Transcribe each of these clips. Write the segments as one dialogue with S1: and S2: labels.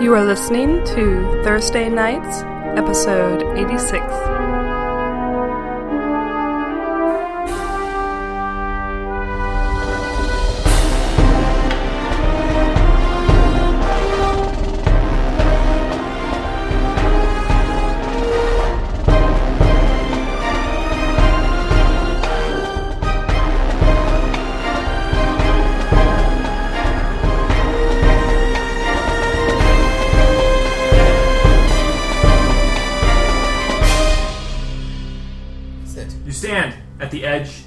S1: You are listening to Thursday Nights, episode 86.
S2: Sit.
S3: You stand at the edge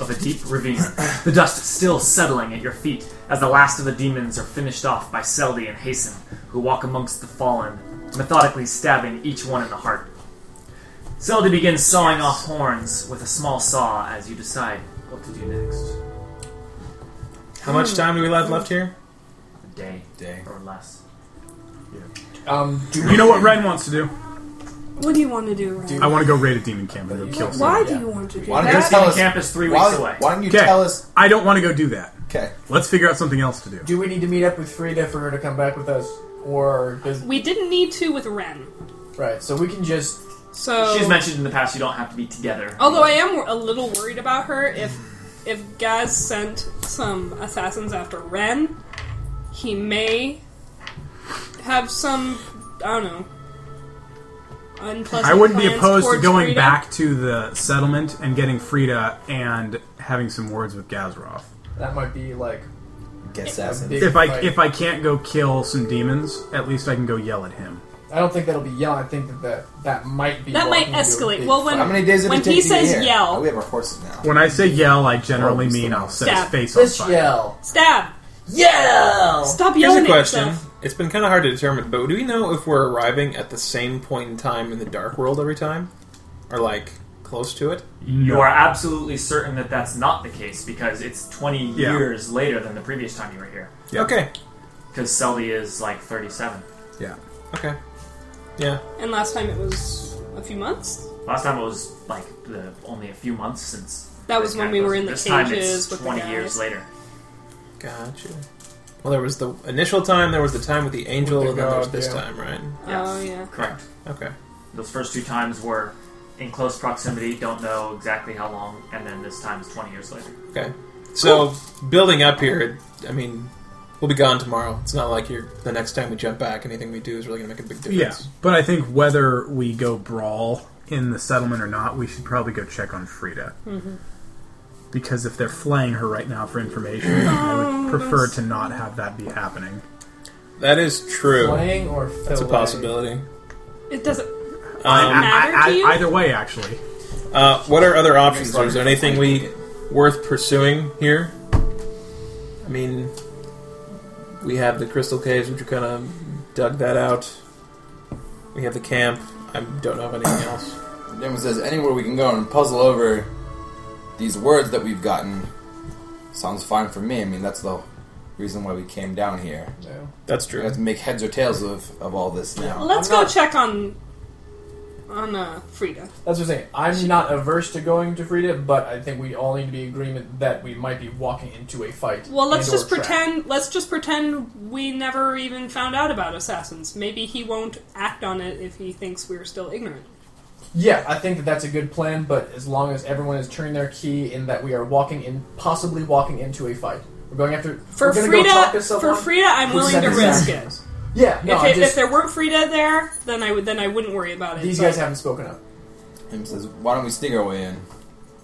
S3: of a deep ravine, the dust still settling at your feet as the last of the demons are finished off by Seldi and Hasten, who walk amongst the fallen, methodically stabbing each one in the heart. Seldi begins sawing off horns with a small saw as you decide what to do next.
S4: How
S5: Mm.
S4: much time do we have left here?
S3: A day
S2: Day.
S3: or less.
S2: Um, do
S4: You know what Ren wants to do?
S1: What do you want to do, Ryan?
S4: I want to go raid a demon camp and go kill someone.
S1: Why
S2: Yeah.
S1: do you want to do
S2: Why
S1: that?
S2: don't you
S3: This
S2: tell us?
S3: camp is three
S2: why,
S3: weeks away.
S2: why don't you
S4: Okay.
S2: tell us?
S4: I don't want to go do that.
S2: Okay.
S4: Let's figure out something else to do.
S6: Do we need to meet up with Frida for her to come back with us, or does
S5: We didn't need to with Ren.
S6: right? So we can just
S5: So
S3: She's mentioned in the past you don't have to be together.
S5: Although I am a little worried about her if if Gaz sent some assassins after Ren, he may have some I don't know. Unpleasant
S4: I wouldn't be
S5: plans
S4: opposed to
S5: towards
S4: going
S5: Frida.
S4: back to the settlement and getting Frida and having some words with Gazroth.
S6: that might be like
S2: Get
S6: a
S2: assassins.
S6: big
S4: If I
S6: fight.
S4: if I can't go kill some demons, at least I can go yell at him.
S6: I don't think that'll be yelling. I think that that, that might be
S5: That might
S6: walking into a
S5: escalate.
S6: big
S5: Well, when-
S2: How
S6: fight.
S2: many days did
S5: When
S2: it take
S5: he
S2: to get
S5: says
S2: here?
S5: yell-
S2: Oh, we have our horses now.
S4: When I say yell, I generally
S2: Oh,
S4: mean I'll set his
S5: Stab.
S4: face on
S6: let's
S4: fire.
S6: yell,
S5: Stab!
S6: yell.
S5: Stop
S7: Here's
S5: yelling
S7: a question.
S5: at yourself.
S7: It's been kind of hard to determine, but do we know if we're arriving at the same point in time in the dark world every time? Or, like, close to it?
S3: You are absolutely certain that that's not the case because it's 20
S4: Yeah.
S3: years later than the previous time you were here.
S4: Yeah.
S7: Okay.
S3: Because Selby is like 37.
S4: Yeah.
S7: Okay. Yeah.
S5: And last time it was a few months.
S3: Last time it was like the, only a few months since.
S5: That was
S3: this
S5: when
S3: guy
S5: we were in the
S3: this time
S5: cages
S3: it's
S5: with the
S3: 20
S5: guys.
S3: years later.
S7: Gotcha. Well, there was the initial time, there was the time with the angel,
S6: With the
S7: and then there's
S6: god,
S7: this
S6: yeah.
S7: time, right?
S3: Yes.
S5: Oh yeah.
S3: Correct.
S7: Okay.
S3: Those first two times were in close proximity, don't know exactly how long, and then this time is 20 years later.
S7: Okay. So, building up here, I mean, we'll be gone tomorrow. It's not like you're the next time we jump back, anything we do is really going to make a big
S4: Yeah.
S7: difference.
S4: But I think whether we go brawl in the settlement or not, we should probably go check on Frida.
S2: Mm-hmm.
S4: Because if they're flaying her right now for information,
S2: Oh,
S4: I would prefer to not have that be happening.
S7: That is true.
S6: playing or
S7: That's a possibility.
S5: It doesn't
S7: Um,
S5: matter to you?
S4: either way, actually.
S7: Uh, what are other options? Is there anything we worth pursuing here? I mean, we have the crystal caves, which we kind of dug that out. We have the camp. I don't know of anything else.
S2: Jim says anywhere we can go and puzzle over these words that we've gotten sounds fine for me. I mean, that's the reason why we came down here.
S7: That's
S2: We
S7: true.
S2: have to make heads or tails of, of all this now.
S5: Let's
S6: I'm
S5: go
S6: not-
S5: check on on uh, Frida.
S6: That's what I'm saying. I'm not averse to going to Frida, but I think we all need to be in agreement that we might be walking into a fight.
S5: Well, let's
S6: and or
S5: just
S6: trap.
S5: pretend. Let's just pretend we never even found out about assassins. Maybe he won't act on it if he thinks we're still ignorant.
S6: Yeah, I think that that's a good plan, but as long as everyone is turning their key in that we are walking in, possibly walking into a fight. We're going after.
S5: For
S6: we're gonna go talk to
S5: Frida,
S6: someone
S5: for Frida, I'm
S6: who
S5: willing to
S6: sent
S5: risk it.
S6: assassins. Yeah, no,
S5: if,
S6: I
S5: it
S6: just,
S5: if there weren't Frida there, then I would then I wouldn't worry about it.
S6: these
S5: but-
S6: guys haven't spoken up.
S2: Jim says, why don't we sneak our way in?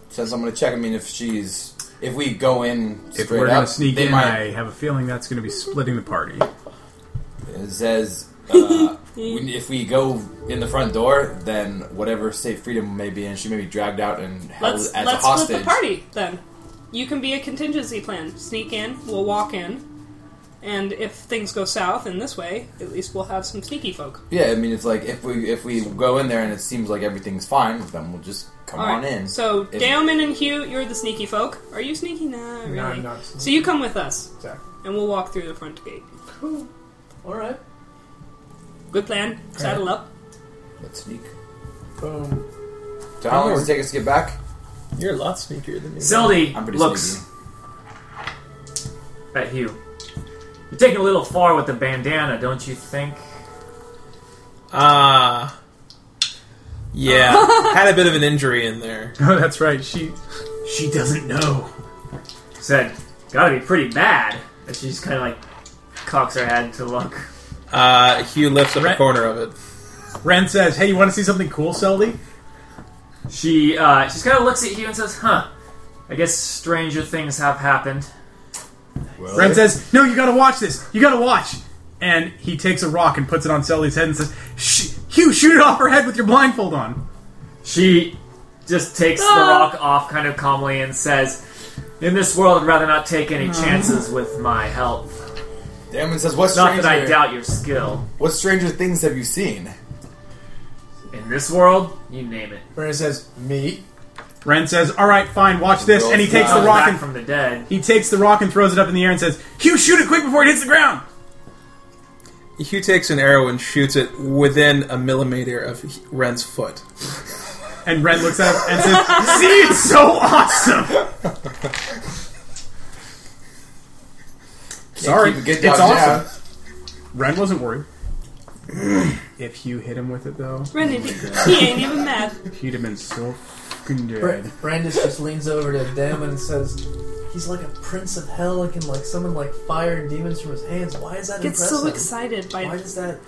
S2: Says I'm going to check. I mean, if she's if we go in straight
S4: If we're
S2: up,
S4: going to sneak
S2: they
S4: in, I
S2: might.
S4: have a feeling that's going to be splitting the party.
S2: It says. Uh, we- if we go in the front door, then whatever state freedom may be in, she may be dragged out and held
S5: let's
S2: as
S5: let's
S2: a hostage.
S5: split the party then. You can be a contingency plan. Sneak in. We'll walk in. And if things go south in this way, at least we'll have some sneaky folk.
S2: Yeah, I mean, it's like if we if we go in there and it seems like everything's fine, then we'll just come
S5: All
S2: on
S5: right,
S2: in.
S5: So,
S2: If-
S5: Daoman and Hugh, you're the sneaky folk. Are you sneaky? Nah, really.
S6: I'm not sneaky.
S5: So you come with us,
S6: Exactly.
S5: and we'll walk through the front gate.
S6: Cool. All right.
S5: Good plan. Saddle up.
S2: let's sneak.
S6: Boom.
S2: So how long does it take us to get back?
S7: You're a lot sneakier than me.
S3: Zeldy
S2: I'm pretty
S3: looks at Hugh. You're taking a little far with the bandana, don't you think?
S8: Ah. yeah. Had a bit of an injury in there.
S4: Oh, that's right. She she doesn't know.
S3: Said, gotta be pretty bad. And she just kind of like cocks her head to look.
S8: Uh, Hugh lifts up a
S4: Right.
S8: corner of it.
S4: Ren says, "Hey, you want to see something cool, Seldy?"
S3: She uh, she kind of looks at you and says, "Huh, I guess stranger things have happened."
S2: Well,
S4: Ren says, "No, you gotta watch this. You gotta watch." And he takes a rock and puts it on Seldy's head and says, Shh, "Hugh, shoot it off her head with your blindfold on."
S3: She just takes the
S5: Ah.
S3: rock off kind of calmly and says, "In this world, I'd rather not take
S4: Ah.
S3: any chances with my help.
S2: Damon says, "What
S3: Not
S2: stranger?
S3: that I doubt your skill."
S2: What stranger things have you seen?"
S3: In this world, you name it.
S6: Brandon says, "Me."
S4: Ren says, "All right, fine, watch this." And he takes the
S3: Comes
S4: rock
S3: back
S4: and
S3: from the dead.
S4: he takes the rock and throws it up in the air and says, "Hugh, shoot it quick before it hits the ground."
S8: Hugh takes an arrow and shoots it within a millimeter of Ren's foot.
S4: And Ren looks at him and says, "See, it's so awesome." Sorry,
S2: keep a good
S4: it's
S2: dog down.
S4: awesome. Ren wasn't worried. if Hugh hit him with it though,
S5: Randy, he ain't even mad.
S4: he'd have been so fucking
S6: Bra-
S4: dead.
S6: Brandis just leans over to Dem and says, "He's like a prince of hell and can like summon like fire and demons from his hands. Why is that
S5: Gets
S6: impressive?
S5: so excited by
S6: Why does that?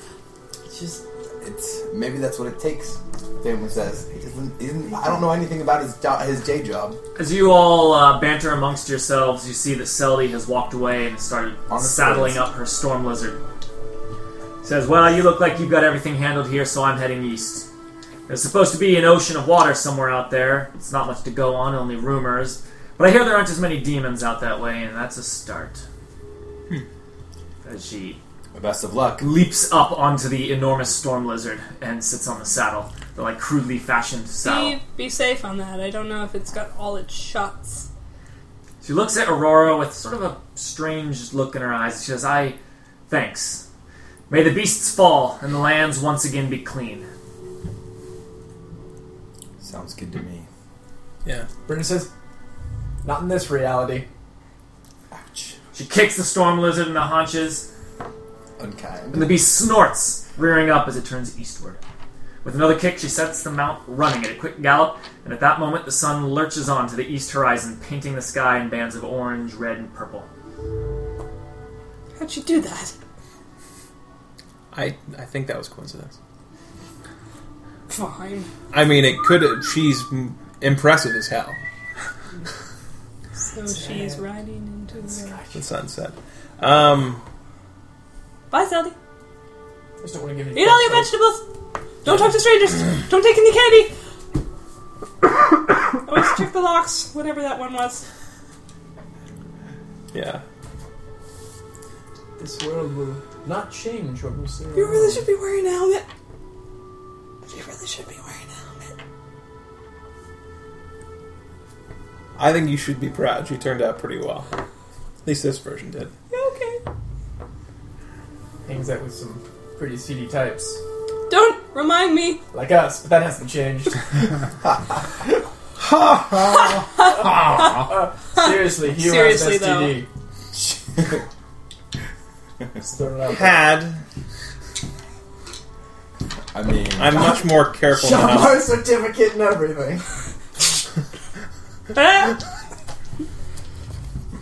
S6: It's just
S2: It's maybe that's what it takes. Damon says, he doesn't, he doesn't, "I don't know anything about his jo- his day job."
S3: As you all uh, banter amongst yourselves, you see that Seldy has walked away and started
S2: On the
S3: saddling
S2: fence.
S3: up her storm lizard. Says, "Well, you look like you've got everything handled here, so I'm heading east. There's supposed to be an ocean of water somewhere out there. It's not much to go on, only rumors. But I hear there aren't as many demons out that way, and that's a start."
S2: Hmm.
S3: As she
S2: Well, Best of luck.
S3: leaps up onto the enormous storm lizard and sits on the saddle, the like crudely fashioned saddle.
S5: Be, be safe on that. I don't know if it's got all its shots.
S3: She looks at Aurora with sort of a strange look in her eyes. She says, I thanks. May the beasts fall and the lands once again be clean.
S2: Sounds good to me.
S8: Yeah.
S6: Brandon says, "Not in this reality."
S2: Ouch.
S3: She kicks the storm lizard in the haunches, and
S2: Unkind.
S3: the beast snorts, rearing up as it turns eastward. With another kick, she sets the mount running at a quick gallop, and at that moment the sun lurches on to the east horizon, painting the sky in bands of orange, red, and purple.
S5: How'd you do that?
S8: I, I think that was coincidence.
S5: Fine.
S8: I mean, it could. She's m- impressive as hell.
S5: So she's riding into the.
S8: The sunset. Um,
S5: Bye, Zelda.
S6: I just don't want to give any
S5: Eat all your
S6: false
S5: vegetables. Don't talk to strangers. Don't take any candy. Always check the locks. Whatever that one was.
S8: yeah.
S6: hope. This world will not change what we see.
S5: You really should be wearing a helmet. You really should be wearing a helmet.
S8: I think you should be proud. She turned out pretty well. At least this version did.
S5: You okay?
S6: hangs out with some pretty seedy types
S5: Don't remind me.
S6: like us, but that hasn't changed. Seriously, he
S5: Seriously,
S6: has STD. Just throwing it out there.
S8: Had.
S2: I mean,
S8: I'm much more careful
S6: Shop
S8: now.
S6: our certificate and everything.
S5: Ah.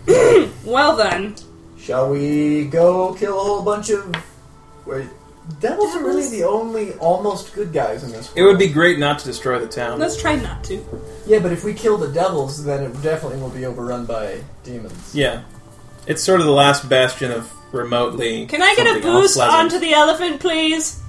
S5: well then.
S6: Shall we go kill a whole bunch of? Wait, devils are really the only almost good guys in this.
S8: It would be great not to destroy the town.
S5: Let's try not to.
S6: Yeah, but if we kill the devils, then it definitely will be overrun by demons.
S8: Yeah. It's sort of the last bastion of remotely.
S5: Can I get a
S8: something else
S5: boost
S8: pleasant.
S5: onto the elephant, please?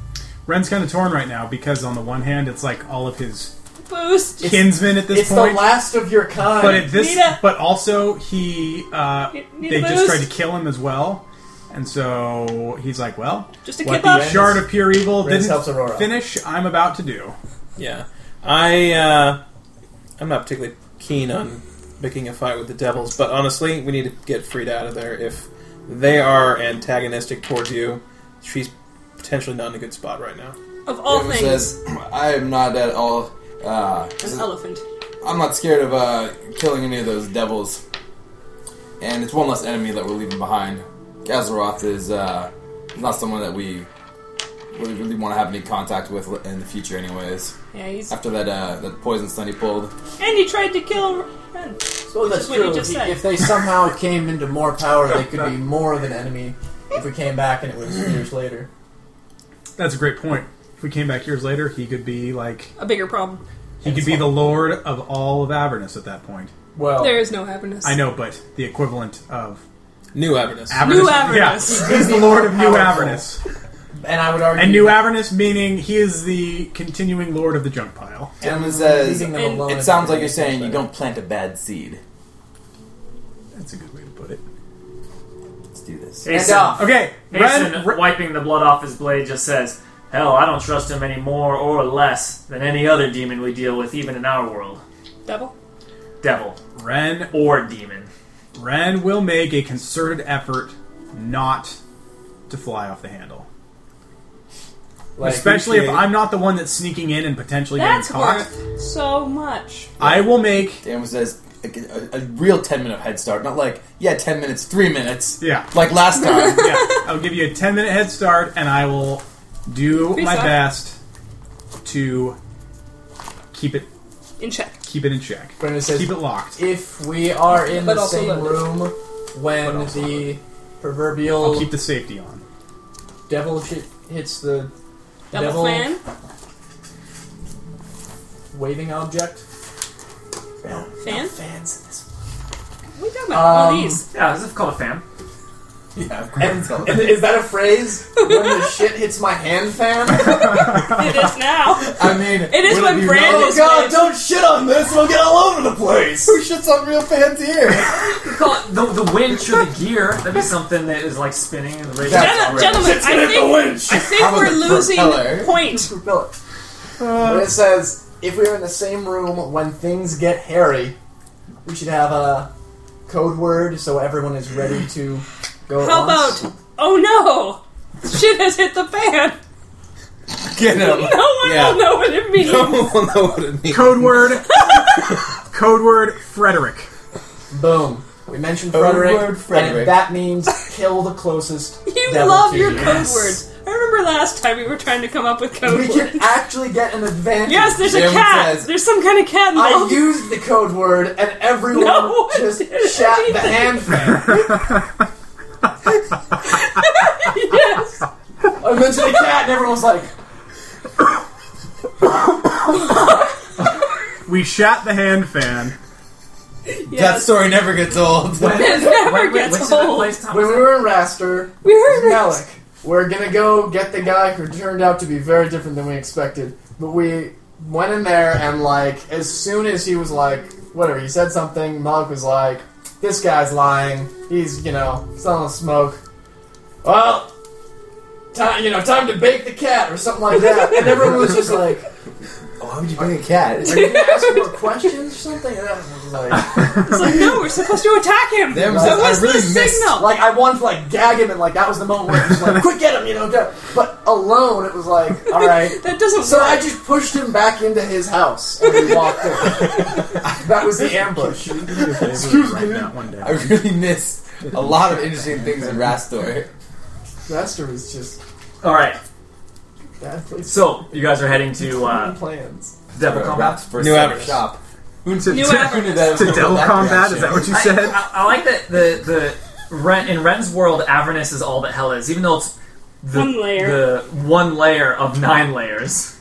S4: Ren's kind of torn right now because on the one hand, it's like all of his
S5: Boost.
S4: kinsmen at this
S6: it's
S4: point,
S6: the last of your kind.
S4: but at this,
S5: Nita.
S4: but also he, uh,
S5: N- Nita
S4: they just tried
S5: Boost.
S4: to kill him as well, and so he's like, well,
S5: Just a
S4: what
S5: kip
S4: the
S5: up.
S4: shard of pure evil
S6: Ren's
S4: didn't
S6: helps Aurora.
S4: finish, I'm about to do.
S8: Yeah, I uh, I'm not particularly keen on picking a fight with the devils, but honestly, we need to get Frida out of there. If they are antagonistic towards you, she's potentially not in a good spot right now.
S5: Of all
S2: Damon
S5: things,
S2: says, I am not at all. Uh,
S5: an elephant.
S2: I'm not scared of uh, killing any of those devils. And it's one less enemy that we're leaving behind. Gazaroth is uh, not someone that we really, really want to have any contact with in the future, anyways.
S5: Yeah, he's
S2: After that, uh, that poison stunt he pulled,
S5: and he tried to kill. Ren.
S6: Suppose that's
S5: What you
S6: true.
S5: just
S6: If,
S5: said.
S6: if they somehow came into more power, they could be more of an enemy. If we came back and it was years later,
S4: That's a great point. If we came back years later, he could be like
S5: A bigger problem.
S4: he could be the lord of all of Avernus at that point.
S6: well,
S5: There is no happiness.
S4: I know, but the equivalent of
S7: New Avernus.
S4: Avernus,
S5: New Avernus.
S4: yeah, he's the lord of New
S6: Powerful.
S4: Avernus,
S6: and I would argue
S4: and New Avernus meaning he is the continuing lord of the junk pile.
S2: Gentleman says,
S6: leaving them
S5: And-
S6: alone
S2: uh, "It
S6: is
S2: sounds like
S6: very
S2: you're saying you
S6: better.
S2: don't plant a bad seed."
S4: That's a good way to put it.
S2: Let's do this.
S6: And,
S3: Aeson,
S6: uh,
S4: Okay,
S3: Aeson,
S4: Ren, Ren-
S3: wiping the blood off his blade, just says, Hell, I don't trust him any more or less than any other demon we deal with, even in our world.
S5: Devil.
S3: Devil
S4: Ren,
S3: or demon.
S4: Ren will make a concerted effort not to fly off the handle.
S6: like,
S4: Especially if
S6: appreciate
S4: I'm not the one that's sneaking in and potentially
S5: That's
S4: getting caught.
S5: worth so much.
S4: I will make
S2: Gentleman says, a, uh, a, a real ten minute head start, not like yeah, ten minutes, three minutes,
S4: yeah.
S2: like last time."
S4: yeah. I'll give you a 10 minute head start and I will do
S5: Peace
S4: my
S5: out.
S4: best to keep it
S5: In check.
S4: keep it in check.
S6: Brenda says-
S4: keep it locked.
S6: If we are in
S5: But
S6: the
S5: also
S6: same
S5: loaded.
S6: room when
S4: But also
S6: the
S4: I'll
S6: proverbial
S4: keep the safety on.
S6: devil shit hits the Devil.
S5: Devil, fan.
S6: waving object,
S5: Fan.
S6: fans in this.
S5: We talking about one
S6: Um,
S5: of these.
S3: Yeah, this is called a fan.
S2: yeah, of
S6: And, and is that a phrase? when the shit hits my hand fan?
S5: It is now.
S2: I mean,
S5: It is
S2: would
S5: when
S2: be
S5: Brand
S2: really-
S6: oh
S5: is
S6: god,
S5: waved.
S6: don't shit on this. We'll get all over the place.
S2: Who shits on real fans here?
S3: Call it the, the winch or the gear. That'd be something that is like spinning in the radio.
S2: That's
S5: Gen-
S2: outrageous.
S5: gentlemen,
S6: It's
S5: I
S6: gonna hit the
S5: think,
S6: winch.
S5: I think
S2: How about
S5: we're
S2: the
S5: losing
S2: propeller?
S5: point.
S6: Propeller.
S2: Uh.
S6: but it says if we are in the same room when things get hairy, we should have a code word so everyone is ready to go. at
S5: How
S6: once.
S5: about? Oh no! Shit has hit the fan.
S2: Get him.
S5: No one
S7: Yeah.
S5: will know what it means.
S7: I don't know what it means.
S4: Code word Code word Frederick.
S6: Boom. We mentioned
S2: Code
S6: Frederick,
S2: word Frederick.
S6: and that means kill the closest.
S5: You
S6: devil
S5: love
S6: to
S5: your
S6: you.
S5: code words. I remember last time we were trying to come up with code
S6: We
S5: words.
S6: can actually get an advantage.
S5: Yes, there's a
S2: Jim
S5: cat.
S2: says-
S5: there's some kind of cat
S6: I
S5: involved.
S6: used the code word, and everyone
S5: No one
S6: just
S5: did
S6: shat the
S5: anything.
S6: hand fan.
S5: yes.
S6: I mentioned the cat, and everyone was like,
S4: We shat the hand fan.
S2: That story never gets old.
S5: It never
S3: what's
S5: gets
S3: that
S5: old.
S3: place, Tom?
S6: when we were in Raster,
S5: We heard it.
S6: Malik, we're gonna go get the guy who turned out to be very different than we expected. But we went in there, and like, as soon as he was like, whatever, he said something, Malik was like, this guy's lying. He's, you know, selling smoke. Well, time, you know, time to bake the cat or something like that. And everyone was just like,
S2: Oh, Why would you bring a cat?
S6: are you gonna ask more questions or something? And I was like,
S5: It's like no, we're supposed to attack him.
S2: Them
S5: That
S2: says, I
S5: was
S2: really
S5: the
S2: missed-
S5: signal.
S6: Like I wanted to like gag him, and like that was the moment where it was like, "Quick, get him!" You know. Get him. But alone, it was like, "All right."
S5: that doesn't
S6: So
S5: work.
S6: I just pushed him back into his house, and we walked in. that was the ambush.
S4: Write that one down.
S2: I really missed a lot of interesting things in Rastor.
S6: Master was just
S3: All right,
S6: that place.
S3: so you guys are heading to uh,
S6: plans.
S3: Devil Combat.
S2: first
S7: New
S2: ever
S7: Avernus.
S2: shop.
S4: To,
S5: New
S4: to,
S5: Avernus.
S4: to devil combat, is that what you
S3: I,
S4: said?
S3: I, I like that the the Ren, in Ren's world, Avernus is all that hell is, even though it's the
S5: One layer.
S3: the one layer of nine layers.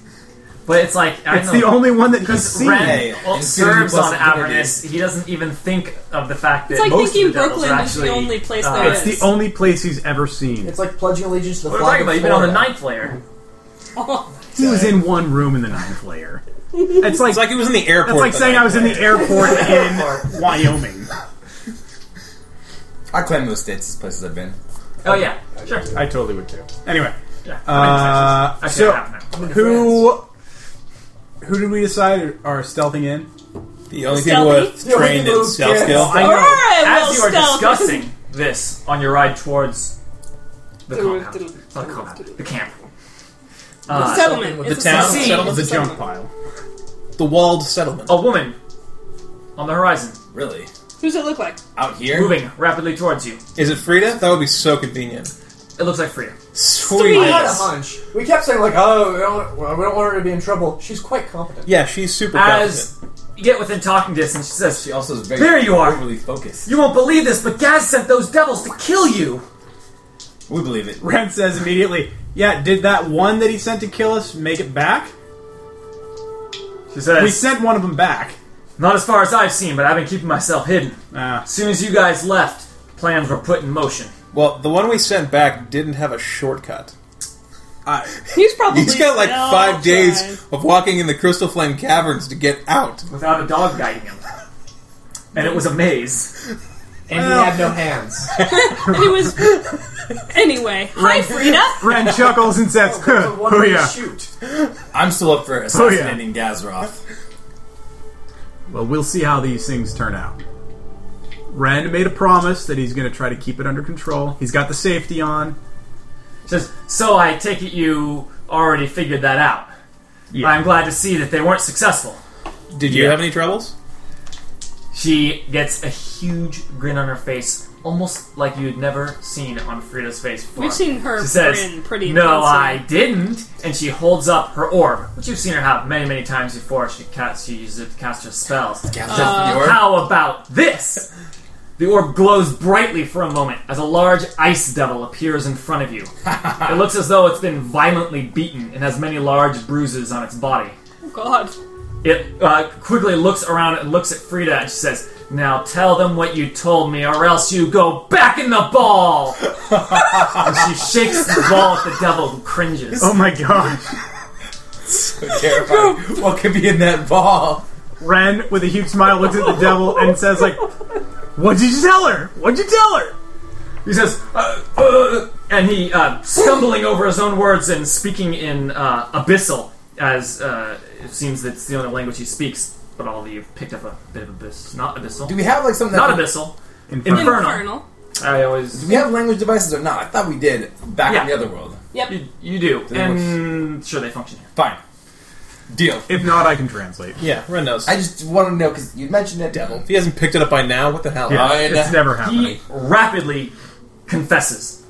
S3: But it's like I
S4: It's
S3: know,
S4: the only one that he's seen.
S3: Ren
S2: Hey,
S3: well,
S2: infinity
S3: serves
S2: plus
S3: on
S2: infinity.
S3: Avernus. He doesn't even think of the fact that
S5: It's like
S3: most
S5: thinking
S3: of the devils are
S5: Brooklyn is the
S3: actually,
S5: only place
S3: uh,
S5: there
S4: It's the only place he's ever seen.
S6: It's like pledging allegiance to the
S3: What are you
S6: flag.
S3: talking about?
S6: of
S3: You've been on the
S6: Florida.
S3: ninth layer.
S4: He was in one room in the ninth layer. It's like
S7: It's like he was in the
S4: That's
S7: airport.
S4: like
S7: the
S4: saying
S7: night
S4: I was in the airport in Wyoming.
S2: I claim those states, as places I've been.
S3: Oh yeah, sure.
S4: I totally would too. Anyway,
S3: Yeah.
S4: uh,
S3: Actually, I
S4: so
S3: have now.
S4: who who did we decide are stealthing in?
S7: The only people
S5: Stealthy?
S7: with
S6: The only
S7: trained in
S6: little
S7: stealth
S6: kid.
S7: skill.
S4: I
S5: Alright, well,
S3: As you are
S5: stealth.
S3: discussing this on your ride towards the compound, It's not a compound, the camp. Uh,
S5: settlement.
S6: with
S5: It's
S7: the
S5: a
S7: town,
S5: settlement.
S7: settlement,
S5: It's a
S4: the junk
S5: settlement.
S4: pile.
S7: The walled settlement.
S3: a woman on the horizon
S2: Really?
S5: Who's it look like?
S2: Out here?
S3: Moving rapidly towards you.
S7: Is it Frida? That would be so convenient.
S3: It looks like Freya.
S7: Sweet.
S6: We had a hunch. We kept saying like, oh, we don't, well, we don't want her to be in trouble. She's quite competent.
S7: Yeah, she's super
S3: As you get within talking distance, she says,
S2: She also is very
S3: There you are.
S2: overly focused.
S3: You won't believe this, but Gaz sent those devils to kill you!
S2: We believe it.
S4: Brent says immediately, "Yeah, did that one that he sent to kill us make it back?
S3: She
S4: We
S3: says,
S4: sent one of them back."
S3: Not as far as I've seen, but I've been keeping myself hidden.
S4: Ah.
S3: As soon as you guys left, plans were put in motion.
S7: Well, the one we sent back didn't have a shortcut.
S4: I,
S5: He's probably.
S7: He's got like
S5: still
S7: five
S5: alive.
S7: days of walking in the Crystal Flame Caverns to get out.
S3: Without a dog guiding him. And it was a maze.
S6: And he had no hands.
S5: And he was. Anyway, hi Frida.
S4: Brent chuckles and says,
S6: So
S4: "Huh,
S6: one
S4: "Oh
S6: way to
S4: yeah."
S6: shoot.
S2: I'm still up for
S4: Oh, yeah.
S2: assassinating Gazroth.
S4: Well, we'll see how these things turn out. Rand made a promise that he's going to try to keep it under control. He's got the safety on.
S3: She says, So I take it you already figured that out.
S4: Yeah.
S3: I'm glad to see that they weren't successful.
S7: Did you have any troubles?
S3: She gets a huge grin on her face, almost like you'd never seen on Frida's face before.
S5: We've seen her
S3: She says,
S5: grin pretty
S3: No,
S5: intensely.
S3: I didn't. And she holds up her orb, which you've seen her have many, many times before. She cast, she uses it to cast her spells.
S5: Uh,
S2: Gazroth the orb?
S3: How about this? The orb glows brightly for a moment as a large ice devil appears in front of you. it looks as though it's been violently beaten and has many large bruises on its body.
S5: Oh, God.
S3: It uh, quickly looks around and looks at Frida and she says, Now tell them what you told me, or else you go back in the ball! and she shakes the ball at the devil who cringes.
S4: Oh my gosh.
S2: Terrifying. what could be in that ball?
S4: Ren, with a huge smile, looks at the devil and says, like, What did you tell her? What'd you tell her?
S3: He says, uh, uh, and he, uh, stumbling over his own words and speaking in uh, abyssal, as uh, it seems that's the only language he speaks, but all of you picked up a bit of abyss. Not abyssal.
S2: Do we have like something
S3: Not
S2: that
S3: abyssal.
S4: Inferno.
S3: Infernal.
S5: Infernal.
S3: I always.
S2: Do we have language devices or not? I thought we did back
S3: Yeah.
S2: in the other world.
S5: Yep.
S3: You, you do.
S2: They look-
S3: And sure, they function here.
S2: Fine. Deal.
S4: If not, I can translate.
S7: Yeah, Ren knows.
S2: I just want to know because you mentioned that devil.
S7: if he hasn't picked it up by now, what the hell?
S4: Yeah,
S2: Fine.
S4: it's never happening.
S3: He rapidly confesses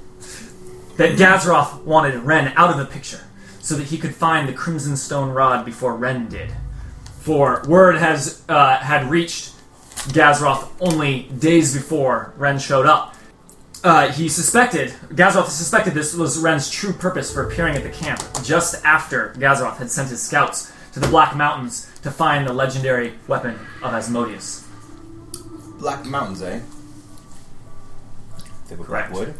S3: that Gazroth wanted Ren out of the picture so that he could find the Crimson Stone Rod before Ren did. For word has uh, had reached Gazroth only days before Ren showed up. Uh, he suspected Gazroth suspected this was Ren's true purpose for appearing at the camp just after Gazroth had sent his scouts to the Black Mountains to find the legendary weapon of Asmodeus.
S2: Black Mountains, eh? They were
S3: Correct.
S2: black wood.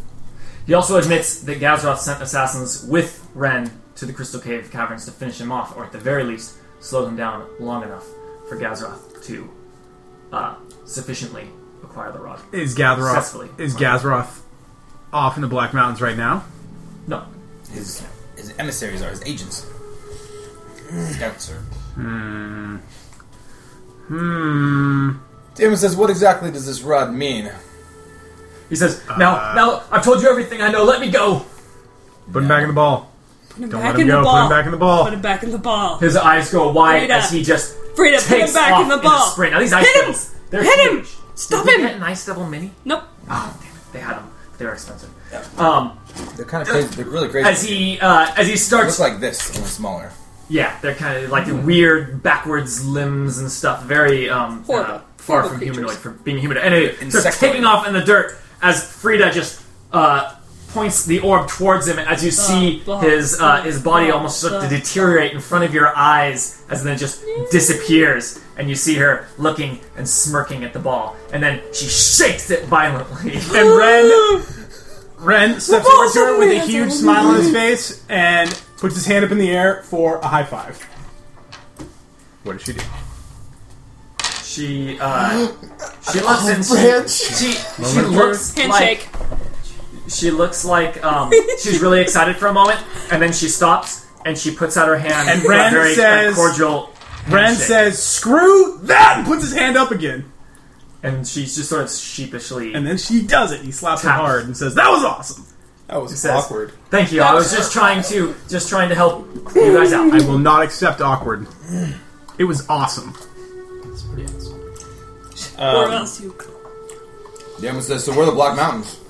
S3: He also admits that Gazroth sent assassins with Ren to the Crystal Cave caverns to finish him off, or at the very least, slow him down long enough for Gazroth to uh, sufficiently acquire the rod.
S4: Is Gathroth,
S3: Successfully.
S4: is Gazroth off in the Black Mountains right now?
S3: No.
S2: His his emissaries are his agents. Scouts are.
S4: Hmm.
S2: Damon says, "What exactly does this rod mean?"
S3: He says, Now, now, I've told you everything I know, let me go!
S4: Put him back in the ball.
S5: Put him
S4: Don't
S5: back
S4: let him
S5: in
S4: go.
S5: the
S4: Put him
S5: ball.
S4: back in the ball.
S5: Put him back in the ball.
S3: His eyes go wide
S5: Frida.
S3: as he just
S5: Frida, put
S3: takes
S5: him back
S3: off
S5: in the
S3: a
S5: ball.
S3: sprint. Now, these ice
S5: Hit him!
S3: devils, they're
S5: Hit him!
S3: huge.
S5: Stop
S3: Did we
S5: him!
S3: get an ice devil mini?
S5: Nope.
S3: Oh, damn it. They had them. They were expensive. Um,
S2: They're kind of crazy. They're really crazy.
S3: as he uh, as he
S2: They
S3: starts
S2: look like this, only smaller.
S3: Yeah, they're kind of like
S5: Hmm.
S3: the weird backwards limbs and stuff. Very um,
S5: Horrible.
S3: uh, far
S5: Horrible
S3: from
S5: creatures.
S3: humanoid for being humanoid. And it starts
S2: Insectoid.
S3: taking off in the dirt as Frida just uh, points the orb towards him. As you see
S5: blah,
S3: his uh,
S5: blah,
S3: his body
S5: blah,
S3: almost start to
S5: blah.
S3: deteriorate in front of your eyes, as then it just disappears, and you see her looking and smirking at the ball, and then she shakes it violently.
S4: And Ren, Ren steps over to her with a
S5: That's
S4: huge
S5: all.
S4: smile on his face and puts his hand up in the air for a high five. What did she do?
S3: she uh, she looks and she
S6: Brent.
S3: she, she looks like
S5: Handshake.
S3: She looks like um, she's really excited for a moment, and then she stops and she puts out her hand
S4: And
S3: for a
S4: Ren
S3: very uh,
S4: says-
S3: cordial.
S4: Ren
S3: handshake.
S4: says, "Screw that!" and puts his hand up again.
S3: and she's just sort of sheepishly.
S4: And then she does it. He slaps her
S3: Taps.
S4: hard and says, "That was awesome."
S7: That was
S3: says-
S7: awkward.
S3: Thank you. I was just trying to just trying to help you guys out.
S4: I will not accept awkward. It was awesome. um,
S7: Um,
S5: Or uh, else you go.
S2: Damon says, so where are the Black Mountains?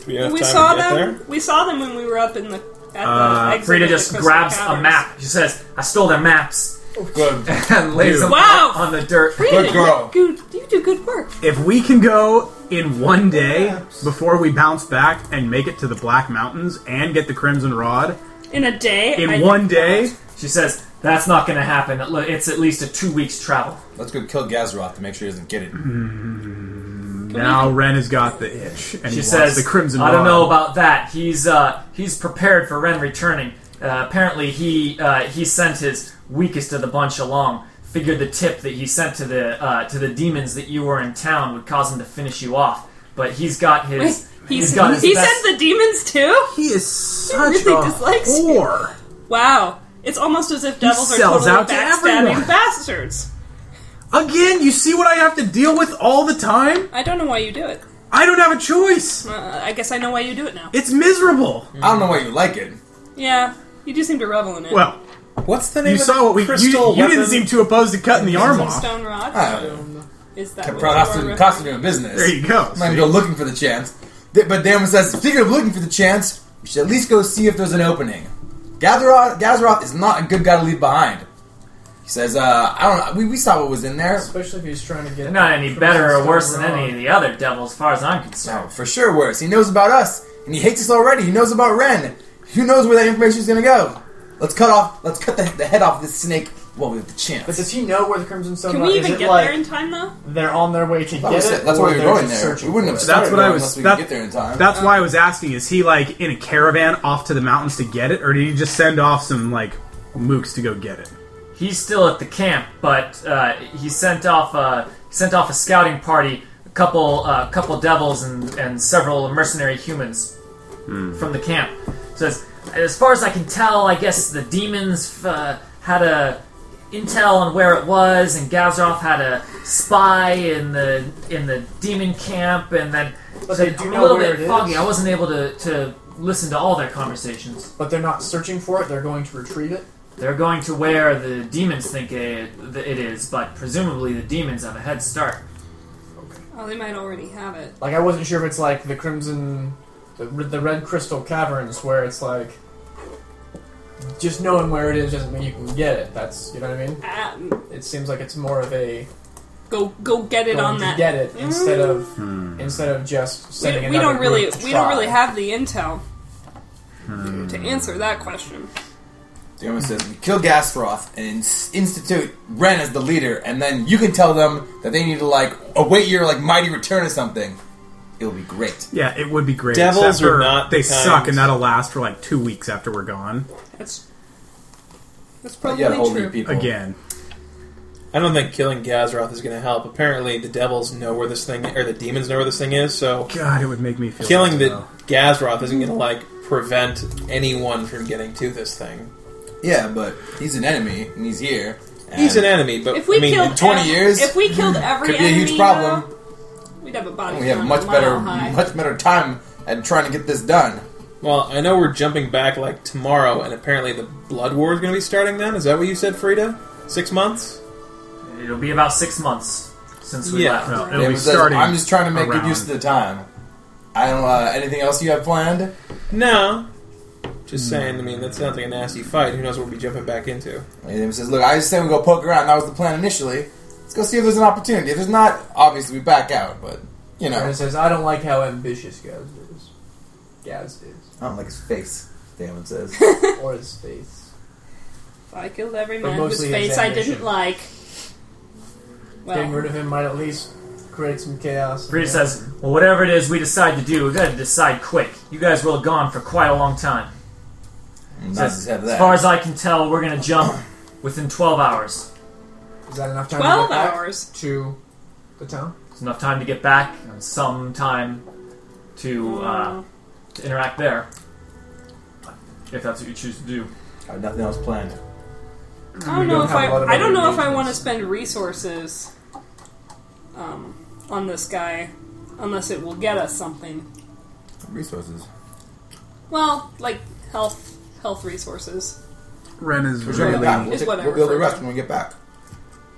S7: Do we have
S5: we
S7: time
S5: saw
S7: to get
S5: them.
S7: there?
S5: We saw them when we were up in the. At the
S3: Uh,
S5: exit
S3: Frida
S5: of the
S3: just
S5: Crystal
S3: grabs
S5: Caverns.
S3: a map. She says, I stole their maps
S2: Good.
S4: And lays them
S5: Wow.
S3: on the dirt.
S5: Frida,
S2: Good girl.
S5: You, good- you do good work.
S4: If we can go in one day before we bounce back and make it to the Black Mountains and get the Crimson Rod
S5: In a day.
S4: in
S5: I-
S4: one day,
S3: She says, That's not going to happen. It- It's at least a two weeks travel.
S2: Let's go kill Gazeroth to make sure he doesn't get it.
S7: Mm.
S4: now Ren has got the itch and he
S3: She
S4: wants
S3: says,
S4: the Crimson
S3: I don't
S4: Rod.
S3: know about that. He's uh, he's prepared for Ren returning. Uh, apparently, he uh, he sent his weakest of the bunch along. Figured the tip that he sent to the uh, to the demons that you were in town would cause him to finish you off. But he's got his
S5: He's,
S3: he's got his
S5: he
S3: best-
S5: sent the demons too?
S4: He is such
S5: really
S4: a
S5: dislikes you.
S4: whore.
S5: Wow. It's almost as if devils are
S4: sells
S5: totally
S4: out to everyone.
S5: backstabbing bastards.
S4: Again, you see what I have to deal with all the time?
S5: I don't know why you do it.
S4: I don't have a choice.
S5: Uh, I guess I know why you do it now.
S4: It's miserable.
S2: I don't know why you like it.
S5: Yeah, you do seem to revel in it.
S4: Well,
S7: What's the name
S4: you
S7: of
S4: saw
S7: the
S4: what we. You,
S7: crystal
S4: you didn't
S7: weapon?
S4: seem too opposed to cutting the arm off.
S5: Stone Rock?
S2: Ah,
S5: Is that
S2: kept
S5: what you
S2: cost
S5: are
S2: him,
S5: referring-
S2: cost him business.
S4: There you go.
S2: I'm not gonna go looking for the chance. Th- But Damon says, speaking of looking for the chance, we should at least go see if there's an opening. Gazeroth, Gazeroth is not a good guy to leave behind. He says, uh, I don't know. We, we saw what was in there.
S6: Especially if he's trying to get.
S3: They're not any better or
S6: Stone
S3: worse than
S6: Rod.
S3: any of the other devils, as far as I'm concerned.
S2: No, for sure worse. He knows about us, and he hates us already. He knows about Ren. Who knows where that information is gonna go? Let's cut off. Let's cut the, the head off this snake while we have the chance.
S6: But does he know where the Crimson Stone
S5: Can
S6: Rock
S5: we
S6: is?
S5: even
S6: It
S5: get
S6: like
S5: there in time, though?
S6: they're on their way to
S2: That
S6: get
S2: was
S6: it?
S2: it. That's
S6: or
S2: why we were
S6: they're
S2: going
S6: just
S2: there.
S6: searching
S2: We wouldn't have
S6: for it?
S2: started
S4: That's what I
S2: going
S4: was-
S2: unless we
S4: that-
S2: could get there in time.
S4: That's why I was asking: Is he like in a caravan off to the mountains to get it, or did he just send off some like mooks to go get it?
S3: He's still at the camp, but uh, he sent off a sent off a scouting party, a couple uh, couple devils and, and several mercenary humans from the camp. Says, as far as I can tell, I guess the demons uh, had a intel on where it was, and Gazroth had a spy in the in the demon camp, and then
S6: But they
S3: so
S6: do
S3: I'm
S6: know
S3: a little
S6: where
S3: bit
S6: it
S3: foggy.
S6: is.
S3: I wasn't able to, to listen to all their conversations.
S6: But they're not searching for it. They're going to retrieve it.
S3: They're going to where the demons think it, it is, but presumably the demons have a head start.
S5: Oh, they might already have it.
S6: Like I wasn't sure if it's like the Crimson, the, the Red Crystal Caverns, where it's like. Just knowing where it is doesn't mean you can get it. That's you know what I mean.
S5: Um,
S6: It seems like it's more of a
S5: go, go get it
S6: going
S5: on
S6: to
S5: that.
S6: get it instead
S5: Mm.
S6: of
S3: Hmm.
S6: instead of just sending
S5: We, we
S6: another
S5: don't really,
S6: group to
S5: we don't really
S6: try.
S5: have the intel
S2: Hmm.
S5: to answer that question.
S2: Damon says, we kill Gasroth and ins- institute Ren as the leader, and then you can tell them that they need to like await your like mighty return or something. It'll be great.
S4: Yeah, it would be great.
S7: Devils
S4: except
S7: are
S4: for
S7: not the
S4: They
S7: kind-
S4: suck, and that'll last for like two weeks after we're gone.
S5: That's that's
S2: But
S5: probably
S2: yeah, hold your
S5: true.
S7: Oh.
S2: people
S4: Again,
S7: I don't think killing Gazroth is going to help. Apparently, the devils know where this thing, or the demons know where this thing is. So
S4: God, it would make me feel
S7: killing
S4: bad,
S7: the
S4: though.
S7: Gazroth isn't going to like prevent anyone from getting to this thing.
S2: Yeah, but he's an enemy and he's here. And
S7: He's an enemy, but
S5: If we
S7: I mean,
S5: killed
S7: in
S2: 20
S5: ev-
S2: years, hmm,
S5: if we killed every
S2: could be a huge
S5: enemy,
S2: problem.
S5: though, we'd have a body.
S2: We have
S5: count a
S2: much
S5: mile
S2: better,
S5: high.
S2: much better time at trying to get this done.
S7: well, I know we're jumping back like tomorrow, and apparently the blood war is going to be starting then. Is that what you said, Frida? Six months?
S3: It'll be about six months since we
S7: Yeah.
S3: left.
S4: No, it'll
S2: Damon
S4: be
S2: says,
S4: starting.
S2: I'm just trying to make good
S4: around-
S2: use of the time. I don't. Uh, anything else you have planned?
S7: No.
S6: Hmm.
S7: Just saying. I mean, that sounds like a nasty fight. Who knows what we'll be jumping back into?
S2: And Damon says, "Look, I just said we go poke around. That was the plan initially. Let's go see if there's an opportunity. If there's not, obviously we back out. But you know,
S6: And it says, "I don't like how ambitious Gaz is. Gaz is,
S2: I don't like his face." Damon says.
S6: or his face.
S5: If I killed every
S6: But
S5: man whose
S6: mostly it's
S5: face I
S6: ambition.
S5: didn't like.
S6: Getting
S5: Well,
S6: rid of him might at least create some chaos."
S3: Frida
S6: Yeah.
S3: says, "Well, whatever it is we decide to do, we got to decide quick. You guys will have gone for quite a long time.
S2: Says,
S3: Says, as far as I can tell, we're gonna jump within 12 hours.
S6: "Is that enough time?" to
S5: twelve
S6: get back
S5: hours.
S6: to the town.
S3: It's enough time to get back and some time to uh, to interact there, if that's what you choose to do."
S2: I have nothing else planned.
S5: I don't
S6: We don't
S5: know if
S6: have a lot of
S5: I. I
S6: other
S5: don't know if I
S6: engagements.
S5: want to spend resources um, on this guy, unless it will get us something.
S2: Resources.
S5: Well, like health, health resources,
S4: Ren is
S2: We're sure
S4: really
S2: we'll get back. We'll,
S5: Is
S2: take,
S5: what I
S2: we'll be able to
S5: refer
S2: rest
S5: to.
S2: when we get back.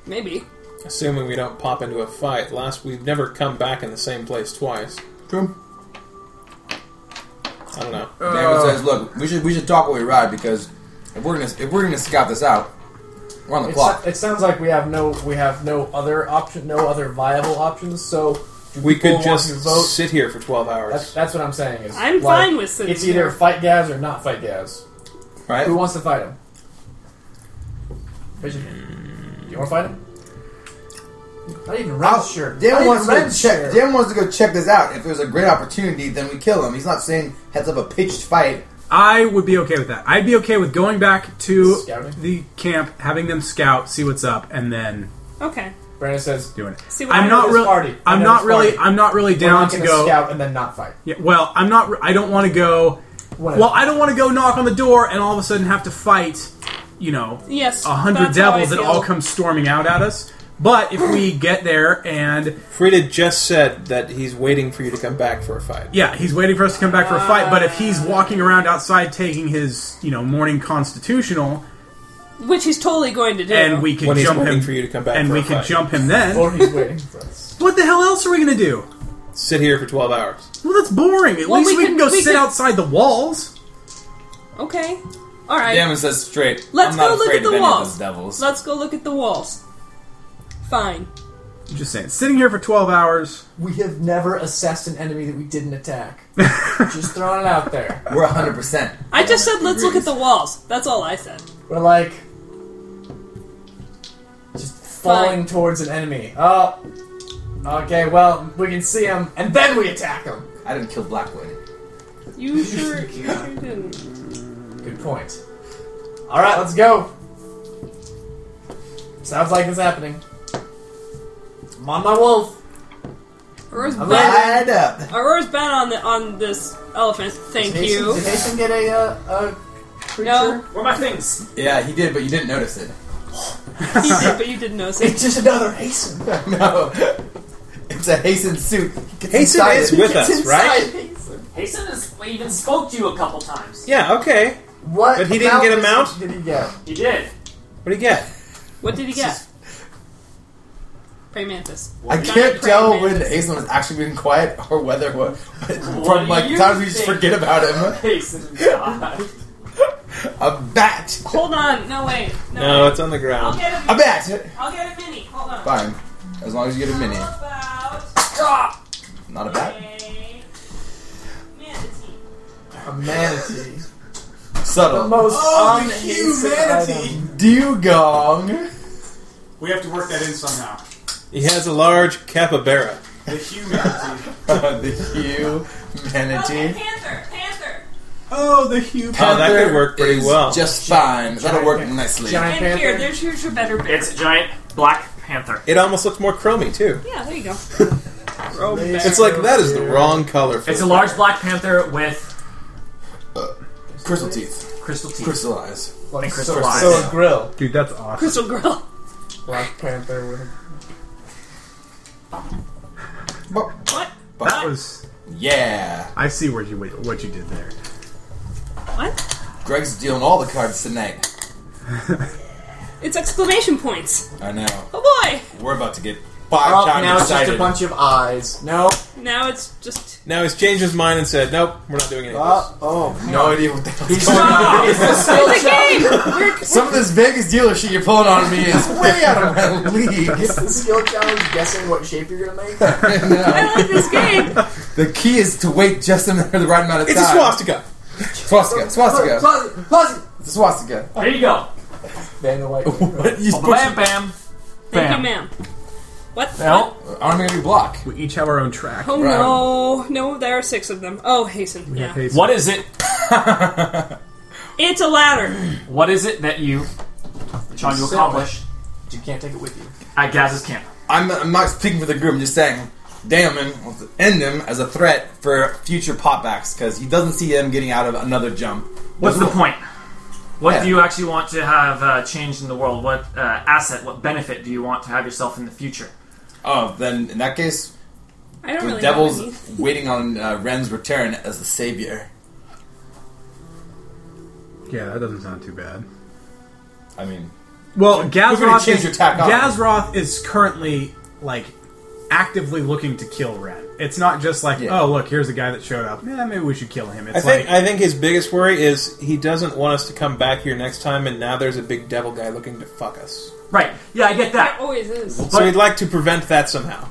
S5: maybe.
S7: Assuming we don't pop into a fight. Last, we've never come back in the same place twice.
S2: True.
S7: I don't know.
S5: Oh.
S6: Uh,
S2: David says, "Look, we should we should talk while we ride because if we're gonna if we're gonna scout this out, we're on the
S6: It,
S2: clock.
S6: so- it sounds like we have no we have no other option, no other viable options. So do
S7: We
S6: people
S7: could
S6: want to
S7: just
S6: vote.
S7: sit here for 12
S6: That's,
S7: hours.
S6: that's what I'm saying. Is
S5: I'm
S6: like,
S5: fine with sitting
S6: It's either
S5: here.
S6: fight Gaz or not fight Gaz.
S2: right?
S6: Who wants to fight him? Vision. You want to fight him? Not even
S2: I'll-
S6: Ren's shirt. Not
S2: Dan
S6: even
S2: wants to go
S6: Ren's
S2: check.
S6: shirt.
S2: Dan wants to go check this out. If there's a great opportunity, then we kill him. He's not saying heads up a pitched fight.
S4: I would be okay with that. I'd be okay with going back to
S6: Scouting?
S4: the camp, having them scout, see what's up, and then
S5: Okay.
S6: Brandon says,
S4: doing it.
S5: See what
S4: I'm
S5: I
S4: not
S6: this
S4: really.
S6: party. I
S4: I'm
S6: know
S4: not
S6: this
S4: really.
S6: party.
S4: I'm not really
S6: "We're
S4: down
S6: not
S4: to
S6: going to
S4: go.
S6: scout and then not fight."
S4: Yeah, well, I'm not. re- I don't want to go.
S6: Whatever.
S4: Well, I don't want to go knock on the door and all of a sudden have to fight. You know,
S5: Yes.
S4: a hundred
S5: that's how I
S4: devils that
S5: feel.
S4: all come storming out at us. But if we get there and
S7: Frida just said that he's waiting for you to come back for a fight.
S4: yeah, he's waiting for us to come back for a fight. But if he's walking around outside taking his you know morning constitutional,
S5: Which he's totally going to do.
S4: and we could
S7: When he's
S4: jump
S7: waiting
S4: him
S7: for you to come back
S4: and
S7: for a
S4: we could
S7: fight.
S4: jump him then.
S6: or he's waiting for us.
S4: What the hell else are we gonna do?
S7: Sit here for 12 hours.
S4: Well, that's boring. At
S5: Well,
S4: least
S5: we
S4: we, can
S5: could-
S4: go
S5: we
S4: sit
S5: could-
S4: outside the walls.
S5: Okay. All right.
S2: Dan says straight.
S5: Let's
S2: I'm not
S5: go look
S2: afraid
S5: at the
S2: of any
S5: walls.
S2: Of those devils.
S5: Let's go look at the walls. Fine.
S4: I'm just saying, sitting here for twelve hours.
S6: We have never assessed an enemy that we didn't attack. Just throwing it out there.
S2: We're 100. percent
S5: I just said let's look at the walls. That's all I said.
S6: We're like just falling
S5: Fine.
S6: towards an enemy. Oh, okay. Well, we can see him, and then we attack him.
S2: I didn't kill Blackwood.
S5: You sure, you sure didn't.
S6: Good point. All right, let's go. Sounds like it's happening. I'm on my wolf.
S5: Aurora's been,
S2: Ride up.
S5: Aurora's been on the on this elephant. Thank
S6: Did Mason-
S5: you.
S6: Did Mason get a, uh, a
S5: No,
S3: Where are my things?
S2: Yeah, he did, but you didn't notice it.
S5: he did, but you didn't notice it.
S6: It's just another Hasten.
S2: No, it's a Hasten suit.
S7: Hasten
S2: inside
S7: is
S2: it.
S7: with us, right?
S3: Hasten has even spoke to you a couple times.
S7: Yeah, okay.
S6: What?
S7: But he didn't get a
S6: amount
S7: mount?
S6: Did he get?
S3: He did.
S7: What do you get?
S5: What did he get? Praying mantis.
S2: I
S5: Giant
S2: can't
S5: praying
S2: tell when
S5: mantis.
S2: Hasten was actually being quiet or whether what,
S3: What
S2: from
S3: do
S2: like
S3: you
S2: times we just
S3: think?
S2: forget about him.
S3: Hasten died.
S2: A bat,
S5: Hold on. No wait. No.
S7: No,
S5: wait.
S7: it's on the
S5: I'll
S7: ground.
S5: get
S2: a
S5: a.
S2: bat.
S5: I'll get a mini. Hold on.
S2: Fine, as long as you get a mini,
S5: How about
S2: not a
S5: a
S2: bat.
S5: manatee?
S6: A manatee. the
S2: Subtle.
S6: most
S4: Oh, the
S6: unhasted
S4: humanity.
S6: item.
S2: Dugong.
S4: We have to work that in somehow.
S7: He has a large capybara.
S4: The humanity.
S2: the Hugh
S5: Okay,
S2: manatee.
S5: panther. Panther.
S4: oh, the humanity.
S7: Oh, that
S2: Panther
S7: could work pretty
S2: is
S7: well.
S2: Just fine. That'll work
S6: Giant-
S2: nicely.
S6: giant-
S5: And
S6: panther.
S5: here, there's here's your better bear.
S3: It's a giant black panther.
S7: It almost looks more chromy, too.
S5: yeah, there you go.
S7: It's like, that is the wrong color for
S3: It's a
S7: this.
S3: large black panther with
S2: Uh, Crystal teeth.
S3: crystal teeth.
S2: Crystal eyes.
S6: Like,
S3: crystal
S6: so,
S3: eyes.
S6: so a grill.
S4: Dude, that's awesome.
S5: Crystal girl.
S6: Black Panther with a
S5: What?
S4: That was.
S2: Yeah.
S4: I see where you what you did there.
S5: What?
S2: Greg's dealing all the cards tonight.
S5: It's exclamation points.
S2: I know.
S5: Oh
S2: We're about to get five
S6: Oh,
S2: times
S6: now it's just
S2: excited.
S6: a bunch of eyes. No.
S5: boy! Now it's just.
S7: Now he's changed his mind and said, nope, we're not doing any of
S6: Uh, oh.
S2: no idea what the hell's going on.
S5: It's a game! We're,
S2: Some of this Vegas dealer shit you're pulling on me is way out of my league.
S6: Is the skill challenge guessing what shape you're gonna make? That's
S5: I like this game!
S2: The key is to wait just in the right amount of
S7: this.
S2: time.
S7: It's a swastika.
S2: swastika. Swastika. Swastika.
S6: Plus, plus.
S2: It's a swastika.
S3: There you go.
S6: Van the White. What?
S2: You
S3: Bam, bam.
S5: Thank
S3: Bam.
S5: you, ma'am. What?
S3: Now,
S2: I'm gonna be block.
S4: We each have our own track.
S5: Oh no. No, there are six of them. Oh, hasten.
S4: We have
S5: Yeah.
S4: Hazel.
S3: what is it?
S5: It's a ladder.
S3: What is it that you trying to accomplish
S6: You can't take it with you.
S3: at Gaz's camp?
S2: I'm, I'm not speaking for the group. I'm just saying, damn him, let's end him as a threat for future popbacks because he doesn't see them getting out of another jump.
S3: What's the point? What
S2: Yeah.
S3: do you actually want to have uh, changed in the world? What uh, asset, what benefit do you want to have yourself in the future?
S2: Oh, then in that case,
S5: I don't
S2: the
S5: really know. what it means.
S2: devil's waiting on uh, Ren's return as the savior.
S4: Yeah, that doesn't sound too bad.
S2: I mean,
S4: Well,
S2: gonna
S4: Gazroth
S2: change
S4: is,
S2: your tack on.
S4: Gazroth is currently like actively looking to kill Ren. It's not just like,
S2: Yeah.
S4: oh look, here's a guy that showed up. Yeah, maybe we should kill him. It's
S7: I
S4: like
S7: think I think his biggest worry is he doesn't want us to come back here next time, and now there's a big devil guy looking to fuck us.
S3: Right. Yeah, I get
S5: That
S3: that.
S5: always is.
S7: So
S3: But-
S7: we'd like to prevent that somehow.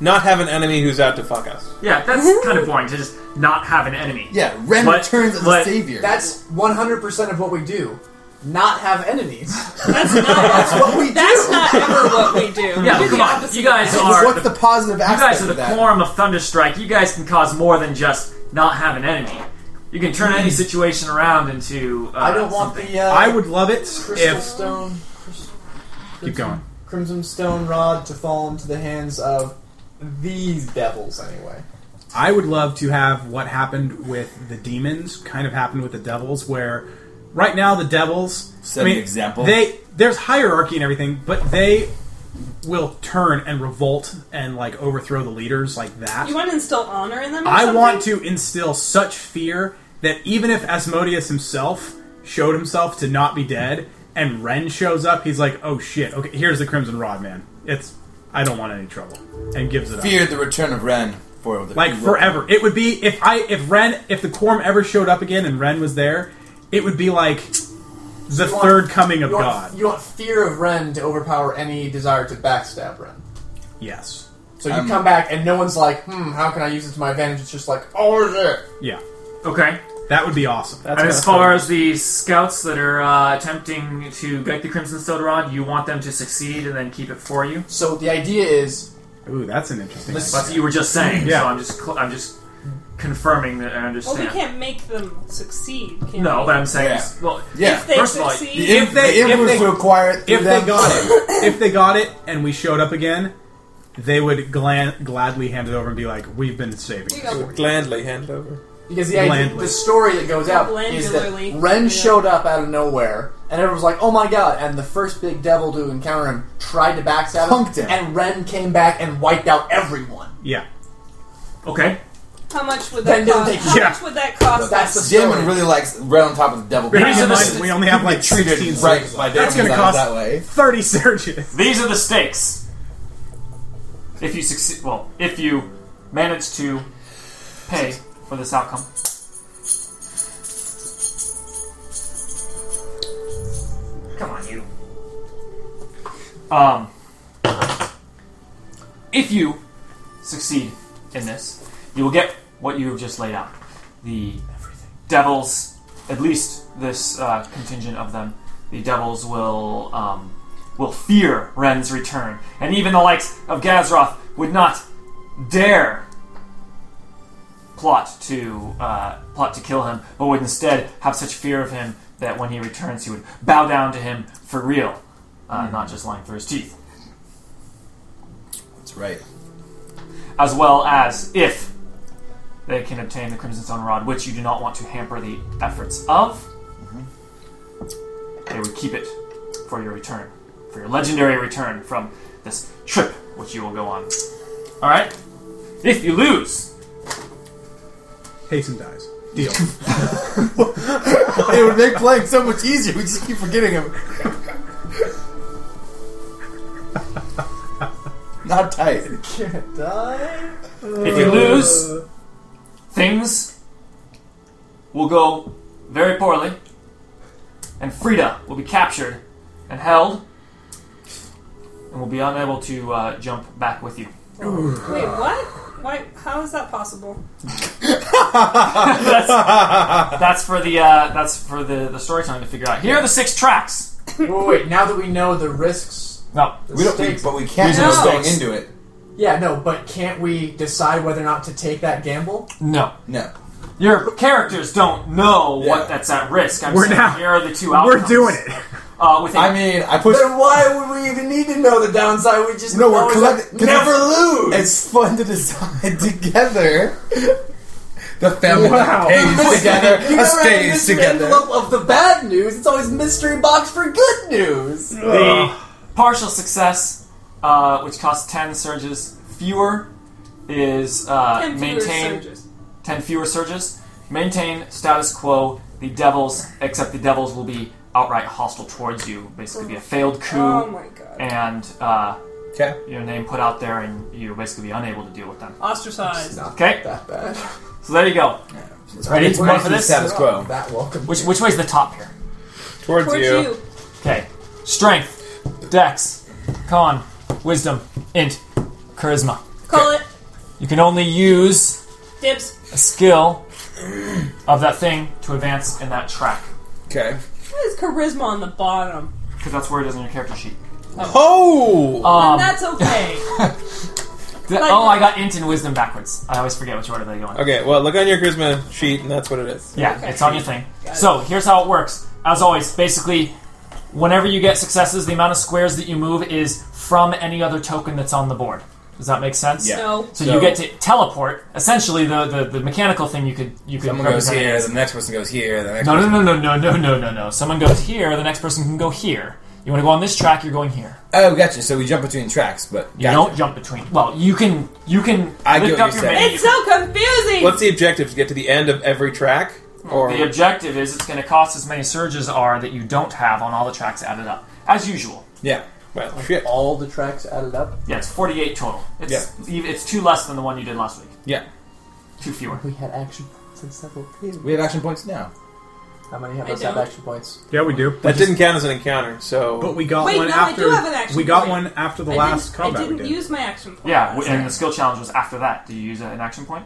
S7: Not have an enemy who's out to fuck us.
S3: Yeah, that's kind of boring to just not have an enemy.
S2: Mm-hmm. Yeah, Ren
S3: But-
S2: returns as a
S3: but-
S2: savior.
S6: That's 100% of what we do. Not have enemies.
S5: That's not.
S2: what we do.
S5: That's not ever what we do.
S3: Yeah,
S5: we do
S3: come
S5: the
S3: on.
S5: opposite
S3: You
S5: of
S3: guys
S5: that.
S3: are
S2: What's
S3: the,
S2: the positive
S3: you
S2: aspect
S3: guys are
S2: of
S3: the
S2: that?
S3: quorum of Thunderstrike. You guys can cause more than just not have an enemy. You can turn any situation around into. Uh,
S6: I don't want
S3: something.
S6: the uh,
S4: I would love it
S6: crystal
S4: if
S6: stone.
S4: keep going.
S6: Crimson Stone Rod to fall into the hands of these devils, anyway.
S4: I would love to have what happened with the demons kind of happened with the devils, where right now the devils
S2: Set
S4: I
S2: an
S4: mean,
S2: example.
S4: They there's hierarchy and everything, but they will turn and revolt and like overthrow the leaders like that.
S5: You want to instill honor in them? Or
S4: I
S5: something?
S4: want to instill such fear that even if Asmodeus himself showed himself to not be dead, and Ren shows up, he's like, "Oh shit! Okay, here's the Crimson Rod, man. It's I don't want any trouble," and gives it up
S2: Feared the return of Ren for the
S4: like forever. It would be if I if Ren if the quorum ever showed up again and Ren was there, it would be like the
S6: You want-
S4: third coming of
S6: you want-
S4: God.
S6: You want fear of Ren to overpower any desire to backstab Ren.
S4: Yes.
S6: So you
S2: Um,
S6: come back and no one's like, hmm, how can I use it to my advantage? It's just like, oh shit.
S4: Yeah.
S3: Okay.
S4: That would be awesome.
S7: That's
S3: And
S7: kinda
S3: as far
S7: fun.
S3: as the scouts that are uh, attempting to get the Crimson Stone Rod, you want them to succeed and then keep it for you.
S6: So the idea is,
S4: Ooh, that's an interesting.
S6: Let's-
S4: idea.
S3: That's what you were just saying.
S4: Yeah.
S3: So I'm just cl- I'm just confirming that I
S5: Well,
S3: understand.
S5: we can't make them succeed. Can
S3: No,
S5: we?
S3: but I'm saying.
S2: Yeah.
S3: Well,
S2: Yeah.
S5: if they
S3: First of all,
S5: succeed,
S2: The imp-
S4: If they-
S2: the imp
S4: if
S2: was
S4: they-
S2: to acquire it through
S4: if
S2: them.
S4: they got it, if they got it, and we showed up again, they would glan- gladly hand it over and be like, "We've been saving."
S5: Here you go.
S7: Gladly hand over.
S6: because the idea,
S4: Blandly.
S6: the story that goes out is that
S5: Blandularly.
S6: Ren
S5: Yeah.
S6: showed up out of nowhere, and everyone's like, oh my god, and the first big devil to encounter him tried to backstab
S2: Punked him.
S6: and Ren came back and wiped out everyone.
S4: Yeah,
S3: okay.
S5: how much would
S6: Then
S5: that
S6: they'll
S5: cost?
S6: take-
S5: How
S4: yeah.
S5: much would that cost?
S6: That's
S5: us?
S6: the
S2: Damon really likes Ren on top of the devil.
S4: Bear
S3: These are
S4: in
S3: the
S4: mind,
S3: st-
S4: we only have like
S2: treated
S4: sixteen
S2: right
S4: surges.
S2: by
S4: That's
S2: Damon's
S4: gonna
S2: eyes
S4: cost
S2: that way.
S4: thirty surges.
S3: These are the stakes. If you succeed, well, if you manage to pay for this outcome, come on, you. Um, if you succeed in this, you will get what you have just laid out. The devils, at least this uh, contingent of them, the devils will um, will fear Ren's return, and even the likes of Gazroth would not dare plot to uh, plot to kill him, but would instead have such fear of him that when he returns, he would bow down to him for real, uh, not just lying through his teeth.
S2: That's right.
S3: As well as if they can obtain the Crimson Stone Rod, which you do not want to hamper the efforts of, they would keep it for your return, for your legendary return from this trip which you will go on. All right. If you lose,
S4: Hasten dies. Deal.
S2: it would make playing so much easier. We just keep forgetting him. Not tight.
S6: Can't die.
S3: If you lose, things will go very poorly, and Frida will be captured and held, and will be unable to uh, jump back with you.
S5: Wait, what? Why? How is that possible?
S3: that's, that's for the uh, that's for the the storytelling to figure out. Here are the six tracks.
S6: wait, wait, wait, now that we know the risks
S3: No,
S6: the
S2: We don't, we,
S6: stakes-
S2: but we can't
S5: No.
S2: just going into it.
S6: Yeah, no, but can't we decide whether or not to take that gamble?
S3: no.
S2: No.
S3: Your characters don't know
S2: Yeah.
S3: what that's at risk. I'm
S4: We're
S3: saying
S4: now-
S3: here are the two outcomes.
S4: We're doing it.
S3: Uh, with a-
S2: I mean, I pushed.
S6: Then why would we even need to know the downside? We just
S2: No, we're
S6: always
S2: collect-
S6: like, never lose.
S2: It's fun to decide together. The family
S4: Wow.
S2: pays together,
S6: You never have a
S2: stays
S6: mystery
S2: together.
S6: envelope of the bad news. It's always mystery box for good news.
S3: The partial success, uh, which costs 10 surges fewer, is uh,
S5: Ten fewer
S3: maintain
S5: surges.
S3: 10 fewer surges. Maintain status quo. The devils, except the devils will be outright hostile towards you. Basically, be a failed coup,
S5: Oh my god.
S3: and uh,
S2: Okay.
S3: your name put out there, and you basically be unable to deal with them.
S5: Ostracized.
S6: Not
S3: Okay.
S6: that bad.
S3: So there you go. Ready? Ready
S2: It's one
S3: for
S2: for the
S3: this?
S2: status quo.
S6: That welcome.
S3: Which which way's the top here?
S8: Towards,
S5: Towards
S8: you.
S5: you.
S3: Okay. Strength, Dex, Con, Wisdom, Int, Charisma.
S5: Call it.
S3: You can only use
S5: Dibs.
S3: a skill of that thing to advance in that track
S2: Okay.
S5: What is charisma on the bottom?
S3: because that's where it is in your character sheet.
S2: Oh!
S3: Um,
S5: That's okay.
S3: th-
S5: like-
S3: oh, I got Int and Wisdom backwards. I always forget which order they go in.
S8: Okay, well, look on your charisma sheet, and that's what it is.
S3: Yeah,
S5: Okay.
S3: it's on your thing. So here's how it works. As always, basically, whenever you get successes, the amount of squares that you move is from any other token that's on the board. Does that make sense?
S2: Yeah.
S5: No.
S3: So,
S2: So-
S3: you get to teleport. Essentially, the, the, the mechanical thing you could you could
S2: Someone goes
S3: represent it
S2: here,
S3: as-
S2: the next person goes here, the next
S3: No, no,
S2: person.
S3: no, no, no, no, no, no, no. Someone goes here. The next person can go here. You want to go on this track? You're going here.
S2: Oh, gotcha. So we jump between tracks, but.
S3: You
S2: gotcha.
S3: don't jump between. Well, you can. You can
S2: I get
S3: lift
S2: what
S3: up
S2: you're
S3: your
S2: saying.
S3: menu.
S5: It's so confusing.
S8: What's the objective? To get to the end of every track? Or
S3: The objective is it's going to cost as many surges are that you don't have on all the tracks added up, as usual.
S2: Yeah.
S8: well, shit.
S6: All the tracks added up.
S3: Yeah, it's 48 total. It's, ev- it's two less than the one you did last week.
S2: Yeah.
S3: Two fewer.
S6: We had action points in several
S2: We have action points now.
S6: How many of
S5: I
S6: us have
S5: don't.
S6: action points?
S4: Yeah, we do.
S8: That didn't count as an encounter, so
S4: But we got
S5: Wait,
S4: one
S5: no, I
S4: after.
S5: do have an action
S4: we got
S5: point.
S4: one after the
S5: I
S4: last
S5: didn't,
S4: combat
S5: I didn't
S4: we did.
S5: use my action point.
S3: Yeah, w- and the skill challenge was after that. Do you use an action point?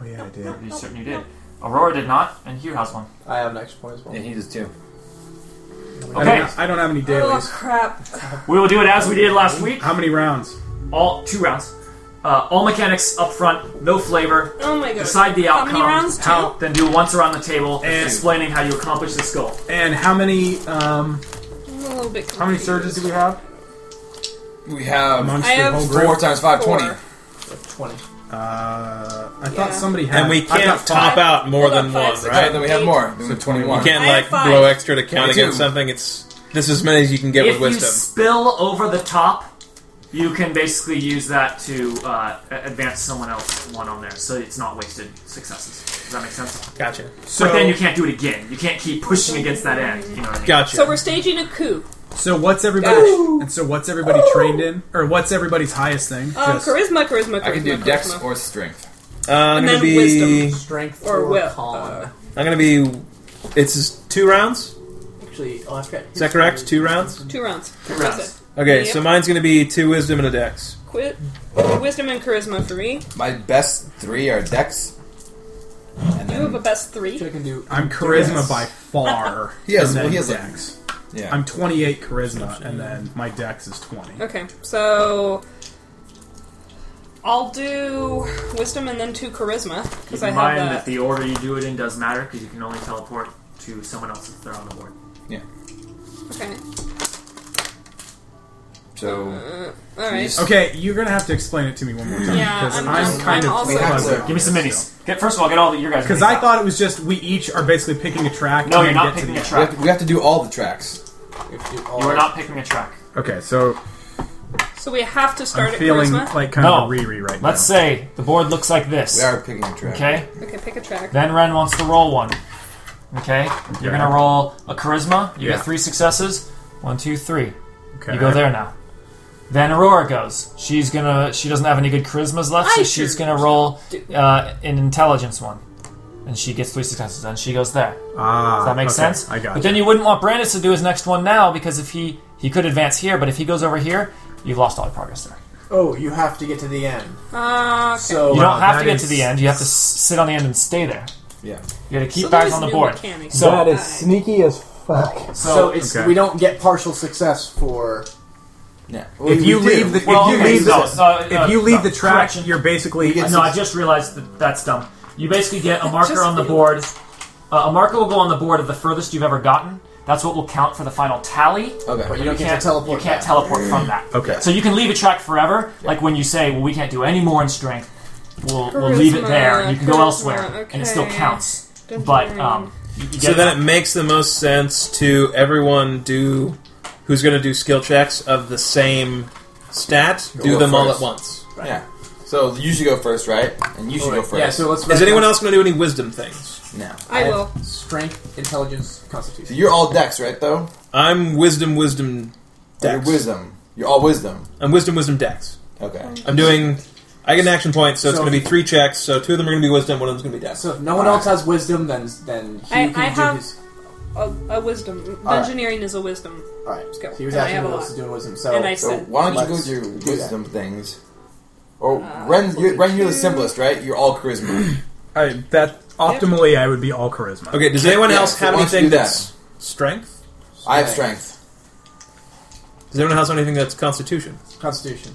S4: oh yeah, I did.
S3: You certainly did. Aurora did not, and Hugh has one.
S6: I have an action point as well.
S2: Yeah, he does too.
S4: I,
S3: Okay.
S4: don't, I don't have any
S5: Oh
S4: dailies.
S5: crap!
S3: We will do it as we did last week.
S4: How many rounds?
S3: All two rounds. Uh, all mechanics up front, no flavor.
S5: Oh my god!
S3: Decide the
S5: How
S3: outcome.
S5: many rounds? Two?
S3: how- then do once around the table,
S4: And-
S3: explaining how you accomplish this goal.
S4: And how many? Um,
S5: I'm a little bit. Confused.
S4: how many surges do we have?
S2: We have
S4: Amongst
S5: I
S4: the
S5: have
S4: whole group.
S2: four times five,
S5: Four.
S2: twenty.
S6: Twenty.
S4: Uh, I
S5: Yeah.
S4: thought somebody had.
S8: and we
S4: I've got
S8: can't
S4: five.
S8: top out more
S5: I got
S8: than
S5: five,
S8: one,
S5: six,
S2: Right,
S8: right?
S2: then we have
S5: Eight.
S2: more. Then we have
S4: So
S2: twenty-one.
S8: You can't
S5: I have
S8: like
S5: five.
S8: blow extra to count
S2: Twenty-two.
S8: against something. It's this is as many as you can get
S3: If
S8: with
S3: you
S8: wisdom.
S3: spill over the top, you can basically use that to uh, a- advance someone else one on there, so it's not wasted successes. Does that make sense?
S8: Gotcha.
S4: So,
S3: but then you can't do it again. You can't keep pushing against that end. You know what I mean?
S8: Gotcha. Uh,
S5: So we're staging a coup.
S4: so what's everybody? And so what's everybody trained in, or what's everybody's highest thing?
S5: Um,
S4: Just-
S5: charisma, charisma, charisma.
S2: I can do
S5: charisma.
S2: dex or strength.
S8: uh, I'm
S5: and
S8: gonna
S5: then
S8: be.
S5: wisdom.
S6: Strength
S5: Or
S6: or,
S5: will.
S6: con.
S5: Uh,
S8: I'm gonna be. It's just two rounds.
S6: Actually, oh, I forgot.
S8: Is that correct? Two rounds.
S5: two rounds. Two
S3: rounds.
S8: Okay,
S5: Yep.
S8: so mine's gonna be two wisdom and a dex.
S5: Quit. Wisdom and charisma for me.
S2: My best three are dex. And
S5: You have a
S2: then
S5: best three.
S6: I can do.
S4: I'm charisma
S6: Yes.
S4: by far.
S2: He has-
S4: and
S2: well,
S4: then
S2: he has, like-
S4: dex.
S2: yeah,
S4: I'm 28 charisma, and then my dex is 20.
S5: Okay, so I'll do wisdom and then two charisma because
S3: Keep
S5: I
S3: in
S5: have
S3: mind
S5: that.
S3: that the order you do it in does matter because you can only teleport to someone else if they're on the board.
S2: yeah.
S5: okay,
S2: So
S5: all right.
S4: Okay, you're gonna have to explain it to me one more time
S5: Yeah,
S4: because
S5: I'm
S4: I'm,
S5: just-
S4: kind
S5: I'm
S4: of
S5: also-
S2: We
S4: fuzzy.
S2: have to-
S3: Give me some minis. Get, first of all, get all the, your guys.
S4: Because
S3: minis
S4: I
S3: out.
S4: thought it was just we each are basically picking a track.
S3: No,
S4: to
S3: you're
S4: get
S3: not
S4: to
S3: picking
S4: the
S3: a
S2: we
S3: track.
S2: have, to, we have to do all the tracks.
S6: We have to do
S3: You
S6: all
S3: are not picking a track.
S4: end. Okay, so
S5: So we have to start
S4: I'm
S5: at
S4: feeling
S5: charisma.
S4: like kind
S3: No.
S4: of a Riri right
S3: Let's
S4: now.
S3: say the board looks like this.
S2: We are picking a track.
S3: Okay.
S5: okay, pick a track.
S3: Then Ren wants to roll one. Okay? You're
S4: Yeah.
S3: gonna roll a charisma. You
S4: Yeah.
S3: get three successes. One, two, three.
S4: Okay.
S3: You go there now. Then Aurora goes. She's gonna. She doesn't have any good charismas left, so
S5: I
S3: she's
S5: sure
S3: gonna roll
S5: do.
S3: uh, an intelligence one, and she gets three successes. And she goes there.
S4: Ah,
S3: Does that make
S4: okay,
S3: sense?
S4: I got
S3: But then you wouldn't want Brandis to do his next one now because if he he could advance here, but if he goes over here, you've lost all your progress there.
S6: Oh, you have to get to the end.
S5: Uh, okay.
S6: So
S3: You
S4: Wow,
S3: don't have
S4: that
S3: to get
S4: is-
S3: to the end. You have to s- sit on the end and stay there.
S2: Yeah.
S3: You got to keep
S5: So
S3: guys
S5: there's
S3: on the
S5: new
S3: board.
S5: mechanics.
S3: So
S5: That is
S9: sneaky as fuck.
S3: so,
S6: so it's
S4: Okay.
S6: we don't get partial success for.
S2: Yeah.
S4: If you leave the if
S3: Well,
S4: you
S3: okay,
S4: leave
S3: no,
S4: the
S3: so, uh,
S4: if you leave
S3: no,
S4: the track,
S3: correction.
S4: you're basically
S2: get
S3: No, I just realized that that's dumb. You basically get a marker
S5: Just
S3: on the
S5: feel-
S3: board. Uh, a marker will go on the board of the furthest you've ever gotten. That's what will count for the final tally.
S6: But
S2: okay.
S6: you don't
S3: You
S6: get
S3: can't
S6: to teleport.
S3: You can't
S6: back.
S3: teleport from that.
S4: Okay.
S3: So you can leave a track forever. Like when you say, "Well, we can't do any more in strength. We'll, we'll leave it there.
S5: Charisma,
S3: You can go
S5: charisma,
S3: elsewhere, and it still
S5: okay.
S3: counts." But um, you, you get
S8: So then it makes the most sense to everyone do who's going to do skill checks of the same stat, do
S2: up
S8: them all
S2: first.
S8: at once.
S2: Yeah. So you should go first, right? And you should go first.
S10: Yeah, so let's.
S8: Is anyone else going to do any wisdom things?
S2: No.
S5: I will.
S10: Strength, intelligence,
S2: So
S10: constitution.
S2: you're all dex, right? Though.
S8: I'm wisdom, wisdom,
S2: Or You're
S8: dex.
S2: wisdom. You're all wisdom.
S8: I'm wisdom, wisdom, dex.
S2: Okay.
S8: I'm doing. I get an action point, so it's
S10: So-
S8: going to be three checks. So two of them are going to be wisdom, one of them's going to be dex.
S10: So if no one else has wisdom, then then he
S5: I-
S10: can
S5: I
S10: do
S5: have-
S10: his.
S5: A, a wisdom.
S6: All right.
S5: Engineering is a wisdom
S6: All right.
S5: skill.
S10: He was
S5: and I
S10: asking
S5: have a
S10: what else
S5: lot.
S10: is doing wisdom. So
S5: And I
S2: So
S5: said,
S2: why don't you go
S10: Let's
S2: with your
S10: do
S2: wisdom things? Or Ren, you're, Ren, you're the simplest, right? You're all charisma.
S4: I, that optimally, I would be all charisma.
S8: Okay, does anyone
S2: Yeah,
S8: else
S2: so
S8: have
S2: why don't you
S8: anything
S2: do that?
S8: that's strength?
S2: I have strength.
S8: Does anyone else have anything that's constitution?
S10: constitution.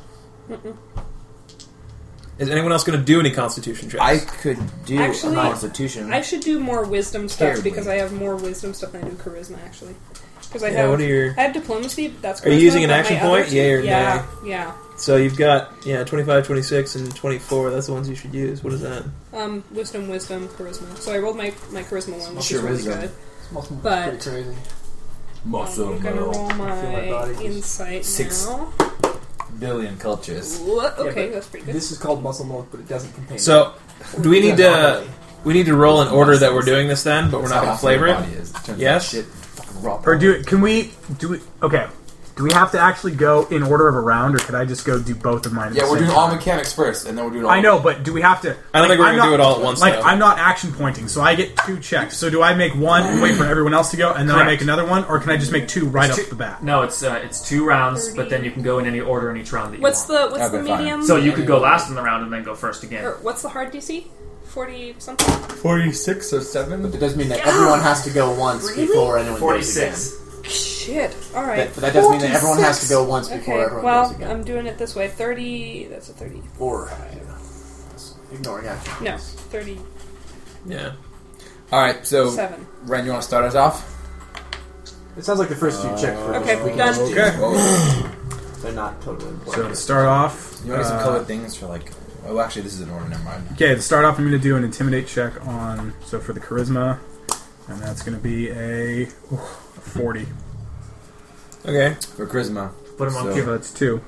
S8: Is anyone else going to do any constitution checks?
S2: I could do
S5: Actually,
S2: a constitution.
S5: I should do more wisdom stuff
S2: Terribly.
S5: because I have more wisdom stuff than I do charisma actually. Because I
S8: Yeah,
S5: have
S8: what are your-
S5: I have diplomacy. But that's
S8: Are you
S5: charisma,
S8: using an
S5: but
S8: action
S5: my
S8: point?
S5: others-
S8: Yay or
S5: yeah, yeah.
S8: so you've got yeah 25, 26, and 24. That's the ones you should use. What is that?
S5: Um, wisdom, wisdom, charisma. So I rolled my my charisma one, which
S2: Sure,
S5: is really
S2: wisdom.
S5: good.
S10: It's multiple-
S5: But-
S10: pretty crazy.
S2: muscle,
S5: I'm gonna roll my,
S10: body just-
S5: insight
S2: Six.
S5: now.
S2: billion cultures.
S5: What?
S10: Yeah,
S5: Okay,
S10: but
S5: that's pretty good.
S10: This is called muscle milk, but it doesn't contain.
S8: So do we need to
S10: Yeah,
S8: we need to roll in order that we're doing this then, but we're not going to flavor it. Yes?
S2: Shit, fucking raw
S4: Or do it? Can we do we Okay. Do we have to actually go in order of a round, or could I just go do both of mine? At
S2: Yeah,
S4: the
S2: we're
S4: same
S2: doing all
S4: time?
S2: mechanics first, and then we're doing all.
S4: I know, but do we have to?
S8: I don't think we're
S4: I'm
S8: going to do
S4: not-
S8: it all at once.
S4: Like
S8: though.
S4: I'm not action pointing, so I get two checks. So do I make one and wait for everyone else to go, and then I
S3: Correct.
S4: make another one, or can I just make two right off the bat?
S3: No, it's uh, it's two rounds, but then you can go in any order in each round that you
S5: What's
S3: want.
S5: the what's
S2: Okay,
S5: the
S2: fine.
S5: medium?
S3: so you could go last in the round and then go first again.
S5: or what's the hard DC? Forty something.
S2: forty-six or seven.
S6: It does mean that everyone has to go once
S5: Really?
S6: before anyone goes again.
S3: 46.
S5: Shit. All right.
S6: That, but that does mean that everyone has to go once before
S5: Okay.
S6: everyone
S5: Well, um,
S6: goes again.
S5: I'm doing it this way. Thirty. That's a thirty.
S6: Or ignoring action.
S5: No, thirty-seven.
S8: Yeah.
S2: All right, so
S6: Oh.
S2: Ren, you want to start us off?
S10: It sounds like the first two checks were
S5: Okay,
S10: just-
S5: done.
S2: Oh,
S10: They're not totally
S4: So
S10: important.
S4: to start off,
S2: you want to get some
S4: uh,
S2: colored things for like? Oh, actually, this is an order. Never mind.
S4: Okay, to start off, I'm going to do an intimidate check on so for the charisma, and that's going to be a, ooh, a forty.
S8: Okay.
S2: For charisma,
S3: Put him on
S2: So-
S4: So that's two.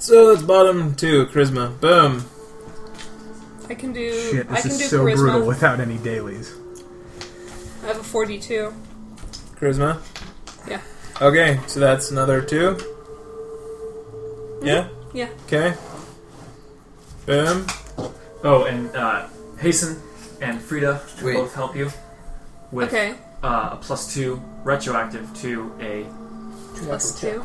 S8: So that's bottom two charisma. Boom.
S5: I can do.
S4: Shit,
S5: I
S4: this
S5: can do
S4: is so
S5: charisma.
S4: brutal without any dailies.
S5: I have a forty-two.
S8: Charisma.
S5: Yeah.
S8: Okay, so that's another two. Yeah.
S5: Yeah.
S8: Okay. Boom.
S3: Oh, and uh, Hasten and Frida can
S2: Wait.
S3: both help you with
S5: Okay.
S3: uh, a plus two retroactive to a.
S5: Plus two.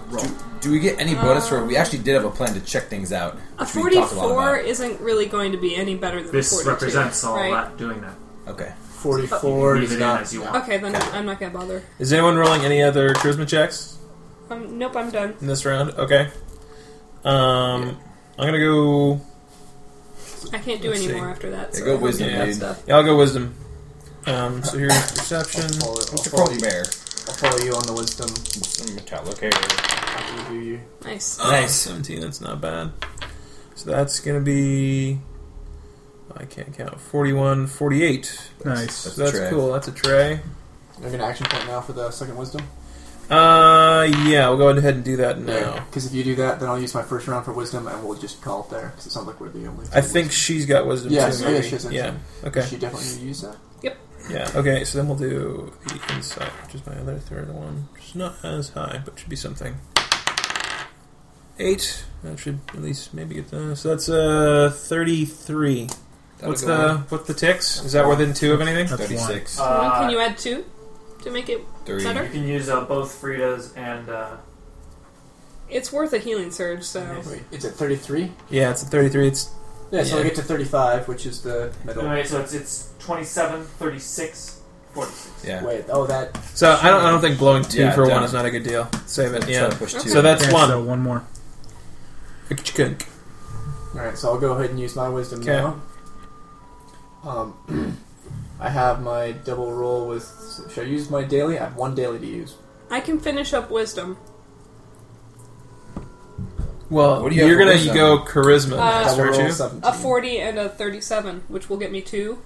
S2: do we get any bonus for? We actually did have a plan to check things out.
S5: A
S2: which we talked lot
S5: forty-four isn't really going to be any better than
S3: This
S5: forty-two.
S3: represents all
S5: right? Oh,
S3: that doing that.
S2: about. Okay.
S6: Forty-four
S3: Leave
S6: is
S3: it in
S6: not.
S3: as you want.
S5: Okay, then I'm not gonna bother.
S8: Is anyone rolling any other charisma checks
S5: Um, nope, I'm done.
S8: in this round? Okay. Um, I'm gonna go.
S5: I can't do
S8: Let's
S5: any
S8: see.
S5: more after that.
S2: Yeah,
S5: So
S2: go wisdom,
S8: Yeah.
S2: dude.
S5: Stuff.
S8: Yeah, I'll go wisdom. Um, so here's perception.
S6: I'll follow, I'll
S2: It's a
S6: follow
S2: Colton
S6: you,
S2: bear.
S6: I'll follow you on the wisdom.
S2: Metallic
S6: I'll do you.
S5: Nice.
S8: Nice. 17, Oh, that's not bad. So that's gonna be. I can't count. 41, 48.
S4: Nice.
S2: That's
S8: So that's
S2: a tray.
S8: cool. That's a tray.
S6: You're gonna action point now for the second wisdom.
S8: Uh, yeah, we'll go ahead and do that now.
S6: Because if you do that, then I'll use my first round for wisdom, and we'll just call it there. Because it sounds like we're the only.
S8: I think she's got wisdom
S6: Yeah,
S8: too.
S6: so yeah,
S8: maybe.
S6: she has
S8: yeah.
S6: wisdom.
S8: Okay.
S6: She definitely use that.
S8: Yeah. Okay. So then we'll do the insight, which is my other third one, which is not as high, but should be something. Eight. That should at least maybe get the. So that's uh thirty-three. what's the what's the ticks? Is that within two of anything?
S4: That's one.
S2: 36,
S3: Uh,
S5: can you add two to make it?
S2: three.
S5: better?
S3: you can use uh, both Frida's and. Uh,
S5: It's worth a healing surge. So
S6: Wait, it's at thirty-three.
S8: Yeah, it's a thirty-three. It's
S6: Yeah, so I
S8: Yeah.
S6: get to thirty-five, which is the middle.
S3: anyway, so it's, it's 27, 36, 46.
S2: Yeah.
S6: Wait, oh that.
S8: so I don't I don't think blowing two
S2: Yeah,
S8: for one
S2: done.
S8: is not a good deal. Save it.
S2: Try to
S8: Yeah.
S2: push
S5: Okay.
S2: two.
S8: So that's
S4: Okay, So
S8: one.
S4: one more.
S6: All right, so I'll go ahead and use my wisdom
S8: Okay.
S6: now. Um, I have my double roll with. Should I use my daily? I have one daily to use.
S5: I can finish up wisdom.
S8: Well,
S2: What do you have
S8: you are
S2: for
S8: gonna
S2: wisdom?
S8: go charisma,
S5: Uh,
S8: next,
S6: Double
S8: aren't
S6: roll
S8: you?
S6: seventeen.
S5: A forty and a thirty-seven, which will get me two.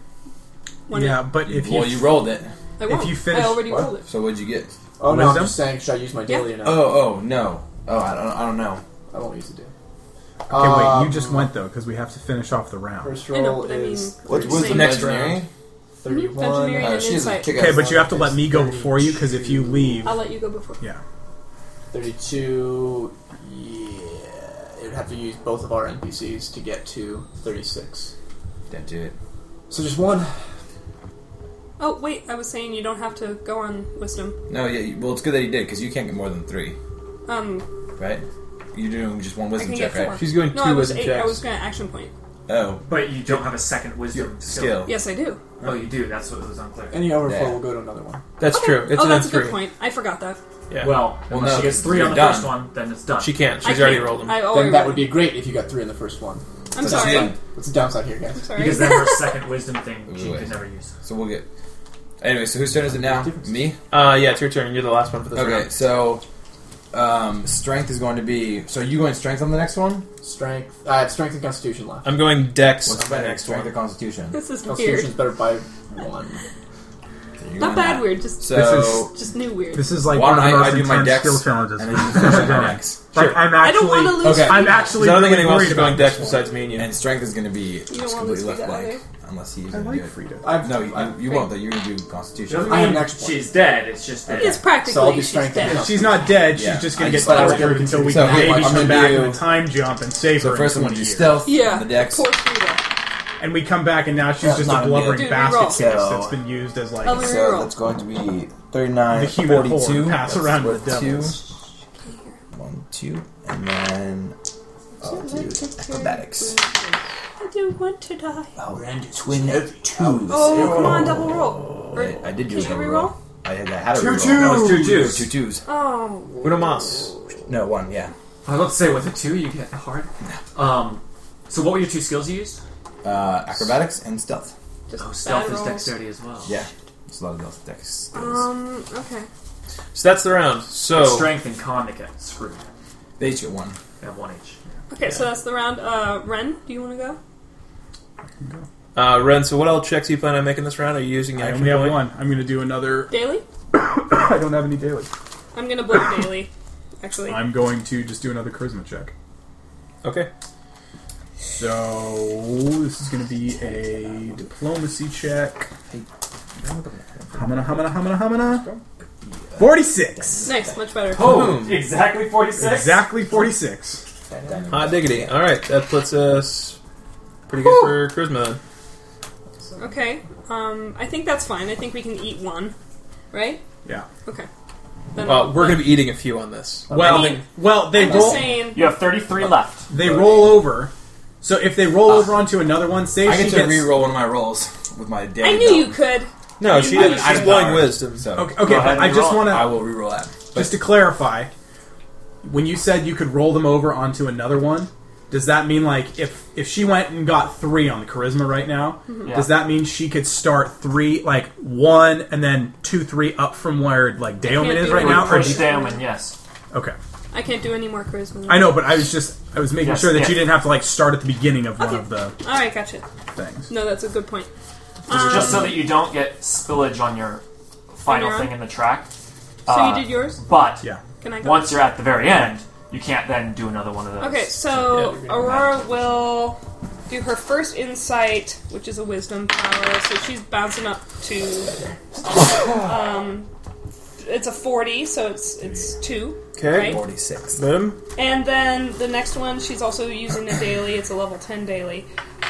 S5: One
S4: Yeah, but if
S2: well,
S4: you,
S2: you rolled it.
S5: I won't.
S4: you finish-
S5: I already
S6: what?
S5: rolled it.
S2: So what'd you get?
S6: Oh no, I'm
S4: Wisdom?
S6: just saying. Should I use my daily or not?
S2: Oh, oh no. Oh, I don't, I don't know.
S6: I won't use the daily.
S4: Okay, wait. You just went though, because we have to finish off the round.
S6: First
S5: I know,
S6: roll
S5: but I mean,
S6: is
S2: What's, what's the
S5: Same
S2: next
S6: round.
S2: round?
S5: Veterinarian
S2: Uh,
S5: and
S2: she has a
S5: insight.
S2: kick-ass
S4: Okay, but you
S2: line.
S4: have to let me go before you, because if you leave,
S5: I'll let you go before.
S4: yeah.
S6: 32. Yeah. It would have to use both of our NPCs to get to 36.
S2: Don't do it.
S6: So just one.
S5: Oh wait, I was saying you don't have to go on wisdom.
S2: No, yeah. you- Well, it's good that he did because you can't get more than three,
S5: Um,
S2: right? You're doing just one
S5: I
S2: wisdom
S5: can
S2: check,
S5: get four.
S2: right?
S8: She's going
S5: no,
S8: two
S5: I was
S8: wisdom
S5: eight.
S8: checks.
S5: I was going to action point.
S2: Oh,
S3: But you don't have a second wisdom
S2: skill.
S5: Yes, I do.
S3: Oh, you do. That's what was unclear.
S6: Any overflow
S2: Yeah.
S6: will go to another one.
S8: That's
S5: Okay.
S8: true. It's
S5: oh,
S8: an
S5: that's a
S8: three.
S5: good point. I forgot that.
S8: Yeah.
S3: Well,
S2: Well,
S3: unless
S2: no,
S3: she gets three on the
S2: you're
S3: first
S2: done.
S3: one, then it's done.
S8: She can't.
S5: I
S8: She's already
S5: can't-
S8: rolled them.
S5: I
S4: Oh,
S5: already
S6: Then that
S5: rolled
S6: would be great if you got three in the first one.
S5: them. I'm
S2: That's
S5: sorry.
S2: it.
S6: What's the downside here,
S5: I'm
S6: guys?
S5: sorry.
S3: Because then her second wisdom thing she
S2: Ooh,
S3: can
S2: wait.
S3: never use.
S2: So we'll get. Anyway, so whose turn is it now? Me.
S8: Uh, yeah, it's your turn. You're the last one for this
S2: Okay,
S8: round.
S2: so um, strength is going to be. So are you going strength on the next one?
S6: Strength. I have strength and constitution left.
S8: I'm going Dex.
S2: What's
S8: on the
S2: better,
S8: next
S2: strength or
S8: one?
S2: constitution?
S5: this is
S6: Constitution's
S5: weird.
S6: better by one.
S2: So you're
S5: Not
S2: going
S5: bad.
S2: that.
S5: Weird. Just
S2: So
S5: just new weird.
S4: This is like
S2: Why
S4: one
S2: don't
S4: of the
S2: I- I
S4: most
S2: do my
S4: intense
S2: dex,
S4: skill challenges
S2: and
S4: we've
S2: then you finish
S4: ever
S2: on your
S4: done.
S2: next.
S4: Like I'm
S5: I don't
S4: actually,
S5: want to lose.
S2: Okay.
S4: I'm
S8: Is
S4: actually.
S8: there anything
S4: really
S8: else
S4: worried
S8: is going
S4: about this
S8: Dex
S4: one.
S8: besides me and you?
S2: And strength is going to be
S5: don't
S2: just
S5: wanna
S2: completely
S5: lose
S2: left
S5: Frida
S2: blank
S5: either.
S2: unless he's
S4: I
S2: going
S4: like
S2: to do it.
S4: Frida.
S6: I've,
S2: No,
S6: I've-
S2: you, you won't. Though you're going to do constitution.
S3: Doesn't
S6: I have
S3: mean
S6: an action point.
S3: she's dead. It's just that
S5: It's practically
S6: So I'll do
S5: she's
S6: strength
S5: dead.
S6: and-
S4: If she's not dead,
S2: Yeah,
S4: she's just
S2: I
S4: gonna get
S2: just thought I was
S4: tortured
S6: gonna
S4: until we
S2: do-
S4: can
S2: So,
S4: maybe
S2: I'm
S4: come
S2: gonna
S4: back
S2: do-
S4: in a time jump and save
S2: So
S4: her.
S2: first
S4: in
S2: I'm going
S4: 20
S2: to do
S4: years.
S2: stealth
S5: Yeah.
S2: on the dex.
S5: Poor Frida.
S4: and we come back, and now she's
S2: That's
S4: just
S2: not
S4: a
S2: a
S4: blubbering
S5: good-
S4: basket
S2: Dude,
S4: case
S2: reroll.
S4: that's been used as like
S5: Oh,
S2: So that's going to be 39,
S4: The human horde
S2: 42.
S4: pass
S2: That's
S4: around
S2: worth
S4: the
S2: two.
S4: devils.
S2: One, two, and then I'll do acrobatics.
S5: I don't want to die.
S2: Oh, twin twos.
S5: Oh, come on, double roll. Or-
S2: I, I did do
S5: Can
S2: a
S5: you
S2: double
S5: re-roll?
S2: roll. I had, I had a
S6: Two
S2: re-roll.
S6: twos.
S2: No,
S3: two
S2: it was two twos.
S5: Oh,
S8: Uno mas.
S2: No, one, yeah.
S3: I was about to say with a two you get hard. Um, so what were your two skills you used?
S2: Uh, acrobatics and stealth.
S5: just
S3: Oh, stealth
S5: bad
S3: is
S5: rolls.
S3: dexterity as well.
S2: Yeah. There's a lot of those dex skills.
S5: Um. Okay.
S8: So that's the round. So
S2: Oh.
S3: Strength and con to get screwed.
S2: they each get one.
S3: They have one each.
S5: Okay. So that's the round. Uh, Ren, do you want to go?
S8: uh, Ren, so what all checks do you plan on making this round? Are you using
S4: I
S8: action
S4: only have
S8: point?
S4: one. I'm gonna do another.
S5: Daily?
S4: I don't have any daily.
S5: I'm gonna blow daily. Actually.
S4: I'm going to just do another charisma check.
S8: Okay.
S4: So this is gonna be a diplomacy check. Hamana, hamana, hamana, hamana. Forty-six.
S5: Nice. Much better.
S8: Oh,
S2: Hmm.
S3: exactly forty-six.
S4: Exactly forty-six.
S8: Hot diggity. All right, that puts us pretty good for charisma.
S5: Okay. Um. I think that's fine. I think we can eat one. Right.
S4: Yeah.
S5: Okay. Then
S8: Well, we're going to be eating a few on this.
S4: Well,
S5: I mean,
S4: well, they
S5: I'm just
S4: roll.
S5: saying.
S11: You have 33 left.
S4: They roll over. So if they roll over onto another one, say
S2: Ah. I
S4: she
S2: get to
S4: gets
S2: re-roll one of my rolls with my daily
S5: I knew you
S2: die.
S5: could.
S8: No, Oh, she,
S2: I-
S8: she's
S2: I-
S8: blowing wisdom.
S2: So
S4: Okay, okay
S11: ahead
S4: but
S11: and
S4: I just
S11: re-roll.
S4: want
S2: I
S4: to
S2: will re-roll that. But
S4: just to clarify. When you said you could roll them over onto another one, does that mean like if if she went and got three on the charisma right now,
S5: Mm-hmm.
S4: does that mean she could start three like one and then two three up from where like Daoman
S5: can't
S4: is
S5: do
S4: right
S5: it.
S4: now? Or
S11: Push
S4: do you-
S11: down and yes.
S4: okay,
S5: I can't do any more charisma.
S4: I know, but I was just I was making
S11: Yes,
S4: sure that
S11: yeah.
S4: you didn't have to like start at the beginning of one
S5: Okay.
S4: of the
S5: All right. Gotcha.
S4: things.
S5: No, that's a good point.
S11: Just so that you don't get spillage on your final
S5: On your
S11: thing
S5: own?
S11: in the track.
S5: So
S11: Uh,
S5: you did yours.
S11: But
S4: Yeah.
S5: Can I go?
S11: once you're at the very end, you can't then do another one of those.
S5: Okay, so
S11: Yeah.
S5: Aurora will do her first insight, which is a wisdom power. So she's bouncing up to. Um, it's a forty, so it's it's two.
S8: Okay.
S5: Right.
S2: forty-six.
S8: Boom.
S5: And then the next one, she's also using a daily. It's a level ten daily,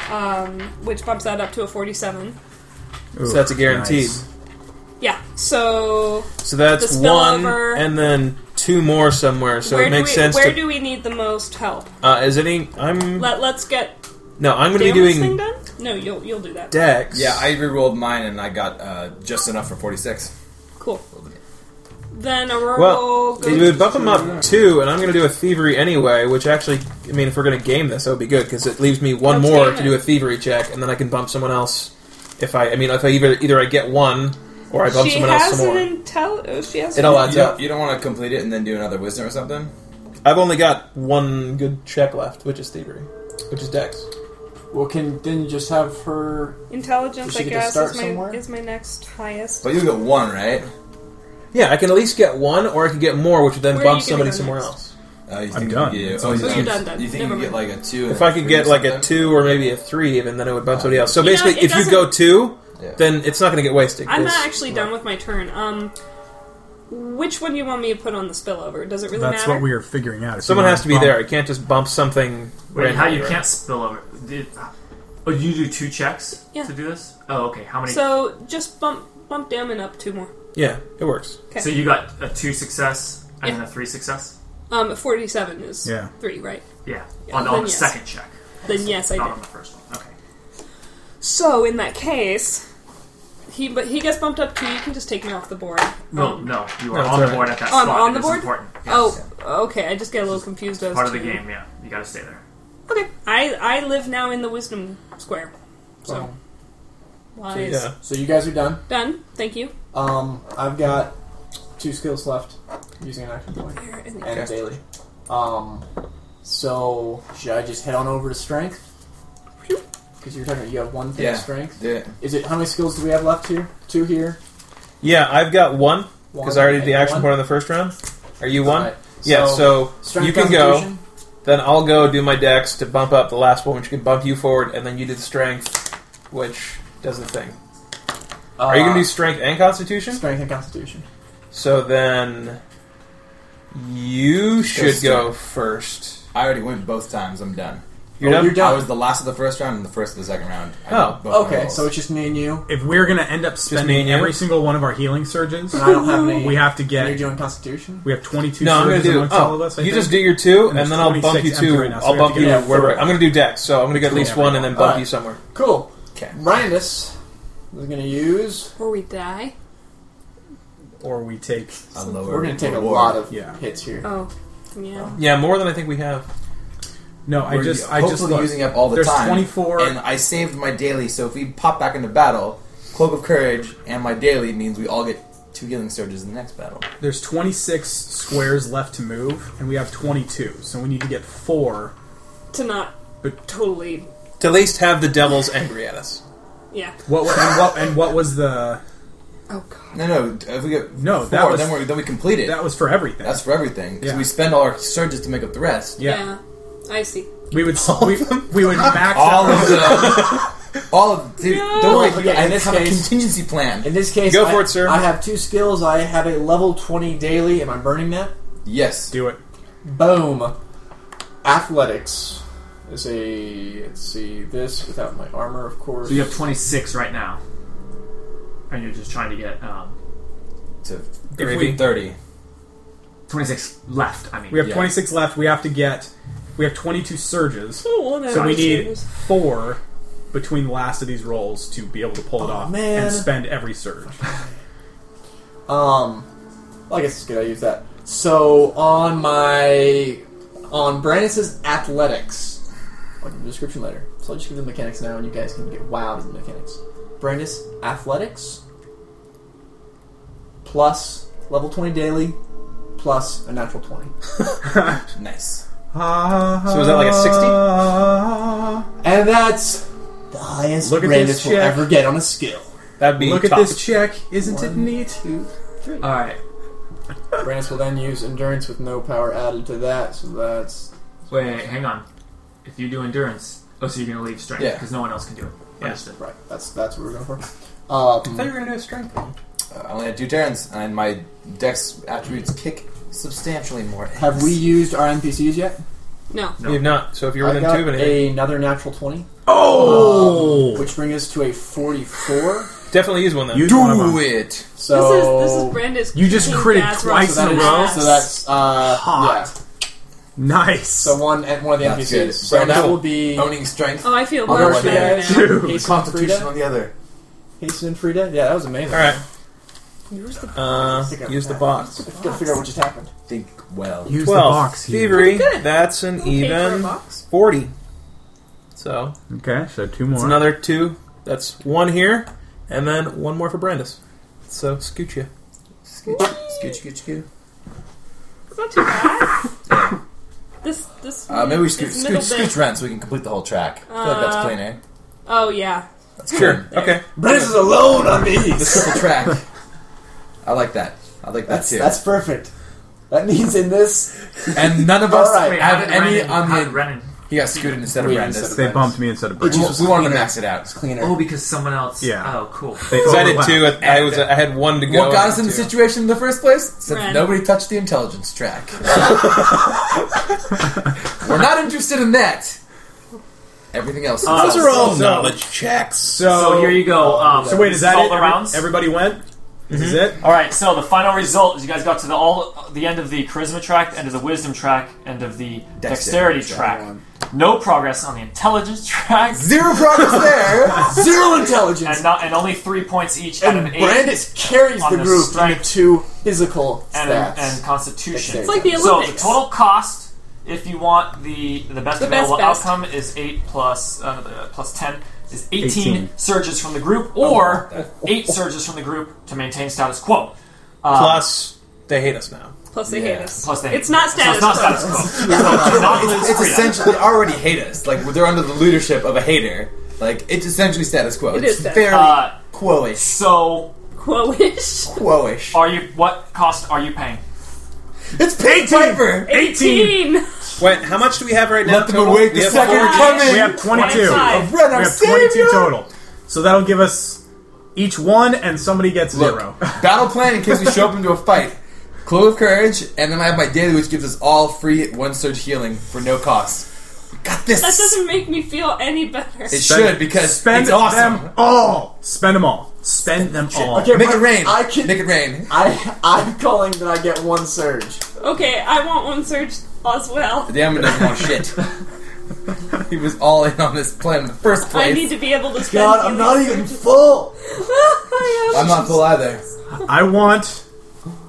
S5: um, which bumps that up to a forty-seven.
S4: Ooh,
S8: So that's a guaranteed.
S4: nice.
S5: Yeah. So
S8: So that's
S5: The
S8: one,
S5: spillover.
S8: and then two more somewhere. So
S5: where
S8: it makes
S5: do we,
S8: sense
S5: where
S8: to.
S5: do we need the most help?
S8: uh, is any? I'm
S5: Let Let's get
S8: no. I'm going to be
S5: Damon's
S8: doing
S5: thing done. No, you'll you'll do that.
S8: Dex.
S2: Yeah, I re-rolled mine and I got uh, just enough for forty-six.
S5: Cool. Then Aurora will
S8: Well,
S5: go
S8: we would bump them up two, and I'm going to do a thievery anyway. Which actually, I mean, if we're going to game this, that would be good because it leaves me one
S5: Oh,
S8: more
S5: damn
S8: to
S5: it.
S8: do a thievery check, and then I can bump someone else. If I, I mean, if I either either I get one or I bump
S5: she
S8: someone else
S5: has
S8: some more.
S5: an intel. oh, She has.
S8: It all
S5: an-
S8: adds
S2: you,
S8: up.
S2: don't, you don't want to complete it and then do another wisdom or something.
S8: I've only got one good check left, which is thievery, which is Dex.
S6: Well, can then you just have her?
S5: intelligence,
S6: Does she get
S5: I
S6: to
S5: guess,
S6: start
S5: is my
S6: somewhere?
S5: is my next highest.
S2: But you get one, right?
S8: Yeah, I can at least get one, or I can get more, which would then
S5: Where are
S8: bump
S5: you
S8: somebody
S5: gonna go
S8: somewhere
S5: next?
S8: else.
S2: Uh, you
S4: I'm
S2: think
S4: done.
S2: You could get,
S4: That's
S2: oh,
S4: all
S2: you
S4: you
S2: think
S5: need.
S2: you
S5: You're done, done.
S2: You think
S5: Never
S2: you could get like a two? and
S8: If I could
S2: three
S8: get
S2: or
S8: like a
S2: something?
S8: two or maybe a three, even then it would bump somebody else. So
S5: You know,
S8: basically,
S5: it
S8: if you go two,
S2: Yeah.
S8: then it's not going to get wasted.
S5: I'm
S8: 'cause-
S5: not actually done with my turn. Um, which one do you want me to put on the spillover? Does it really
S4: That's
S5: matter?
S4: what we are figuring out. If
S8: Someone
S4: you
S8: has to be
S4: bump-
S8: there. I can't just bump something.
S3: Wait, how you
S8: randomly,
S3: can't spill over? Did, oh, you do two checks
S5: Yeah.
S3: to do this? Oh, okay. How many?
S5: So just bump bump down and up two more.
S8: right? Yeah, it works.
S3: So you got a two success and
S5: Yeah.
S3: then a three success.
S5: Um, forty-seven is
S4: Yeah.
S5: three, right?
S3: Yeah,
S5: Yeah,
S3: on, on
S5: then
S3: the
S5: yes.
S3: second check,
S5: Then yes, I
S3: not
S5: did.
S3: on the first one. Okay.
S5: So in that case, he but he gets bumped up too. You can just take me off the board.
S3: No,
S5: Um,
S3: no, you are
S8: No, it's
S3: on the
S8: alright.
S3: board at that
S5: On-
S3: spot.
S5: on
S3: It
S5: the
S3: is
S5: board?
S3: important. Yes.
S5: Oh, okay. I just get a little confused as
S3: part of
S5: to-
S3: the game. Yeah, you got to stay there.
S5: Okay, I I live now in the wisdom square.
S4: Oh.
S5: So wise
S8: Yeah.
S6: So you guys are done.
S5: done. Thank you.
S6: Um, I've got two skills left using an action point
S5: There in the-
S6: and a daily. Um, so should I just head on over to strength? Because you're talking, you have one thing
S2: Yeah.
S6: strength.
S2: Yeah.
S6: Is it how many skills do we have left here? Two here.
S8: Yeah, I've got one because I already did the
S6: and
S8: action
S6: one?
S8: point on the first round. Are you one?
S6: Alright,
S8: Yeah, so,
S6: strength
S8: you can go.
S6: constitution?
S8: Then I'll go do my dex to bump up the last one, which can bump you forward, and then you do the strength, which does the thing. Are you
S6: Uh,
S8: going to do strength and constitution?
S6: strength and constitution?
S8: So then you should go first.
S2: I already went both times. I'm done.
S8: You're
S6: Oh,
S8: done?
S6: you're done.
S2: I was the last of the first round and the first of the second round. I did
S8: Oh,
S2: both my
S6: Okay,
S2: rolls.
S6: so it's just me and you.
S4: If we're going to end up
S8: me and
S4: spending
S8: you?
S4: every single one of our healing surges,
S6: And I don't have any.
S4: we have
S6: Are
S4: to
S6: you
S4: get.
S6: doing constitution?
S4: We have 22
S8: No, I'm
S4: surges
S8: going to do.
S4: amongst all of
S8: Oh,
S4: us. I
S8: you
S4: think.
S8: just do your two, and,
S4: And
S8: then
S4: there's
S8: I'll bump you
S4: 26 empty
S8: two.
S4: right now, so
S8: I'll
S4: we have
S8: bump
S4: to
S8: you
S4: get
S6: a
S8: wherever.
S6: third.
S8: I'm going to do dex, so I'm going to get at
S4: Between
S8: least one and then
S4: everyone.
S8: bump
S6: Alright.
S8: you somewhere.
S6: Cool.
S2: Okay.
S6: Rhinus is going to use.
S5: Before we die.
S4: Or we take.
S2: A lower
S6: We're going to take a
S2: reward.
S6: lot of
S4: Yeah.
S6: hits here.
S5: Oh, yeah.
S6: Um,
S8: Yeah, more than I think we have.
S4: No, I
S2: We're
S4: just. I just
S2: hopefully
S4: looked.
S2: using up all the
S4: There's
S2: time.
S4: 24.
S2: and I saved my daily. So if we pop back into battle, cloak of courage and my daily means we all get two healing surges in the next battle.
S4: There's 26 squares left to move, and we have 22, so we need to get four.
S5: To not
S4: But-
S5: totally.
S8: To at least have the devils angry at us.
S5: Yeah.
S4: What wa- and what and what was the?
S5: Oh god.
S2: No, no. If we get
S4: No,
S2: four,
S4: that was-
S2: then, we're, then we complete it.
S4: That was for everything.
S2: That's for everything. 'cause
S4: Yeah.
S2: we spend all our surges to make up the rest.
S4: yeah.
S5: Uh, I see.
S4: We would we, we would max
S2: All
S4: out-
S2: of them. all of dude, don't worry.
S6: Okay,
S2: I
S6: in this
S2: have a
S6: case-
S2: contingency plan.
S6: In this case,
S8: Go
S6: I-
S8: for it, sir.
S6: I have two skills. I have a level 20 daily. Am I burning that?
S2: Yes.
S4: Do it.
S6: Boom. Athletics is a. Let's see. This without my armor, of course.
S3: So you have 26 right now, and you're just trying to get um,
S2: To
S8: If
S2: maybe
S8: we-
S2: thirty.
S3: 26 left. I mean,
S4: We have
S2: Yeah.
S4: 26 left. We have to get. We have 22 surges, so we need four between the last of these rolls to be able to pull it off
S6: man.
S4: and spend every surge.
S6: Um, well, I guess it's good. I use that. So on my on Brandis's athletics, like in the description later. So I'll just give the mechanics now, and you guys can get wowed at the mechanics. Brandis athletics plus level twenty daily plus a natural twenty,
S2: Nice.
S4: so
S8: is that like a 60?
S6: and that's the highest
S4: Look at
S6: Brandis
S4: this
S6: will
S4: check.
S6: ever get on a skill.
S8: That'd be
S4: Look
S8: tough.
S4: at this check. Isn't it neat?
S6: Two, three.
S3: All right.
S6: Brandis will then use endurance with no power added to that, so that's
S3: Wait, hang on. If you do endurance, oh, so you're gonna leave strength
S2: Yeah.
S3: because no one else can do it. Understood.
S6: right. That's that's what we're going for. Um,
S8: I thought you were going to do a strength roll.
S2: Uh, I only had two turns, and my dex attributes kick substantially more.
S6: Have we used our NPCs yet?
S5: No.
S3: No.
S8: We have not. So if you're
S6: I
S8: within
S6: got
S8: two of anything,
S6: another natural 20,
S4: Oh,
S6: which brings us to a 44.
S8: definitely use one then.
S4: Use one of
S2: do
S4: them.
S2: it?
S6: So,
S5: this is this is Brandis.
S4: You just
S5: kicking
S4: critted
S5: Gazrock's
S4: twice in a
S5: ass.
S4: row?
S6: So that's uh,
S4: Hot.
S6: Yeah.
S4: Nice.
S6: So one and one of the
S2: That's
S6: NPCs.
S2: good.
S6: So
S2: Brandon-
S6: that will be
S2: Owning strength.
S5: Oh, I feel
S2: On
S5: much
S2: one
S5: better
S2: hand.
S5: now.
S4: Dude.
S6: Hasten and
S2: Constitution
S6: Frida.
S2: on the other.
S6: Hasten and Frida. Yeah, that was amazing.
S8: All right.
S5: Yours the
S8: Uh, use the box.
S6: I gotta figure out what just happened.
S2: Think well.
S4: Use
S8: Twelve.
S4: the box here.
S8: Thievery. That's an
S5: okay for a
S8: even
S5: box.
S8: forty. So
S4: Okay, so two more.
S8: it's another two. That's one here, and then one more for Brandis. So scooch you.
S2: Scooch, scooch, scooch, scooch.
S5: It's not too bad. This this.
S2: Uh, maybe we scooch,
S5: it's middle
S2: scooch,
S5: bit. Uh.
S2: scooch rent so we can complete the whole track. I feel like that's plain, eh?
S5: Oh yeah.
S2: That's
S8: Sure.
S2: clean.
S8: Okay.
S6: Brandis is alone on
S2: The
S6: these.
S2: triple track. I like that. I like that
S6: That's
S2: too.
S6: that's perfect.
S10: That means in this,
S2: and none of us
S10: Alright.
S2: have any
S12: Renan,
S2: on
S12: not
S2: the.
S12: Renan.
S2: He got scooted instead of
S10: We
S2: Brandis.
S10: instead
S4: They bumped me instead of Brandon.
S2: We wanted to max it out.
S10: cleaner.
S12: Oh, because someone else.
S4: Yeah.
S12: Oh, cool.
S4: They
S8: Because I did
S4: overlap.
S8: two. I, I was. I had one to go.
S2: What got us in
S8: and
S2: the
S8: two.
S2: situation in the first place? Since
S5: Ren.
S2: nobody touched the intelligence track. We're not interested in that. Everything else.
S12: Uh,
S2: is-
S12: Those are
S8: Oh,
S12: all
S13: knowledge checks.
S12: So here you go. Um,
S13: So wait, is that
S3: all
S13: it?
S3: the
S13: Every-
S3: rounds?
S13: Everybody went. This is it.
S3: All right, so the final result is you guys got to the all the end of the charisma track, end of the wisdom track, end of the dexterity,
S2: Dexterity
S3: track. No progress on the intelligence track,
S2: Zero progress there.
S10: Zero intelligence.
S3: and not and only three points each out of
S10: And
S3: eight
S10: Brandis carries
S3: on
S10: the
S3: the
S10: group
S3: strength.
S10: into physical
S3: and,
S10: stats.
S3: and constitution.
S10: Dexterity.
S5: It's like the
S3: So the
S5: Olympics.
S3: total cost, if you want the the best
S5: The best,
S3: available
S5: best.
S3: outcome, is eight plus uh, uh, plus ten is 18,
S4: 18.
S3: surges from the group,
S5: Oh.
S3: or eight surges from the group to maintain status quo. Um,
S2: Uh,
S8: Plus, they hate us now.
S5: Plus they hate us.
S3: plus they
S5: It's not
S3: so it's
S5: status
S3: not
S5: quo.
S3: status quo. So do not lose
S2: it's
S3: freedom.
S2: essentially they already hate us. Like they're under the leadership of a hater. Like it's essentially status quo.
S5: It
S2: it's
S5: is status-
S2: fairly
S3: Uh,
S2: quo-ish.
S3: So
S5: Quo-ish.
S2: Quo-ish.
S3: Are you? What cost are you paying?
S2: It's Pig Piper.
S5: 18!
S13: Wait, how much do we have right now?
S2: Let them
S13: total?
S2: await
S13: We
S2: the
S13: have
S2: second
S13: four-
S2: coming.
S4: We have 22. We
S5: Twenty-five.
S2: of Ren, our
S4: have 22
S2: savior.
S4: total. So that'll give us each one, and somebody gets zero.
S2: Battle plan in case we show up into a fight. Clue of courage, and then I have my daily, which gives us all free one surge healing for no cost. We got this.
S5: That doesn't make me feel any better.
S2: it should because
S4: spend
S2: it's awesome.
S4: them all. Spend them all. Spend them all.
S10: Okay,
S2: Make
S10: but
S2: it rain.
S10: I can.
S2: Make it rain.
S10: I I'm calling that I get one surge.
S5: Okay, I want one surge as well.
S2: The Emma doesn't want shit. he was all in on this plan in the first place.
S5: I need to be able to spend
S10: God, I'm not even full.
S5: I am.
S2: I'm not full either.
S4: I want.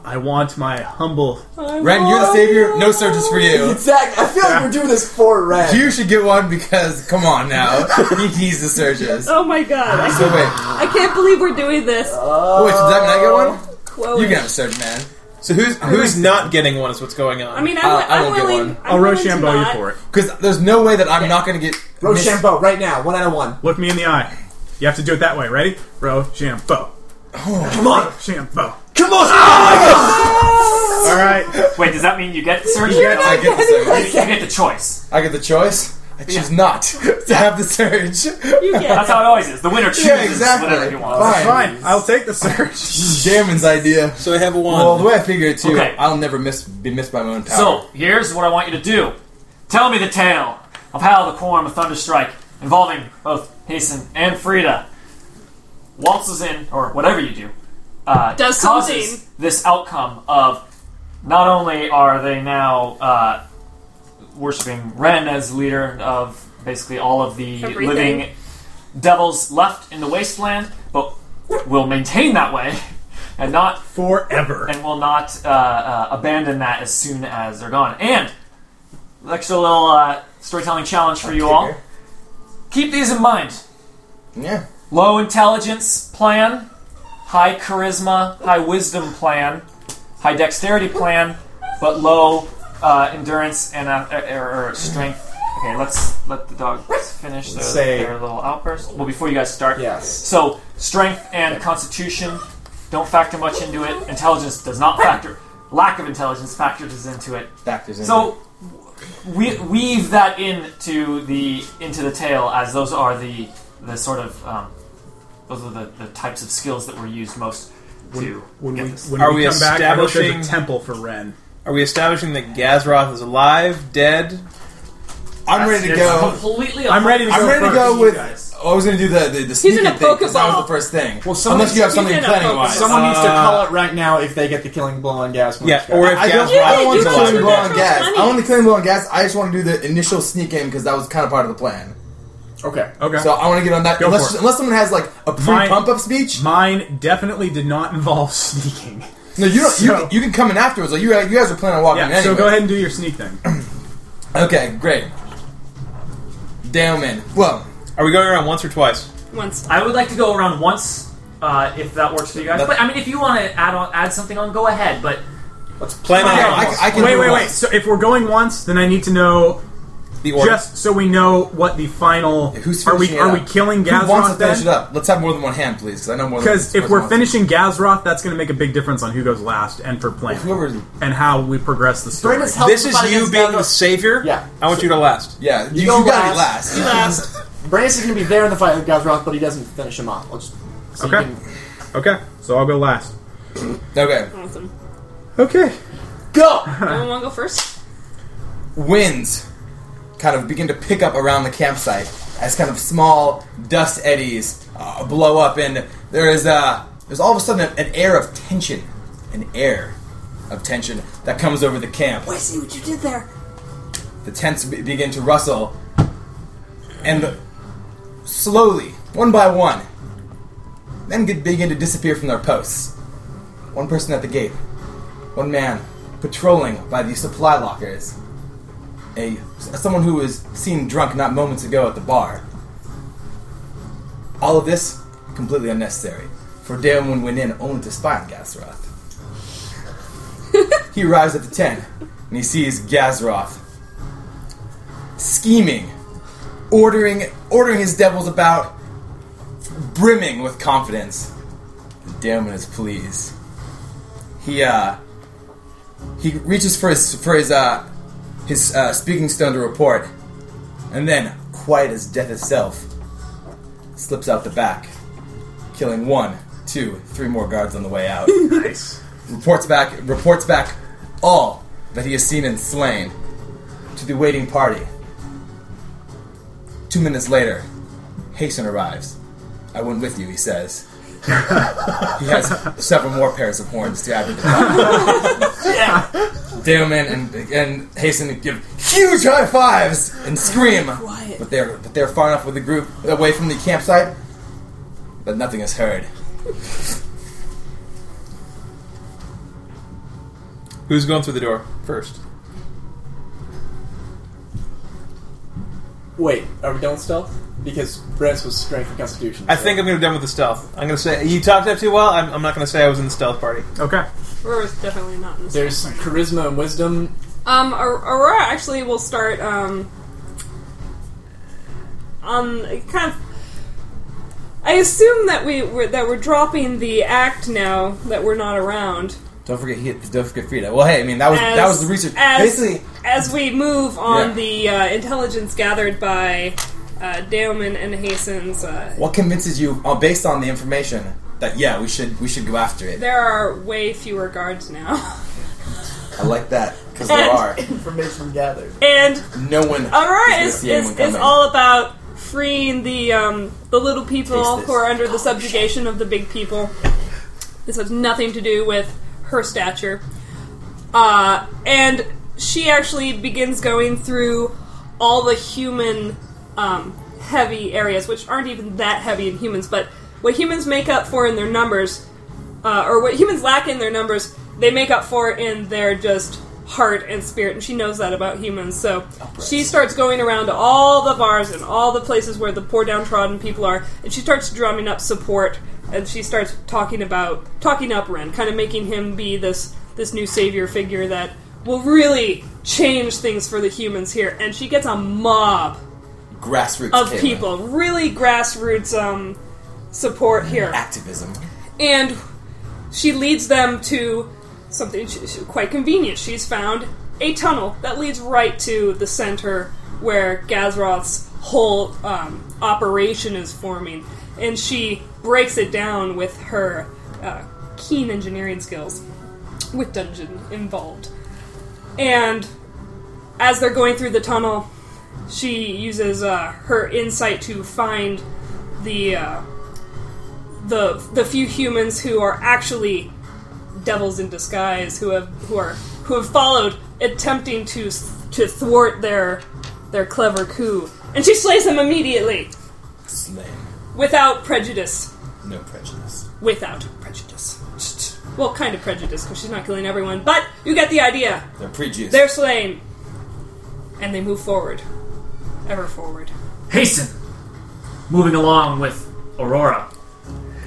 S4: I want my humble.
S5: I'm
S2: Ren, you're the
S5: all
S2: savior.
S5: yours.
S2: No surges for you.
S10: Exactly. I feel like we're doing this for Red.
S2: You should get one because come on now, he needs the surges.
S5: Oh my god. I
S2: So
S5: can't,
S2: wait,
S5: I can't believe we're doing this.
S2: oh, wait, did I get one?
S5: Quo
S2: You can have a surge, man.
S8: So who's who's not getting one is what's going on.
S5: I mean, I'm,
S2: Uh, I
S5: I'm
S2: won't get
S5: willing.
S2: one.
S5: I'm
S4: I'll
S5: willing to
S4: Rochambeau you
S5: not.
S4: for it.
S2: Because there's no way that I'm not going to get miss-
S10: Rochambeau, right now, one out of one.
S4: Look me in the eye. You have to do it that way. Ready? Rochambeau.
S10: Come on,
S4: Rochambeau.
S10: come on! Oh
S4: Ah!
S2: Ah!
S4: All right.
S3: Wait, does that mean you get surgery? You
S2: Yes, I get the surge.
S3: you get the choice.
S2: I get the choice. I choose not to have the surge.
S5: You get
S3: That's how it always is. The winner chooses
S2: yeah, exactly.
S3: whatever he wants.
S2: Fine.
S4: Fine. I'll take the surge.
S2: This is Damon's idea.
S8: so I have one.
S2: Well, the way I figure it too,
S3: Okay.
S2: I'll never miss be missed by my own power.
S3: So here's what I want you to do: tell me the tale of how the quorum of Thunderstrike, involving both Hasten and Frida, waltzes in, or whatever you do, uh,
S5: Does
S3: causes
S5: something.
S3: this outcome of not only are they now uh, worshiping Ren as leader of basically all of the
S5: Everything.
S3: living devils left in the wasteland, but will maintain that way and not
S4: Forever.
S3: and will not uh, uh, abandon that as soon as they're gone. And extra little uh, storytelling challenge for you all: keep these in mind.
S2: yeah,
S3: Low intelligence plan, high charisma, high wisdom plan, high dexterity plan, but low uh, endurance and uh, or, or strength. Okay, let's let the dog finish their,
S10: say-
S3: their little outburst. Well, before you guys start,
S10: Yes.
S3: so strength and constitution don't factor much into it. Intelligence does not factor. Lack of intelligence factors into it.
S2: factors in.
S3: So we weave that into the into the tale as those are the the sort of um, those are the, the types of skills that were used most to
S4: When
S3: get
S4: we,
S3: this.
S4: when
S8: Are
S4: we
S8: we
S4: come back, I hope there's
S8: establishing-
S4: a temple for Ren.
S8: Are we establishing that Gazroth is alive, dead?
S2: I'm ready to
S3: It's
S2: go.
S3: completely.
S4: I'm ready to go
S2: I'm ready to
S4: first.
S2: go
S4: You
S2: with.
S4: guys.
S2: I was going to do the the, the sneaking
S5: in a
S2: thing 'cause that
S5: Pokeball.
S2: was the first thing.
S10: Well, someone-
S2: unless you have
S5: he's
S2: something
S5: in a
S2: planning
S5: Pokeball.
S2: wise.
S10: Someone needs to
S8: Uh,
S10: call it right now if they get the killing blow on gas.
S8: Yeah, or if
S2: I don't,
S8: Gazroth.
S2: I don't want
S5: you
S2: to
S5: guys
S2: clean
S5: were
S2: blow on
S5: natural
S2: gas. I
S5: twenty.
S2: don't want to clean blow on gas. I just want to do the initial sneak in because that was kind of part of the plan.
S10: okay.
S4: Okay.
S2: So I want to get on that.
S4: Go
S2: unless,
S4: for it.
S2: unless someone has like a
S4: Mine-
S2: pre pump up speech.
S4: Mine definitely did not involve sneaking.
S2: No, you don't.
S4: So-
S2: you, you can come in afterwards. Like you, Oh, you guys are planning on walking
S4: Yeah.
S2: in
S4: So
S2: anyway.
S4: go ahead and do your sneak thing.
S2: Okay, great. Damn it. Well,
S8: Are we going around once or twice?
S5: once.
S3: I would like to go around once. Uh, if that works for you guys,
S2: That's-
S3: but I mean, if you want to add on, add something on, go ahead. But
S8: Plan
S2: I,
S8: on
S2: I, I can
S4: wait,
S2: do
S4: wait,
S2: it
S4: wait.
S2: once.
S4: So if we're going once, then I need to know
S7: The order.
S4: Just so we know what the final
S2: Who's
S4: are
S2: finishing
S4: we
S2: it
S4: are we
S2: up?
S4: killing
S2: Who wants
S4: Gazroth
S2: to finish it
S4: then?
S2: up? Let's have more than one hand, please, because I know more. than
S4: Because
S2: one
S4: if we're
S2: person wants to-
S4: finishing Gazroth, that's going to make a big difference on who goes last and for planning
S2: whoever,
S4: and how we progress the story.
S6: Brennan's help
S7: this is
S6: fight
S7: you
S6: against
S7: being
S6: Gandalf.
S7: the savior.
S6: Yeah.
S7: I want you to last.
S2: yeah, you,
S6: go
S2: you gotta be
S6: last.
S2: last.
S6: You last. Brandis is gonna be there in the fight with Gazroth, but he doesn't finish him off. I'll just so you
S4: Okay.
S6: can-
S4: Okay, so I'll go last.
S2: Okay,
S5: Awesome.
S4: Okay.
S6: go.
S5: Anyone want to go first?
S2: winds kind of begin to pick up around the campsite as kind of small dust eddies uh, blow up, and there is uh, there's all of a sudden an air of tension, an air of tension that comes over the camp.
S5: I see what you did there.
S2: The tents be- begin to rustle, and slowly, one by one, men get, begin to disappear from their posts. One person at the gate, one man patrolling by the supply lockers, a someone who was seen drunk not moments ago at the bar. All of this completely unnecessary, for Daemon went in only to spy on Gazroth. he arrives at the tent and he sees Gazroth scheming, ordering ordering his devils about, brimming with confidence. The Daemon is pleased. He uh he reaches for his for his uh his uh, speaking stone to report, and then, quiet as death itself, slips out the back, killing one, two, three more guards on the way out.
S4: Nice.
S2: reports back reports back all that he has seen and slain to the waiting party. Two minutes later, Hasten arrives. I went with you, he says. he has several more pairs of horns to add to the Damon and and Hasten give huge high fives and scream.
S5: Quiet.
S2: But they're but they're far enough with the group away from the campsite that nothing is heard.
S7: Who's going through the door first?
S14: Wait, are we done with stealth? Because Brennus was strength and constitution.
S7: I
S14: so-
S7: think I'm going to be done with the stealth. I'm going to say you talked up too well. I'm, I'm not going to say I was in the stealth party.
S4: Okay.
S5: We're definitely not in this.
S14: there's charisma and wisdom.
S5: Um, Aur- Aurora actually will start um, on kind of. I assume that we we're, that we're dropping the act now that we're not around.
S2: Don't forget he don't forget Frida. Well, hey, I mean that was
S5: As,
S2: that was the research.
S5: As,
S2: Basically,
S5: as we move on
S2: Yeah.
S5: the uh, intelligence gathered by uh, Daemon and Hasten's, uh,
S2: what convinces you uh, based on the information that yeah we should we should go after it?
S5: there are way fewer guards now,
S2: I like that because there are
S6: Information gathered.
S5: and
S2: no one.
S5: Aurora
S2: gonna
S5: is,
S2: see anyone
S5: is, is
S2: coming.
S5: all about freeing the um, the little
S2: Taste
S5: people
S2: this.
S5: who are under the subjugation of the big people. This has nothing to do with her stature. Uh, and she actually begins going through all the human um, heavy areas, which aren't even that heavy in humans, but what humans make up for in their numbers, uh, or what humans lack in their numbers, they make up for in their just heart and spirit, and she knows that about humans. So she starts going around to all the bars and all the places where the poor downtrodden people are, and she starts drumming up support, and she starts talking about talking up Ren, kind of making him be this this new savior figure that will really change things for the humans here. And she gets a mob
S2: grassroots
S5: of
S2: Caitlyn.
S5: people, really grassroots um, support here
S2: activism.
S5: and she leads them to something sh- sh- quite convenient. She's found a tunnel that leads right to the center where Gazroth's whole um, operation is forming, and she breaks it down with her uh, keen engineering skills, with dungeon involved. And as they're going through the tunnel, she uses uh, her insight to find the. Uh, the the few humans who are actually devils in disguise who have who are who have followed attempting to s- to thwart their their clever coup and she slays them immediately
S2: Slain,
S5: without prejudice
S2: no prejudice.
S5: without prejudice well kind of prejudice because she's not killing everyone but you get the idea
S2: They're prejudiced.
S5: they're slain and they move forward ever forward
S3: Hasten! Moving along with Aurora.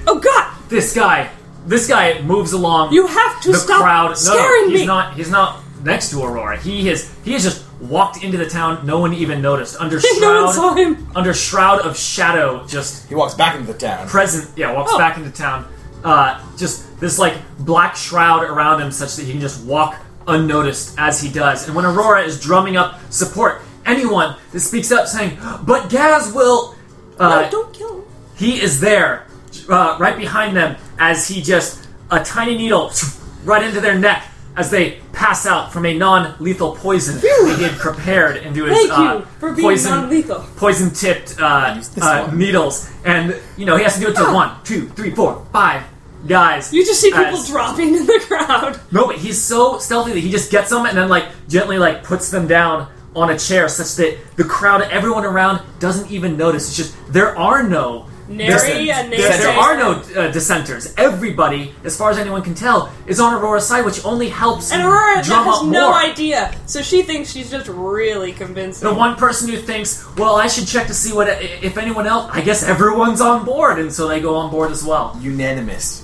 S5: oh god
S3: This guy, this guy moves along.
S5: you have to
S3: the
S5: stop
S3: crowd.
S5: scaring
S3: no, he's
S5: me
S3: not. He's not next to Aurora. He is. He is just walked into the town. No one even noticed. Under
S5: no one
S3: shroud,
S5: saw him.
S3: under shroud of shadow, just
S2: He walks back into the town.
S3: present yeah walks
S5: Oh.
S3: back into town uh, just this like black shroud around him such that he can just walk unnoticed as he does and when aurora is drumming up support anyone that speaks up saying but gaz will uh,
S5: no, don't kill him.
S3: he is there, uh, right behind them, as he just a tiny needle right into their neck as they pass out from a non-lethal poison they did prepared into his
S5: Thank
S3: uh,
S5: you for being
S3: poison
S5: non-lethal.
S3: poison-tipped uh, uh, needles, and you know he has to do it to one, two, three, four, five guys.
S5: You just see people
S3: as-
S5: dropping in the crowd.
S3: no, but he's so stealthy that he just gets them and then like gently like puts them down on a chair such that the crowd, everyone around, doesn't even notice. It's just there are no
S5: Nary a
S3: there, there
S5: naysayer.
S3: are no uh, dissenters. Everybody, as far as anyone can tell, is on Aurora's side, which only helps
S5: And Aurora has
S3: drum up
S5: no
S3: more.
S5: idea, so she thinks she's just really convincing.
S3: The one person who thinks, well, I should check to see what if anyone else. I guess everyone's on board, and so they go on board as well.
S2: Unanimous.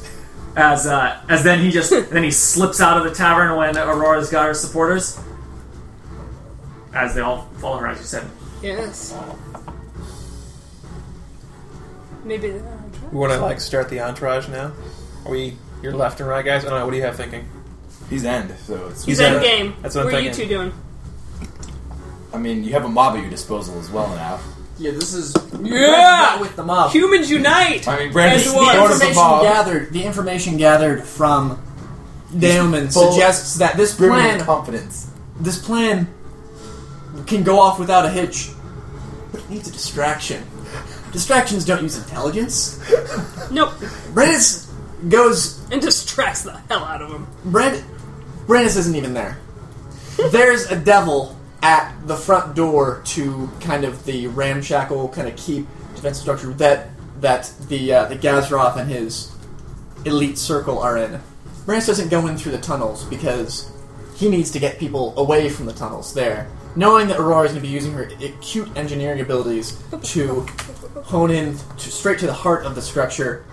S3: As uh, as then he just then he slips out of the tavern when Aurora's got her supporters. As they all follow her, as you said.
S5: Yes. Maybe uh, they're on track.
S8: We want to like start the entourage now. Are we? You're left and right, guys. I don't know. What do you have thinking?
S2: He's end, so it's.
S5: He's
S8: He's
S5: end
S8: out.
S5: game.
S8: That's what I'm
S5: what are you
S8: thinking.
S5: two doing?
S2: I mean, you have a mob at your disposal as well now.
S10: Yeah, this is
S5: Yeah!
S10: with the mob.
S5: Humans unite!
S2: I mean, Brandon's
S5: And
S2: the
S10: The
S5: what?
S2: order of the
S10: information
S2: mob.
S10: gathered, the information gathered from Daemon
S2: full-
S10: suggests that this
S2: brimming with
S10: plan,
S2: confidence.
S10: this plan, can go off without a hitch. But it needs a distraction. Distractions don't use intelligence.
S5: Nope.
S10: Brandis goes.
S5: And distracts the hell out of him.
S10: Brand, Brandis isn't even there. There's a devil at the front door to kind of the ramshackle kind of keep defensive structure that that the uh, the Gazroth and his elite circle are in. Brandis doesn't go in through the tunnels because he needs to get people away from the tunnels there. Knowing that Aurora is going to be using her acute engineering abilities to hone in to, straight to the heart of the structure,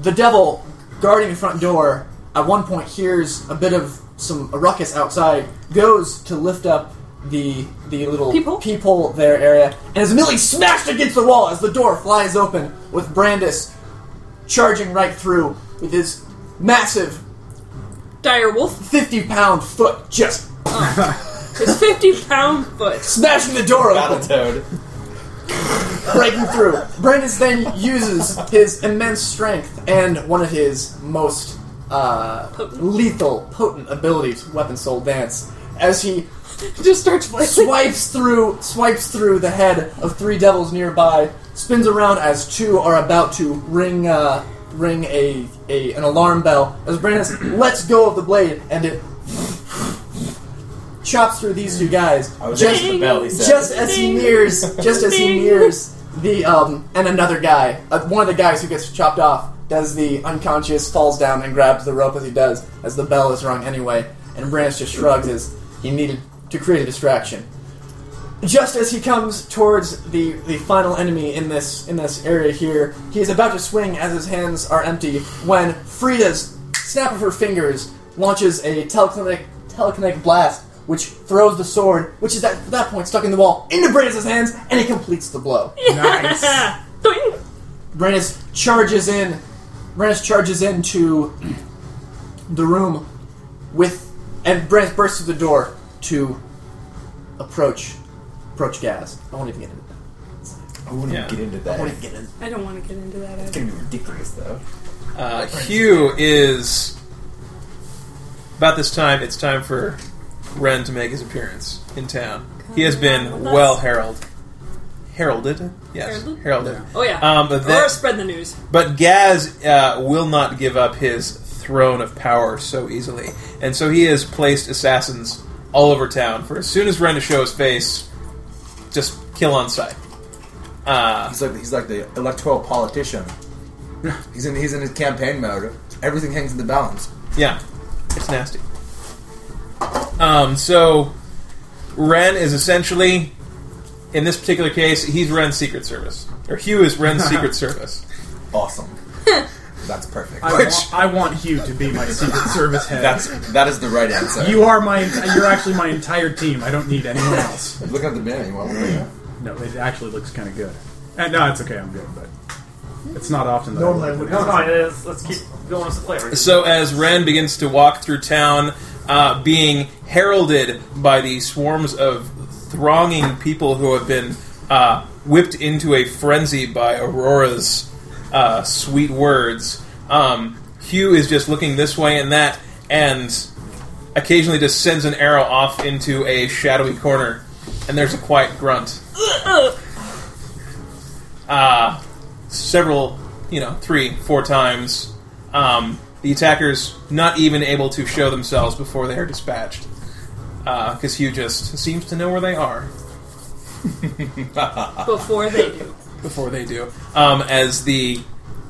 S10: the devil guarding the front door at one point hears a bit of some a ruckus outside, goes to lift up the the little
S5: Peephole?
S10: peephole there area, and is immediately smashed against the wall as the door flies open with Brandis charging right through with his massive
S5: Dire Wolf,
S10: 50 pound foot just
S5: his 50 pound foot.
S10: smashing the door open,
S2: Battletoad.
S10: breaking through. Brandis then uses his immense strength and one of his most uh,
S5: Potent.
S10: lethal, potent abilities, Weapon Soul Dance, as he
S5: Just starts flailing.
S10: swipes through swipes through the head of three devils nearby, spins around as two are about to ring uh, ring a, a an alarm bell as Brandis lets go of the blade and it chops through these two guys.
S2: I was
S10: Just-
S2: just the bell, he said.
S10: just as he
S5: Ding.
S10: nears, just as he
S5: Ding.
S10: nears the um, and another guy, uh, one of the guys who gets chopped off, does the unconscious, falls down and grabs the rope as he does, as the bell is rung anyway, and Branch just shrugs as he needed to create a distraction. Just as he comes towards the, the final enemy in this in this area here, he is about to swing as his hands are empty when Frida's snap of her fingers launches a telekinetic telekinetic blast which throws the sword, which is at that point stuck in the wall, into Brandis' hands, and he completes the blow.
S15: Nice.
S5: Ah. Doink.
S10: Brandis charges in. Brandis charges into the room with, and Brandis bursts through the door to approach approach Gaz. I won't even get into that.
S2: I wouldn't
S8: Yeah.
S2: get into
S10: I won't
S2: that.
S10: even get into
S5: I don't want to get into that
S2: It's
S5: either.
S2: gonna be ridiculous, though.
S8: Uh, Hugh is about this time. It's time for Ren to make his appearance in town. He has been well heralded. Heralded, yes,
S5: Heralded?
S8: heralded.
S5: Oh, yeah.
S8: Um, but
S5: Aurora,
S8: that,
S5: spread the news.
S8: But Gaz uh, will not give up his throne of power so easily, and so he has placed assassins all over town. For as soon as Ren to show his face, just kill on sight. Uh,
S2: He's like he's like the electoral politician. He's in he's in his campaign mode. Everything hangs in the balance.
S8: yeah, it's nasty. Um, so Ren is essentially, in this particular case, he's Ren's secret service, or Hugh is Ren's secret service.
S2: Awesome. That's perfect.
S4: I, want, I want you to be my Secret Service head.
S2: That's that is the right answer.
S4: you are my. You're actually my entire team. I don't need anyone else.
S2: look at the banner. You want one?
S4: No, it actually looks kind of good. And no, it's okay. I'm good, but it's not often that
S6: Normally, I
S4: I like
S6: would-
S4: it.
S3: No, no, it is. Let's keep going with the flavor.
S7: So as Ren begins to walk through town, uh, being heralded by the swarms of thronging people who have been uh, whipped into a frenzy by Aurora's uh, sweet words, um, Hugh is just looking this way and that, and occasionally just sends an arrow off into a shadowy corner, and there's a quiet grunt. Uh, several, you know, three, four times. Um, the attackers not even able to show themselves before they are dispatched. Because Hugh just seems to know where they are
S5: before they do.
S7: before they do. Um, as the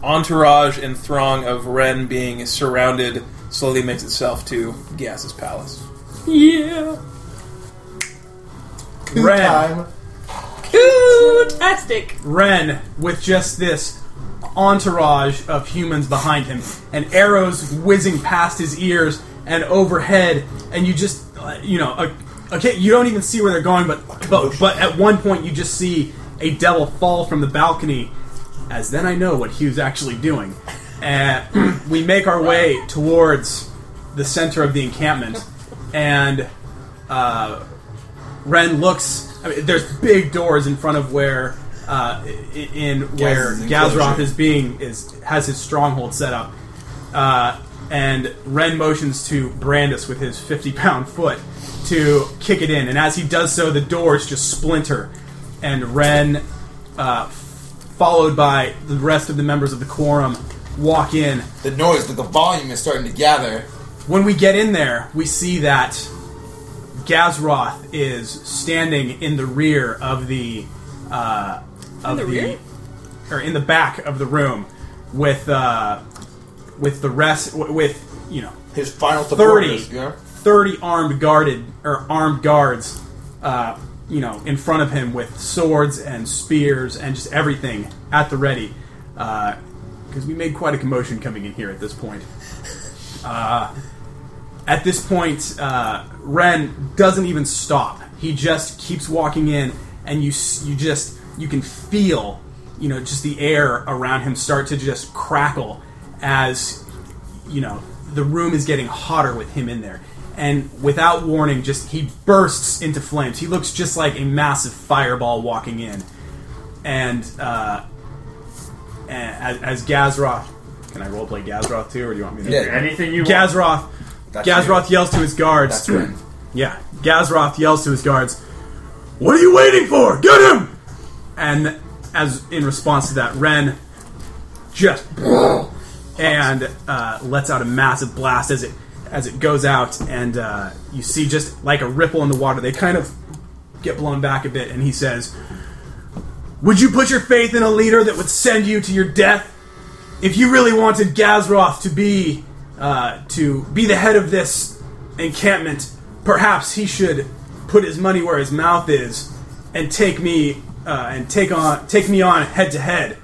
S7: entourage and throng of Ren being surrounded slowly makes itself to Gas's palace.
S5: Yeah.
S4: Ren,
S6: Time.
S5: Fantastic.
S4: Ren, with just this entourage of humans behind him, and arrows whizzing past his ears and overhead, and you just, uh, you know, uh, okay, you don't even see where they're going, but but but at one point you just see a devil fall from the balcony, as then I know what Hugh's actually doing, and we make our way towards the center of the encampment, and. Uh, Ren looks. I mean, there's big doors in front of where, uh, i- in where
S2: enclosure.
S4: Gazroth is being is has his stronghold set up, uh, and Ren motions to Brandis with his 50 pound foot to kick it in, and as he does so, the doors just splinter, and Ren, uh, followed by the rest of the members of the quorum, walk in.
S2: The noise, but the volume is starting to gather.
S4: When we get in there, we see that Gazroth is standing in the rear of the uh, of
S5: the rear?
S4: or in the back of the room with uh, with the rest w- with you know
S2: His final
S4: thirty
S2: supporters. Yeah.
S4: 30 armed guarded or armed guards uh, you know in front of him with swords and spears and just everything at the ready because we made quite a commotion coming in here at this point Uh, at this point, uh, Ren doesn't even stop. He just keeps walking in, and you s- you just you can feel you know just the air around him start to just crackle as you know the room is getting hotter with him in there. And without warning, just he bursts into flames. He looks just like a massive fireball walking in, and uh, a- as, as Gazroth. Can I roleplay Gazroth too, or do you want me to?
S2: Yeah.
S3: Anything you want.
S4: Gazroth.
S2: That's
S4: Gazroth yells to his guards.
S2: That's Ren.
S4: Yeah, Gazroth yells to his guards, "What are you waiting for? Get him!" And as in response to that, Ren just and uh, lets out a massive blast as it as it goes out, and uh, you see just like a ripple in the water. They kind of get blown back a bit, and he says, "Would you put your faith in a leader that would send you to your death? If you really wanted Gazroth to be uh, to be the head of this encampment, perhaps he should put his money where his mouth is and take me uh, and take on take me on head to head."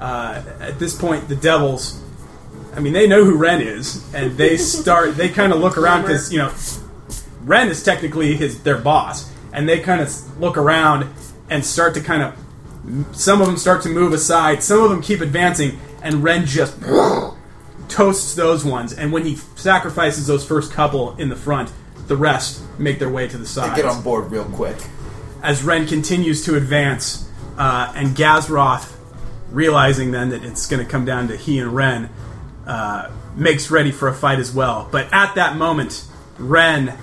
S4: Uh, At this point, the devils. I mean, they know who Ren is, and they start. They kind of look around because you know Ren is technically his their boss, and they kind of look around and start to kind of. Some of them start to move aside. Some of them keep advancing, and Ren just toasts those ones. And when he sacrifices those first couple in the front, the rest make their way to the
S2: They
S4: side
S2: get on board real quick.
S4: as Ren continues to advance, uh, and Gazroth, realizing then that it's going to come down to he and Ren, uh, makes ready for a fight as well. But at that moment, Ren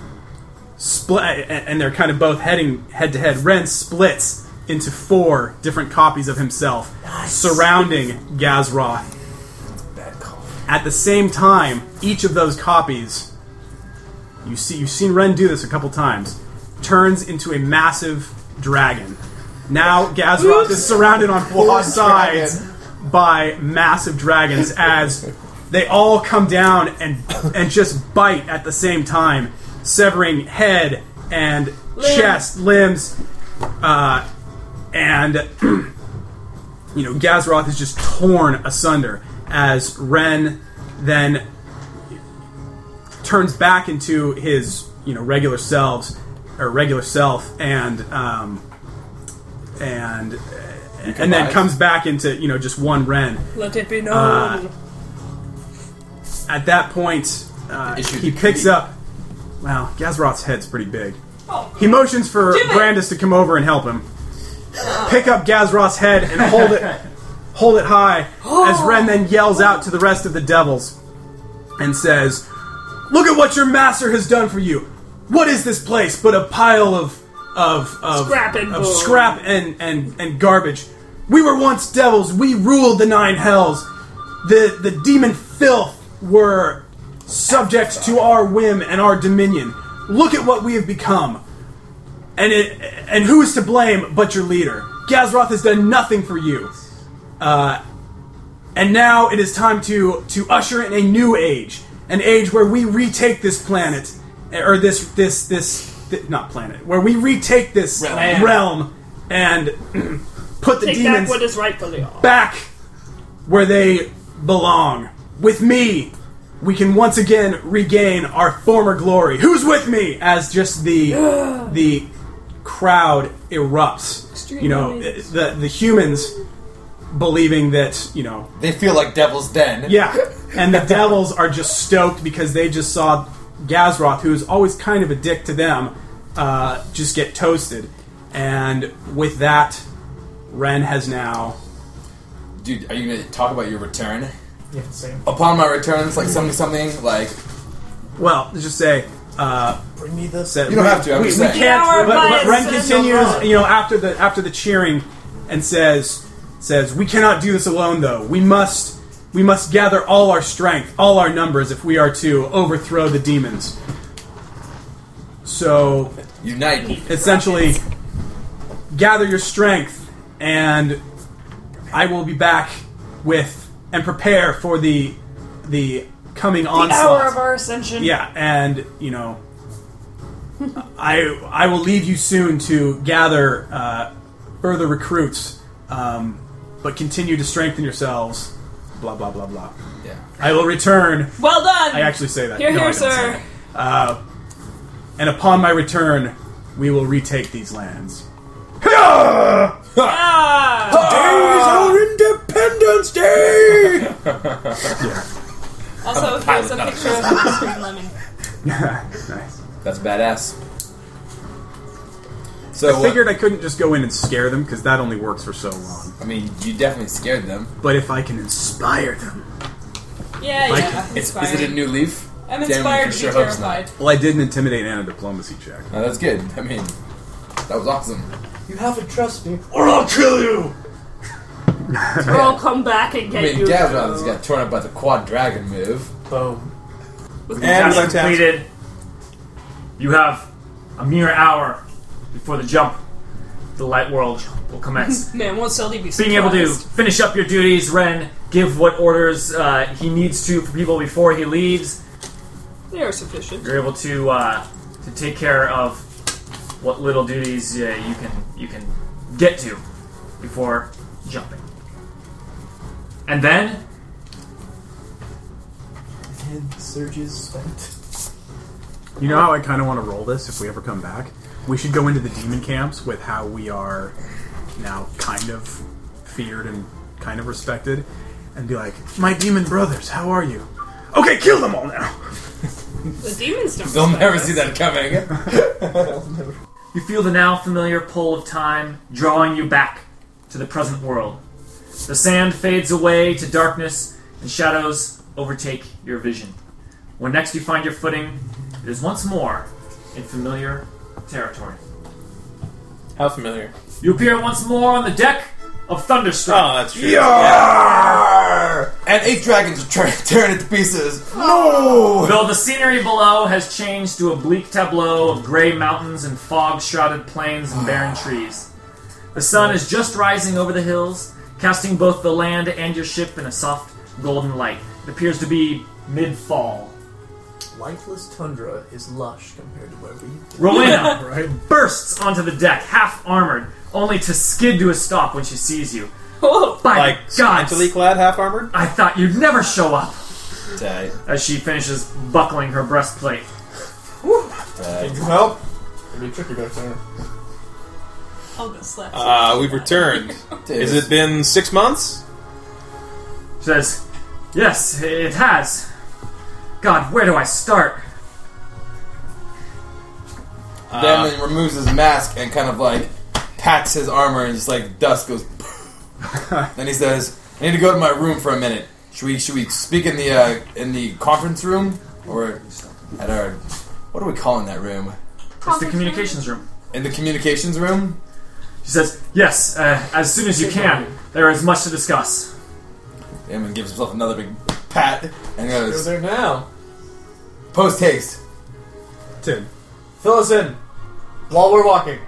S4: split, and they're kind of both heading head to head. Ren splits into four different copies of himself, surrounding Gazroth. At the same time, each of those copies you see you've seen Ren do this a couple times. Turns into a massive dragon. Now Gazroth is surrounded on four sides by massive dragons as they all come down and and just bite at the same time, severing head and chest, limbs, uh, and you know Gazroth is just torn asunder. as Ren then turns back into his you know regular selves or regular self and um, and and then comes back into you know just one Ren.
S5: Let it be known.
S4: At that point, uh,
S2: Issue
S4: he
S2: the
S4: picks
S2: key.
S4: up. Wow, Gazroth's head's pretty big.
S5: Oh.
S4: He motions for
S5: Do it.
S4: Brandis to come over and help him. Pick up Gazroth's head and hold it, hold it high. As Ren then yells out to the rest of the devils, and says, "Look at what your master has done for you. What is this place but a pile of of of
S5: Scrap and
S4: of
S5: bone."
S4: scrap and and and garbage? We were once devils. We ruled the nine hells. The the demon filth were subject to our whim and our dominion. Look at what we have become. And it, and who is to blame but your leader? Gazroth has done nothing for you. Uh, and now it is time to to usher in a new age, an age where we retake this planet or this this this, thi- not planet, where we retake this
S10: Realm.
S4: realm, and put the
S5: Take back
S4: demons
S5: what is rightfully ours.
S4: back where they belong. With me, we can once again regain our former glory. Who's with me? As just the the crowd erupts. you know,
S5: noise.
S4: the the humans believing that you know,
S2: They feel like Devil's Den.
S4: yeah, and the devils are just stoked because they just saw Gazroth, who is always kind of a dick to them, uh, just get toasted. And with that, Ren has now
S2: Dude, are you gonna talk about your return?
S6: Yeah, same.
S2: Upon my return, it's like something, something like
S4: Well, let's just say. Uh,
S14: Bring me the
S4: that
S2: You don't
S4: we-
S2: have to, I'm
S4: we,
S2: just
S4: we
S2: saying.
S4: can't.
S5: Power
S4: But, but
S5: by
S4: Ren
S5: itself.
S4: continues, you know, after the after the cheering, and says says we cannot do this alone. Though we must we must gather all our strength, all our numbers, if we are to overthrow the demons. So
S2: unite.
S4: essentially, gather your strength, and I will be back with and prepare for the the coming
S5: The hour
S4: onslaught.
S5: of our ascension.
S4: Yeah, and you know, I I will leave you soon to gather uh, further recruits, um, but continue to strengthen yourselves. Blah blah blah blah.
S2: Yeah.
S4: I will return.
S5: Well done.
S4: I actually say that.
S5: Here,
S4: No, I
S5: here,
S4: don't say
S5: sir.
S4: that. Uh, and upon my return, we will retake these lands.
S5: Ah.
S2: Independence Day!
S5: Also, here's a picture of Mr. Lemon.
S4: nice.
S2: That's badass. So uh,
S4: I
S2: what-
S4: figured I couldn't just go in and scare them because that only works for so long.
S2: I mean, you definitely scared them.
S4: But if I can inspire them,
S5: Yeah,
S4: Like,
S5: yeah. I'm
S2: It's, is
S5: inspired.
S2: it a new leaf?
S5: I'm
S2: Damn, we
S5: inspired
S2: for
S5: to
S2: sure
S5: be
S2: hopes not.
S5: terrified.
S4: well, I did an intimidate and a diplomacy check.
S2: No, that's good. I mean, that was awesome.
S6: You have to trust me.
S4: or I'll kill you.
S5: Or I'll come back and get
S2: I mean,
S5: you.
S2: Gavroth has got torn up by the quad dragon move.
S6: Boom.
S5: With the
S8: And
S3: Task
S8: my task.
S3: completed. You have a mere hour before the jump. The light world will commence.
S5: Man, won't Seldy be
S3: Being able to
S5: surprised?
S3: finish up your duties, Ren, give what orders uh, he needs to for people before he leaves.
S5: They are sufficient.
S3: You're able to uh, to take care of what little duties uh, you can you can get to before jumping. And then
S6: Head surges spent.
S4: You know how I kind of want to roll this if we ever come back? We should go into the demon camps with how we are now kind of feared and kind of respected and be like, My demon brothers, how are you? Okay, kill them all now!
S5: The demons don't.
S2: They'll
S5: respect
S2: never
S5: us.
S2: see that coming.
S3: You feel the now familiar pull of time drawing you back to the present world. The sand fades away to darkness, and shadows overtake your vision. When next you find your footing, it is once more in familiar territory.
S7: How familiar?
S3: You appear once more on the deck of Thunderstruck.
S7: Ah,
S8: Oh, that's true.
S2: and eight dragons are trying to tear it to pieces.
S5: Oh.
S2: No!
S3: Though the scenery below has changed to a bleak tableau of gray mountains and fog shrouded plains and barren trees, the sun is just rising over the hills, casting both the land and your ship in a soft golden light. It appears to be mid fall.
S6: Lifeless tundra is lush compared to where we.
S3: Rowena
S4: Right?
S3: bursts onto the deck, half armored, only to skid to a stop when she sees you.
S5: Whoa.
S3: By
S8: Like
S3: God,
S8: scantily clad, half armored.
S3: I thought you'd never show up.
S16: Tight.
S3: As she finishes buckling her breastplate,
S16: Tight.
S8: Well,
S6: It'd be tricky back there.
S5: I'll go slap.
S8: uh, we've returned. Has it been six months?
S3: she says, "Yes, it has." God, where do I start?
S7: Uh.
S2: Damon removes his mask and kind of like pats his armor and just like dust goes. then he says, "I need to go to my room for a minute. Should we should we speak in the uh, in the conference room or at our what are we calling that room?
S3: It's the communications room.
S2: In the communications room?
S3: She says, "Yes, uh, as soon as you can. There is much to discuss."
S2: Damon gives himself another big pat and
S6: Go
S2: goes
S6: there now.
S2: post haste.
S4: Dude,
S6: Fill us in while we're walking.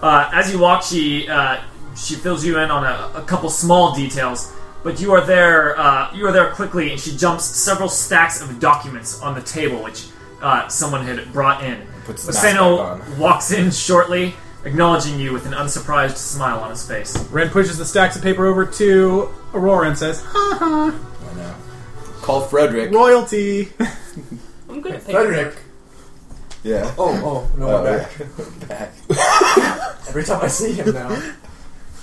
S3: Uh, as you walk, she uh, she fills you in on a, a couple small details, but you are there. Uh, you are there quickly, and she jumps several stacks of documents on the table, which uh, someone had brought in.
S2: Puts his mask back
S3: Osano walks in shortly, acknowledging you with an unsurprised smile on his face.
S4: Ren pushes the stacks of paper over to Aurora and says, "Ha ha,
S2: I know. Call Frederick.
S4: royalty."
S5: I'm good at
S6: Frederick.
S2: Yeah.
S6: Oh, oh, no,
S2: Oh,
S6: we're back.
S2: yeah. Back.
S6: Every time I see him now.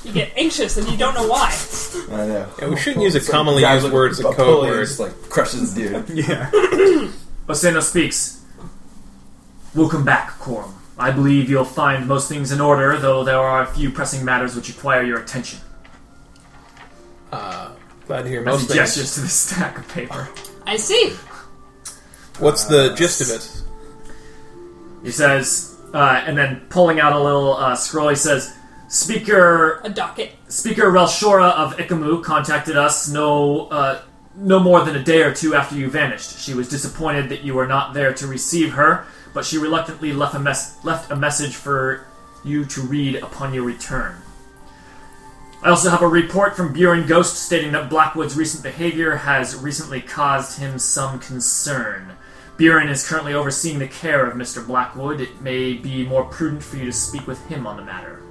S5: You get anxious and you don't know why.
S2: I know.
S7: Yeah, we shouldn't use a
S2: Some
S7: commonly
S2: guy
S7: used
S2: with
S7: word as a
S2: pulley
S7: code
S2: and
S7: word.
S2: Just like crushes the dude.
S4: Yeah.
S3: Osano speaks. Welcome back, Quorum. I believe you'll find most things in order, though there are a few pressing matters which require your attention.
S7: Glad to hear
S3: As
S7: most
S3: he
S7: things.
S3: gestures to the stack of paper.
S5: I see.
S7: What's the gist of it?
S3: He says, uh, and then pulling out a little uh, scroll, he says, "Speaker
S5: A docket.
S3: Speaker Relshora of Ikamu contacted us no uh, no more than a day or two after you vanished. She was disappointed that you were not there to receive her, but she reluctantly left a mes- left a message for you to read upon your return." I also have a report from Buren Ghost stating that Blackwood's recent behavior has recently caused him some concern. Buren is currently overseeing the care of Mr. Blackwood. It may be more prudent for you to speak with him on the matter.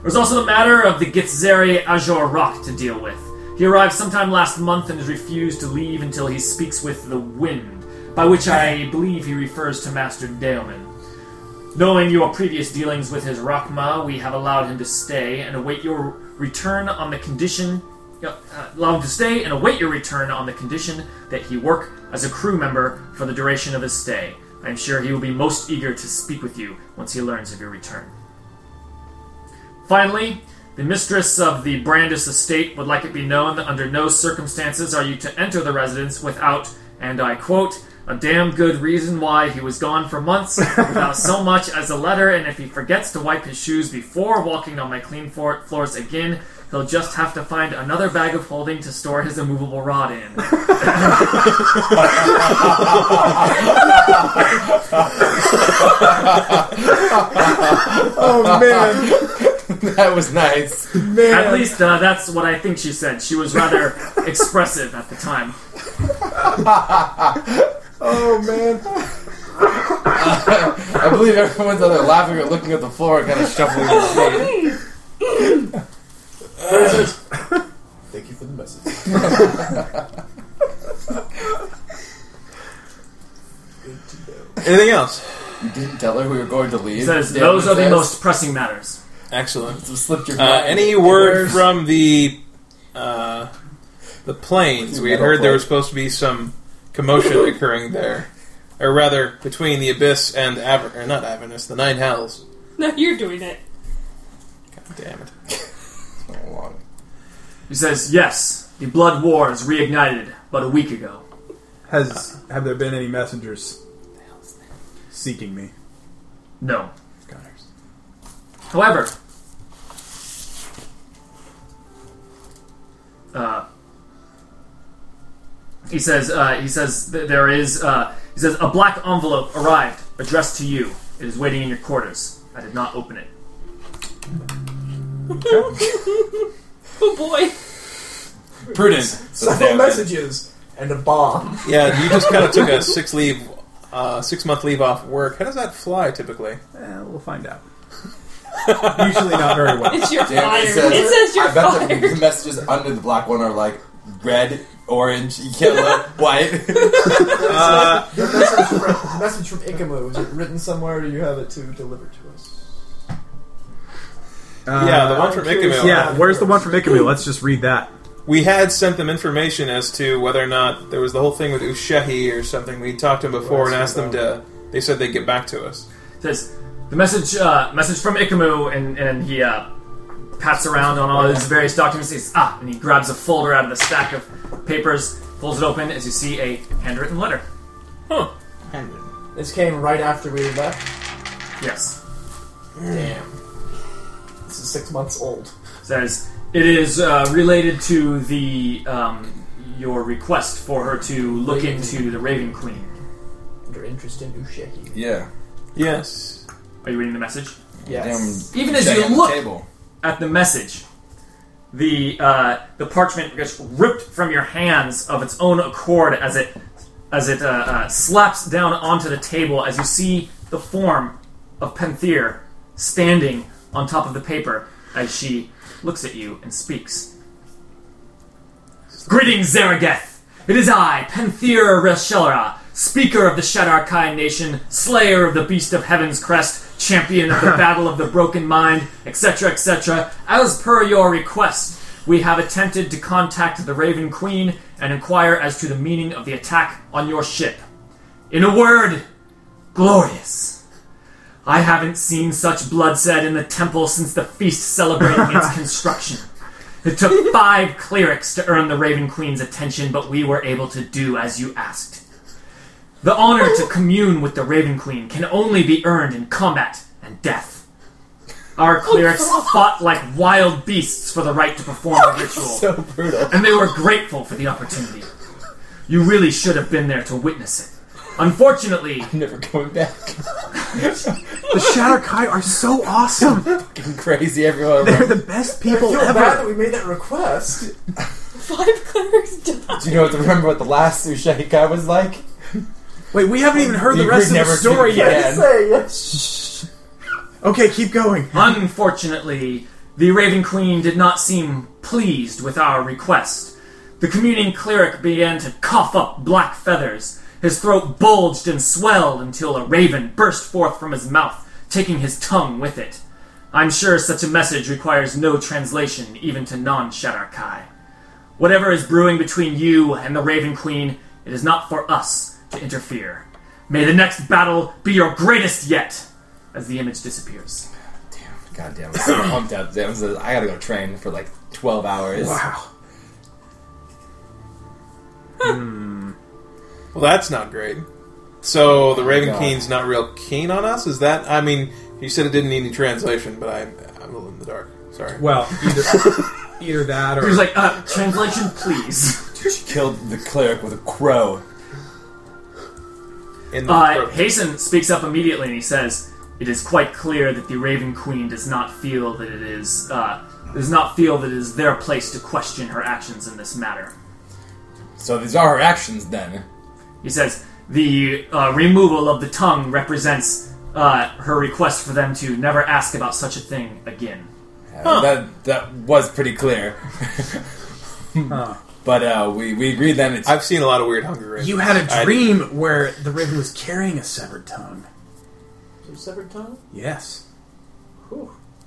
S3: There's also the matter of the Githzeri Azor Rock to deal with. He arrived sometime last month and has refused to leave until he speaks with the wind, by which I believe he refers to Master Daemon. Knowing your previous dealings with his Rakma, we have allowed him to stay and await your return on the condition. Uh, allow him to stay and await your return on the condition that he work as a crew member for the duration of his stay. I am sure he will be most eager to speak with you once he learns of your return. Finally, the mistress of the Brandis estate would like it be known that under no circumstances are you to enter the residence without, and I quote, a damn good reason why he was gone for months without so much as a letter, and if he forgets to wipe his shoes before walking on my clean floor- floors again, he'll just have to find another bag of holding to store his immovable rod in.
S4: Oh man,
S2: that was nice.
S3: At least uh, that's what I think she said. She was rather expressive at the time.
S4: oh man.
S2: I believe everyone's out there laughing or looking at the floor and kind of shuffling their feet.
S14: Thank you for the message.
S7: Anything else?
S2: You didn't tell her we were going to leave.
S3: She says,
S2: Damn,
S3: Those are the
S2: says,
S3: most pressing matters.
S7: Excellent.
S2: "Just slipped your
S7: Uh,
S2: mind."
S7: any word from the uh, the planes? We had heard there was supposed to be some commotion occurring there, or rather, between the abyss and Aver- or not Avernus, the Nine Hells.
S5: No, you're doing it.
S7: Damn it!
S3: He says, Yes, the blood war is reignited but a week ago.
S4: Has have there been any messengers seeking me?
S3: No. However, uh, he says, uh, he says th- there is, uh, he says, a black envelope arrived addressed to you. It is waiting in your quarters. I did not open it.
S5: Oh boy.
S2: prudent.
S6: Several messages and a bomb.
S7: Yeah, you just kind of took a six leave, uh, six month leave off work. How does that fly typically?
S4: Eh, we'll find out. Usually not very well.
S5: It's your
S2: Damn,
S5: fire.
S2: it
S5: It
S2: says,
S5: says you're
S2: I bet the, the
S5: fired.
S2: messages under the black one are like red, orange, yellow, white.
S4: Uh,
S6: The message from, the message from Ikamu, is it written somewhere or do you have it to deliver to us?
S8: yeah, the
S4: uh,
S8: one from Icamail.
S4: yeah. Where's the one from Ickamu? Let's just read that.
S8: We had sent them information as to whether or not there was the whole thing with Ushehi or something. We talked to them before and asked them to. They said they'd get back to us.
S3: says the message uh, message from Ikamu, and and he uh, pats around on all his various documents. He says, ah, and he grabs a folder out of the stack of papers, pulls it open, as you see a handwritten letter.
S8: Huh.
S6: This came right after we were back.
S3: Yes,
S6: Damn. This is six months old.
S3: says it is uh, related to the um, your request for her to look
S6: Raven.
S3: into the Raven Queen.
S6: Your interest in Usheki.
S2: yeah.
S8: Yes.
S3: Are you reading the message?
S6: Yes.
S2: Damn,
S3: Even as
S2: check
S3: you
S2: out the
S3: look-
S2: table.
S3: at the message, the uh, the parchment gets ripped from your hands of its own accord as it as it uh, uh, slaps down onto the table as you see the form of Pentheer standing on top of the paper as she looks at you and speaks. Greetings, Zarageth! It is I, Pentheer Reshelra, speaker of the Shadarkai nation, slayer of the beast of heaven's crest, champion of the battle of the broken mind, etc., etc. As per your request, we have attempted to contact the Raven Queen and inquire as to the meaning of the attack on your ship. In a word, glorious. I haven't seen such bloodshed in the temple since the feast celebrating its construction. It took five clerics to earn the Raven Queen's attention, but we were able to do as you asked. The honor to commune with the Raven Queen can only be earned in combat and death. Our clerics fought like wild beasts for the right to perform the ritual, and they were grateful for the opportunity. You really should have been there to witness it. Unfortunately,
S14: Never going back.
S4: The Shatter Kai are so awesome.
S14: Crazy everyone.
S4: They're the best
S6: I
S4: people
S6: feel bad
S4: ever.
S6: that we made that request.
S5: Five clerics died.
S2: Do you know what? Remember what the last Ushehi guy was like?
S4: Wait, we haven't even heard the
S2: We've
S4: rest of the
S2: never seen
S4: story
S2: it
S4: yet.
S2: again.
S6: Say yes.
S4: Okay, keep going.
S3: Unfortunately, the Raven Queen did not seem pleased with our request. The communing cleric began to cough up black feathers. His throat bulged and swelled until a raven burst forth from his mouth, taking his tongue with it. I'm sure such a message requires no translation, even to non Shadarkai. Whatever is brewing between you and the Raven Queen, it is not for us to interfere. May the next battle be your greatest yet! As the image disappears.
S2: God damn, I'm so pumped out. Damn, I says, I gotta go train for like 12 hours.
S4: Wow.
S8: Well, that's not great. So the Raven
S2: Oh God.
S8: Keen's not real keen on us. Is that? I mean, you said it didn't need any translation, but I'm I'm a little in the dark. Sorry.
S4: Well, either either that
S3: He was
S4: or
S3: like, uh, translation, please.
S2: She killed the cleric with a crow.
S8: In the
S3: Uh, Hasten speaks up immediately and he says, "It is quite clear that the Raven Queen does not feel that it is uh, does not feel that it is their place to question her actions in this matter."
S2: So these are her actions then.
S3: He says, "The uh, removal of the tongue represents uh, her request for them to never ask about such a thing again."
S2: Uh, That that was pretty clear. But uh, we, we agree then it's.
S8: I've seen a lot of weird Hunger Games.
S4: you had a
S8: I-
S4: dream where the raven was carrying a severed tongue.
S6: Severed tongue?
S4: Yes,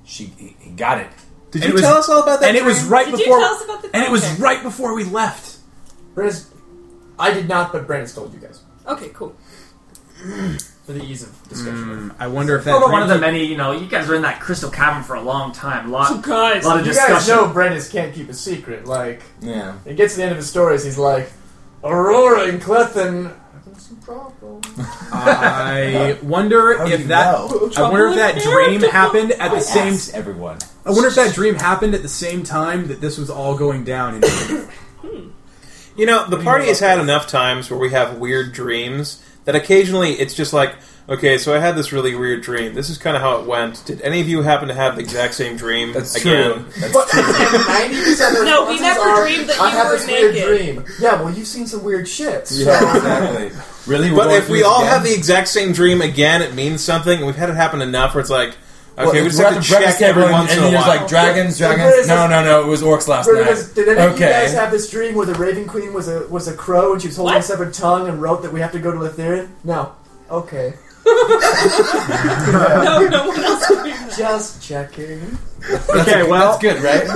S2: she he, he got it.
S8: Did
S4: And
S8: you
S4: it was-
S8: tell us all about that?
S4: and it was
S8: dream?
S4: right
S5: Did you
S4: before,
S5: tell us about the
S4: and it was
S5: okay.
S4: right before we left.
S6: Brandon's, I did not, but Brandon's told you guys.
S5: Okay, cool.
S6: For the ease of discussion.
S4: I wonder if that.
S3: Probably one of the many, you know, you guys were in that crystal cavern for a long time. A lot,
S5: So guys,
S3: lot of
S6: You
S3: discussion.
S6: guys know Brandis can't keep a secret. Like,
S2: Yeah.
S6: it gets to the end of his stories, he's like, Aurora and Clethan. having some problems."
S4: I wonder
S2: How do
S4: if
S2: you
S4: that.
S2: know?
S4: I wonder if that dream
S5: Trouble.
S4: happened at the
S2: I
S4: same.
S2: asked everyone.
S4: I wonder if that dream happened at the same time that this was all going down. In
S8: You know, the party has had enough times where we have weird dreams that occasionally it's just like, okay, so I had this really weird dream. This is kind of how it went. Did any of you happen to have the exact same dream
S2: That's
S8: again?
S2: true. That's
S6: But
S2: true.
S6: 90% of the
S5: No, we
S6: responses
S5: never
S6: are,
S5: dreamed that
S6: I
S5: you
S6: had
S5: were
S6: this weird
S5: naked."
S6: dream. Yeah, well, you've seen some weird shit. So.
S2: Yeah, exactly. Really? We're
S8: But
S2: going
S8: if
S2: through
S8: we
S2: this
S8: all
S2: again?
S8: have the exact same dream again, it means something. And we've had it happen enough where it's like, Okay, we just have to
S2: breakfast
S8: check every
S2: table and-
S8: once in
S2: and
S8: a
S2: you're just
S8: while.
S2: like dragons,
S6: Well,
S2: dragons.
S6: Brutus
S2: No,
S6: is-
S2: no, no. It was orcs last
S6: Brutus, Did any
S2: night.
S6: of you guys
S2: Okay.
S6: have this dream where the Raven Queen was a was a crow and she was holding
S5: What?
S6: a separate tongue and wrote that we have to go to Lythirian? No. Okay.
S5: No, no one else can do that.
S6: Just checking.
S4: Okay, well,
S2: That's good, right?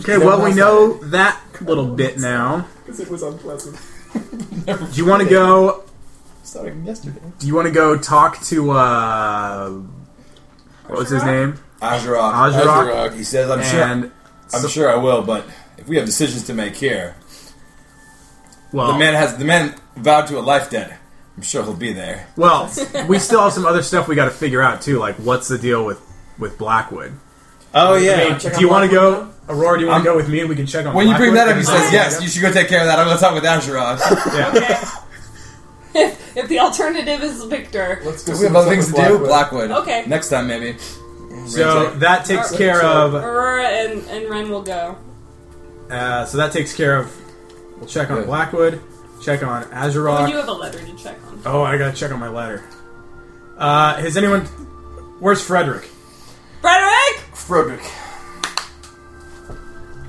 S4: okay, well, we know that little bit now.
S6: Because it was unpleasant.
S4: Do you want to go?
S14: Starting yesterday.
S4: Do you want to go talk to uh, what was his name?
S2: Azurok.
S4: Azurok.
S2: He says,
S4: Oh,
S2: "I'm sure,
S4: And
S2: I'm sure I will, but if we have decisions to make here, the
S4: well,
S2: man has the man vowed to a life debt. I'm sure he'll be there.
S4: well, we still have some other stuff we got to figure out too. Like, what's the deal with with Blackwood?
S8: Oh yeah.
S4: Do you want to go, Um, Aurora? Do you want to
S2: I'm-
S4: go with me? and We can check on.
S2: When you bring that
S4: Blackwood? Oh,
S2: up, he says, "Yes, you should go take care of that. I'm going to talk with Azurok.
S4: Yeah.
S5: If, if the alternative is Victor,
S6: Let's go.
S2: we
S6: see
S2: have
S6: what's
S2: other things
S6: up
S2: to
S6: with
S2: do.
S6: Blackwood.
S2: Blackwood.
S5: Okay.
S2: Next time, maybe.
S4: So that takes
S5: Alright.
S4: care of.
S5: Aurora and, and Ren will go.
S4: Uh, so that takes care of. We'll check on
S2: Good.
S4: Blackwood. Check on
S5: We do
S4: Azurok.
S5: have a letter to check on.
S4: Oh, I gotta check on my ladder. Uh, has anyone? Where's Frederick?
S5: Frederick!
S2: Frederick.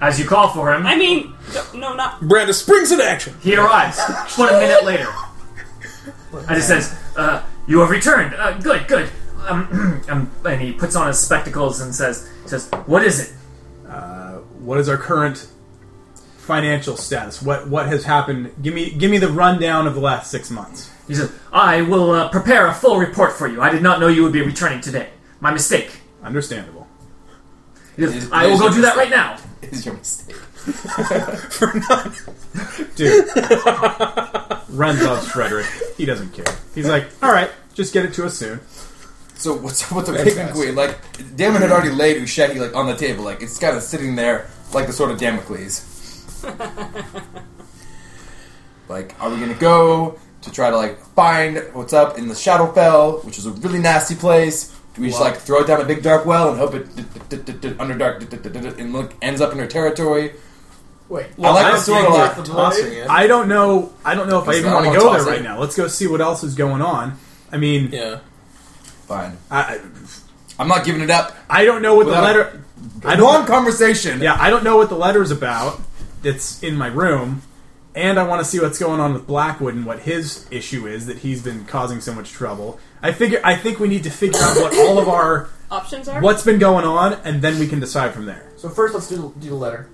S3: As you call for him,
S5: I mean, no, not.
S8: Brandon springs in action.
S3: he arrives. But a minute later, as he says, uh, "You have returned. Uh, good, good." Um, um, and he puts on his spectacles and says, "says What is it?"
S4: What is our current financial status? What what has happened? Give me give me the rundown of the last six months.
S3: He says, "I will uh, prepare a full report for you. I did not know you would be returning today. My mistake."
S4: Understandable.
S3: He says, I will go do that right now.
S2: Is your mistake.
S4: Dude, Ren loves Frederick. He doesn't care. He's like, all right, just get it to us soon.
S2: So what's up with the Raven Queen? Like, Damon had already laid Ushetti like on the table. Like it's kind of sitting there like the sword of Damocles. like, are we gonna go to try to like find what's up in the Shadowfell, which is a really nasty place? Do we just like throw it down a big dark well and hope it d- d- d- d- underdark d- d- d- d- and look ends up in her territory?
S6: Wait.
S2: I like
S4: I
S2: the sword a
S8: Like,
S2: lot.
S8: tossing it.
S4: I don't know. I don't know if I
S2: Listen,
S4: even
S2: I
S4: want to
S2: wanna
S4: go
S2: toss
S4: there right
S2: it.
S4: now. Let's go see what else is going on. I mean,
S8: Yeah.
S2: Fine,
S4: I,
S2: I'm not giving it up.
S4: I don't know what
S2: Without-
S4: the letter. I don't.
S2: Long conversation.
S4: Yeah, I don't know what the letter's about that's in my room, and I want to see what's going on with Blackwood and what his issue is that he's been causing so much trouble. I figure I think we need to figure out what all of our
S5: Options are
S4: what's been going on, and then we can decide from there.
S6: So first, let's do, do the letter.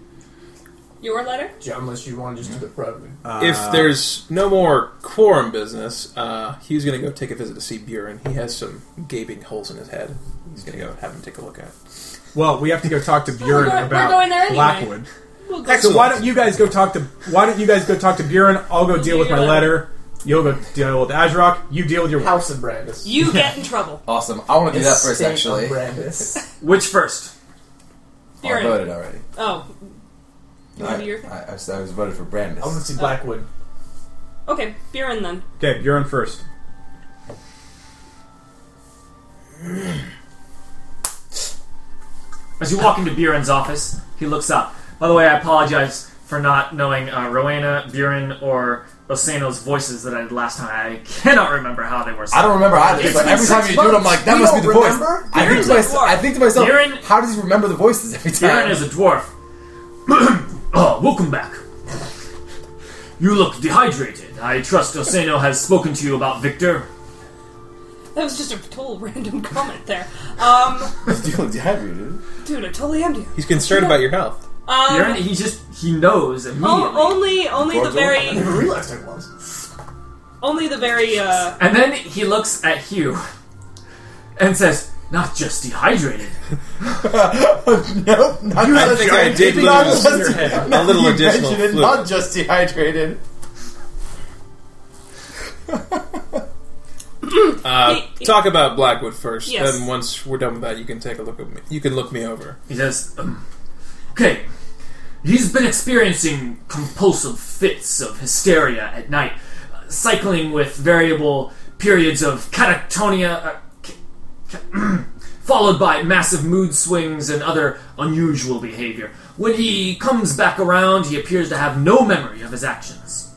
S5: your letter.
S6: Yeah, Unless you want to just do it privately.
S2: Uh,
S8: if there's no more quorum business, uh, Hugh's going to go take a visit to see Buren. He has some gaping holes in his head. He's going to go have him take a look at.
S4: Well, we have to go talk to Buren
S5: going- we're
S4: about
S5: going there anyway.
S4: Blackwood.
S5: We'll go.
S4: So why don't you guys go talk to why don't you guys go talk to Buren? I'll go deal with my letter. You'll go deal with Azrock. You deal with your
S6: House of Brandis.
S5: You get in trouble.
S2: Awesome. I want to do that first.
S6: Estate of
S2: Actually, oh,
S6: Brandis.
S3: Which first?
S2: I
S5: Buren.
S2: voted already.
S5: Oh. You wanna do your
S2: I,
S5: thing?
S2: I, I, said I was voted for
S6: I want to
S2: Brandis.
S6: see Blackwood.
S5: Okay, Buren then.
S4: Okay, Buren first.
S3: As you walk into Buren's office, he looks up. By the way, I apologize for not knowing uh, Rowena, Buren, or Osano's voices that I did last time. I cannot remember how they were.
S2: I don't remember either.
S3: It's
S2: but
S3: been
S2: every time
S6: six
S2: you do it, I'm
S6: months.
S2: like, that
S6: We
S2: must be
S6: don't
S2: the
S6: remember?
S2: voice. I think,
S5: Buren's
S2: to myself,
S5: a dwarf.
S2: I think to myself,
S3: Buren-
S2: how does he remember the voices every time?
S3: Buren is a dwarf. oh, welcome back. You look dehydrated. I trust Osano has spoken to you about Victor.
S5: That was just a total random comment there. Um,
S2: Feeling dehydrated.
S5: dude, I totally am. Um, dude.
S8: He's concerned about your health.
S3: Buren, he just he knows immediately.
S5: Oh, only, only the
S2: Gorgeous.
S5: very,
S6: I realized I was.
S5: only the very. uh...
S3: And then he looks at Hugh and says, "Not just dehydrated.
S2: nope, not
S8: I think I did
S2: not
S8: lose
S2: just-
S8: a little
S2: you
S8: additional
S2: mentioned it,
S8: fluid.
S2: Not just dehydrated.
S8: Uh,
S5: He-
S8: talk about Blackwood first.
S5: Yes.
S8: Then once we're done with that, you can take a look at me. You can look me over.
S3: He says, um, okay, he's been experiencing compulsive fits of hysteria at night, uh, cycling with variable periods of catatonia, uh, ca- ca- followed by massive mood swings and other unusual behavior. When he comes back around, he appears to have no memory of his actions.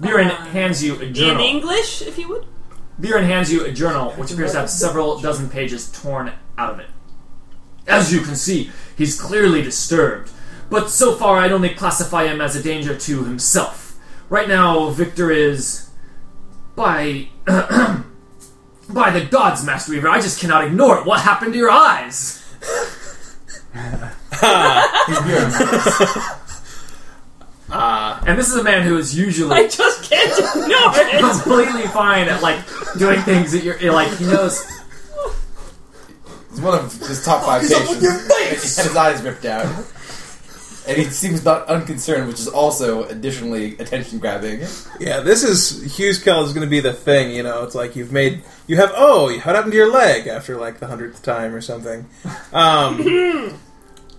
S3: Buren
S5: Uh,
S3: hands you a
S5: In
S3: journal.
S5: English, if you would.
S3: Viren hands you a journal which appears to have several dozen pages torn out of it. As you can see, he's clearly disturbed, but so far I'd only classify him as a danger to himself. Right now, Victor is. By. by the gods, Master Weaver, I just cannot ignore it. What happened to your eyes? And this is a man who is usually
S5: I just can't ignore it.
S3: completely fine at like doing things that you're you're like he knows.
S2: It's one of his top five patients. And his eyes ripped out. And he seems not unconcerned, which is also additionally attention grabbing.
S8: Yeah, this is Hughes Kell is going to be the thing. You know, it's like you've made you have oh what happened to your leg after like the hundredth time or something. Um,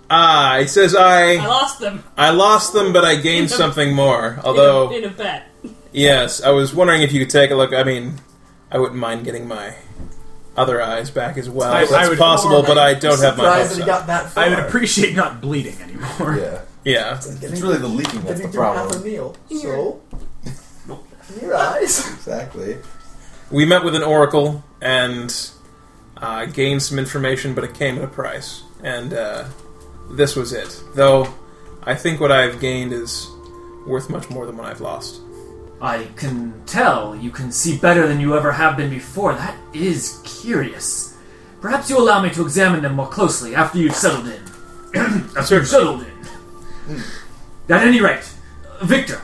S8: ah, it says
S5: I
S8: I
S5: lost them
S8: I lost them, but I gained something more.
S5: in a,
S8: Although
S5: in a bet.
S8: yes, I was wondering if you could take a look. I mean, I wouldn't mind getting my other eyes back as well.
S4: I-
S8: if that's
S4: I would-
S8: possible, but I don't have my.
S6: Surprised
S8: hopes
S6: that he
S8: up.
S6: got that far.
S4: I would appreciate not bleeding anymore.
S2: Yeah.
S8: Yeah.
S2: It's really the leaking
S6: If
S2: that's
S6: you
S2: the
S6: threw half a
S2: problem.
S6: meal, so in your eyes.
S2: Exactly.
S8: We met with an oracle and uh, gained some information, but it came at a price. And uh, this was it. Though I think what I've gained is worth much more than what I've lost.
S3: I can tell you can see better than you ever have been before. That is curious. Perhaps you allow me to examine them more closely after you've settled in. after you've Hmm. settled in. At any rate, Victor,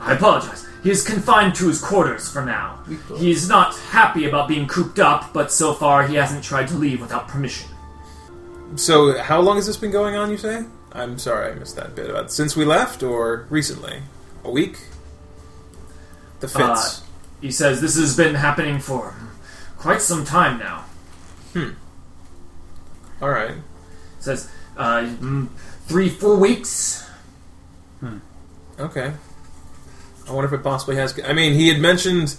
S3: I apologize. He is confined to his quarters for now. He is not happy about being cooped up, but so far he hasn't tried to leave without permission.
S8: So, how long has this been going on, you say? I'm sorry I missed that bit about since we left or recently? A week? The fits.
S3: He says this has been happening for quite some time now.
S8: Alright.
S3: Says uh, mm, three, four weeks.
S8: Okay. I wonder if it possibly has. I mean, he had mentioned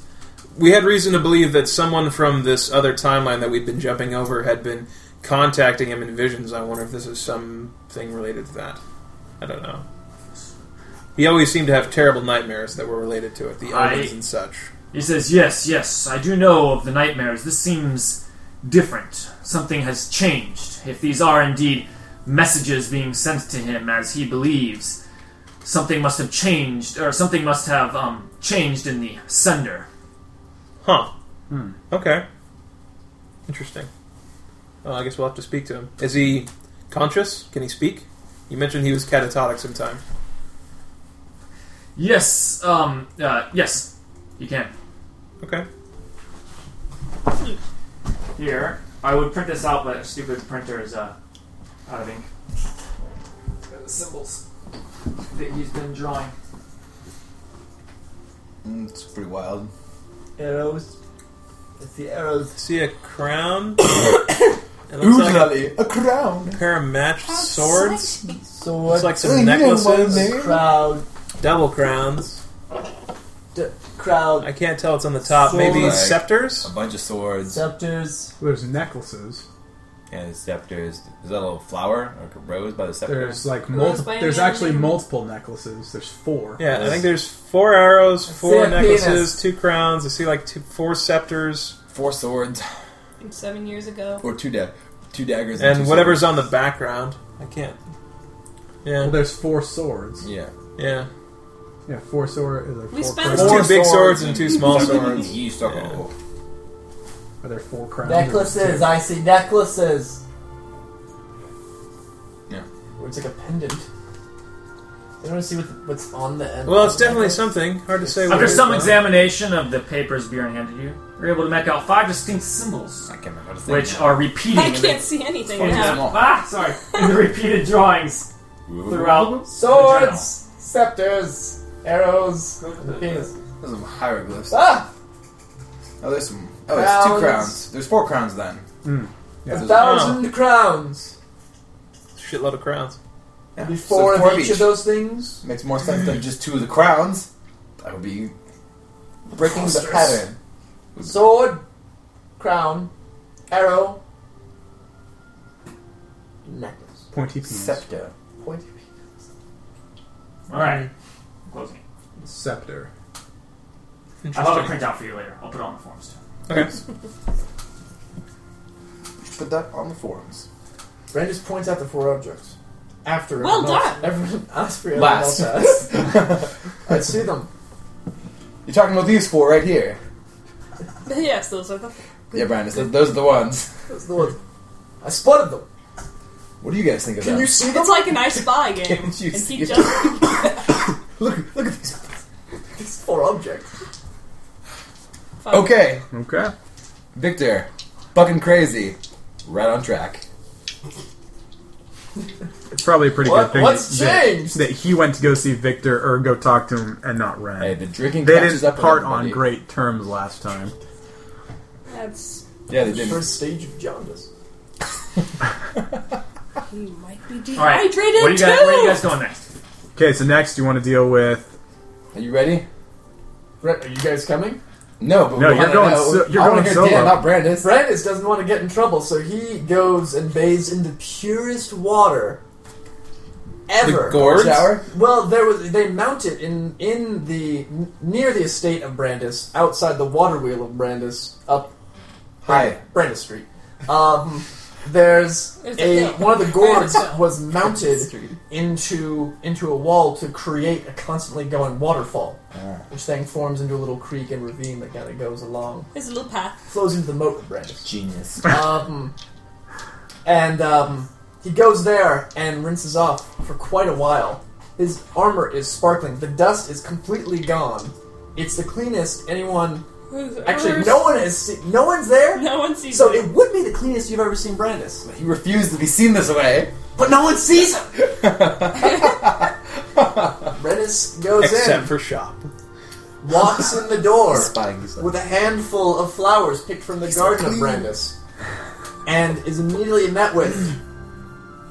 S8: we had reason to believe that someone from this other timeline that we've been jumping over had been contacting him in visions. I wonder if this is something related to that. I don't know. He always seemed to have terrible nightmares that were related to it, the
S3: I-
S8: omens and such.
S3: He says, Yes, yes, I do know of the nightmares. This seems different. Something has changed. If these are indeed messages being sent to him as he believes, something must have changed, or something must have um, changed in the sender.
S8: Huh. Okay. Interesting. Well, I guess we'll have to speak to him. Is he conscious? Can he speak? You mentioned he was catatonic sometime.
S3: Yes, um, uh, yes, you can.
S8: Okay.
S3: Here, I would print this out, but our stupid printer is uh, out of ink. The symbols that he's been drawing.
S2: Mm, it's pretty wild.
S6: Arrows. It's the arrows.
S8: See a crown? it looks like a
S2: Oodlally, a crown.
S8: pair of matched swords.
S6: So
S8: It's
S6: what?
S8: like
S2: You
S8: some
S2: know what I
S8: necklaces.
S2: mean?
S6: crowd.
S8: Double crowns.
S6: D- crowd.
S8: I can't tell what's on the top. Maybe
S2: Swords. A
S8: scepters?
S2: bunch of swords
S6: Scepters.
S4: There's necklaces.
S2: and scepters. Is that a little flower or a rose by the
S4: There's
S2: scepters?
S4: like
S5: Rose
S4: multiple.
S5: by
S4: There's
S5: name.
S4: actually multiple necklaces. There's four.
S8: Yeah, I think there's four arrows, four
S6: a
S8: necklaces,
S6: penis.
S8: two crowns. I see like two, four scepters,
S2: Four swords
S5: From Seven years ago.
S2: or two da- two daggers and,
S8: and
S2: two
S8: whatever's
S2: swords.
S8: on the background. I can't.
S4: Well,
S8: Yeah,
S4: there's four swords.
S2: Yeah.
S8: yeah.
S4: Yeah, four swords. Like
S5: We
S4: four
S5: spent-
S4: crowns.
S8: There's
S2: Four
S8: two big
S2: swords
S8: swords and two small swords.
S2: You oh, circle.
S4: Are there four crowns?
S6: Uh, Necklaces. I see necklaces.
S2: Yeah.
S6: Or it's like a pendant. I want to see what the, what's on the end.
S8: Well, it's definitely something. Hard to say. what it
S3: After
S8: is,
S3: some
S8: though.
S3: examination of the papers Bjorn handed you, you're able to make out five distinct symbols,
S2: I can't remember. what to
S3: which
S2: think.
S3: are repeating.
S5: I
S3: in the-
S5: can't see anything
S3: in the-
S5: now.
S2: small.
S3: Ah, sorry. In the repeated drawings throughout.
S6: Swords, scepters, arrows, and the penis.
S2: Those are hieroglyphs.
S6: Ah!
S2: Oh, there's some. Oh, it's two
S6: Crowns.
S2: crowns. There's four crowns then.
S6: A
S2: There's-
S6: thousand crowns.
S8: Shitload of crowns.
S2: Yeah,
S6: Before
S2: so four
S6: of each of those things.
S2: Makes more sense than just two of the crowns. That would be breaking the pattern.
S6: Sword, crown, arrow, necklace.
S4: Pointy penis.
S2: Hmm. Scepter.
S6: Pointy
S3: All right. Closing.
S4: Scepter.
S3: I'll have a printout for you later. I'll put it on the forms too.
S8: Okay.
S2: You should put that on the forums.
S6: Ren just points out the four objects. After
S5: Well
S6: everyone else-
S5: done.
S6: Everyone asks for everyone
S2: Last.
S6: else asks. I see them.
S2: You're talking about these four right here.
S5: yes, those are the.
S2: Yeah, Brandis, th- those are the ones.
S6: That's the ones. I spotted them.
S2: What do you guys think of
S6: Can
S2: that?
S6: you see them?
S5: It's like an I Spy game.
S2: Can't you
S5: and
S2: see
S5: he
S2: it?
S5: just
S2: look, look at these.
S6: These four objects.
S2: Okay,
S4: Okay.
S2: Victor, fucking crazy, right on track.
S4: It's probably a pretty
S6: What-
S4: good thing
S6: what's
S4: that,
S6: changed?
S4: That, that he went to go see Victor or go talk to him and not Ren.
S2: Hey, the drinking.
S4: they
S2: catches
S4: didn't
S2: up with
S4: part on
S2: everybody.
S4: great terms last time.
S5: That's.
S2: Yeah, they didn't.
S6: First stage of jaundice.
S5: He might be
S3: All right.
S5: dehydrated
S3: Where you
S5: too.
S3: guys? Where you guys going next?
S4: Okay, so next you want to deal with
S2: Are you ready?
S6: Ren, are you guys coming?
S2: No, but
S4: No,
S2: we
S4: you're
S2: wanna
S4: going
S2: Know.
S4: so- you're
S2: I wanna
S4: going
S2: hear
S4: solo.
S2: Dan, not Brandis.
S6: Brandis doesn't want to get in trouble, so he goes and bathes in the purest water ever.
S8: The gourds?
S2: Shower.
S6: Well, there was they mount it in in the n- near the estate of Brandis, outside the water wheel of Brandis, up
S2: Hi.
S6: Brandis Street. Um, there's
S5: There's a
S6: a
S5: hill.
S6: one of the gourds was
S2: Street.
S6: mounted into into a wall to create a constantly going waterfall, which then forms into a little creek and ravine that kind of goes along,
S5: There's a little path.
S6: flows into the moat of Brandis.
S2: Genius.
S6: Um, and um, he goes there and rinses off for quite a while. His armor is sparkling. The dust is completely gone. It's the cleanest anyone. Actually, no one has seen. No one's there.
S5: No one sees.
S6: So
S5: it.
S6: it would be the cleanest you've ever seen Brandis.
S2: He refused to be seen this way.
S6: But no one sees him. Brandis goes
S8: Except for shop.
S6: in, walks in the door
S2: Spying these
S6: with a handful of flowers picked from the garden of
S2: clean.
S6: Brandis, and is immediately met with.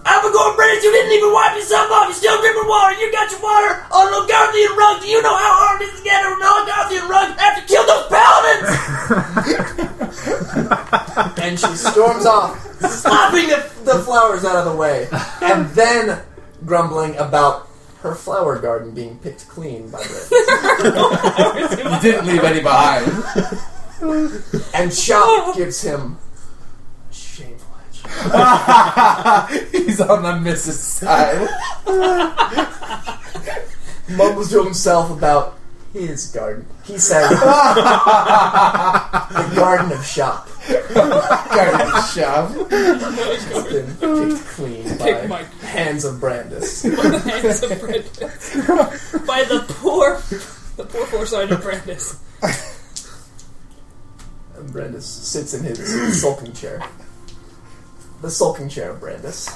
S6: Abagor Brandis, you didn't even wipe yourself off. You're still dripping water. You got your water on an Elgarthian rug. Do you know how hard it is to get on an Elgarthian rug after kill those paladins? and she storms off, slapping the, the flowers out of the way, and then grumbling about her flower garden being picked clean by Brandis.
S2: He didn't leave any behind.
S6: And Chop gives him a shameful edge.
S2: He's on the missus side.
S6: Mumbles to himself about his garden. He says, The garden of Chop.
S2: Garbage shop.
S6: has been picked clean
S5: Pick
S6: by
S5: my
S6: hands of Brandis.
S5: hands of Brandis by the poor, the poor four sergeant Brandis.
S6: And Brandis sits in his sulking chair. The sulking chair of Brandis.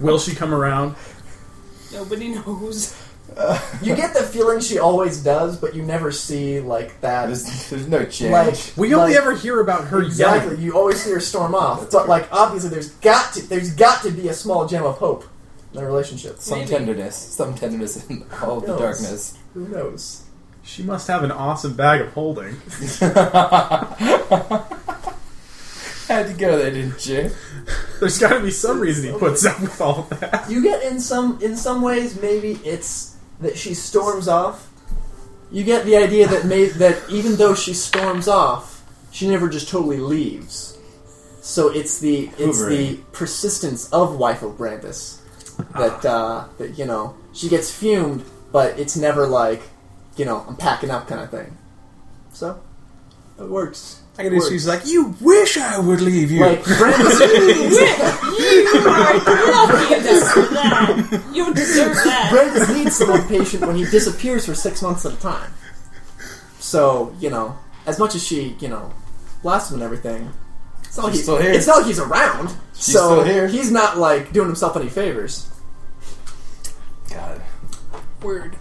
S4: Will she come around?
S5: Nobody knows.
S6: You get the feeling she always does, but you never see like that.
S2: There's, there's no change.
S6: like
S4: We only
S6: like-
S4: ever hear about her
S6: Exactly. You always hear her storm off, but like obviously, there's got to there's got to be a small gem of hope in their relationship.
S2: some
S5: Maybe.
S2: tenderness. Some tenderness in all of the
S6: Yes.
S2: darkness.
S6: Who knows?
S4: yelling. She must have an awesome bag of holding.
S2: Had to go there, didn't you?
S4: There's got to be some reason he puts up with all that.
S6: You get in some in some ways maybe it's that she storms off. You get the idea that may, that even though she storms off, she never just totally leaves. So it's the it's the
S2: Hoovering.
S6: persistence of wife of Brandis that uh, that you know she gets fumed, but it's never like you know I'm packing up kind of thing. So it works.
S8: I can just use like, you wish I would leave you.
S6: Like Brandis,
S5: You are lucky to deserve that. You deserve that.
S6: Brandis needs someone patient when he disappears for six months at a time. So, you know, as much as she, you know, blasts him and everything, it's not, like
S2: She's
S6: he's,
S2: still here.
S6: It's not like he's around.
S2: She's
S6: so
S2: still here.
S6: he's not, like, doing himself any favors.
S2: God.
S5: Word.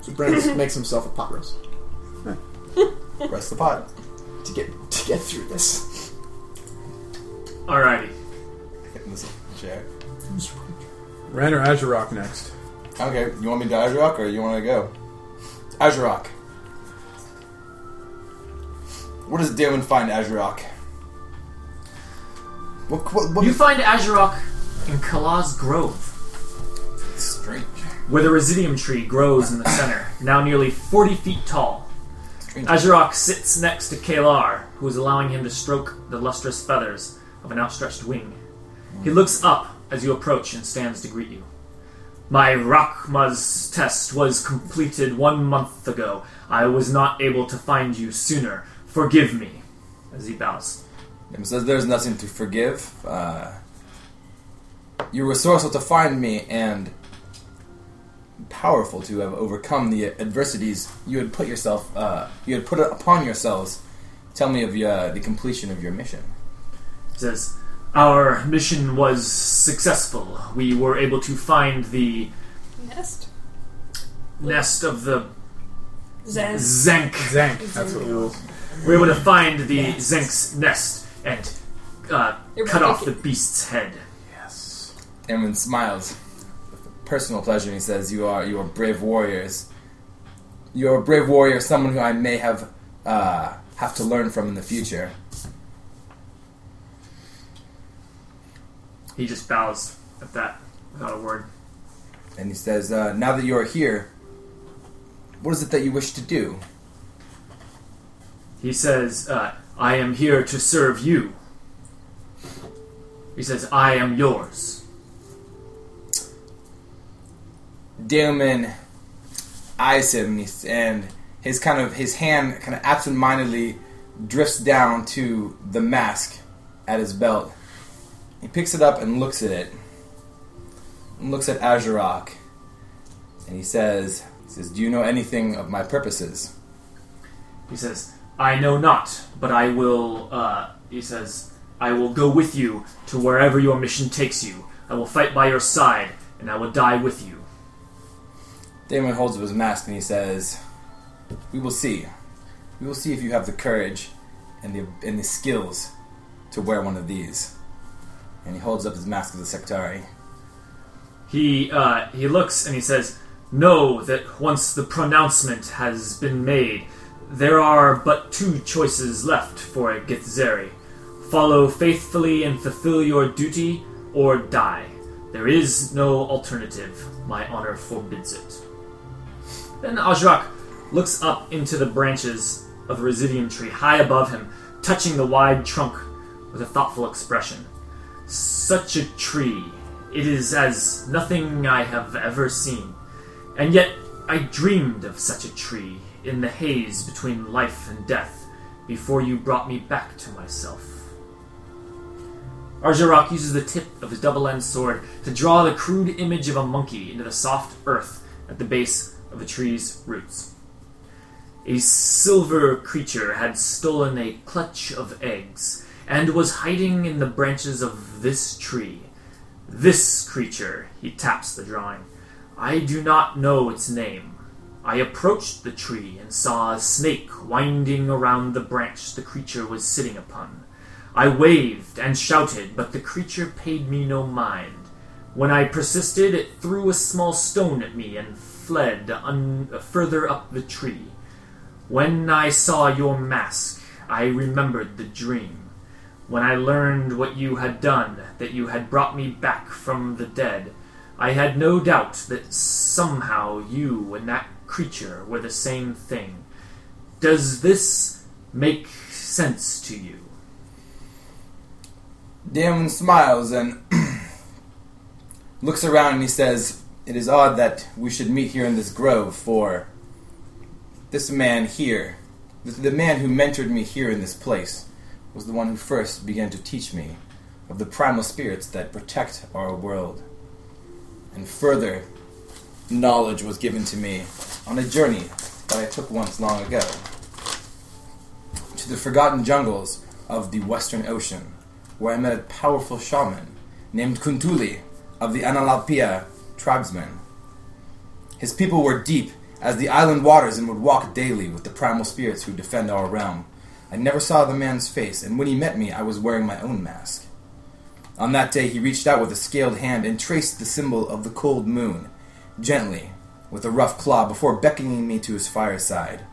S6: So Brandis makes himself a pot roast
S2: Rest the pot.
S6: to get, to get through this.
S3: Alrighty.
S2: Get in this chair.
S4: Ren or Azurok next?
S2: Okay, you want me to Azurok or you want to go? Azurok. Where does Damon find Azurok? What, what, what
S3: You find Azurok in Kalaz Grove.
S2: strange.
S3: where the residium tree grows in the center, now nearly 40 feet tall. Azurok sits next to Kalar, who is allowing him to stroke the lustrous feathers of an outstretched wing. He looks up as you approach and stands to greet you. My Rakma's test was completed one month ago. I was not able to find you sooner. Forgive me. As he bows.
S2: It says there's nothing to forgive. Uh, you were resourceful to find me and powerful to have overcome the adversities you had put yourself, uh, you had put upon yourselves. Tell me of your, the completion of your mission.
S3: He says, Our mission was successful. We were able to find the
S5: Nest?
S3: nest of the
S5: Zen.
S3: Zenk.
S4: Zank. That's what it was.
S3: We were able to find the Zenk's nest and uh,
S5: You're
S3: cut off the
S5: thinking-
S3: beast's head.
S4: Yes.
S2: Emlyn smiles with personal pleasure and he says, You are you are brave warriors. You are a brave warrior, someone who I may have uh, have to learn from in the future.
S3: He just bows at that without a word.
S2: And he says, uh, Now that you are here, what is it that you wish to do?
S3: He says, uh, I am here to serve you. He says, I am yours.
S2: Daemon eyes him and, he's, and his kind of his hand kind of absentmindedly drifts down to the mask at his belt. He picks it up and looks at it. And looks at Azurok. And he says, he says, "Do you know anything of my purposes?"
S3: He says, I know not, but I will, uh, he says, I will go with you to wherever your mission takes you. I will fight by your side, and I will die with you.
S2: Daemon holds up his mask and he says, "We will see. We will see if you have the courage and the and the skills to wear one of these." And he holds up his mask as a sectari.
S3: He uh, he looks and he says, "Know that once the pronouncement has been made, there are but two choices left for a Githzeri: follow faithfully and fulfill your duty, or die. There is no alternative. My honor forbids it." Then Ajrak looks up into the branches of the residium tree high above him, touching the wide trunk with a thoughtful expression. Such a tree. It is as nothing I have ever seen. And yet, I dreamed of such a tree in the haze between life and death before you brought me back to myself. Arjarak uses the tip of his double edged sword to draw the crude image of a monkey into the soft earth at the base of the tree's roots. A silver creature had stolen a clutch of eggs and was hiding in the branches of this tree. This creature, he taps the drawing. I do not know its name. I approached the tree and saw a snake winding around the branch the creature was sitting upon. I waved and shouted, but the creature paid me no mind. When I persisted, it threw a small stone at me and fled un- further up the tree. When I saw your mask, I remembered the dream. When I learned what you had done, that you had brought me back from the dead, I had no doubt that somehow you and that creature were the same thing. Does this make sense to you?
S2: Damon smiles and looks around and he says, It is odd that we should meet here in this grove, for this man here, the, the man who mentored me here in this place, was the one who first began to teach me of the primal spirits that protect our world. And further knowledge was given to me on a journey that I took once long ago to the forgotten jungles of the Western Ocean where I met a powerful shaman named Kuntuli of the Analapia tribesmen. His people were deep as the island waters and would walk daily with the primal spirits who defend our realm. I never saw the man's face, and when he met me, I was wearing my own mask. On that day, he reached out with a scaled hand and traced the symbol of the cold moon, gently, with a rough claw, before beckoning me to his fireside.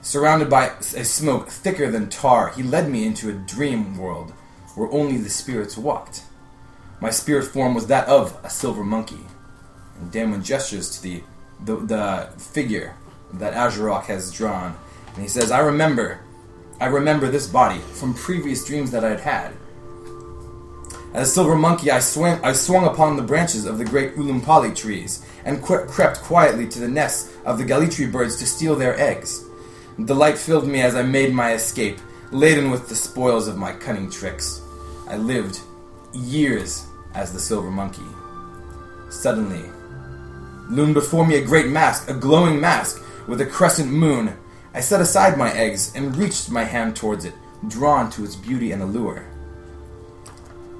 S2: Surrounded by s- a smoke thicker than tar, he led me into a dream world where only the spirits walked. My spirit form was that of a silver monkey. And Damon gestures to the, the, the figure that Azurok has drawn And he says, I remember. I remember this body from previous dreams that I had had. As a silver monkey, I swam, I swung upon the branches of the great Ulumpali trees and qu- crept quietly to the nests of the Galitri birds to steal their eggs. Delight filled me as I made my escape, laden with the spoils of my cunning tricks. I lived years as the silver monkey. Suddenly, loomed before me a great mask, a glowing mask with a crescent moon. I set aside my eggs and reached my hand towards it, drawn to its beauty and allure.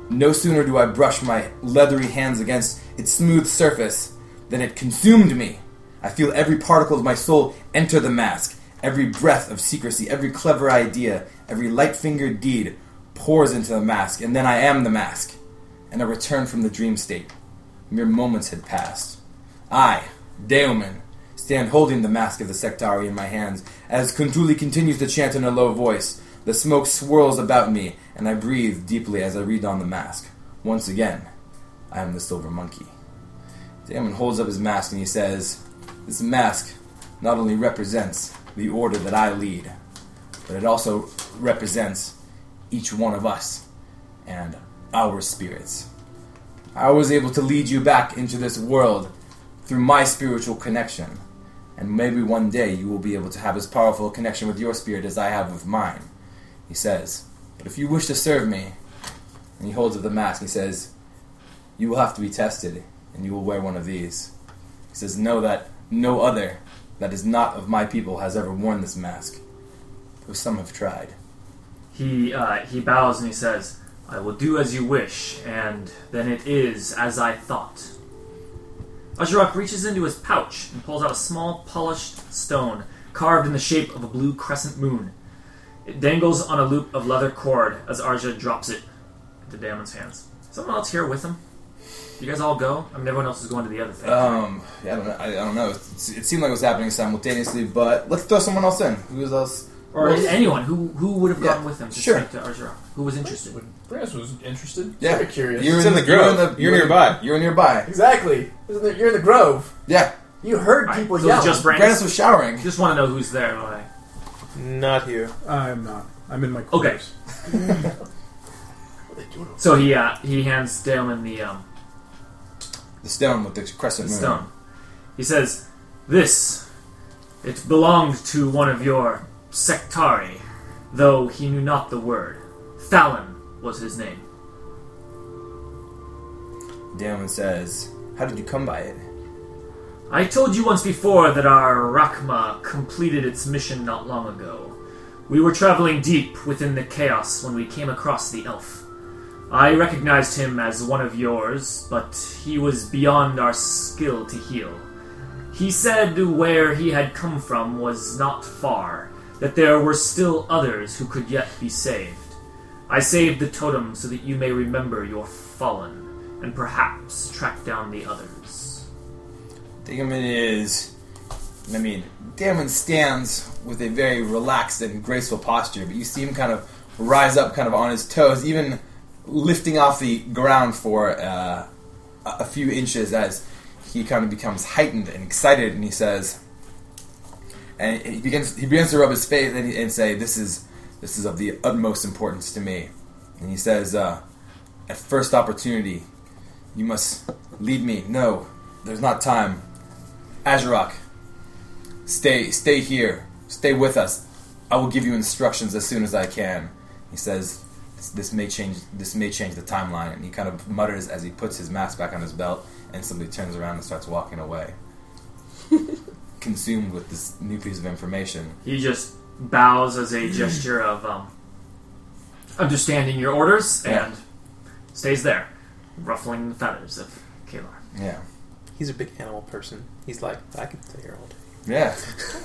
S2: No sooner do I brush my leathery hands against its smooth surface than it consumed me. I feel every particle of my soul enter the mask, every breath of secrecy, every clever idea, every light fingered deed pours into the mask, and then I am the mask, and I return from the dream state. Mere moments had passed. I, Deuman, stand holding the mask of the Sectari in my hands as Kuntuli continues to chant in a low voice. The smoke swirls about me, and I breathe deeply as I redon the mask. Once again, I am the Silver Monkey. Deuman holds up his mask and he says, This mask not only represents the order that I lead, but it also represents each one of us and our spirits. I was able to lead you back into this world through my spiritual connection. And maybe one day you will be able to have as powerful a connection with your spirit as I have with mine. He says, But if you wish to serve me, and he holds up the mask, he says, You will have to be tested, and you will wear one of these. He says, Know that no other that is not of my people has ever worn this mask, though some have tried.
S3: He uh, he bows and he says, "I will do as you wish, and then it is as I thought." Azurok reaches into his pouch and pulls out a small polished stone carved in the shape of a blue crescent moon. It dangles on a loop of leather cord as Arja drops it into Damon's hands. Someone else here with him? You guys all go? I mean, everyone else is going to the other thing.
S2: Um, yeah, I don't know. I, I don't know. It's, it seemed like it was happening simultaneously, but let's throw someone else in. Who else?
S3: or
S2: who else-
S3: anyone who who would have
S2: Yeah,
S3: gone with him to
S2: sure.
S3: speak to Arjurok, who was interested.
S14: Brandis was interested.
S2: Yeah.
S14: Sort of curious.
S2: You're
S8: It's in the grove. You're nearby.
S2: You're nearby.
S14: exactly. Isn't it- You're in the Grove.
S2: Yeah.
S14: You heard
S3: All right,
S14: people
S3: so
S14: yell.
S3: it's just
S2: Brandis
S3: Brandis.
S2: was showering.
S3: Just want to know who's there. don't I?
S8: Not here.
S4: I'm not. I'm in my
S3: Okay.
S4: quarters.
S3: So he uh, he hands Dalen the um,
S2: The stone with the crescent moon.
S3: stone. He says, "This, it belonged to one of your sectari, though he knew not the word. Fallon was his name.
S2: Damon says, How did you come by it?
S3: I told you once before that our Rakma completed its mission not long ago. We were traveling deep within the chaos when we came across the elf. I recognized him as one of yours, but he was beyond our skill to heal. He said where he had come from was not far, that there were still others who could yet be saved. I saved the totem so that you may remember your fallen, and perhaps track down the others.
S2: Damon is. I mean, Damon stands with a very relaxed and graceful posture, but you see him kind of rise up, kind of on his toes, even lifting off the ground for uh, a a few inches as he kind of becomes heightened and excited, and he says, and he begins he begins to rub his face and, and say, "This is this is of the utmost importance to me," and he says, uh, "At first opportunity, you must lead me. No, there's not time. Azurok, stay, stay here. Stay with us. I will give you instructions as soon as I can. He says, "This, this may change. This may change the timeline." And he kind of mutters as he puts his mask back on his belt and simply turns around and starts walking away, consumed with this new piece of information.
S3: He just bows as a gesture of um, understanding your orders
S2: Yeah.
S3: and stays there, ruffling the feathers of Kalar.
S2: Yeah,
S7: He's a big animal person. He's like, I could stay here all day.
S2: yeah.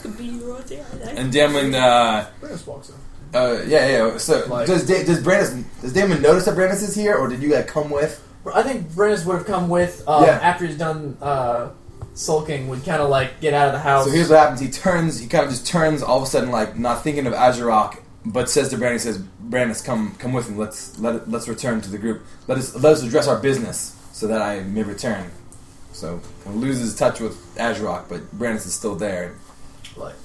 S5: Could be right there, right?
S2: And Damon, uh,
S14: Brandis walks in.
S2: uh, yeah, yeah. So
S14: Like-
S2: does da- does Brandis does Damon notice that Brandis is here, or did you like come with?
S14: I think Brandis would have come with um,
S2: Yeah.
S14: after he's done uh, sulking. Would kind of like get out of the house.
S2: So here's what happens. He turns. He kind of just turns all of a sudden, like not thinking of Azurok, but says to Brandon, he "says Brandis, come, come with me. Let's let let's return to the group. Let us let us address our business so that I may return." So he loses touch with Azurok, but Brandis is still there.
S14: Like,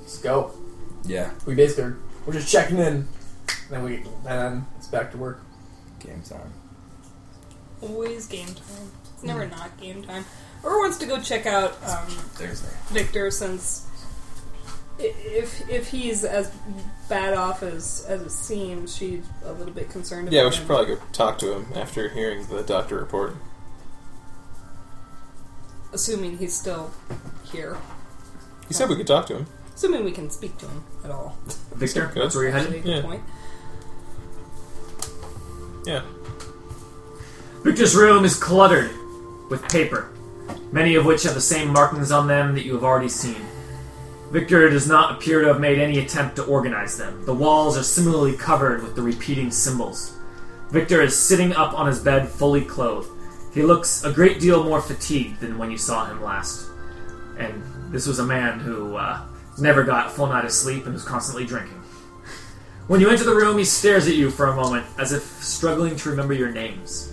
S6: Let's go.
S16: Yeah.
S6: We basically are, we're just checking in, and then we and then it's back to work.
S16: Game time.
S5: Always game time. It's never not game time. Or wants to go check out um,
S16: Thursday.
S5: Victor since i- if if he's as bad off as as it seems, she's a little bit concerned.
S8: Yeah,
S5: about
S8: we should
S5: him.
S8: probably go talk to him after hearing the doctor report.
S5: assuming he's still here.
S8: He said we could talk to him.
S5: Assuming we can speak to him at all.
S3: Victor,
S8: Okay.
S3: that's where you're
S5: Actually,
S3: headed.
S5: good
S8: Yeah.
S5: point.
S8: Yeah.
S3: Victor's room is cluttered with paper, many of which have the same markings on them that you have already seen. Victor does not appear to have made any attempt to organize them. The walls are similarly covered with the repeating symbols. Victor is sitting up on his bed, fully clothed. He looks a great deal more fatigued than when you saw him last. And this was a man who uh, never got a full night of sleep and was constantly drinking. When you enter the room, he stares at you for a moment, as if struggling to remember your names.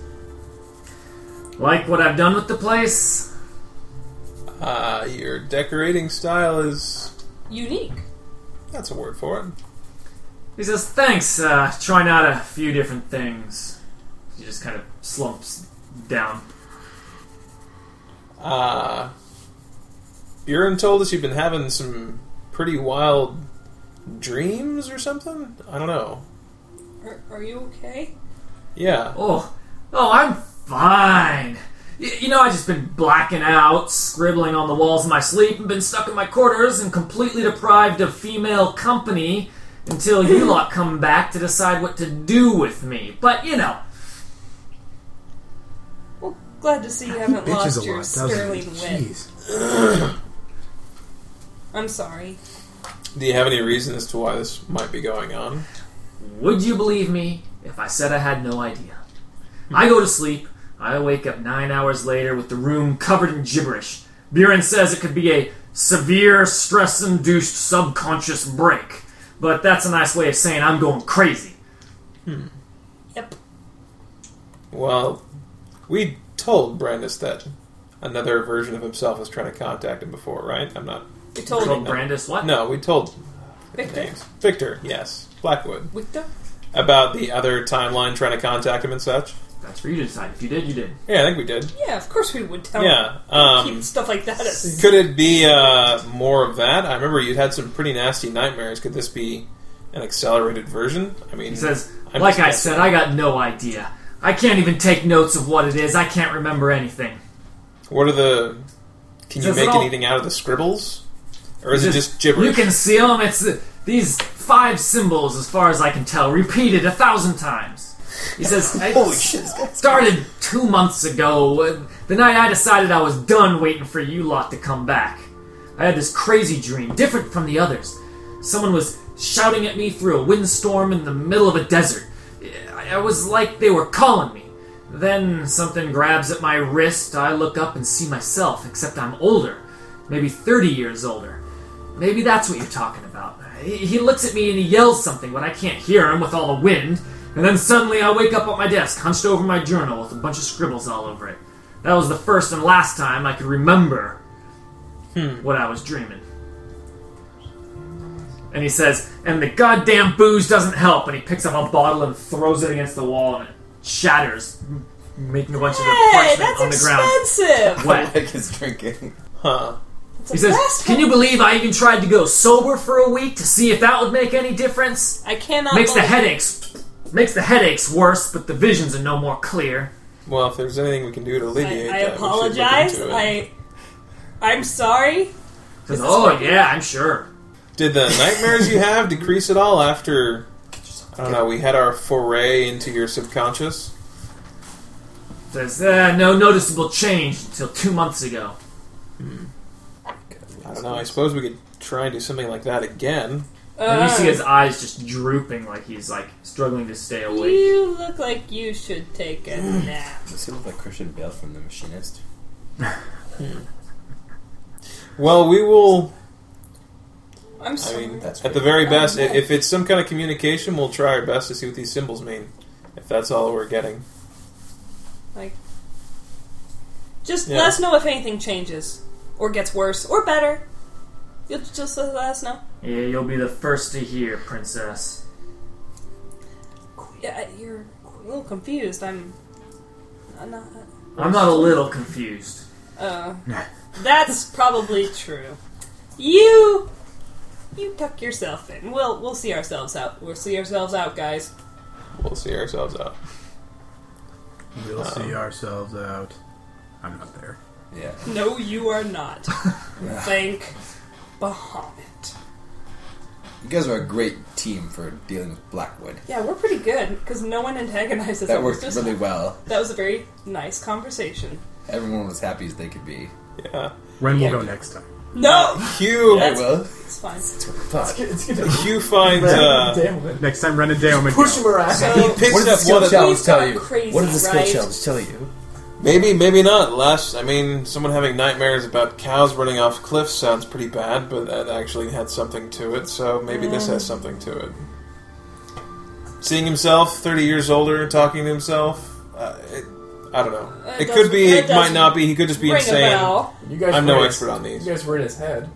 S3: Like what I've done with the place?
S8: Uh, your decorating style is.
S5: Unique.
S8: That's a word for it.
S3: He says, thanks, uh, trying out a few different things. He just kind of slumps down.
S8: Uh, Buren told us you've been having some pretty wild dreams or something? I don't know.
S5: Are, are you okay?
S8: Yeah.
S3: Oh, oh, I'm fine. Y- you know, I've just been blacking out, scribbling on the walls in my sleep, and been stuck in my quarters and completely deprived of female company until you lot come back to decide what to do with me. But, you know,
S5: Well, glad to see you haven't
S4: Bitches
S5: lost
S4: a
S5: your
S4: lot, doesn't he?
S5: sterling wit.
S4: Jeez.
S5: I'm sorry.
S8: Do you have any reason as to why this might be going on?
S3: Would you believe me if I said I had no idea? I go to sleep. I wake up nine hours later with the room covered in gibberish. Buren says it could be a severe stress induced subconscious break, but that's a nice way of saying I'm going crazy.
S5: Yep.
S8: Well, we told Brandis that another version of himself was trying to contact him before, right? I'm not.
S5: We told
S3: Told
S5: him.
S3: Brandis what?
S8: No, we told
S5: Victor.
S8: names. Victor, yes. Blackwood.
S5: Victor?
S8: About the other timeline trying to contact him and such?
S3: That's for you to decide. If you did, you did.
S8: Yeah, I think we did.
S5: Yeah, of course we would tell him.
S8: Yeah. Um,
S5: Oh. Keep stuff like that. At,
S8: could it be uh, more of that? I remember you had some pretty nasty nightmares. Could this be an accelerated version? I mean,
S3: He says,
S8: I'm
S3: like
S8: just
S3: I said, I got no idea. I can't even take notes of what it is. I can't remember anything.
S8: what are the? Can you
S3: Says it
S8: make
S3: all-
S8: anything out of the scribbles, or is it
S3: Just-
S8: just gibberish?
S3: You can see them. It's uh, these five symbols, as far as I can tell, repeated a thousand times. He says, "Holy shit!" Started two months ago. uh, The night I decided I was done waiting for you lot to come back. I had this crazy dream, different from the others. Someone was shouting at me through a windstorm in the middle of a desert. I I was like they were calling me. Then something grabs at my wrist. I look up and see myself, except I'm older. Maybe 30 years older. Maybe that's what you're talking about. He he looks at me and he yells something when I can't hear him with all the wind, and then suddenly I wake up at my desk, hunched over my journal with a bunch of scribbles all over it. That was the first and last time I could remember
S5: Hmm.
S3: what I was dreaming. And he says, and the goddamn booze doesn't help, and he picks up a bottle and throws it against the wall, and it shatters, m- making a bunch of the
S5: hey,
S3: parchment
S5: that's
S3: on the ground
S5: expensive.
S3: wet.
S16: Like his drinking.
S8: huh?
S5: It's
S3: He
S5: the
S3: says,
S5: best
S3: Can you believe I even tried to go sober for a week to see if that would make any difference?
S5: I cannot.
S3: Makes the
S5: believe-
S3: headaches makes the headaches worse, but the visions are no more clear.
S8: Well, if there's anything we can do to
S5: I,
S8: alleviate that,
S5: I
S8: we should look
S5: apologize.
S8: into it.
S5: I. I'm sorry.
S3: Says, oh yeah, I'm sure.
S8: Did the nightmares you have decrease at all after? I don't know. We had our foray into your subconscious.
S3: Says, uh, no noticeable change until two months ago.
S8: I don't know. I suppose we could try and do something like that again.
S3: And you see
S5: Uh,
S3: his eyes just drooping, like he's like struggling to stay awake.
S5: You look like you should take a
S3: Mm.
S5: nap.
S16: Does he look like Christian Bale from The Machinist?
S8: Well, we will.
S5: I'm
S8: I
S5: sorry.
S8: mean,
S16: That's
S8: at the very best, i- if it's some kind of communication, we'll try our best to see what these symbols mean. If that's all we're getting,
S5: Just
S8: Yeah.
S5: let us know if anything changes, or gets worse, or better. You'll just let us know.
S3: Yeah, you'll be the first to hear, princess.
S5: Yeah, I- you're a little confused. I'm. I'm not.
S3: I'm not a little confused.
S5: Uh, that's probably true. You. You tuck yourself in. We'll we'll see ourselves out. We'll see ourselves out, guys.
S8: We'll see ourselves out.
S4: We'll see ourselves out. I'm not there.
S16: Yeah.
S5: No, you are not. Thank Bahamut.
S16: You guys are a great team for dealing with Blackwood.
S5: Yeah, we're pretty good because no one antagonizes.
S16: That
S5: us.
S16: worked
S5: Just-
S16: really well.
S5: That was a very nice conversation.
S16: Everyone was happy as they could be.
S8: Yeah.
S4: Ren will go next time.
S5: No,
S8: Hugh,
S16: Hey, Will.
S5: it's fine.
S6: It's gonna be
S8: Hugh finds uh,
S6: damn it.
S4: Next time, Ren and Dale.
S6: Push him around.
S8: he
S16: What
S8: picks
S16: did the
S8: up one
S16: skill
S8: of the,
S16: challenge tell
S5: got
S16: you?
S5: crazy,
S16: what did the skill
S5: right?
S16: challenge tell you?
S8: maybe maybe not less. I mean, someone having nightmares about cows running off cliffs sounds pretty bad, but that actually had something to it. So maybe this has something to it. Seeing himself thirty years older, talking to himself. Uh, it, I don't know.
S5: It
S8: It, could be.
S5: doesn't- it
S8: It, might
S5: doesn't
S8: not be. He could just be
S5: Ring
S8: insane.
S5: a bell.
S6: You guys
S8: I'm
S6: were
S8: no
S6: in-
S8: expert on these.
S6: You guys were in his head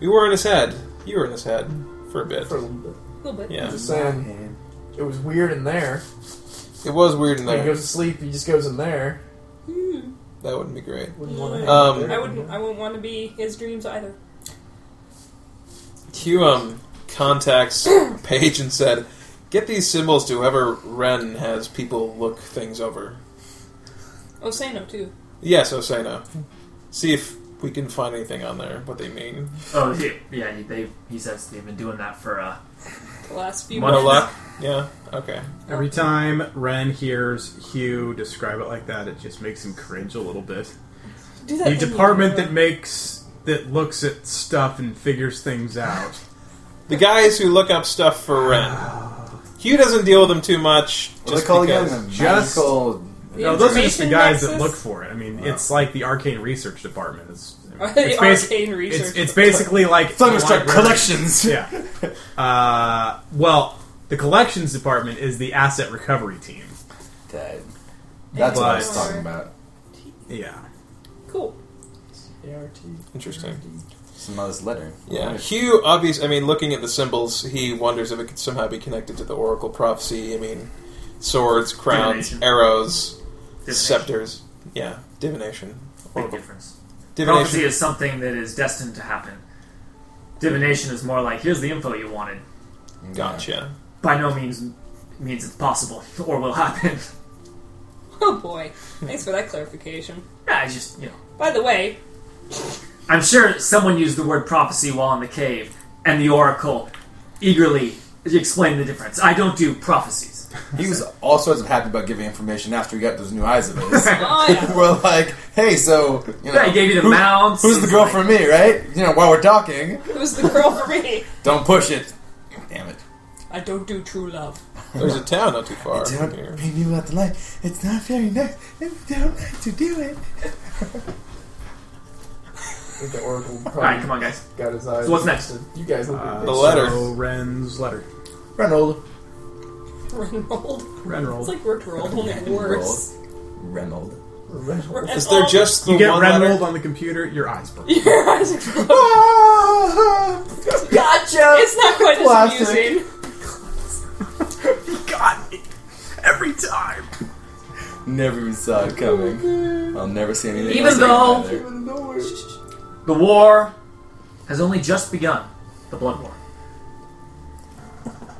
S8: We were in his head. You were in his head for a bit.
S6: for a little bit.
S5: A little bit.
S8: yeah,
S6: Just saying, it was weird in there.
S8: it was weird in
S6: When he
S8: there.
S6: goes to sleep, he just goes in there.
S5: Hmm.
S8: That wouldn't be great.
S6: Wouldn't want to
S8: Um,
S5: I wouldn't. I wouldn't want to be his dreams either.
S8: Q um, contacts Paige and said, "Get these symbols to whoever Ren has people look things over."
S5: Oh, say no too.
S8: Yes, Osana. See if we can find anything on there what they mean.
S3: Oh, he, yeah, he, they, he says they've been doing that for, uh,
S5: The last few.
S3: Well,
S8: No
S5: months.
S8: luck. Yeah. Okay.
S4: Every time Ren hears Hugh describe it like that, it just makes him cringe a little bit.
S5: Do that
S4: The
S5: thing you
S4: department
S5: do.
S4: that makes that looks at stuff and figures things out.
S8: The guys who look up stuff for Ren. Hugh doesn't deal with them too much.
S16: What do they
S8: Just
S16: call
S8: because.
S16: again?
S4: Just-
S16: Magical-
S5: The
S4: No, those are just the
S5: information
S4: guys that
S5: nexus?
S4: look for it. I mean, it's like the arcane research department. It's,
S5: Are they
S4: it's basi-
S5: arcane research
S4: It's, it's basically like
S2: Thunderstruck
S4: library.
S2: collections.
S4: Yeah. Uh, well, the collections department is the asset recovery team.
S16: Dead. That's what I was
S4: But-
S16: talking about.
S4: Yeah.
S5: Cool.
S6: ART.
S8: Interesting.
S16: Some of this letter.
S8: Yeah, Hugh. Obvious. I mean, looking at the symbols, he wonders if it could somehow be connected to the Oracle prophecy. I mean, swords, crowns,
S3: Divination.
S8: arrows,
S3: Divination.
S8: scepters. Yeah, divination.
S3: Big
S8: Oracle.
S3: difference.
S8: Divination.
S3: Prophecy is something that is destined to happen. Divination is more like, here's the info you wanted.
S8: Gotcha.
S3: By no means means it's possible or will happen.
S5: Oh boy. Thanks for that clarification.
S3: yeah, it's just, you know.
S5: By the way,
S3: I'm sure someone used the word prophecy while in the cave, and the oracle eagerly explained the difference. I don't do prophecies.
S2: He was all sorts of happy about giving information after he got those new eyes of his.
S5: oh yeah.
S2: We're like, hey, so you know,
S3: Yeah, he gave you the
S2: who-
S3: mounts.
S2: Who's the
S3: He's
S2: girl
S3: like-
S2: for me, right? You know, while we're talking,
S5: It was the girl for me.
S2: don't push it. Damn it.
S5: I don't do true love.
S8: There's a town not too far from
S2: Don't
S8: here.
S2: bring me out the light. It's not very nice. I don't like to do it.
S6: I think the Oracle
S3: All right,
S6: probably
S3: come on, guys.
S6: got his eyes.
S3: So what's next?
S6: So You guys look
S4: Uh,
S6: at
S8: The
S6: this.
S8: letter.
S4: So Ren's letter.
S2: Reynold.
S5: Renold.
S4: Ren
S5: It's
S4: rolled.
S5: like Rick Rolled, only worse.
S16: Reynold.
S8: Is there just the
S4: you get
S8: one
S4: Ren
S8: letter?
S4: rolled on the computer, your eyes burn.
S5: Your eyes explode.
S2: Ah!
S6: Gotcha!
S5: It's not quite as
S6: Classic.
S5: amusing.
S4: Got me. Every time.
S16: Never even saw it coming. I'll never see anything.
S3: Even
S16: else like
S3: though-
S16: that either.
S3: The war has only just begun. The Blood War.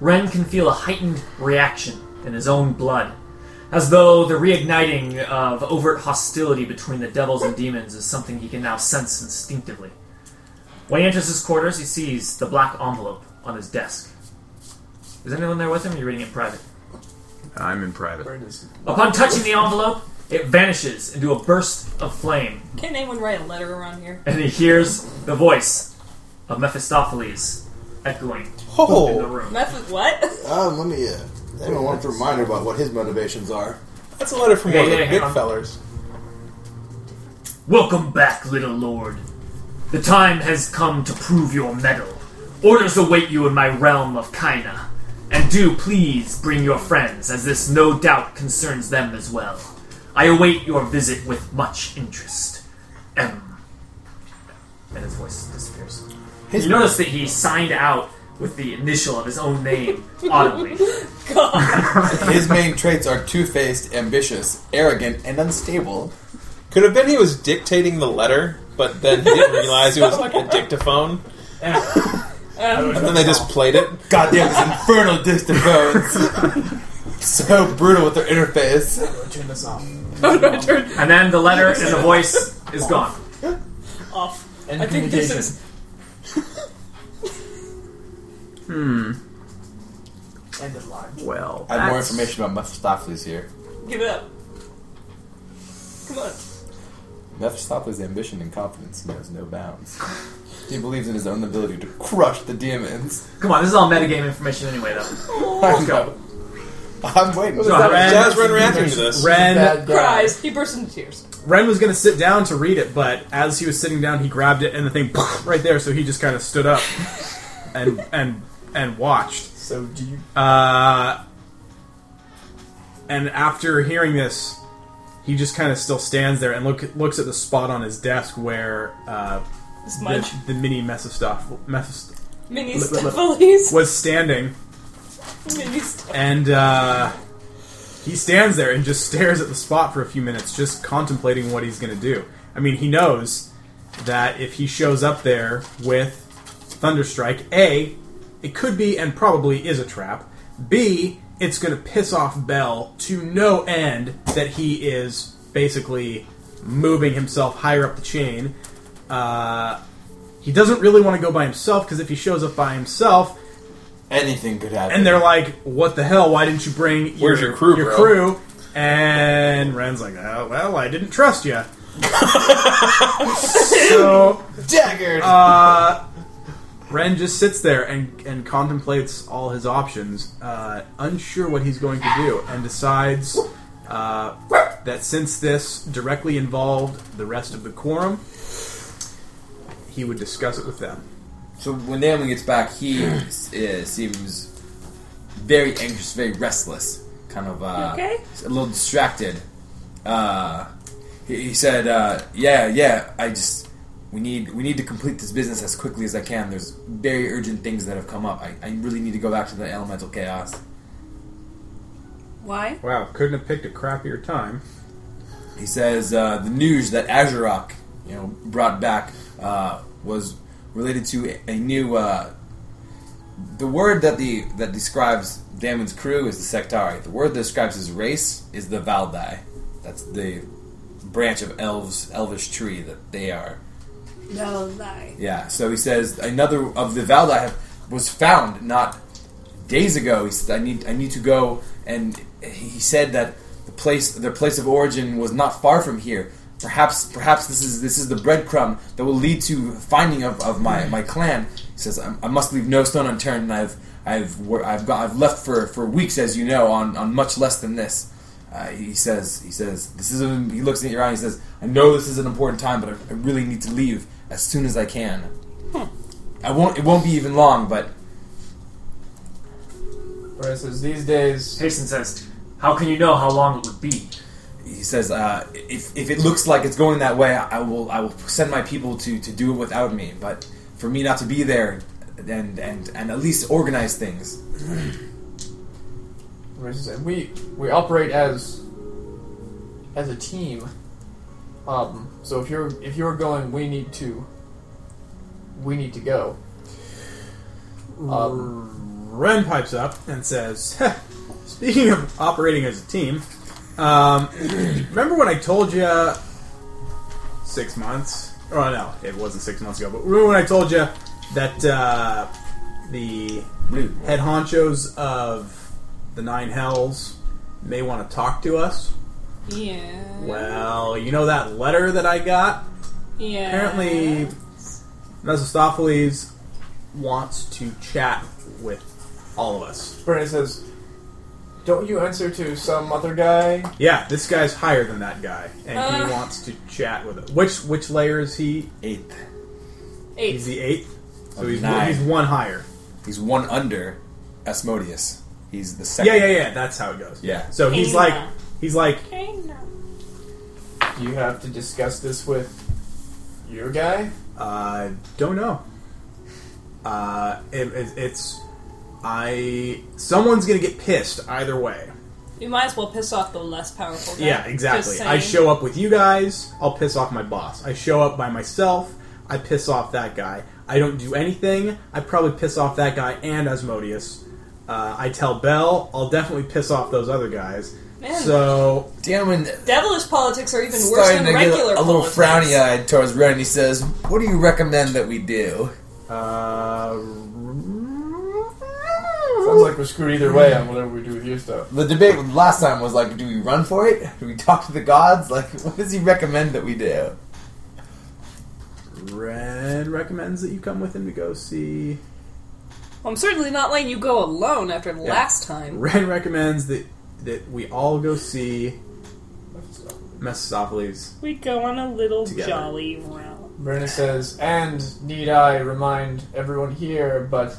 S3: Ren can feel a heightened reaction in his own blood, as though the reigniting of overt hostility between the devils and demons is something he can now sense instinctively. When he enters his quarters, he sees the black envelope on his desk. Is anyone there with him? You're reading it in private.
S4: I'm in private.
S6: Burn his-
S3: Upon touching the envelope, it vanishes into a burst of flame
S5: Can't anyone write a letter around here?
S3: and he hears the voice of Mephistopheles echoing in the
S17: Oh,
S3: room.
S5: Method what?
S17: um, let me. Uh, anyone wants a reminder about what his motivations are?
S8: That's a letter from
S3: Yeah,
S8: one
S3: yeah,
S8: of the
S3: hang
S8: big
S3: on.
S8: fellers.
S3: Welcome back, little lord. The time has come to prove your mettle. Orders await you in my realm of Kaina. And do please bring your friends, as this no doubt concerns them as well. I await your visit with much interest. M. And his voice disappears. you notice that he signed out with the initial of his own name audibly.
S2: His main traits are two faced, ambitious, arrogant, and unstable.
S8: Could have been he was dictating the letter, but then he didn't realize it was like a dictaphone,
S5: Um,
S8: and then they just played it.
S2: Goddamn, these infernal dictaphones. so brutal with their interface.
S6: Turn this off.
S5: oh, no, I turned
S3: And then the letter and the voice is gone.
S5: off. I think this is.
S6: End of line.
S4: Well,
S2: I have more
S4: that's-
S2: information about Mephistopheles here.
S5: Give it up. Come on.
S2: Mephistopheles' ambition and confidence knows no bounds. He believes in his own ability to crush the demons.
S3: Come on, this is all metagame information anyway, though.
S2: Let's
S3: go.
S2: I'm waiting.
S3: So,
S4: Ren,
S8: Jazz ran ran through this.
S4: Ren,
S6: Bad guy.
S5: Cries. He bursts into tears.
S4: Ren was going to sit down to read it, but as he was sitting down, he grabbed it and the thing right there. So he just kind of stood up and and and watched.
S6: So do you?
S4: Uh, and after hearing this, he just kind of still stands there and look looks at the spot on his desk where uh,
S5: This much.
S4: the, the mini Mephistoph- Mephist-
S5: Mini
S4: Look, look, look.
S5: Stepheles.
S4: was standing,
S5: Mini Steph-
S4: and uh, he stands there and just stares at the spot for a few minutes, just contemplating what he's going to do. I mean, he knows that if he shows up there with Thunderstrike, A, it could be and probably is a trap. B, it's going to piss off Bell to no end that he is basically moving himself higher up the chain. Uh, he doesn't really want to go by himself because if he shows up by himself,
S2: Anything could happen.
S4: and they're like, "What the hell? Why didn't you bring your,
S8: Where's your crew, bro?"
S4: Your crew?" And Ren's like, "Oh, well, I didn't trust you." so uh,
S2: daggered.
S4: Ren just sits there and and contemplates all his options, uh, unsure what he's going to do, and decides uh, that since this directly involved the rest of the quorum, he would discuss it with them.
S2: so when Namlin gets back, he uh, seems very anxious, very restless, kind of uh,
S5: You okay?
S2: a little distracted. Uh, he, he said, uh, "Yeah, yeah, I just we need we need to complete this business as quickly as I can. There's very urgent things that have come up. I, I really need to go back to the elemental chaos."
S5: Why?
S4: Wow, couldn't have picked a crappier time.
S2: He says uh, the news that Azurok, you know, brought back uh, was related to a, a new. Uh, the word that the that describes Damon's crew is the Sectari. The word that describes his race is the Valdai. That's the branch of elves, elvish tree that they are.
S5: No lie.
S2: Yeah. So he says another of the Valdai have, was found not days ago. He said, "I need, I need to go." And he he said that the place, their place of origin, was not far from here. Perhaps, perhaps this is this is the breadcrumb that will lead to finding of, of my, my clan. He says, I, "I must leave no stone unturned." And I've I've wor- I've got I've left for, for weeks, as you know, on, on much less than this. Uh, he says he says this is a, he looks at your eye. and He says, "I know this is an important time, but I, I really need to leave as soon as I can."
S3: Hmm.
S2: I won't. It won't be even long, but
S6: Brian says these days.
S3: Payson says, How can you know how long it would be?
S2: he says, uh, if, if it looks like it's going that way, I will I will send my people to, to do it without me. But for me not to be there and and, and at least organize things.
S6: Brian says we we operate as as a team. Um. So if you're if you're going, we need to. We need to go. Um.
S4: Ren pipes up and says, "Heh, "Speaking of operating as a team, um, remember when I told you six months? Oh no, it wasn't six months ago. But remember when I told you that uh, the head honchos of the Nine Hells may want to talk to us?
S5: Yeah.
S4: Well, you know that letter that I got.
S5: Yeah.
S4: Apparently, Mesostopheles wants to chat with all of us."
S6: Brian says, don't you answer to some other guy?
S4: Yeah, this guy's higher than that guy, and
S5: Uh.
S4: he wants to chat with him. Which which layer is he?
S2: Eighth.
S4: He's
S5: Eight.
S4: the eighth, so
S2: Of
S4: he's
S2: nine.
S4: he's one higher.
S2: He's one under Asmodeus. He's the second.
S4: Yeah, yeah, yeah. That's how it goes.
S2: Yeah.
S4: So he's
S5: Yeah.
S4: like he's like
S5: Okay, no.
S6: You have to discuss this with your guy.
S4: I don't uh, know. Uh, it, it, it's I. Someone's gonna get pissed either way.
S5: You might as well piss off the less powerful guy.
S4: Yeah, exactly.
S5: Just
S4: I
S5: saying.
S4: show up with you guys, I'll piss off my boss. I show up by myself, I piss off that guy. I don't do anything, I probably piss off that guy and Asmodeus. Uh, I tell Bell, I'll definitely piss off those other guys.
S5: Man.
S4: So,
S2: Damn, when
S5: Devilish politics are even worse
S2: starting
S5: than
S2: to get
S5: regular
S2: a little
S5: politics.
S2: frowny
S4: uh,
S2: eyed towards Ren, he says, "What do you recommend that we do?"
S4: uh,
S6: Sounds like we're screwed either way on whatever we do with your stuff.
S2: The debate last time was like, do we run for it? Do we talk to the gods? Like, what does he recommend that we do?
S4: Red recommends that you come with him to go see.
S5: I'm certainly not letting you go alone after the last time.
S4: Red recommends that that we all go see Mephistopheles.
S5: We go on a little
S4: Together.
S5: jolly round.
S6: Myrna says, and need I remind everyone here, but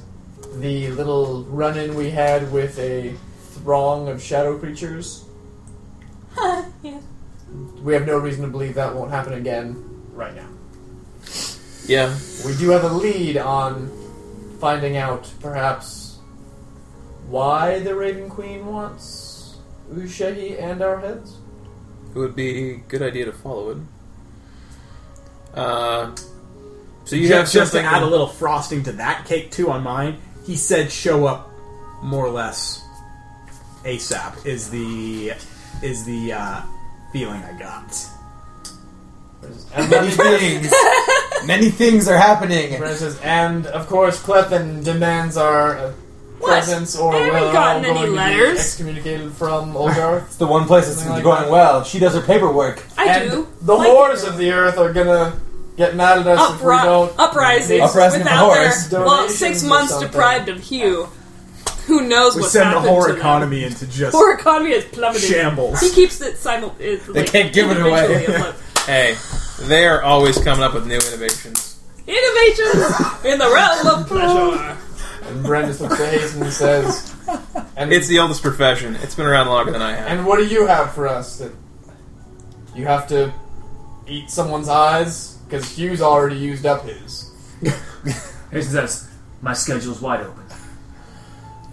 S6: the little run in we had with a throng of shadow creatures,
S5: yeah.
S6: we have no reason to believe that won't happen again right now.
S7: Yeah.
S6: We do have a lead on finding out, perhaps, why the Raven Queen wants Ushehi and our heads.
S7: It would be a good idea to follow it. Uh, so you
S4: just,
S7: have
S4: just to
S7: something.
S4: add a little frosting to that cake too on mine. He said, "Show up, more or less, ASAP." Is the is the uh, feeling I got?
S6: And let me
S2: Things. Many things are happening.
S6: Brandon says, and of course, Clefin demands our uh,
S5: What?
S6: presence, or
S5: I haven't
S6: we're all
S5: gotten
S6: going
S5: any
S6: to be
S5: letters.
S6: excommunicated from Olgarth.
S2: It's the one place that's
S6: Something like
S2: going
S6: that.
S2: well. She does her paperwork.
S5: I
S6: and
S5: do.
S6: The
S5: Like-
S6: horrors of the earth are gonna get mad at us if we
S5: Upri-
S6: don't.
S5: uprisings
S2: Uprising of
S5: without
S2: horse.
S5: their well, six
S6: Donations or
S5: months
S6: something.
S5: deprived of Hugh. Who knows
S4: We
S5: what's
S4: send the
S5: happened
S4: whole
S5: to them.
S4: economy into just
S5: Poor economy is plummeted.
S4: shambles.
S5: He keeps it simul- is, like,
S2: can't give it away.
S5: individually afloat.
S7: hey, they are always coming up with new innovations.
S5: Innovations in the realm of pleasure.
S6: And Brandon looks at Hazen and says, and,
S7: It's the oldest profession. It's been around longer than I have.
S6: and what do you have for us? That you have to eat someone's eyes? Because Hugh's already used up his.
S3: Harrison says, My schedule's wide open.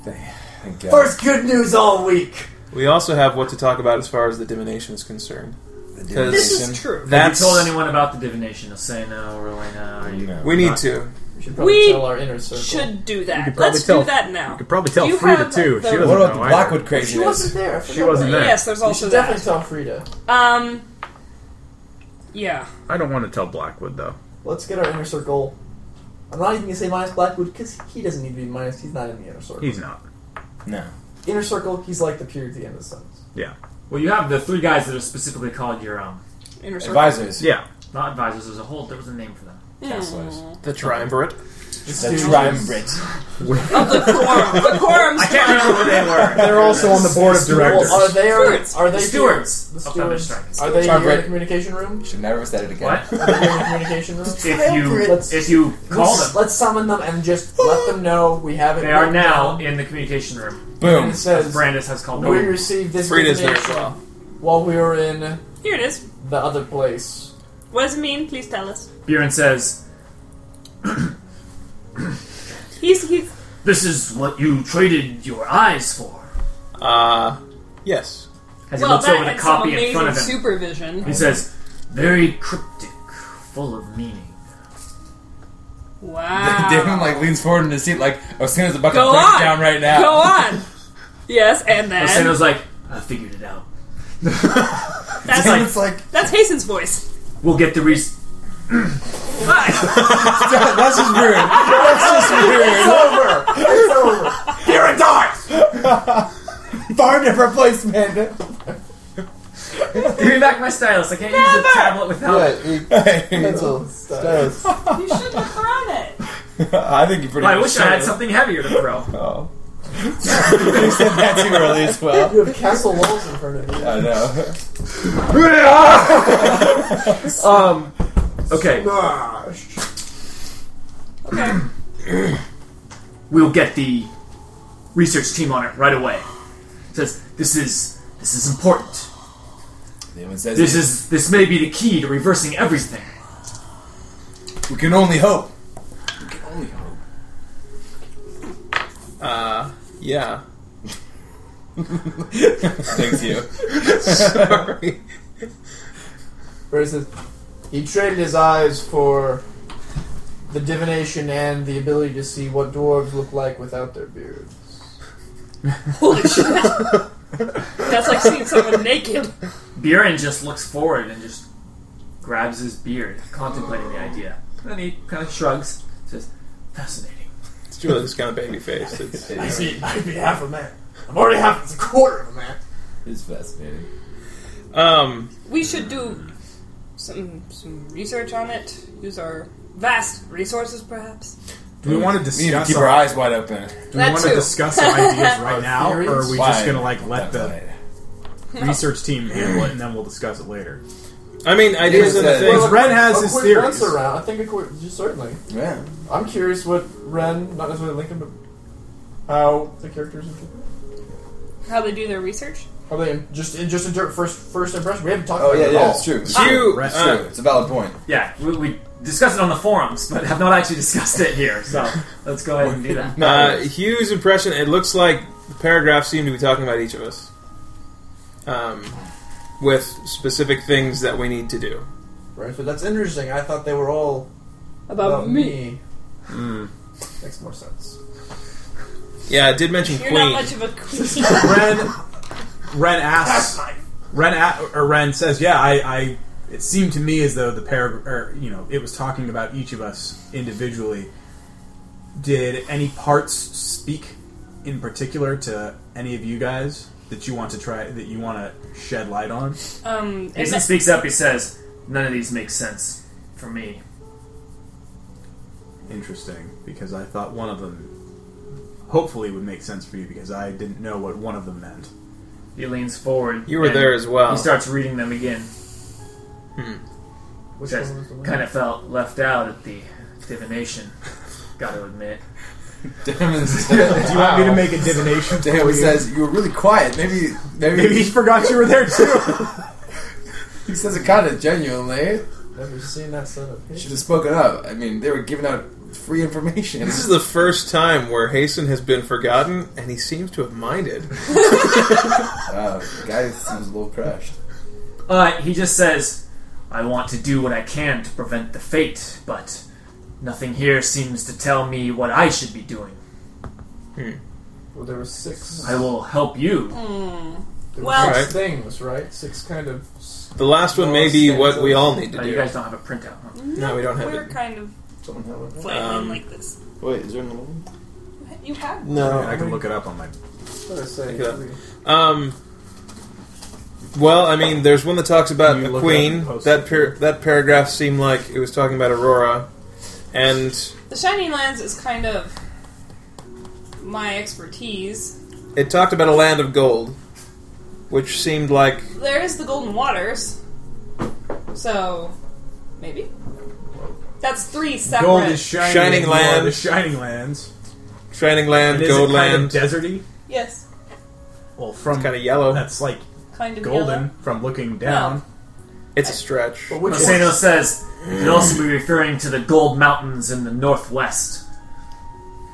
S2: Thank God.
S6: First good news all week!
S7: We also have what to talk about as far as the divination is concerned. Because
S5: This is true.
S7: That's
S3: Have you told anyone about the divination? Asena, Orlena, or you know.
S7: we need to.
S6: We should probably
S5: We
S6: tell our inner circle.
S5: Should do that.
S4: probably
S5: Let's
S4: tell-
S5: do that now.
S4: could probably tell
S5: You
S4: Frida
S5: have
S4: too.
S5: the-
S4: she doesn't
S2: What about
S4: know
S2: the
S4: either.
S2: Blackwood
S6: She
S2: craziness?
S6: wasn't there. I
S4: She
S6: forgot
S4: wasn't there.
S5: Yes, there's
S6: We
S5: also
S6: should
S5: that.
S6: definitely tell Frida.
S5: Um, yeah.
S4: I don't want to tell Blackwood though.
S6: Let's get our inner circle. I'm not even gonna say minus Blackwood because he doesn't need to be minus. He's not in the inner circle.
S4: He's not.
S2: No.
S6: inner circle. He's like the period at the end of the sentence.
S3: Well, you have the three guys that are specifically called your, um,
S5: Inner circle.
S2: Advisors.
S4: Yeah,
S3: not advisors, there's a whole, there was a name for them.
S5: Mm.
S7: The triumvirate.
S2: The triumvirate.
S5: Of the quorum. The quorum's
S3: I can't remember what they were.
S4: they're also on the board of directors.
S6: Well, are they? Are,
S5: Stewards.
S6: are they
S3: The
S6: here-
S3: stewards.
S6: The
S3: of Thunder
S6: stewards.
S3: Strike.
S6: Are they here in the
S2: Triumvirate.
S6: communication room?
S2: Should never have said it again.
S6: Are
S3: What?
S6: they here in the communication room?
S3: If you,
S6: Let's-
S3: if you call
S6: let's,
S3: them,
S6: let's summon them and just let them know we have it.
S3: they are
S6: written
S3: now
S6: down.
S3: in the communication room.
S6: And
S2: Boom.
S6: it says
S3: Brandis has called
S6: we
S3: them.
S6: received this
S7: Frida's there as
S6: information
S7: well.
S6: while we were in
S5: Here it is.
S6: the other place.
S5: What does it mean? Please tell us.
S3: Buren says,
S5: He's he's
S3: This is what you traded your eyes for.
S7: Uh, yes.
S3: As he
S5: well.
S3: looks over
S5: That
S3: the
S5: had some
S3: copy in front
S5: amazing
S3: of him,
S5: supervision.
S3: he says, Very cryptic, full of meaning.
S5: Wow.
S2: Damon like leans forward in his seat, like as soon as about
S5: Go
S2: to break
S5: on.
S2: down right now.
S5: Go on. Yes, and then
S3: Asena was like, I figured it out.
S5: that's
S2: And it's like
S5: that's Hasten's voice.
S3: We'll get the reason.
S5: Bye.
S2: that's just rude. That's just rude.
S6: Over. It's over.
S2: You're a dart. Barnum replacement.
S3: Give me back my stylus. I can't use the tablet without it.
S6: Pencil. Stylus.
S5: you shouldn't have thrown it.
S2: I think you pretty.
S3: I
S2: much
S3: wish I had something heavier to throw.
S2: Oh. you said that too early as well.
S6: You have castle walls in front of you.
S2: I know.
S3: Um, okay,
S6: Gosh.
S5: Okay.
S3: we'll get the research team on it right away. Says this is this is important.
S2: Damon says
S3: This is this may be the key to reversing everything.
S2: We can only hope. We can only hope.
S8: Uh, yeah.
S2: Thanks, you.
S8: Sorry.
S6: Where it says, he traded his eyes for the divination and the ability to see what dwarves look like without their beards.
S5: Holy shit. That's like seeing someone naked.
S3: Buren just looks forward and just grabs his beard, contemplating the idea. And then he kind of shrugs, says, "Fascinating."
S8: It's Julia this kind of baby face. It's,
S6: I see. I'd be half a man. I'm already half. It's a quarter of a man.
S16: It's fascinating.
S8: um,
S5: We should do some some research on it. Use our vast resources, perhaps.
S4: Do we want to
S2: We need to
S4: discuss
S2: keep our eyes wide open.
S4: Do we
S5: That
S4: want to
S5: too.
S4: discuss our ideas right now, or are we
S2: Why?
S4: just going to like let the
S2: That's right.
S4: research team handle it and then we'll discuss it later?
S8: I mean, ideas and the
S2: it's a-
S8: things.
S4: Because Ren has
S6: a
S4: his
S6: quick
S4: theories.
S6: once around. I think a quick, just certainly.
S2: Yeah.
S6: I'm curious what Ren, not necessarily Lincoln, but how the characters interpret.
S5: How they do their research?
S6: How they in- just in, just interpret first first impression. We haven't talked
S2: Oh
S6: about
S2: yeah,
S6: it
S2: yeah,
S6: at
S2: it's true. It's
S8: You,
S4: Rest
S8: uh,
S2: true. It's a valid point.
S3: Yeah, we, we discussed it on the forums, but have not actually discussed it here. So let's go ahead and do that.
S8: Uh, Hugh's impression. It looks like the paragraphs seem to be talking about each of us, um, with specific things that we need to do.
S6: all. Right, so that's interesting. I thought they were all
S5: About,
S2: Hmm.
S6: Makes more sense.
S8: Yeah, I did mention
S5: You're
S8: Queen.
S5: not much of a queen.
S4: Ren, Ren asks, Ren a- or Ren says, "Yeah, I, I." It seemed to me as though the pair, or, you know, it was talking about each of us individually. Did any parts speak in particular to any of you guys that you want to try that you want to shed light on?
S5: um, it
S3: Mason
S5: ma-
S3: speaks up. He says, "None of these make sense for me."
S4: Interesting, because I thought one of them hopefully would make sense for you because I didn't know what one of them meant.
S3: He leans forward.
S8: You were
S3: and
S8: there as well. Hmm.
S3: He starts reading them again.
S6: Which
S3: Says,
S6: one was the one?
S3: kind of felt left out at the divination. Got to admit.
S2: Damon
S4: Do you want me to make a divination? for you?
S2: says you were really quiet. Maybe, maybe,
S4: Maybe he forgot you were there too.
S2: he says it kind of genuinely.
S6: Never seen that set of
S2: Should have spoken up. I mean, they were giving out free information.
S8: This is the first time where Hasten has been forgotten, and he seems to have minded.
S2: uh, guy seems a little crashed.
S3: Uh, he just says, I want to do what I can to prevent the fate, but nothing here seems to tell me what I should be doing.
S8: Hmm.
S6: Well, there were six.
S3: I will help you.
S6: There were
S5: Well-
S6: six things, right? Six kind of. s-
S8: The last one may be what we all need to
S3: Uh, you
S8: do.
S3: guys don't have a printout. huh?
S8: No, we don't have
S5: We're
S8: it.
S5: kind of
S6: Someone had one.
S5: flailing
S8: Um,
S5: like this.
S17: Wait, is there another one?
S5: You have
S4: I
S8: No.
S4: can look it up on my.
S6: What did I say?
S8: Look it up. Um. Well, I mean, there's one that talks about
S4: You
S8: a
S4: look up
S8: queen.
S4: and post
S8: That
S4: it.
S8: par- that paragraph seemed like it was talking about Aurora, and
S5: the Shining Lands is kind of my expertise.
S8: it talked about a land of gold, which seemed like
S5: There is the Golden Waters, so maybe that's three separate.
S4: Gold is shining.
S8: Shining
S4: Lord
S8: land.
S4: is shining lands.
S8: shining land,
S4: And is it
S8: gold
S4: kind
S8: land,
S4: of deserty?
S5: yes,
S4: Well, from
S8: kind of yellow.
S4: that's like
S5: kind of
S4: golden
S5: yellow.
S4: from looking down.
S8: It's a stretch.
S6: But which one?
S3: Moseno says, you could also be referring to the gold mountains in the northwest.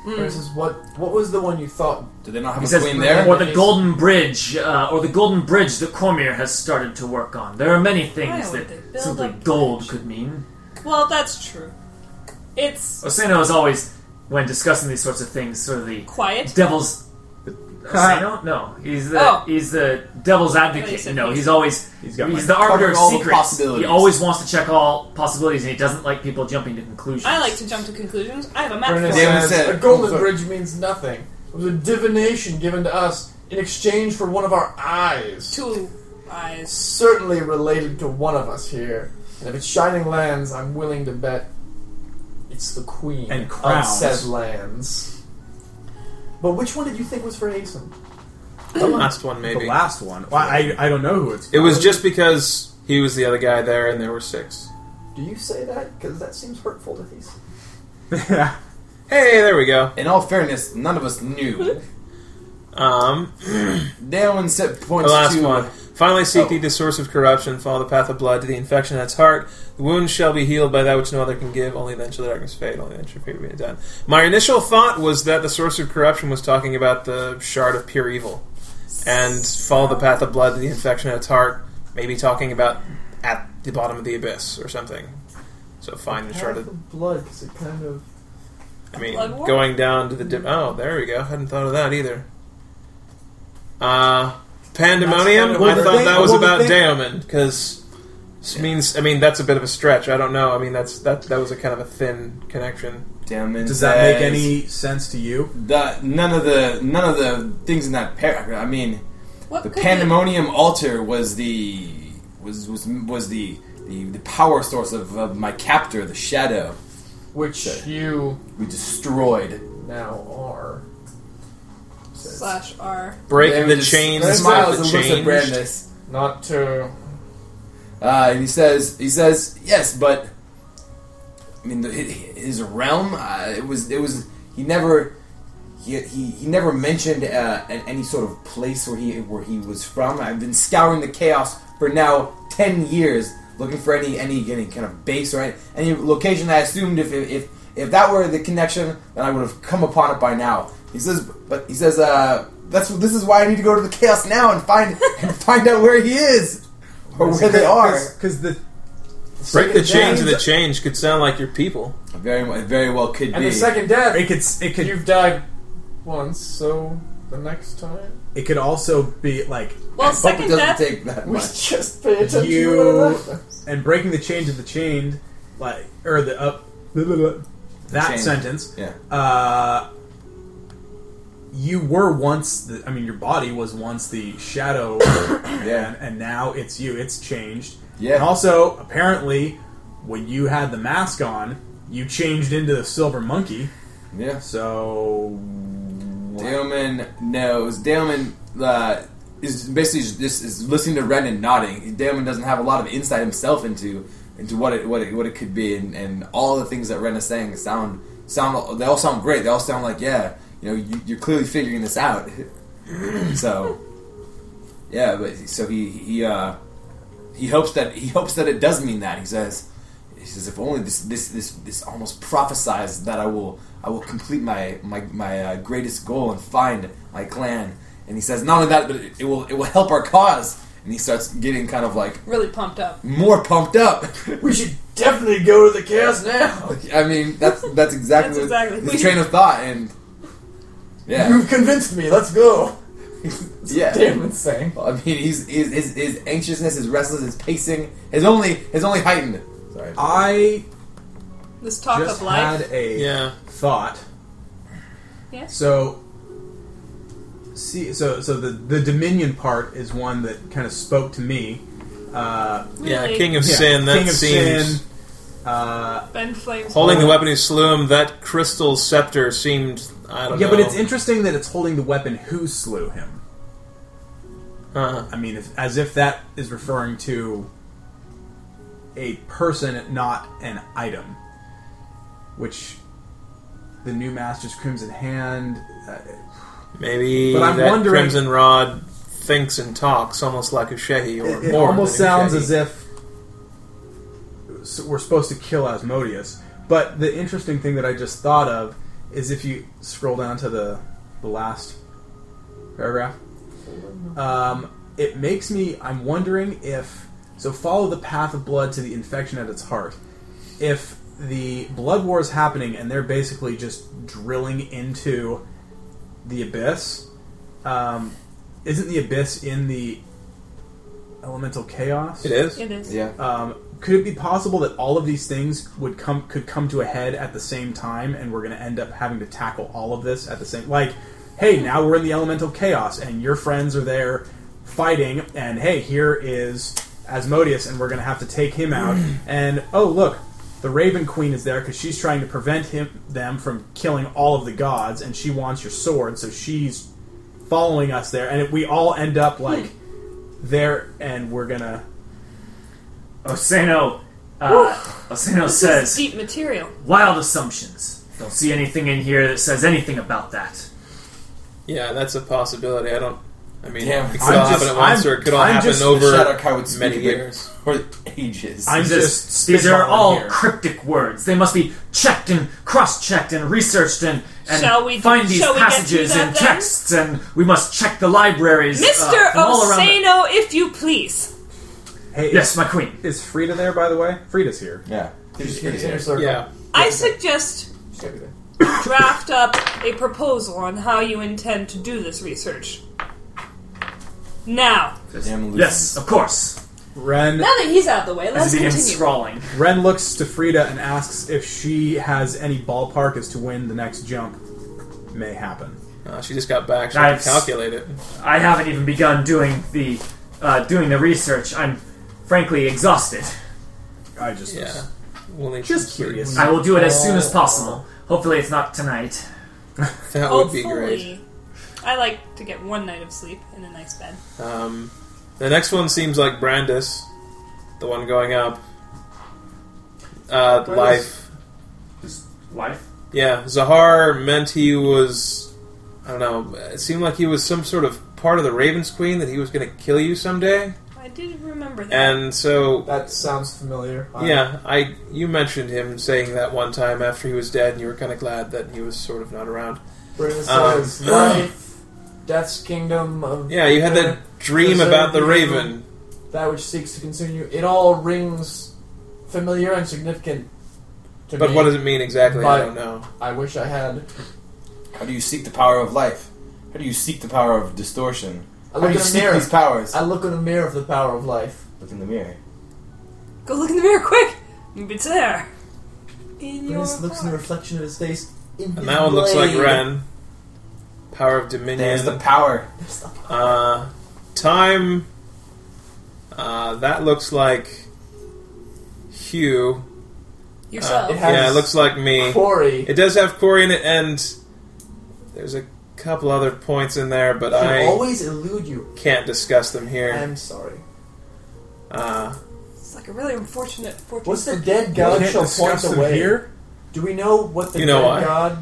S6: Versus what? What was the one you thought?
S2: Did they not have
S3: He
S2: a
S3: says,
S2: queen there?
S3: or the golden bridge, uh, or the golden bridge that Cormier has started to work on. There are many things
S5: would they
S3: that
S5: build
S3: simply
S5: a bridge?
S3: gold could mean.
S5: Well, that's true. It's
S3: Oseno is always, when discussing these sorts of things, sort of the
S5: quiet.
S3: devil's. Oseno? No, he's the
S5: Oh.
S3: he's the devil's
S5: I thought you
S3: advocate.
S5: said
S3: No,
S5: he's-
S3: he's always
S4: He's
S3: he's,
S4: got my-
S3: the arbiter
S2: Covering
S3: of
S2: all the
S3: secrets. He
S2: possibilities.
S3: always wants to check all possibilities, and he doesn't like people jumping to conclusions.
S5: I like to jump to conclusions. I have a map.
S6: Ernest
S5: for it.
S2: Damon
S6: says,
S2: said-
S6: a golden
S2: Oh, sorry.
S6: bridge means nothing. It was a divination given to us in exchange for one of our eyes.
S5: Two eyes.
S6: certainly related to one of us here. And if it's Shining Lands, I'm willing to bet it's the Queen
S4: And
S6: of
S4: crowns.
S6: said lands. But which one did you think was for Aeson?
S8: The last one,
S4: The
S8: maybe.
S4: last one. Well, I I don't know who it's.
S8: It was just because he was the other guy there, and there were six.
S6: Do you say that? Because that seems hurtful to these.
S4: yeah.
S8: Hey, there we go.
S2: In all fairness, none of us knew.
S8: Um,
S2: Down set points
S8: the last
S2: to Oh.
S8: one. Finally, seek thee the source of corruption, follow the path of blood to the infection at its heart. The wound shall be healed by that which no other can give. Only then shall the darkness fade. Only then shall fear be done. My initial thought was that the source of corruption was talking about the shard of pure evil, and follow the path of blood to the infection at its heart. Maybe talking about at the bottom of the abyss or something. So find the shard of.
S14: blood because it kind of.
S8: I mean,
S5: Blood war?
S8: going down to the dim. Oh, there we go. Hadn't thought of that either. Uh, pandemonium.
S2: Well, the
S8: I thought
S2: thing-
S8: that was
S2: well, the
S8: about
S2: thing-
S8: Daemon because means. I mean, that's a bit of a stretch. I don't know. I mean, that's that. That was a kind of a thin connection.
S2: Damn it.
S4: Does that make
S2: says-
S4: any sense to you?
S2: The, none of the none of the things in that paragraph. I mean,
S5: What
S2: the
S5: could
S2: pandemonium altar was the was was was the the, the power source of, of my captor, the shadow.
S6: Which you
S2: We destroyed.
S6: now are.
S5: slash R?
S8: Breaking
S2: Damon
S8: the
S2: just-
S8: chains
S2: Damon
S8: of
S2: smiles
S8: the
S2: and looks at
S8: change.
S2: Brandis.
S6: Not to.
S2: Uh, and he says, he says, yes, but I mean, the, his realm. Uh, it was, it was. He never, he, he, he never mentioned uh, an- any sort of place where he where he was from. I've been scouring the chaos for now ten years, looking for any any, any kind of base or any, any location. I assumed if, if if that were the connection, then I would have come upon it by now. He says, but he says, uh, that's this is why I need to go to the chaos now and find and find out where he is or where they are.
S4: Because the
S8: Break the chains
S4: death.
S8: of the change could sound like your people.
S2: Very, mu- very well could
S6: And
S2: be.
S6: the second death,
S4: it could it could
S6: you've died once, so the next time.
S4: it could also be like
S5: Well,
S2: I hope it
S5: second
S2: doesn't
S5: death.
S2: take that
S6: We
S2: much.
S6: just pay attention to
S4: you
S6: what happened.
S4: and breaking the chains of the chained, like or the up blah, blah, blah, that
S2: Chained.
S4: sentence.
S2: Yeah.
S4: Uh, you were once. The, I mean, your body was once the shadow,
S2: Yeah.
S4: man, and now it's you. It's changed.
S2: Yeah.
S4: And also, apparently, when you had the mask on, you changed into the silver monkey.
S2: Yeah.
S4: So
S2: Daemon knows. Daemon uh, is basically just is listening to Ren and nodding. Daemon doesn't have a lot of insight himself into into what it what it, what it could be, and, and all the things that Ren is saying sound sound. They all sound great. They all sound like yeah, you know, you, you're clearly figuring this out. so, yeah, but so he he uh, he hopes that he hopes that it does mean that he says. He says, "If only this this this this almost prophesies that I will I will complete my my my uh, greatest goal and find my clan." And he says, "Not only that, but it, it will it will help our cause." And he starts getting kind of like
S5: Really pumped up.
S2: more pumped up.
S6: We should definitely go to the chaos now.
S2: I mean, that's that's exactly
S5: That's exactly-
S2: the train of thought, and yeah,
S6: You've convinced me. Let's go.
S2: yeah.
S6: Damon's saying.
S2: I mean, he's, he's his his anxiousness, his restlessness, his pacing, his only his only heightened. Sorry,
S4: I
S5: This talk
S4: just
S5: of life.
S4: had a
S8: Yeah.
S4: thought.
S5: Yes.
S4: So, see, so so the the Dominion part is one that kind of spoke to me. Uh,
S8: Yeah,
S5: Really?
S8: King of
S4: yeah,
S8: Sin. That
S4: King of
S8: seems
S4: Sin. Uh,
S5: Ben Flames.
S8: holding the weapon who slew him. That crystal scepter seemed. I don't
S4: yeah,
S8: know.
S4: but it's interesting that it's holding the weapon who slew him.
S8: Uh,
S4: I mean, if, as if that is referring to a person, not an item. Which the new Master's Crimson Hand. Uh,
S8: Maybe
S4: But I'm
S8: that
S4: wondering-
S8: Crimson Rod thinks and talks almost like a Shehi or
S4: it it
S8: more.
S4: almost
S8: than a
S4: sounds
S8: Shehi.
S4: as if s- we're supposed to kill Asmodeus. But the interesting thing that I just thought of is if you scroll down to the, the last paragraph, um, it makes me. I'm wondering if. So follow the path of blood to the infection at its heart. If the blood war is happening and they're basically just drilling into the abyss, um, isn't the abyss in the elemental chaos?
S8: it is.
S5: It is.
S2: yeah,
S4: Um, could it be possible that all of these things would come could come to a head at the same time, and we're going to end up having to tackle all of this at the same? Like, hey, now we're in the elemental chaos, and your friends are there fighting, and hey, here is Asmodeus, and we're going to have to take him out. and oh, look, the Raven Queen is there because she's trying to prevent him them from killing all of the gods, and she wants your sword, so she's following us there, and we all end up like there, and we're gonna.
S3: Osano, uh, Osano
S5: This is
S3: says,
S5: deep material.
S3: wild assumptions. Don't see anything in here that says anything about that.
S8: Yeah, that's a possibility. I don't. I mean,
S2: Damn,
S8: it could
S2: I'm
S8: all
S2: just-
S8: happen at once,
S2: I'm-
S8: or it could all
S2: I'm
S8: happen
S2: just
S8: over
S2: Shadow Kai would speak
S8: many
S2: with-
S8: years.
S2: for ages.
S4: I'm just
S10: These are
S4: spitballing
S10: all
S4: here.
S10: cryptic words. They must be checked and cross-checked and researched and, and
S5: Shall we-
S10: find these
S5: shall we get to
S10: passages
S5: that
S10: and
S5: then?
S10: texts and we must check the libraries.
S5: Mr.
S10: Uh, from all around the-
S5: Osano, if you please.
S4: Hey,
S10: yes, my queen.
S4: Is Frida there, by the way? Frida's here.
S2: Yeah.
S8: Yeah,
S5: I suggest draft up a proposal on how you intend to do this research. Now.
S2: Damn
S10: Yes, of course.
S4: Ren
S5: Now that he's out of the way,
S10: As
S5: let's
S10: he begins
S5: continue.
S10: scrawling.
S4: Ren looks to Frida and asks if she has any ballpark as to when the next jump may happen.
S8: Uh, she just got back. She
S10: I've
S8: can calculate it.
S10: I haven't even begun doing the uh, doing the research. I'm frankly exhausted.
S4: I just
S8: Yeah, we'll need
S4: just
S8: some sleep.
S4: curious.
S10: I will do it as soon as possible. Hopefully, it's not tonight.
S8: That would be great.
S5: Hopefully. I like to get one night of sleep in a nice bed.
S8: Um, the next one seems like Brandis, the one going up. Uh, life.
S10: Life.
S8: Yeah, Zahar meant he was. I don't know. It seemed like he was some sort of part of the Raven's Queen that he was going to kill you someday.
S5: I did remember that.
S8: And so
S6: That sounds familiar. I-
S8: Yeah, I you mentioned him saying that one time after he was dead, and you were kind of glad that he was sort of not around.
S6: Brandon
S8: Um,
S6: says, life, death's kingdom of
S8: Yeah, you had that dream
S6: Preserve
S8: about the
S6: the
S8: raven.
S6: that which seeks to consume you. It all rings familiar and significant. To
S8: But
S6: me.
S8: what does it mean exactly? I
S6: But-
S8: don't know.
S6: I wish I had.
S2: How do you seek the power of life? How do you seek the power of distortion?
S6: I
S2: How do
S6: look
S2: you
S6: in a
S2: seek
S6: mirror.
S2: these powers?
S6: I look in a mirror of the power of life.
S2: Look in the mirror.
S5: Go look in the mirror quick! It's there. In your
S6: Brandon looks in the
S5: heart.
S6: reflection of his face. In his
S8: And that one looks like
S6: blade.
S8: Ren. Power of
S2: There's the
S8: Dominion.
S2: power.
S8: Uh, time. Uh, that looks like Hugh.
S5: Yourself.
S6: It has
S8: Uh, Yeah, it looks like me.
S6: Corey.
S8: It does have Corey in it, and there's a couple other points in there, but I
S6: He'll always elude you.
S8: can't discuss them here.
S6: I'm sorry.
S8: Uh,
S5: it's like a really unfortunate fortune.
S6: What's the dead god
S4: Can't
S6: shall point
S4: discuss them
S6: away?
S4: here.
S6: Do we know what the
S8: You know
S6: dead
S8: why.
S6: god?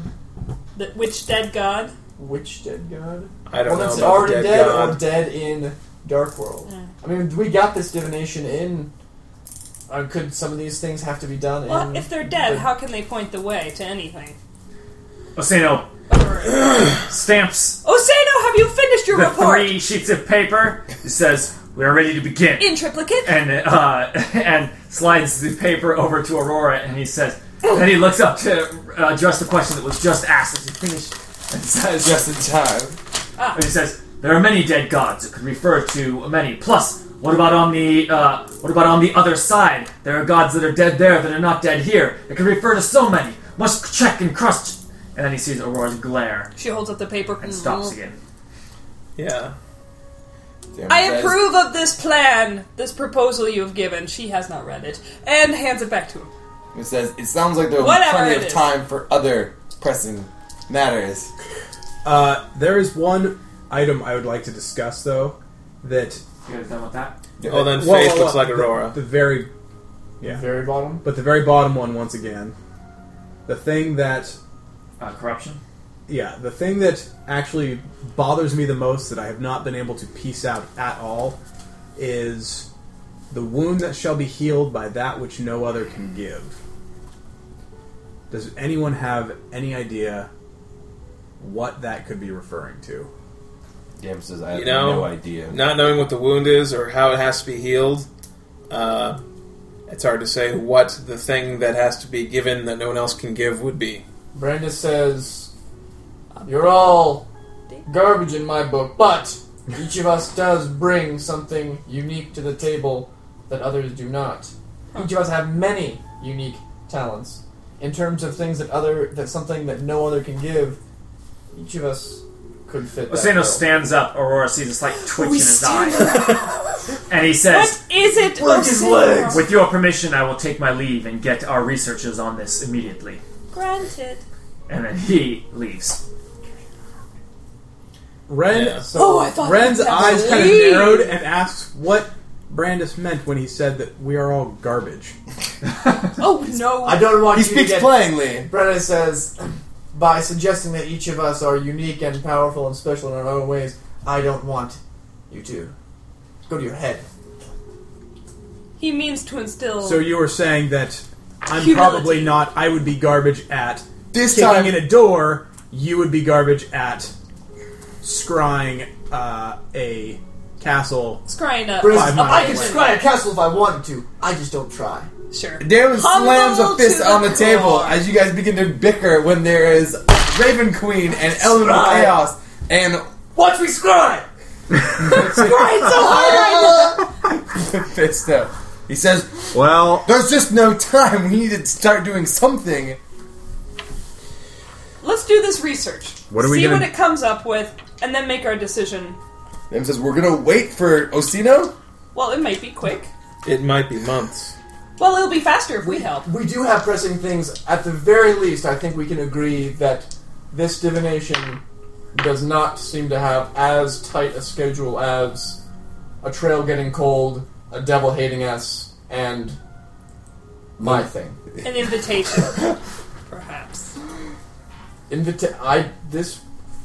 S5: The- which dead god?
S6: Which dead god?
S8: I don't
S6: One that's
S8: know about
S6: already
S8: the dead,
S6: dead, or
S8: god.
S6: dead in Dark World.
S5: Yeah.
S6: I mean, we got this divination in. Uh, could some of these things have to be done?
S5: Well,
S6: in
S5: if they're dead,
S6: the-
S5: how can they point the way to anything?
S10: Osano
S5: Osano,
S10: stamps
S5: Oh, have you finished your
S10: the
S5: report?
S10: three sheets of paper. It says we are ready to begin.
S5: In triplicate?
S10: and uh, and slides the paper over to Aurora, and he says, and he looks up to uh, address the question that was just asked as he finished, and says,
S2: Just in time.
S10: and he says, there are many dead gods. It could refer to many. Plus, what about on the uh, what about on the other side? There are gods that are dead there that are not dead here. It could refer to so many. Must check and cross. And then he sees Aurora's glare
S5: she holds up the paper.
S10: and stops again.
S8: Yeah.
S2: Damn,
S5: I
S2: that is-
S5: approve of this plan, this proposal you have given. She has not read it. And hands it back to him.
S2: It says it sounds like there will be
S5: Whatever
S2: plenty
S5: it
S2: of
S5: is.
S2: time for other pressing matters.
S4: Uh, there is one item I would like to discuss, though, that
S10: You guys done with that?
S8: Well, then
S4: Whoa,
S8: Faith
S4: whoa, whoa.
S8: looks like
S4: The-
S8: Aurora.
S4: The, very, yeah,
S6: very bottom,
S4: but the very bottom one once again. The thing that,
S10: Uh, corruption.
S4: yeah, the thing that actually bothers me the most that I have not been able to piece out at all is the wound that shall be healed by that which no other can give. Does anyone have any idea what that could be referring to?
S2: Damn says I have
S8: You know,
S2: no idea.
S8: Not knowing what the wound is or how it has to be healed, uh, it's hard to say what the thing that has to be given that no one else can give would be.
S6: Brandon says, "You're all garbage in my book, but each of us does bring something unique to the table that others do not. Each of us have many unique talents in terms of things that other that something that no other can give. Each of us could fit." that bill.
S10: Osano stands up. Aurora sees a slight twitch in his eye, and he says,
S5: What is it? oh,
S6: his
S5: Osano?
S6: legs.
S10: With your permission, I will take my leave and get our researchers on this immediately.
S5: Granted.
S10: And then he leaves.
S4: Ren
S8: Yeah.
S5: Oh, I thought
S4: Ren's
S5: that
S4: eyes
S5: was
S4: kind of
S5: leave.
S4: narrowed and asks what Brandis meant when he said that we are all garbage.
S5: Oh no!
S6: I don't want
S2: he
S6: you to
S2: speaks
S6: get.
S2: plainly.
S6: Brandon says, by suggesting that each of us are unique and powerful and special in our own ways, I don't want you to go to your head.
S5: He means to instill.
S4: So you were saying that I'm
S5: Humility.
S4: probably not. I would be garbage at
S2: This
S4: kicking
S2: time-
S4: in a door. You would be garbage at scrying uh, a castle.
S5: scrying up. Oh,
S6: Whereas
S4: Five
S6: if
S4: miles
S6: I could
S4: away.
S6: scry a castle if I wanted to. I just don't try.
S5: Sure.
S2: Darren
S5: Humble
S2: slams a fist
S5: to
S2: on the
S5: the
S2: table
S5: core.
S2: as you guys begin to bicker when there is Raven Queen and Elemental
S6: right.
S2: Chaos and
S6: Watch me scry!
S2: Fisto. He says,
S4: Well,
S2: There's just no time. We need to start doing something.
S5: Let's do this research.
S4: What are we
S5: See
S4: gonna-
S5: what it comes up with, and then make our decision.
S2: Them says, We're gonna wait for Osino?
S5: Well, it might be quick.
S8: It might be months.
S5: Well, it'll be faster if we help.
S6: We do have pressing things. At the very least, I think we can agree that this divination does not seem to have as tight a schedule as a trail getting cold, a devil hating us, and my thing.
S5: An invitation, perhaps.
S6: Invita- I this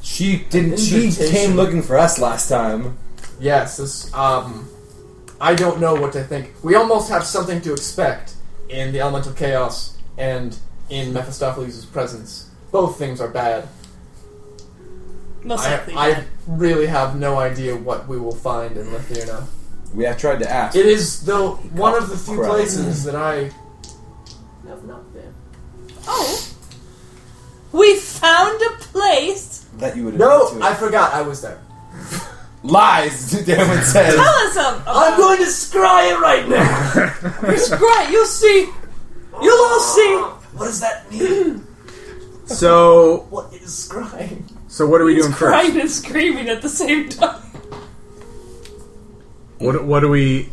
S2: She didn't. She
S6: Invitation.
S2: came looking for us last time.
S6: yes this um I don't know what to think. We almost have something to expect in the element of chaos and in Mephistopheles' presence. Both things are bad.
S5: Most
S6: I,
S5: likely.
S6: I
S5: not.
S6: really have no idea what we will find in Lithuania.
S2: We have tried to ask.
S6: It is the one of the few
S2: Crap.
S6: places that I
S14: I've not been.
S5: Oh, we found a place.
S2: that you would
S6: no,
S2: admit to
S6: I
S2: it.
S6: forgot I was there.
S2: lies. Darren says.
S5: Tell us of.
S6: I'm going to scry it right now.
S5: Right, Oh, you'll see. You'll all see.
S6: What does that mean?
S4: so
S6: What is scrying?
S4: so what are we doing first?
S5: Crying and screaming at the same time.
S4: What what do we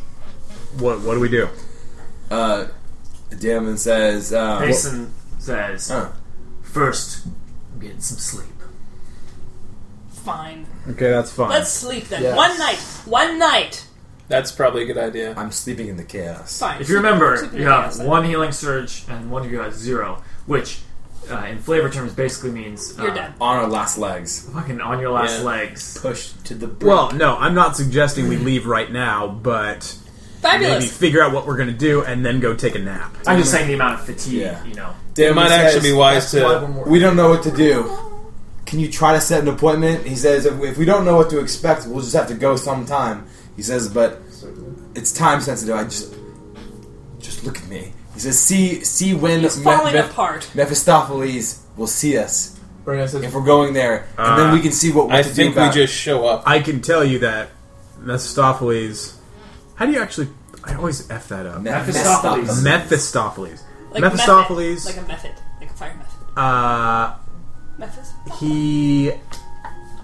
S4: what what do we do?
S2: Uh, Damon says. Uh,
S3: Mason says,
S2: Oh.
S3: first, I'm getting some sleep.
S5: Fine.
S4: Okay, that's fine.
S5: Let's sleep then.
S6: Yes.
S5: One night. One night.
S8: That's probably a good idea.
S2: I'm sleeping in the chaos.
S5: Fine.
S3: If you remember,
S5: Sleep in
S3: you
S5: the
S3: have
S5: outside.
S3: one healing surge and one of you has zero, which uh, in flavor terms basically means uh,
S5: You're done.
S2: On our last legs,
S3: Fucking on your last
S8: Yeah.
S3: legs.
S2: pushed to the brink.
S4: Well, no, I'm not suggesting we leave right now, but maybe
S5: Fabulous.
S4: figure out what we're going to do and then go take a nap.
S3: I'm just saying the amount of fatigue,
S2: Yeah.
S3: you know.
S8: It
S2: Damon
S8: might
S2: says,
S8: actually be wise to.
S2: We don't know what to do. Can you try to set an appointment? He says, if if we don't know what to expect, we'll just have to go sometime. He says, but it's time sensitive. I just, just look at me. He says, see, see when
S5: He's
S2: Me-
S5: falling
S2: Me-
S5: apart.
S2: Mephistopheles will see us
S6: Brandon says,
S2: if we're going there, and then
S4: Uh,
S2: we can see what we
S8: I
S2: have to do
S8: think we
S2: about it.
S8: just show up.
S4: I can tell you that Mephistopheles. How do you actually? I always f that up.
S3: Mephistopheles.
S4: Mephistopheles.
S5: Like
S4: Mephistopheles.
S5: Method. Like a method. Like a fire method.
S4: uh,
S5: Mephis.
S4: he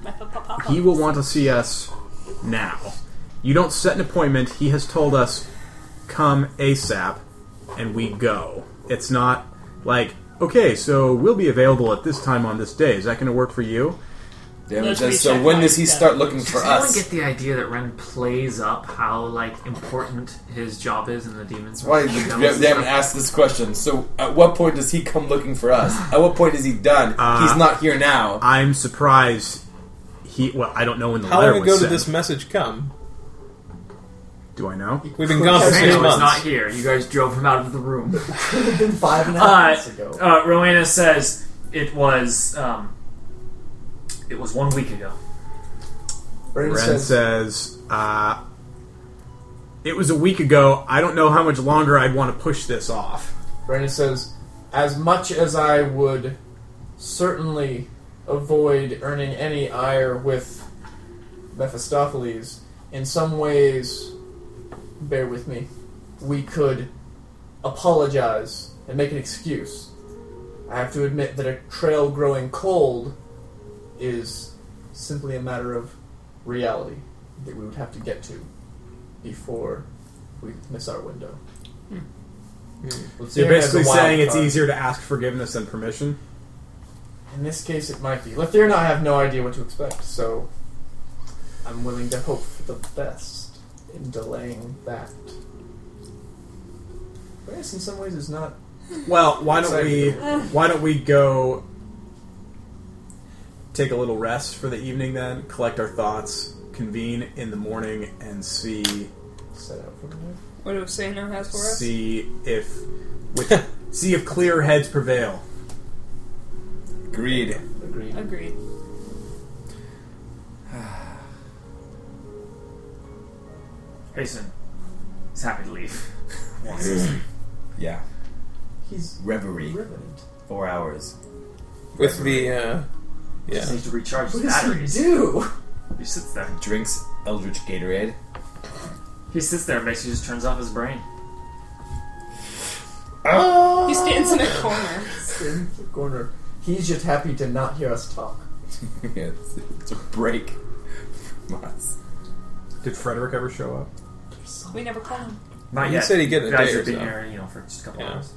S5: Mephis- pop- pop-
S4: he
S5: pop.
S4: will want to see us now. You don't set an appointment. He has told us come ASAP, and we go. It's not like okay, so we'll be available at this time on this day. Is that going to work for you?
S2: Damon
S5: Let's
S2: says, so
S5: recheck
S2: when
S5: how
S2: does
S5: he
S2: he
S5: does
S2: start
S5: it."
S2: looking for
S3: Does anyone
S2: us?
S3: get the idea that Ren plays up how like important his job is in the demons?
S2: Why did Damon ask this question? So, at what point does he come looking for us? At what point is he done?
S8: Uh,
S2: He's not here now.
S4: I'm surprised. He well, I don't know when the
S8: How
S4: letter
S8: long
S4: was
S8: ago did
S4: sent.
S8: this message come?
S4: Do I know?
S8: We've been gone for six
S3: Zeno is not
S8: months.
S3: here. You guys drove him out of the room.
S6: "Could have been five and a half
S3: Uh,
S6: minutes ago."
S3: uh, Rowena says it was um, it was one week ago.
S6: Brandon
S4: Ren
S6: says,
S4: says, uh, "It was a week ago. I don't know how much longer I'd want to push this off."
S6: Brandon says, as much as I would certainly avoid earning any ire with Mephistopheles, in some ways, bear with me, we could apologize and make an excuse. I have to admit that a trail growing cold is simply a matter of reality that we would have to get to before we miss our window.
S4: You're
S6: Lithuania is a
S4: Hmm. basically
S6: wild
S4: saying it's
S6: card.
S4: easier to ask forgiveness than permission.
S6: In this case, it might be. Lethir and I have no idea what to expect, so I'm willing to hope for the best in delaying that. Whereas in some ways is not.
S4: Well, why don't we? Why don't we go take a little rest for the evening, then collect our thoughts, convene in the morning, and see
S6: Set up for
S5: What do Sano has for us?
S4: see if with, see if clear heads prevail.
S2: Greed.
S6: Agreed.
S5: Agreed.
S10: Hasten is happy to leave.
S2: yeah.
S6: He's
S2: Reverie.
S6: riveted.
S2: Four hours.
S8: With the, uh, yeah.
S10: Just needs to recharge
S6: What
S10: his
S6: does
S10: batteries.
S6: he do?
S10: He sits there.
S2: Drinks Eldritch Gatorade.
S10: He sits there and basically just turns off his brain.
S3: Ah!
S5: He stands in a corner.
S6: In the corner. He's just happy to not hear us talk.
S2: yeah, it's, it's a break from us.
S4: Did Frederick ever show up?
S5: We never call him.
S10: Not
S8: He
S10: yet.
S8: said he'd get
S10: you
S8: a
S10: guys
S8: day
S10: have
S8: or
S10: been
S8: so.
S10: here, you know, for just a couple
S8: Yeah.
S10: hours.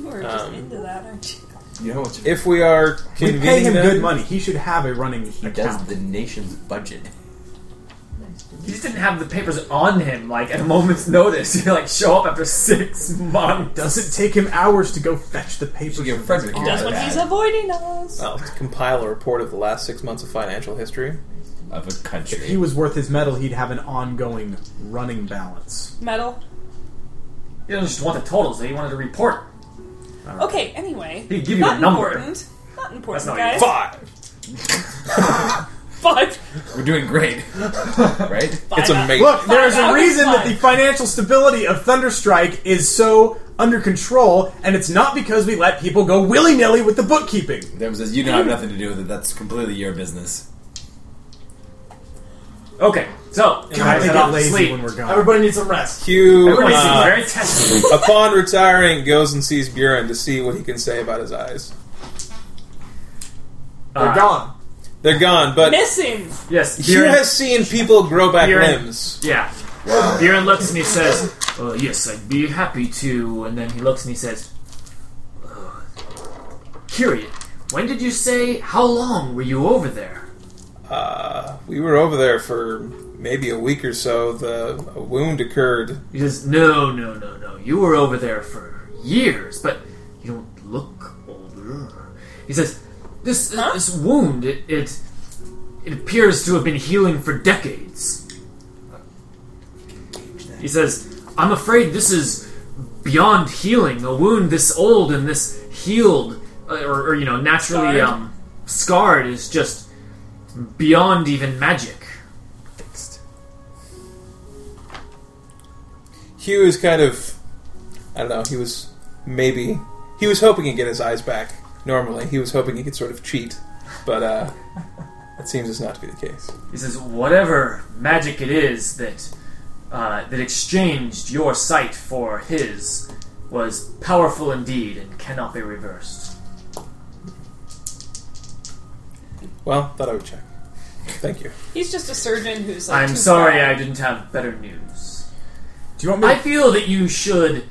S5: You are just
S8: Um,
S5: into that, aren't you?
S2: You know what?
S8: If we are
S4: We
S8: convening
S4: pay him
S8: them-
S4: good money. He should have a running
S2: He does
S4: account.
S2: the nation's budget.
S10: He just didn't have the papers on him, like at a moment's notice. You like show up after six months.
S4: Does it take him hours to go fetch the papers?
S2: Should give
S4: from his
S2: Frederick
S4: aunt?
S2: a
S5: That's when he's avoiding us.
S10: Oh.
S8: I'll have to compile a report of the last six months of financial history.
S2: Of a country.
S4: If he was worth his medal, he'd have an ongoing running balance.
S5: Metal.
S10: He doesn't just want the totals. He wanted a report.
S5: Okay, anyway.
S10: He'd give you
S5: not
S10: a number.
S5: Important. Not important,
S10: That's not
S5: guys.
S8: Five.
S5: Five.
S2: We're doing great. right?
S8: It's
S5: Five.
S8: amazing.
S4: Look, there is a
S5: Five
S4: reason that
S5: hours, five.
S4: the financial stability of Thunderstrike is so under control, and it's not because we let people go willy nilly with the bookkeeping.
S2: Them says, you don't have nothing to do with it. That's completely your business.
S10: Okay, so
S4: God,
S10: you guys
S4: they
S10: head
S4: get
S10: off to
S4: lazy
S10: sleep.
S4: when we're gone.
S6: Everybody needs some rest.
S8: Hugh,
S10: Everybody seems
S8: uh,
S10: very testy.
S8: upon retiring, goes and sees Buren to see what he can say about his eyes.
S6: They're
S10: Uh,
S6: gone.
S8: They're gone, but
S5: Missing.
S10: Yes,
S8: Hugh
S10: Buren.
S8: has seen people grow back
S10: Buren.
S8: limbs.
S10: yeah. Buren looks and he says, uh, "Yes, I'd be happy to." And then he looks and he says, uh, "Curious, when did you say? How long were you over there?"
S8: Uh, we were over there for maybe a week or so. The a wound occurred.
S10: He says, No, no, no, no. You were over there for years, but you don't look older. He says, This uh, this wound, it, it it appears to have been healing for decades. He says, I'm afraid this is beyond healing. A wound this old and this healed, uh, or, or you know, naturally
S5: Scarred.
S10: um, scarred is just beyond even magic.
S8: Hugh is kind of, I don't know. He was maybe he was hoping he'd get his eyes back. Normally, he was hoping he could sort of cheat, but uh, that seems it's not to be the case.
S10: He says, whatever magic it is that uh, that exchanged your sight for his was powerful indeed and cannot be reversed.
S8: Well, thought I would check. Thank you.
S5: He's just a surgeon who's like.
S10: I'm
S5: too
S10: sorry
S5: proud.
S10: I didn't have better news.
S4: Do you want me?
S10: I feel that you should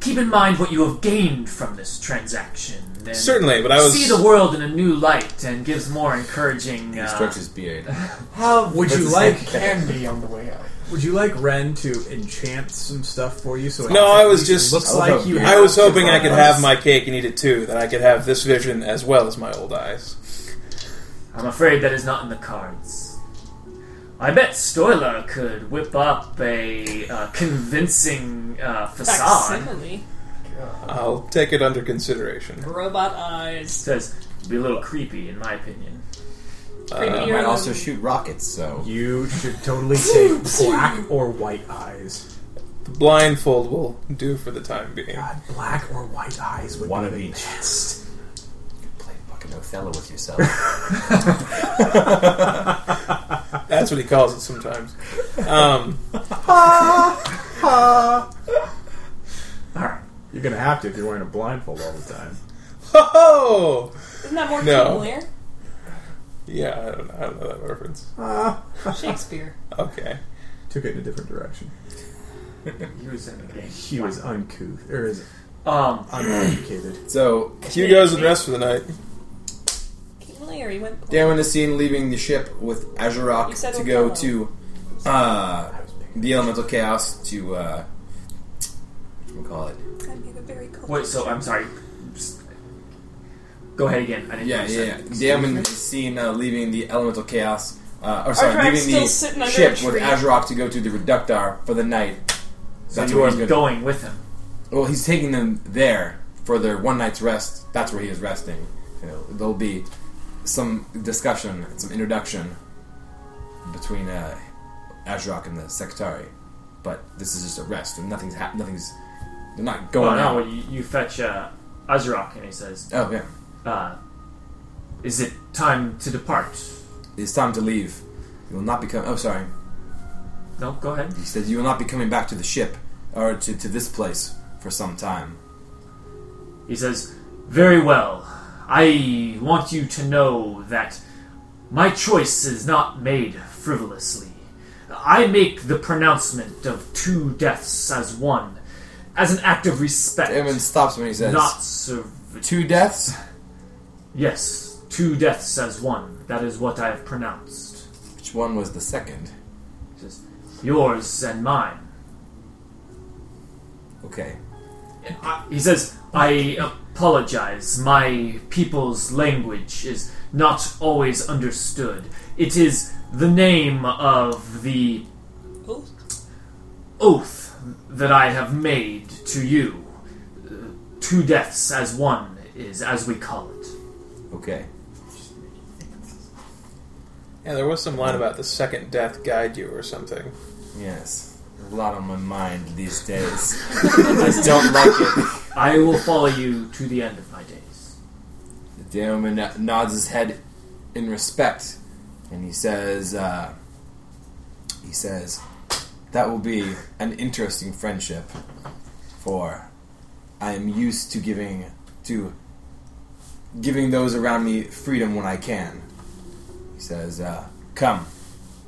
S10: keep in mind what you have gained from this transaction. And
S8: Certainly, but I was
S10: see the world in a new light and gives more encouraging.
S2: He
S10: uh,
S2: strokes his beard.
S6: How
S4: would you like?
S6: can be on the way out?
S4: Would you like Ren to enchant some stuff for you? So it
S8: No,
S4: at
S8: I was just-
S4: least looks
S2: I love
S4: like
S2: how
S4: you.
S2: beard-
S8: I was
S4: have
S8: hoping I could
S4: device.
S8: have my cake and eat it too, that I could have this vision as well as my old eyes.
S10: I'm afraid that is not in the cards. I bet Stoiler could whip up a uh, convincing uh, facade.
S5: Facsimile.
S8: I'll take it under consideration.
S5: Robot eyes.
S10: Says it'd be a little creepy, in my opinion.
S2: I
S10: Uh,
S5: Creepier
S2: might
S5: than-
S2: also shoot rockets, so.
S4: You should totally take black or white eyes.
S8: The blindfold will do for the time being.
S4: God, black or white eyes would
S2: One of
S4: be the
S2: each.
S4: best.
S2: Play fucking Othello with yourself.
S8: That's what he calls it sometimes. Um,
S4: You're gonna have to if you're wearing a blindfold all the time.
S8: ho!
S5: Isn't that more
S8: No.
S5: familiar?
S8: Yeah, I don't, I don't know that reference.
S5: Shakespeare.
S8: Okay.
S4: Took it in a different direction.
S10: He was in the game.
S4: He was uncouth or is
S10: Um,
S4: uneducated.
S2: so,
S8: Hugh goes and rests for the night.
S5: Larry went.
S2: Darren is seen leaving the ship with
S5: You
S2: Azurok
S5: said
S2: to go
S5: Othello.
S2: to uh, the Elemental Chaos to. Uh, what do we call it?
S5: That'd be the very cool.
S10: wait, so I'm sorry. Just- Go ahead again. I didn't
S2: Yeah,
S10: understand.
S2: yeah, yeah. Damon is seen uh, leaving the elemental chaos, uh, or
S5: Azrak's
S2: sorry, leaving
S5: still sitting
S2: the
S5: under
S2: ship
S5: a
S2: with
S5: tree.
S2: Azrak to go to the Reductar for the night.
S10: So
S2: That's
S10: you
S2: where
S10: are
S2: he's gonna-
S10: going with him.
S2: Well, he's taking them there for their one night's rest. That's where he is resting. You know, there'll be some discussion, some introduction between uh, Azrak and the Secretary, but this is just a rest, and nothing's hap- nothing's. They're not going
S10: well,
S2: out.
S10: Oh, no, you, you fetch uh, Azrak, and he says,
S2: Oh, yeah.
S10: Uh, is it time to depart?
S2: It's time to leave. You will not be coming. Oh, sorry.
S10: No, go ahead.
S2: He said, You will not be coming back to the ship, or to, to this place, for some time.
S10: He says, Very well. I want you to know that my choice is not made frivolously. I make the pronouncement of two deaths as one, as an act of respect.
S2: Damon stops when he says,
S10: Not serv-
S2: Two deaths?
S10: Yes, two deaths as one. That is what I have pronounced.
S2: Which one was the second?
S10: He says, Yours and mine.
S2: Okay.
S10: I- He says, I apologize. My people's language is not always understood. It is the name of the oath that I have made to you. Uh, Two deaths as one is as we call it.
S2: Okay.
S8: Yeah, there was some line about the second death guide you or something.
S2: Yes. A lot on my mind these days. I don't like it.
S10: I will follow you to the end of my days.
S2: Damon nods his head in respect, and he says, uh, he says, that will be an interesting friendship, for I am used to giving to giving those around me freedom when I can. He says, uh, come,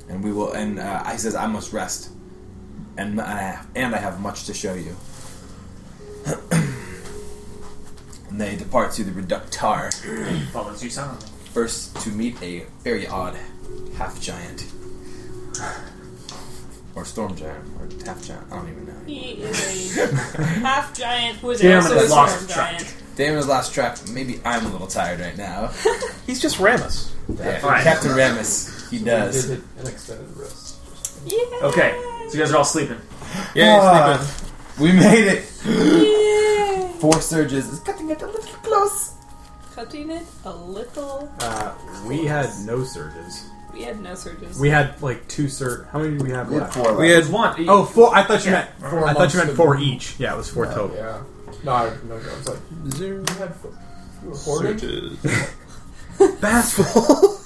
S2: and we will. And uh, I says, I must rest, and I have, and I have much to show you. and they depart to the Reductar
S10: Follows you sound.
S2: first to meet a very odd half giant. Or storm giant, or half giant, I don't even know.
S5: He is a half giant who is
S2: Damn,
S5: also
S2: I
S5: a
S2: lost
S5: storm
S2: track.
S5: giant.
S2: Damon's last track, maybe I'm a little tired right now.
S8: He's just Ramus.
S2: Yeah,
S10: Alright.
S2: Captain Ramus, he does.
S18: Did an extended rest.
S5: Yeah.
S10: Okay, so you guys are all sleeping.
S8: Yeah,
S2: Ah,
S8: sleep
S2: we made it! Four surges. It's cutting it a little close.
S5: Cutting it a little.
S4: Uh, we had no surges.
S5: We had no surges.
S4: We had like two sur. How many did we have
S19: We had
S4: left?
S19: four
S8: We
S19: left.
S8: had
S10: One.
S4: Oh, four. I thought you
S10: Yeah.
S4: meant.
S6: Four
S4: I thought you
S6: months
S4: meant four
S6: of-
S4: each. Yeah, it was four total.
S6: Yeah. No, I, no, I was like,
S8: Zero
S6: you had four. You were hoarding?
S8: surges.
S4: Basketball.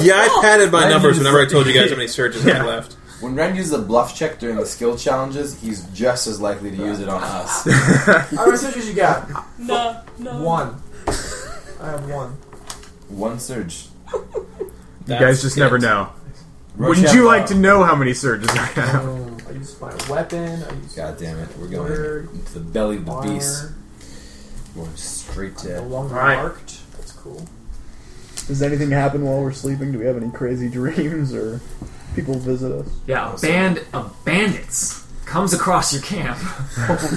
S8: Yeah, I padded my
S2: Mine
S8: numbers
S2: is-
S8: whenever I told you guys how many surges I
S4: Yeah.
S8: had left.
S2: When Ren uses a bluff check during the skill challenges, he's just as likely to use it on us.
S6: How many surges you got?
S5: No, no.
S6: One. I have one.
S2: One surge.
S4: you guys just never know. Wouldn't
S2: Rochambeau.
S4: you like to know how many surges I have?
S6: Um, I used my weapon. I used
S2: God damn it, we're
S6: Word.
S2: going into the belly of the
S6: fire.
S2: beast. We're going straight
S6: I'm No
S2: to.
S6: longer
S10: Alright.
S6: marked. That's cool.
S20: Does anything happen while we're sleeping? Do we have any crazy dreams or people visit us?
S10: Yeah, a band of bandits comes across your camp.
S2: Oh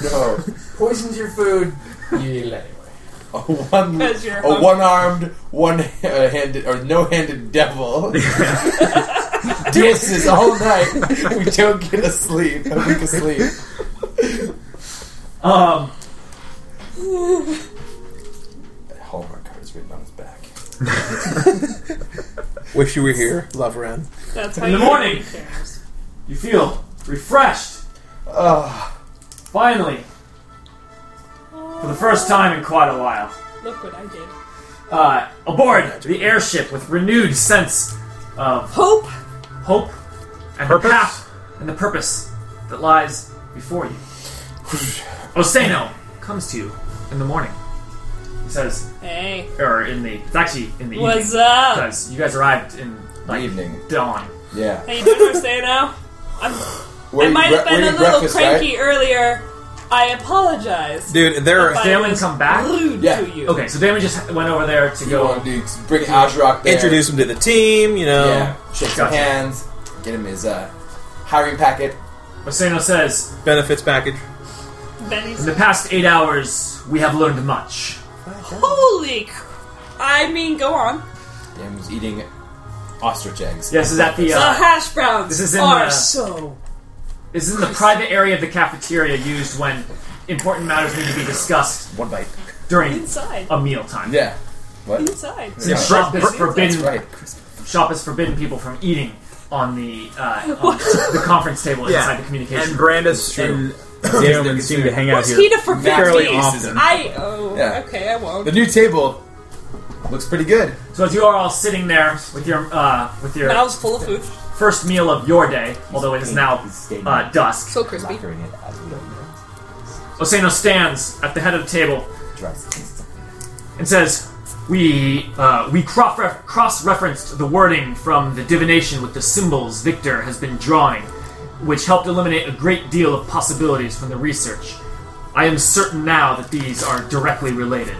S2: no!
S6: Poisons your food. You eat it anyway.
S2: A one,
S5: Because you're
S2: a one-armed, one-handed, or no-handed devil dances all night. We don't get a sleep, a week of sleep.
S10: Um,
S2: A Hallmark card is written on his back.
S8: Wish you were here. Love Ren.
S5: That's how
S10: In the
S5: you
S10: morning.
S5: get cares.
S10: you feel refreshed.
S2: Ugh.
S10: Finally, for the first time in quite a while,
S5: Look what I did.
S10: uh, aboard the airship with renewed sense of
S5: Hope.
S10: hope and the
S4: Purpose?
S10: path and the purpose that lies before you. Oseno comes to you in the morning. He says,
S5: Hey,
S10: or in the, it's actually in the
S5: what's
S10: evening.
S5: up?
S10: Because you guys arrived in like
S2: Evening.
S10: dawn.
S2: Yeah.
S5: How you doing, Rosano? I
S2: We're-
S5: might have
S2: we're- we're
S5: been a
S2: eating
S5: little
S2: breakfast,
S5: cranky earlier. I apologize.
S8: Dude, there
S5: If
S8: are.
S5: I
S10: Damon
S5: was
S10: come back?
S5: Rude
S2: Yeah.
S5: to you.
S10: Okay, so Damon just went over there to
S2: You
S10: go.
S2: want to bring Azrak there?
S8: Introduce him to the team, you know.
S2: Yeah. Shake some
S10: Gotcha.
S2: hands. Get him his uh, hiring packet.
S10: Oseno says,
S8: Benefits package.
S5: Benny's
S10: In the past eight hours, we have learned much.
S5: Holy! Cr- I mean, go on.
S2: Dam's eating ostrich eggs.
S10: Yes, is that the,
S5: The
S10: uh,
S5: hash browns
S10: this is in uh,
S5: are
S10: the-
S5: so.
S10: This is in the private area of the cafeteria used when important matters need to be discussed.
S2: One bite.
S10: During
S5: Inside.
S10: a mealtime.
S2: Yeah. What?
S5: Inside.
S10: The shop is forbidden.
S2: That's
S10: Shop is forbidden people from eating on the uh, on the conference table
S4: Yeah.
S10: inside the communication.
S4: And Brandis and Damon seem to hang out
S5: What's
S4: here
S5: he to forbid
S4: fairly
S5: these?
S4: often.
S5: I oh
S10: Yeah.
S5: okay, I won't.
S2: The new table looks pretty good.
S10: So as you are all sitting there with your uh, with your
S5: Mouths full of food.
S10: first meal of your day, although it is now uh, dusk.
S5: So crispy.
S10: Osano stands at the head of the table and says, "We uh, we cross referenced the wording from the divination with the symbols Victor has been drawing, which helped eliminate a great deal of possibilities from the research. I am certain now that these are directly related."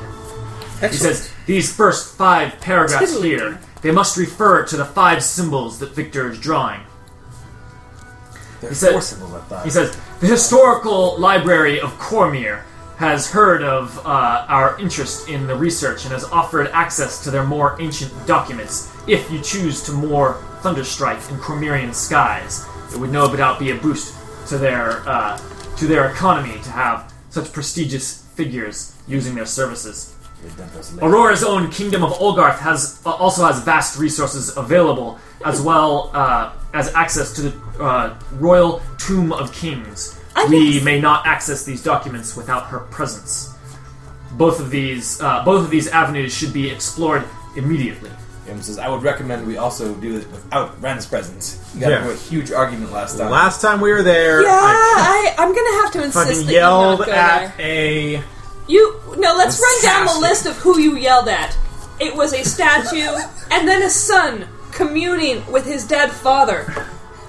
S10: He says, "These first five paragraphs
S5: Tiddly.
S10: here." They must refer to the five symbols that Victor is drawing.
S2: There
S10: He said-
S2: four symbols, I thought.
S10: He says, The historical library of Cormier has heard of uh, our interest in the research and has offered access to their more ancient documents if you choose to moor Thunderstrike in Cormirian skies. It would no doubt be a boost to their, uh, to their economy to have such prestigious figures using their services. Aurora's own kingdom of Olgarth has uh, also has vast resources available, as well uh, as access to the uh, royal tomb of kings. we may not access these documents without her presence. Both of these, uh, both of these avenues should be explored immediately.
S2: Damon says, I would recommend we also do it without Ren's presence. We got
S4: Yeah.
S2: into a huge argument last time.
S4: Last time we were there,
S5: Yeah, I, I'm gonna have to
S4: I
S5: insist
S4: fucking
S5: that you not
S4: yelled
S5: go there.
S4: at a.
S5: You no, let's run down the
S4: Assassin.
S5: list of who you yelled at. It was a statue and then a son communing with his dead father.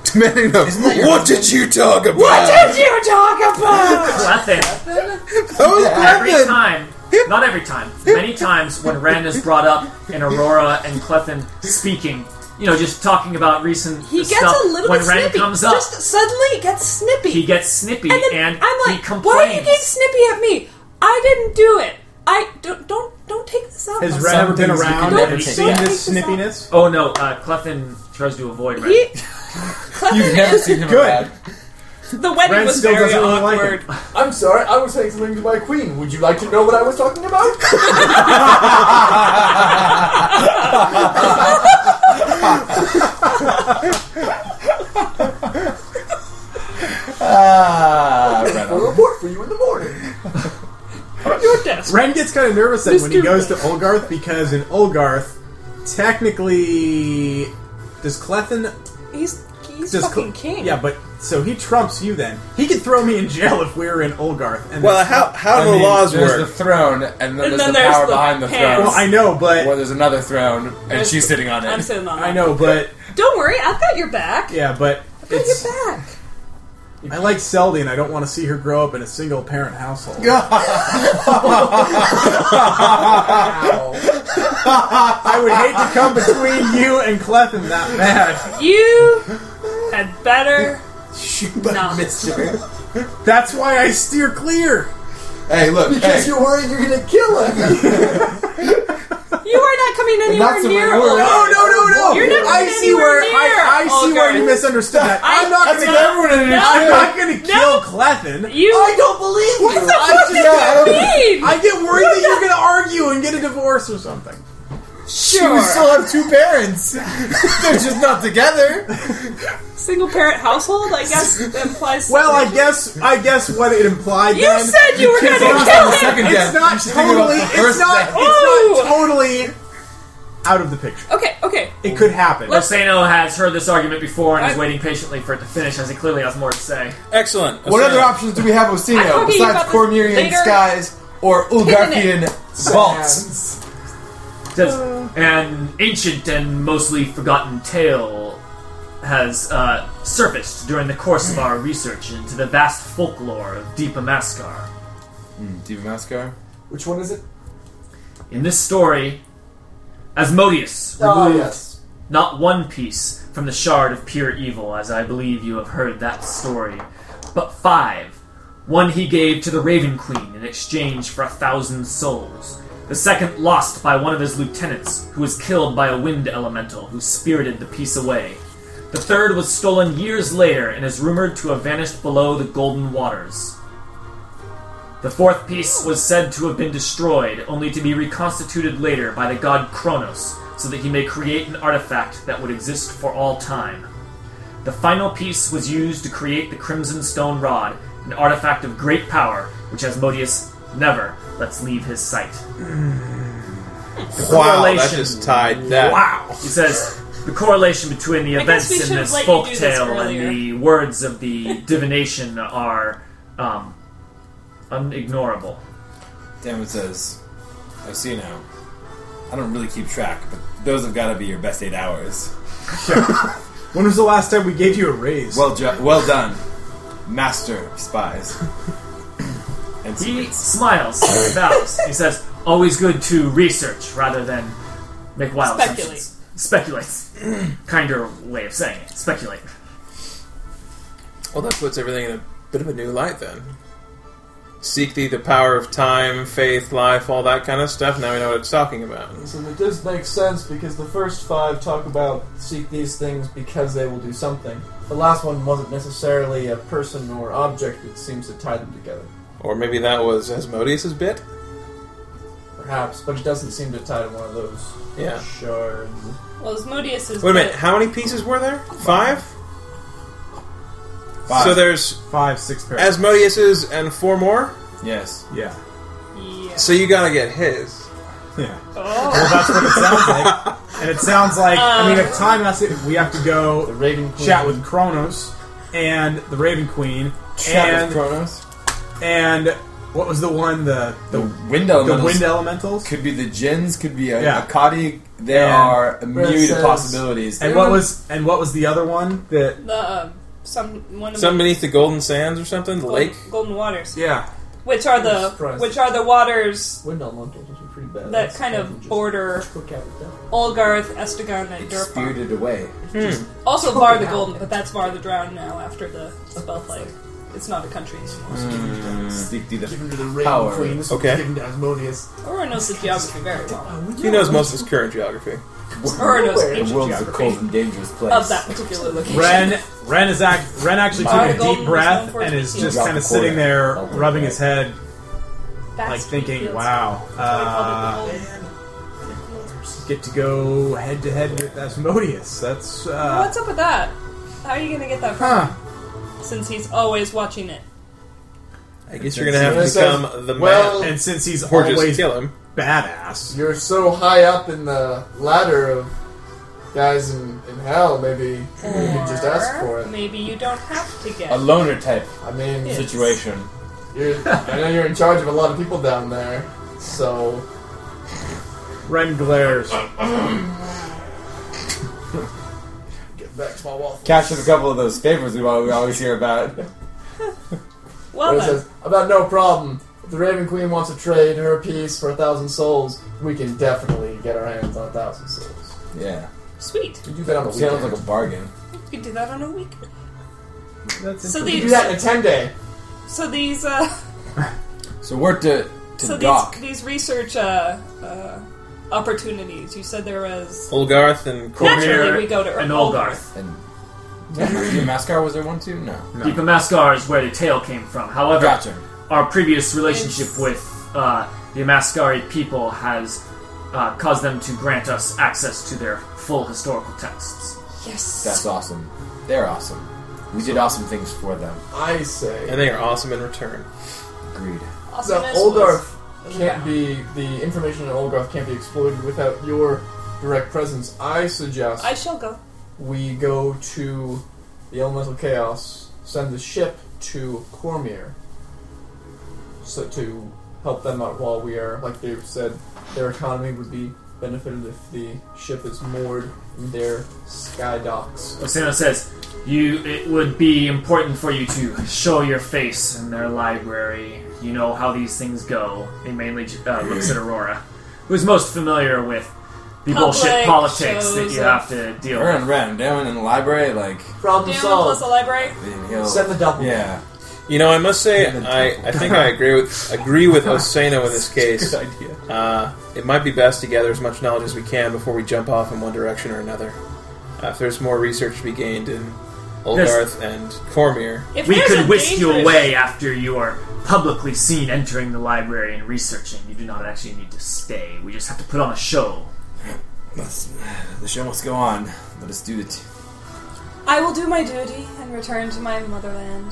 S8: Demanding them. What did you talk about?
S5: What did you talk about?
S10: Nothing. every time, not every time, many times when Rand is brought up and Aurora and Clethin speaking, you know, just talking about recent
S5: He gets
S10: stuff.
S5: a little
S10: when
S5: bit
S10: Rand
S5: snippy.
S10: comes up,
S5: Just suddenly he gets snippy.
S10: he gets snippy
S5: and
S10: and,
S5: then I'm
S10: he
S5: like,
S10: complains.
S5: why are you getting snippy at me? I didn't do it. I don't don't don't take this out.
S4: Has
S5: on
S4: Red
S5: me.
S4: ever been
S5: Don't-
S4: around
S5: don't-
S4: and
S5: don't
S4: seen
S5: take
S4: this
S5: out.
S4: snippiness?
S10: Oh no, uh, Clethin tries to avoid Rand.
S5: He-
S2: You've never seen him
S4: Good.
S2: around.
S5: The wedding
S4: Ren
S5: was
S4: still
S5: very
S4: doesn't really like
S5: awkward.
S6: I'm sorry, I was saying something to my queen. Would you like to know what I was talking about?
S2: Ah,
S6: a
S2: Ren.
S6: report for you in the morning.
S5: Your desk.
S4: Ren gets kind of nervous then when he
S5: Mr.
S4: goes to Olgarth because in Olgarth, technically, does Clethin
S5: He's he's
S4: does
S5: fucking
S4: Cle-
S5: king.
S4: Yeah, but so he trumps you then. He could throw me in jail if we were in Olgarth. And
S21: Well,
S4: that's
S21: how
S4: not-
S21: how
S2: I
S21: do the
S2: mean,
S21: laws
S2: there's
S21: work?
S2: the throne, and then there's
S5: then
S2: the
S5: there's
S2: power
S5: the
S2: behind the
S5: pants.
S2: throne.
S4: Well, I know, but
S2: Or there's another throne, and
S5: There's-
S2: she's sitting on it.
S5: I'm sitting on
S4: I
S5: that.
S4: know, but
S5: Don't worry, I've got your back.
S4: yeah, but
S5: I've got
S4: it's.
S5: your back.
S4: I like Seldy, and I don't want to see her grow up in a single parent household. I would hate to come between you and Clethin that bad.
S5: You had better not.
S4: That's why I steer clear.
S8: Hey, look.
S6: Because
S8: hey.
S6: you're worried you're gonna kill him.
S5: You are not coming anywhere
S8: That's the
S5: near.
S8: way it works.
S5: Olga.
S4: No, no, no, no.
S5: You're not
S4: I
S5: going
S4: see where
S5: anywhere
S4: I, I see
S5: near,
S4: where you
S5: Olga.
S4: misunderstood that.
S5: I-
S4: I'm not
S5: That's
S4: gonna.
S5: what
S4: everyone in
S5: No.
S4: I'm not gonna kill
S5: No.
S4: Clethin.
S5: You.
S4: I don't believe
S5: What
S4: you.
S5: the
S4: I
S5: fuck
S4: just-
S5: does
S8: I don't-
S5: that mean?
S4: I get worried that you're gonna argue and get a divorce or something.
S5: sure.
S2: have two parents. They're just not together.
S5: Single parent household, I guess implies.
S4: Well, I guess I guess what it implied.
S5: You
S4: then,
S5: said you were
S4: It's
S5: gonna
S4: not-
S5: kill
S4: it's
S5: him.
S2: death.
S4: not
S2: You should think about
S4: totally-
S2: the
S4: it's
S2: first
S4: not-
S2: death.
S4: It's not
S5: Ooh.
S4: totally out of the picture.
S5: Okay, okay.
S4: It could happen.
S5: Let's-
S10: Osano has heard this argument before and is
S5: I-
S10: waiting patiently for it to finish, as he clearly has more to say.
S21: Excellent.
S2: What
S21: Asana.
S2: other options do we have,
S5: I'm
S2: Osino,
S5: talking
S2: besides
S5: about this
S2: Cormurian
S5: later.
S2: skies or Ulgarthian vaults?
S10: Says,
S5: Uh.
S10: an ancient and mostly forgotten tale has uh, surfaced during the course of our research into the vast folklore of Deepa Maskar.
S2: Diva Mascar.
S6: Which one is it?
S10: In this story, Asmodeus
S6: Oh,
S10: removed
S6: yes.
S10: not one piece from the shard of pure evil, as I believe you have heard that story, but five. One he gave to the Raven Queen in exchange for a thousand souls. The second lost by one of his lieutenants, who was killed by a wind elemental who spirited the piece away. The third was stolen years later and is rumored to have vanished below the Golden Waters. The fourth piece was said to have been destroyed, only to be reconstituted later by the god Kronos, so that he may create an artifact that would exist for all time. The final piece was used to create the Crimson Stone Rod, an artifact of great power, which Asmodeus never lets leave his sight.
S8: Wow, that just tied that.
S10: Wow. He says the correlation between the
S8: I guess
S10: events
S8: we
S10: in
S8: should
S10: this
S8: have
S10: folk
S8: let you do this
S10: tale
S8: earlier.
S10: and the words of the divination are um, unignorable.
S2: Damn, it says, I see now. I don't really keep track, but those have got to be your best eight hours.
S4: When was the last time we gave you a raise?
S2: Well, ju- well done, master of spies. And
S10: He smiles, and bows. He says, "Always good to research rather than make wild
S5: Speculate.
S10: assumptions." Speculate. Kinder way of saying it. Speculate.
S8: Well, that puts everything in a bit of a new light then. Seek thee the power of time, faith, life, all that kind of stuff. Now we know what it's talking about.
S22: Listen, it does make sense because the first five talk about seek these things because they will do something. The last one wasn't necessarily a person or object that seems to tie them together.
S8: Or maybe that was Asmodeus' bit?
S22: Perhaps, but it doesn't seem to tie to one of those.
S8: Yeah.
S22: Shards.
S5: Well, Asmodeus is.
S8: Wait a minute,
S5: good.
S8: how many pieces were there? Five?
S2: Five.
S8: So there's
S4: five, six pairs.
S8: Asmodeus's and four more?
S2: Yes.
S4: Yeah.
S5: uh,
S8: So you gotta get his.
S4: Yeah.
S5: oh.
S4: Well, that's what it sounds like. And it sounds like, I
S5: Uh.
S4: mean, if time has it, we have to go chat with Kronos and the Raven Queen.
S2: Chat
S4: and
S2: with Kronos?
S4: And what was the one? The
S2: The wind elementals.
S4: The wind elementals?
S2: Could be the gins, could be a,
S4: Yeah.
S2: a Kadi. There
S4: And-
S2: are a myriad of possibilities.
S4: And what was and what was the other one that
S5: The, uh, some, one of
S8: Some
S5: the
S8: beneath the golden sands or something? The
S5: gold-
S8: lake?
S5: Golden Waters.
S4: Yeah.
S5: Which are the
S22: surprised.
S5: which are the waters
S22: Wind elementals are pretty bad.
S5: that kind of border Olgarth, Estegon, and Durpon.
S2: Spirited away.
S5: Also,
S22: Spoken
S5: Var the
S22: out.
S5: Golden, but that's Var the Drowned now after the spell plague. It's not a country anymore. Mm.
S2: Seek thee
S6: Given to the
S2: the
S6: Raven
S2: power.
S6: Queen. This
S8: Okay.
S6: was given to Asmodeus.
S5: Aurora knows the geography very well.
S8: He knows most of his current geography.
S5: Aurora knows ancient
S2: The world's a
S5: geography
S2: cold and dangerous place.
S5: of that particular location.
S4: Ren Ren is act, Ren actually took
S5: Mark
S4: a
S5: Golden
S4: deep
S5: was known
S4: breath
S5: for
S4: and
S5: his
S4: is
S5: teeth.
S4: just kind of sitting there rubbing his head,
S5: That's
S4: like
S5: what
S4: thinking,
S5: feels-
S4: "Wow, uh, get to go head to head with Asmodeus. That's uh,
S5: What's up with that? How are you going to get that from? Since he's always watching it.
S8: I guess you're gonna have to become the
S6: well,
S8: man.
S4: and since he's
S8: Or just
S4: always
S8: kill him.
S4: badass,
S6: You're so high up in the ladder of guys in, in hell, maybe you could just ask for
S5: Or
S6: it.
S5: maybe you don't have to get
S2: A loner type
S6: I mean,
S5: Yes.
S2: situation.
S6: you're, I know you're in charge of a lot of people down there, so
S4: Ren glares.
S6: get back to my wall.
S2: Captured a couple of those favors we al- we always hear about.
S6: But
S5: Well,
S6: it
S5: then.
S6: says, about no problem. If the Raven Queen wants to trade her piece for a thousand souls, we can definitely get our hands on a thousand souls.
S2: Yeah.
S5: Sweet.
S6: We do that on a
S2: Sounds
S6: weekend.
S2: like a bargain.
S5: You could do that on a week.
S4: That's
S5: So
S6: We
S5: these,
S6: do that in a ten day.
S5: so these, uh,
S2: So we're to, to
S5: so
S2: dock.
S5: these, these research uh, uh, opportunities. You said there was.
S8: Olgarth and
S5: Naturally, we go to
S10: and
S5: Olgarth.
S10: Olgarth.
S2: And Mascar was there one too? No.
S10: Deepa Maskar is where the tale came from. However,
S2: Gotcha.
S10: our previous relationship with uh, the Amaskari people has uh, caused them to grant us access to their full historical texts.
S5: Yes.
S2: That's awesome. They're awesome. We did awesome things for them.
S6: I say
S8: And they are awesome in return.
S2: Agreed.
S6: the
S5: Awesomeness
S6: Olgarth
S5: was-
S6: can't be the information in Olgarth can't be exploited without your direct presence. I suggest
S5: I shall go.
S6: we go to the elemental chaos, send the ship to Cormier, so to help them out while we are, like they said, their economy would be benefited if the ship is moored in their sky docks.
S10: Osano says, "You. It would be important for you to show your face in their library. You know how these things go." He mainly uh, looks at Aurora, who's most familiar with the
S5: Public
S10: bullshit politics that
S5: shows
S10: you
S5: of-
S10: have to deal
S2: We're
S10: with.
S2: in Ren, down in the library, like
S6: Problem
S5: Damn, plus
S6: solved.
S5: the library.
S2: and he'll-
S6: Send the double.
S2: Oh. Yeah.
S8: You know, I must say, I, I think I agree with agree with Osano in this case.
S23: Good idea.
S8: Uh, it might be best to gather as much knowledge as we can before we jump off in one direction or another. Uh, if there's more research to be gained in Oldarth and Cormier,
S5: If
S10: we
S5: there's
S10: could
S5: a
S10: whisk you
S5: dangerous-
S10: away after you are publicly seen entering the library and researching. You do not actually need to stay. We just have to put on a show.
S2: Let's- the show must go on. Let us do it.
S5: I will do my duty and return to my motherland.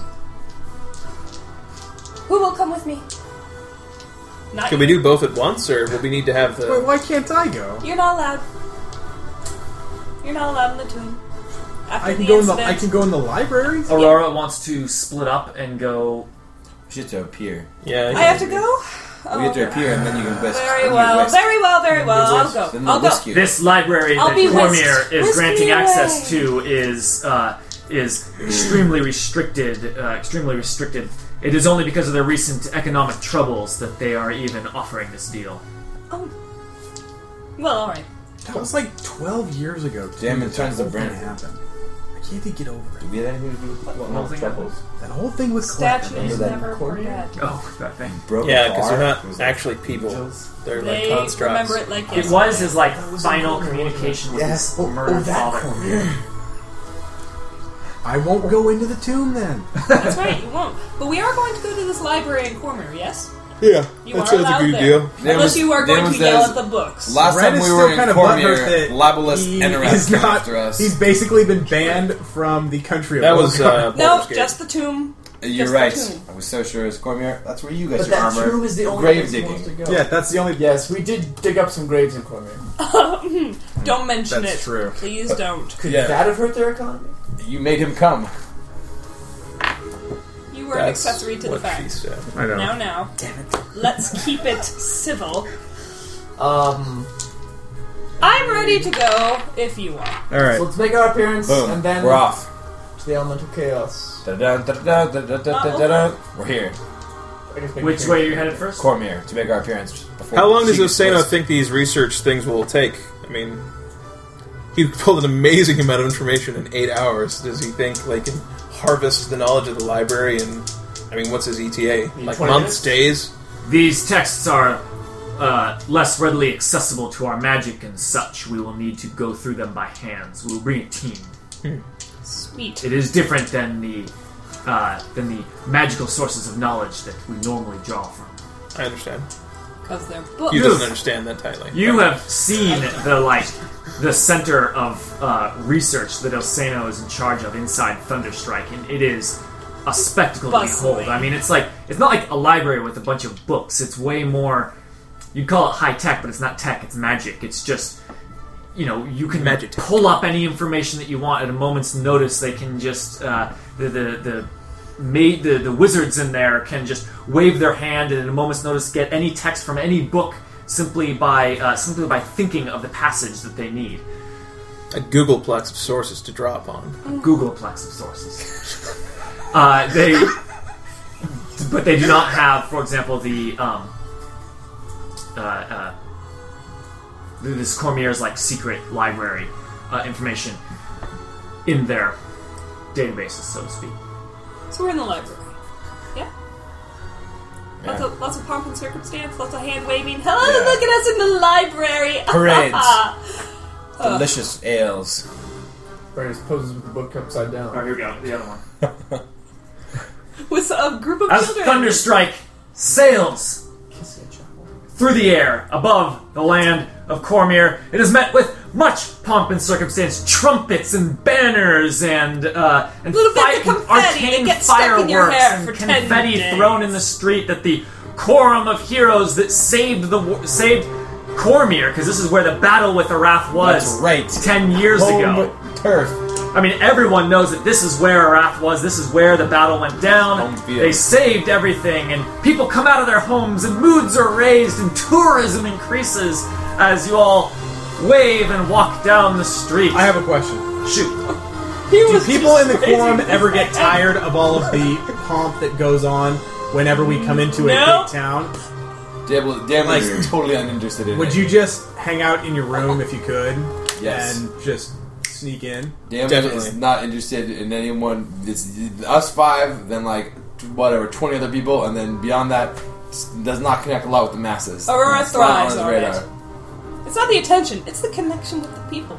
S5: Who will come with me? Not
S8: can we do both at once, or will we need to have the?
S4: Wait, why can't I go?
S5: You're not allowed. You're not allowed in the tomb. After
S4: I can
S5: the
S4: go in the
S5: incident,
S4: I can go in the library.
S10: Aurora wants to split up and go.
S2: She has to appear.
S8: Yeah,
S5: I have to go. Oh,
S2: We have to appear, and then you can whisk.
S5: Very
S2: then you
S5: well,
S2: whisk.
S5: very well, very well. I'll
S2: whisk.
S5: go.
S2: Then
S5: I'll
S2: they'll
S5: go.
S2: whisk you.
S10: This library
S5: I'll
S10: that
S5: be
S10: Cormier
S5: whisked-
S10: is
S5: whisked
S10: granting
S5: away.
S10: access to is uh, is extremely restricted. Uh, extremely restricted. It is only because of their recent economic troubles that they are even offering this deal.
S5: Oh. Well, all right.
S4: That was like 12 years ago. dude.
S2: Damn, it turns
S4: That
S2: to
S4: whole
S2: Brandon.
S4: thing happened. I can't they get over it?
S2: Do we have anything to do with
S4: What whole
S2: what
S4: thing
S2: troubles?
S4: That whole thing with Colette.
S5: Statues never forget.
S10: Oh, that thing.
S2: Broke
S8: Yeah,
S2: the
S8: because they're
S2: bar?
S8: not actually people; they're like
S5: They
S8: constructs.
S5: remember it like
S10: It
S5: yesterday.
S10: was his like final communication with
S4: Yes.
S10: his
S4: Oh,
S10: murdered
S4: oh, that
S10: father.
S4: Cormier. I won't go into the tomb then.
S5: That's right. You won't. But we are going to go to this library in Cormier. Yes.
S8: Yeah,
S5: You are allowed there. Unless
S2: was-
S5: you are
S2: there
S5: going to
S2: was
S5: yell
S2: those-
S5: at the books.
S2: Last
S4: Red
S2: time
S4: is
S2: we
S4: still
S2: were in
S4: kind of butthurt
S2: Cormier,
S4: that
S2: libelous
S4: he
S2: Enerath
S4: is
S2: came
S4: not-
S2: after us.
S4: He's basically been banned from the country. Of
S8: That was,
S4: Olgar.
S8: uh,
S5: no,
S8: Baldur's Gate.
S5: just the tomb.
S2: You're
S5: just The
S2: right.
S5: tomb.
S2: I was so sure it was Cormier. That's where you
S6: But
S2: guys are
S6: that
S2: armored.
S6: tomb is the only
S2: grave
S6: place
S2: digging.
S6: supposed to go.
S4: uh, yeah, that's the only.
S24: Yes, we did dig up some graves in Cormier.
S5: Don't mention
S2: That's
S5: it.
S2: true.
S5: Please don't.
S6: Could
S2: Yeah.
S6: that have hurt their economy?
S2: You made him come.
S5: You were an
S8: That's
S5: accessory to the
S8: what she
S5: fact.
S8: said.
S4: I know.
S5: Now, now. Damn it. Let's keep it civil.
S6: Um,
S5: I'm ready to go if you are.
S4: All right.
S6: so let's make our appearance
S2: Boom.
S6: and then
S2: we're off.
S6: to the elemental chaos.
S2: Da-da, da-da, da-da, da-da, da-da. We're here.
S6: I guess we can
S10: Which
S6: change
S10: way are
S6: it.
S10: you headed first?
S2: Cormier to make our appearance. Before
S8: How long does
S2: she gets
S8: Osano
S2: whisked.
S8: think these research things will take? I mean, he pulled an amazing amount of information in eight hours. Does he think like can harvest the knowledge of the library? And I mean, what's his ETA? Like
S6: 20
S8: months, days?
S10: These texts are uh, less readily accessible to our magic and such. We will need to go through them by hands. We will bring a team.
S5: Sweet.
S10: It is different than the uh, than the magical sources of knowledge that we normally draw from.
S8: I understand.
S5: Because they're books.
S8: He doesn't understand that tightly.
S10: You have seen the like the center of uh, research that Elsano is in charge of inside Thunderstrike, and it is a spectacle to
S5: Bustling.
S10: behold. I mean, it's like it's not like a library with a bunch of books. It's way more. You'd call it high tech, but it's not tech. It's magic. It's just you know you can
S8: Magic.
S10: pull up any information that you want at a moment's notice. They can just uh, the the. the Made the, the wizards in there can just wave their hand and at a moment's notice get any text from any book simply by uh, simply by thinking of the passage that they need.
S8: a Googleplex of sources to drop on.
S10: Googleplex of sources. uh, they, but they do not have, for example, the um, uh, uh, this Cormier's like secret library uh, information in their databases, so to speak.
S5: So we're in the library. Yeah? Lots, of, lots of pomp and circumstance, lots of hand waving. Hello,
S2: Yeah.
S5: look at us in the library!
S2: Parades. Delicious ales.
S24: Brandis poses with the book upside down.
S10: All right, here we go. The other one.
S5: With a group of
S10: As
S5: children.
S10: Thunderstrike sails through the air above the land of Cormier, it is met with much pomp and circumstance, trumpets and banners and uh, and
S5: Little bits of confetti
S10: fi-
S5: that
S10: arcane
S5: gets stuck
S10: fireworks
S5: in your hair
S10: and
S5: for 10
S10: confetti
S5: days.
S10: thrown in the street that the quorum of heroes that saved the war- saved Cormier because this is where the battle with the Wrath was
S2: That's right.
S10: ten years ago.
S2: Home turf.
S10: I mean, everyone knows that this is where Arath was. This is where the battle went down.
S2: Home field.
S10: They saved everything, and people come out of their homes, and moods are raised, and tourism increases as you all wave and walk down the street.
S4: I have a question.
S10: shoot.
S5: He
S4: Do
S5: was
S4: people
S5: just
S4: in the
S5: raising
S4: quorum
S5: his
S4: ever get
S5: hand.
S4: tired of all of the pomp that goes on whenever we come into a
S5: No.
S4: big town?
S2: Damn, damn, like
S8: Like-
S2: totally uninterested in
S4: Would
S2: it.
S4: you just hang out in your room if you could?
S2: Yes.
S4: And just sneak in?
S2: Damn
S8: Definitely.
S2: is not interested in anyone. It's us five, then like t- whatever twenty other people, and then beyond that, s- does not connect a lot with the masses.
S5: Aurora
S2: It's not on
S5: thrives
S2: his
S5: on
S2: radar.
S5: it. It's not the attention, it's the connection with the people.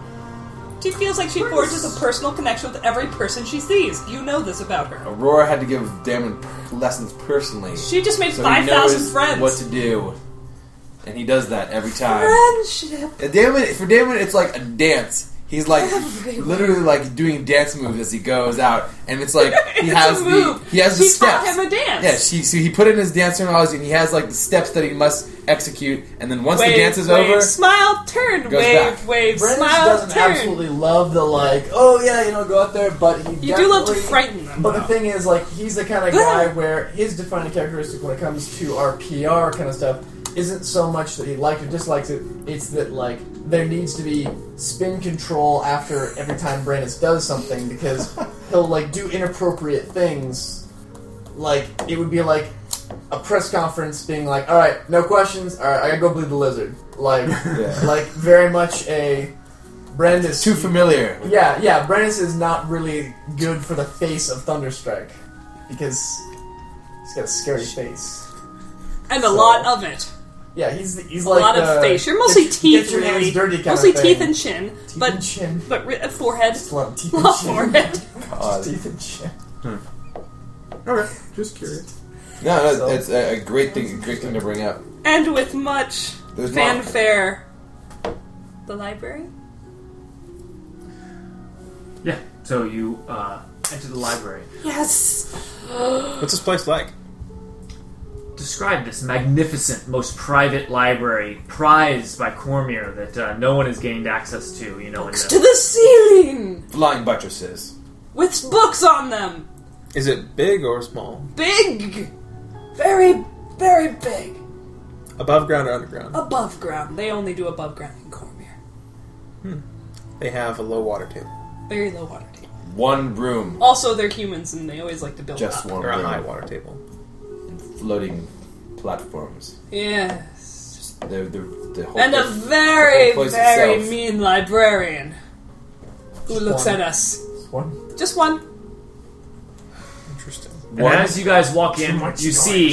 S5: She feels like she forges a personal connection with every person she sees. You know this about her.
S2: Aurora had to give Damon p- lessons personally.
S5: She just made
S2: so he
S5: 5,000
S2: knows
S5: friends.
S2: What to do, and he does that every time.
S5: Friendship!
S2: And Damon, for Damon, it's like a dance. He's like
S5: Everyone.
S2: literally like doing dance moves as he goes out, and it's like he
S5: It's
S2: has
S5: a
S2: the
S5: move.
S2: he has the
S5: She taught
S2: steps.
S5: him a dance.
S2: Yeah, she so he put in his dance terminology, and he has like the steps that he must execute, and then once the dance is
S5: wave,
S2: over,
S5: smile, turn,
S2: goes
S5: wave,
S2: back.
S5: wave,
S6: Brandon just
S5: smile,
S6: doesn't
S5: turn.
S6: absolutely love the like. Oh yeah, you know, go out there, but he.
S5: You do love to
S6: definitely-
S5: frighten them,
S6: But
S5: though.
S6: the thing is, like, he's the kind of guy where his defining characteristic when it comes to our PR kind of stuff isn't so much that he likes or dislikes it. It's that like there needs to be spin control after every time Brandon does something because he'll like do inappropriate things. Like it would be like a press conference being like, "All right, no questions. All right, I gotta go bleed the lizard." Like, like very much a Brandis
S2: too familiar.
S6: Yeah, yeah. Brandis is not really good for the face of Thunderstrike because he's got a scary face.
S5: And a lot of it.
S6: Yeah, he's he's
S5: a
S6: like
S5: lot
S6: the-
S5: of face. You're mostly
S6: get- get
S5: teeth,
S6: your hands
S5: really.
S6: dirty kind
S5: mostly
S6: of thing.
S5: teeth and chin, but
S6: chin.
S5: but re- uh, forehead.
S6: Just a lot of teeth
S5: A
S6: and
S5: lot of
S6: chin.
S5: forehead.
S2: God.
S6: teeth and chin.
S25: Okay, just curious.
S2: No, no, it's a, a great thing, great thing to bring up.
S5: And with much
S2: There's not-
S5: fanfare, the library.
S10: Yeah. So you uh, enter the library.
S5: Yes.
S8: What's this place like?
S10: Describe this magnificent, most private library, prized by Cormier, that uh, no one has gained access to. You know, in
S5: to the ceiling
S2: Flying buttresses.
S5: with books on them.
S8: Is it big or small?
S5: Big, very, very big.
S8: Above ground or underground?
S5: Above ground. They only do above ground in Cormier.
S8: They have a low water table
S5: Very low water table.
S2: One room,
S5: Also, they're humans and they always like to build
S2: just
S5: up.
S2: one
S8: or a
S2: room,
S8: high water table.
S2: floating platforms.
S5: Yes.
S2: The, the, the whole
S5: And a
S2: place-
S5: very,
S2: the whole place
S5: very
S2: itself.
S5: mean librarian who
S6: Just
S5: looks
S6: one.
S5: at us.
S6: One.
S5: Just one.
S8: Interesting.
S10: And as you guys walk in, you see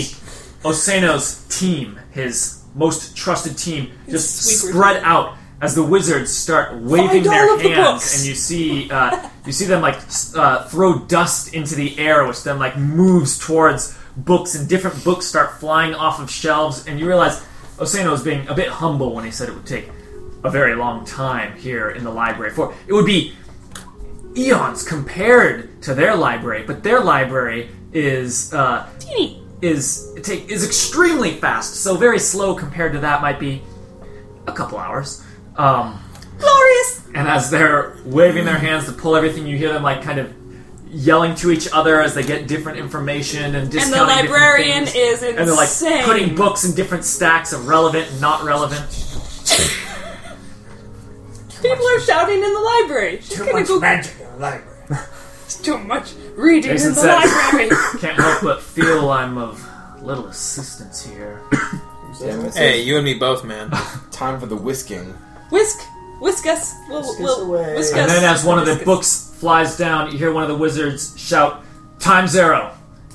S10: Oseno's team, his most trusted team, just
S5: sweepers.
S10: spread out as the wizards start waving
S5: Find all
S10: their
S5: of the
S10: hands,
S5: books.
S10: and you see uh, you see them like s- uh, throw dust into the air, which then like moves towards books, and different books start flying off of shelves, and you realize Oseno was being a bit humble when he said it would take a very long time here in the library for it would be eons compared to their library, but their library is uh,
S5: Teeny.
S10: is take is extremely fast. So very slow compared to that might be a couple hours. Um,
S5: Glorious.
S10: and as they're waving their hands to pull everything, you hear them like kind of yelling to each other as they get different information and
S5: And
S10: discounting
S5: the
S10: different
S5: librarian
S10: things.
S5: is insane.
S10: and they're like putting books in different stacks of relevant and not relevant.
S5: People are shouting in the library. She's
S4: Too
S5: gonna
S4: much
S5: go.
S4: magic in the library.
S5: It's too much reading
S10: Jason
S5: in the
S10: said-
S5: library.
S10: Can't help but feel I'm of little assistance here.
S2: Damn, it
S8: Hey,
S2: says
S8: you and me both, man.
S2: time for the whisking.
S5: Whisk, whisk us. We'll,
S6: Whisk us
S5: we'll,
S6: away.
S5: Whisk
S10: And
S5: us.
S10: then, as one of the books flies down, you hear one of the wizards shout, Time Zero!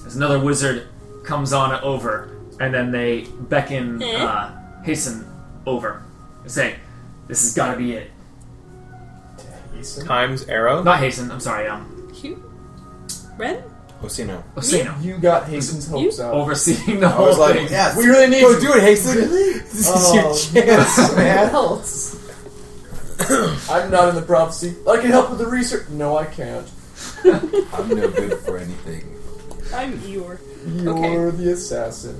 S10: As another wizard comes on over, and then they beckon,
S5: Eh?
S10: uh, hasten over. They say, This has gotta be it.
S8: Times arrow.
S10: Not hasten, I'm sorry, um,
S5: Q. Red.
S2: Osino.
S10: Osino.
S6: You got Hasten's hopes up.
S10: Overseeing the
S2: I was
S10: whole
S2: like,
S10: thing.
S2: yes,
S6: We really need
S2: go
S6: you.
S2: do it, Hasten.
S6: Really?
S2: This is
S6: Oh,
S2: your chance, man.
S6: else. I'm not in the prophecy. I can help with the research. No, I can't.
S2: I'm no good for anything.
S5: I'm Eeyore.
S6: You're the assassin.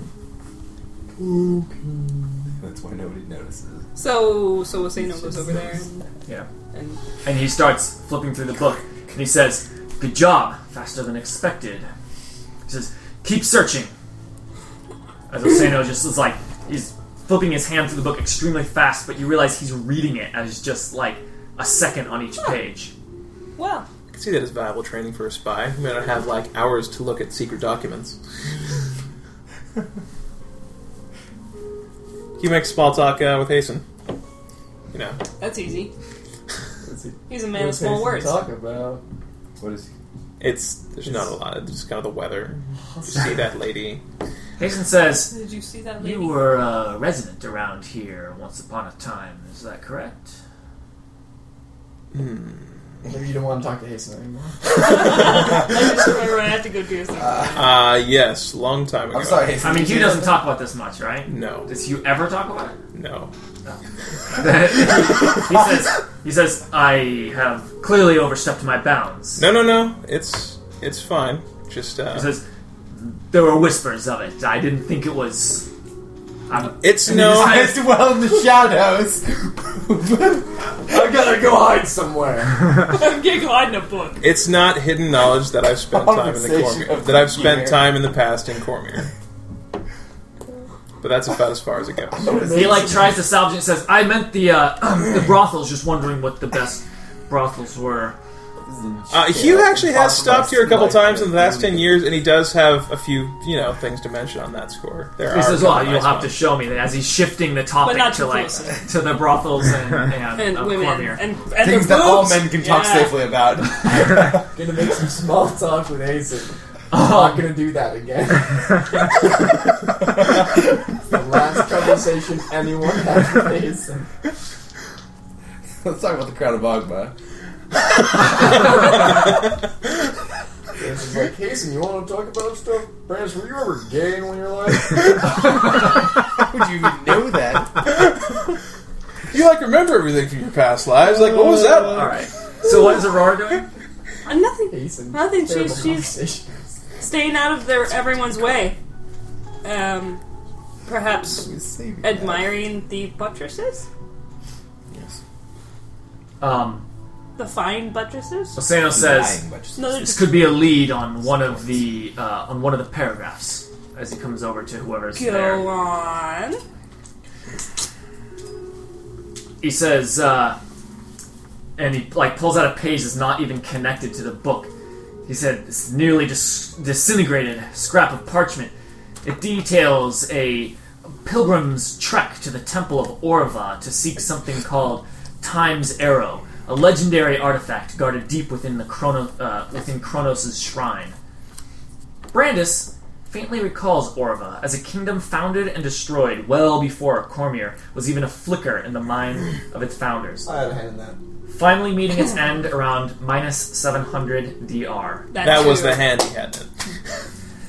S2: That's why nobody notices.
S5: So, so Osano goes over there and,
S10: Yeah.
S5: and
S10: And he starts flipping through the book, and he says, Good job, faster than expected. He says, Keep searching. As Osano just is like, he's flipping his hand through the book extremely fast, but you realize he's reading it as just like a second on each page.
S5: well,
S8: I can see that as valuable training for a spy. You may not have like hours to look at secret documents. you make small talk uh, with Hasten. You know,
S5: that's easy.
S6: Let's see.
S5: He's a man of
S6: What's
S5: small
S6: Hasten
S5: words.
S6: Talk about
S2: What is he?
S8: It's there's not a lot. It's just kind of the weather. You see that lady.
S10: Hasten says,
S5: Did you see that
S10: You
S5: lady?
S10: were a resident around here once upon a time, is that correct?
S6: Maybe you don't want to talk to Hasten anymore.
S5: I just remember I have to go do something.
S8: Uh, yes, long time ago.
S10: I mean, Hugh doesn't talk about this much, right?
S8: No.
S10: Does Hugh ever talk about it?
S8: No.
S10: he says, he says, I have clearly overstepped my bounds.
S8: No, no, no. It's it's fine. Just uh,
S10: He says, there were whispers of it. I didn't think it was. I'm,
S8: It's
S10: and he
S8: no-
S10: just
S2: It's
S10: says,
S2: well in the shadows.
S6: I gotta go hide somewhere.
S5: I'm getting hide in a book.
S8: it's not hidden knowledge that I've spent time in the
S6: Conversation
S8: Cormier.
S6: of
S8: That I've
S6: the
S8: spent
S6: year.
S8: time in the past in Cormier. But that's about as far as it goes.
S10: he like tries to salvage it and says, I meant the uh, the brothels, just wondering what the best brothels were.
S8: Uh, Hugh actually has stopped here a couple times in the last ten years, and he does have a few, you know, things to mention on that score. There
S10: He
S8: are
S10: says,
S8: a couple
S10: "Well, you'll
S8: nice
S10: have
S8: ones.
S10: to show me that." As he's shifting the topic
S5: But not
S10: to
S5: too
S10: like
S5: closely.
S10: to the brothels and and, uh,
S5: And
S10: of
S5: women.
S10: Cormier.
S5: And, and
S2: Things
S5: the
S2: that all
S5: boobs.
S2: men can talk
S5: Yeah.
S2: safely about.
S6: gonna make some small talk with Hasten. I'm not gonna do that again. It's
S4: Uh,
S6: the last conversation anyone had with Hasten.
S2: Let's talk about the crown of Ogma.
S6: Hasten's like, Hasten, you wanna talk about stuff? Branch, were you ever gay when you're like?
S2: How would you even know that?
S8: You like remember everything from your past lives. Like, what was that?
S2: Uh,
S10: All right. So what is Aurora doing?
S5: Uh, nothing.
S6: Hasten.
S5: Nothing.
S6: Terrible
S5: She's she's
S6: conversation.
S5: staying out of their everyone's way. Um, perhaps admiring the buttresses,
S10: Um,
S5: the fine buttresses.
S10: Osano says
S5: No, they're
S10: this
S5: just
S10: could be a lead on one of the uh, on one of the paragraphs as he comes over to whoever's there.
S5: go on.
S10: he says, uh, and he like pulls out a page that's not even connected to the book. He said, "This nearly dis- disintegrated scrap of parchment. It details a pilgrim's trek to the temple of Orva to seek something called Time's Arrow, a legendary artifact guarded deep within the Chrono- uh, within Kronos' shrine." Brandis faintly recalls Orva as a kingdom founded and destroyed well before Cormier was even a flicker in the mind of its founders.
S6: I had a hand in that.
S10: Finally meeting its end around minus 700 DR.
S8: That was
S5: too.
S8: the hand he had.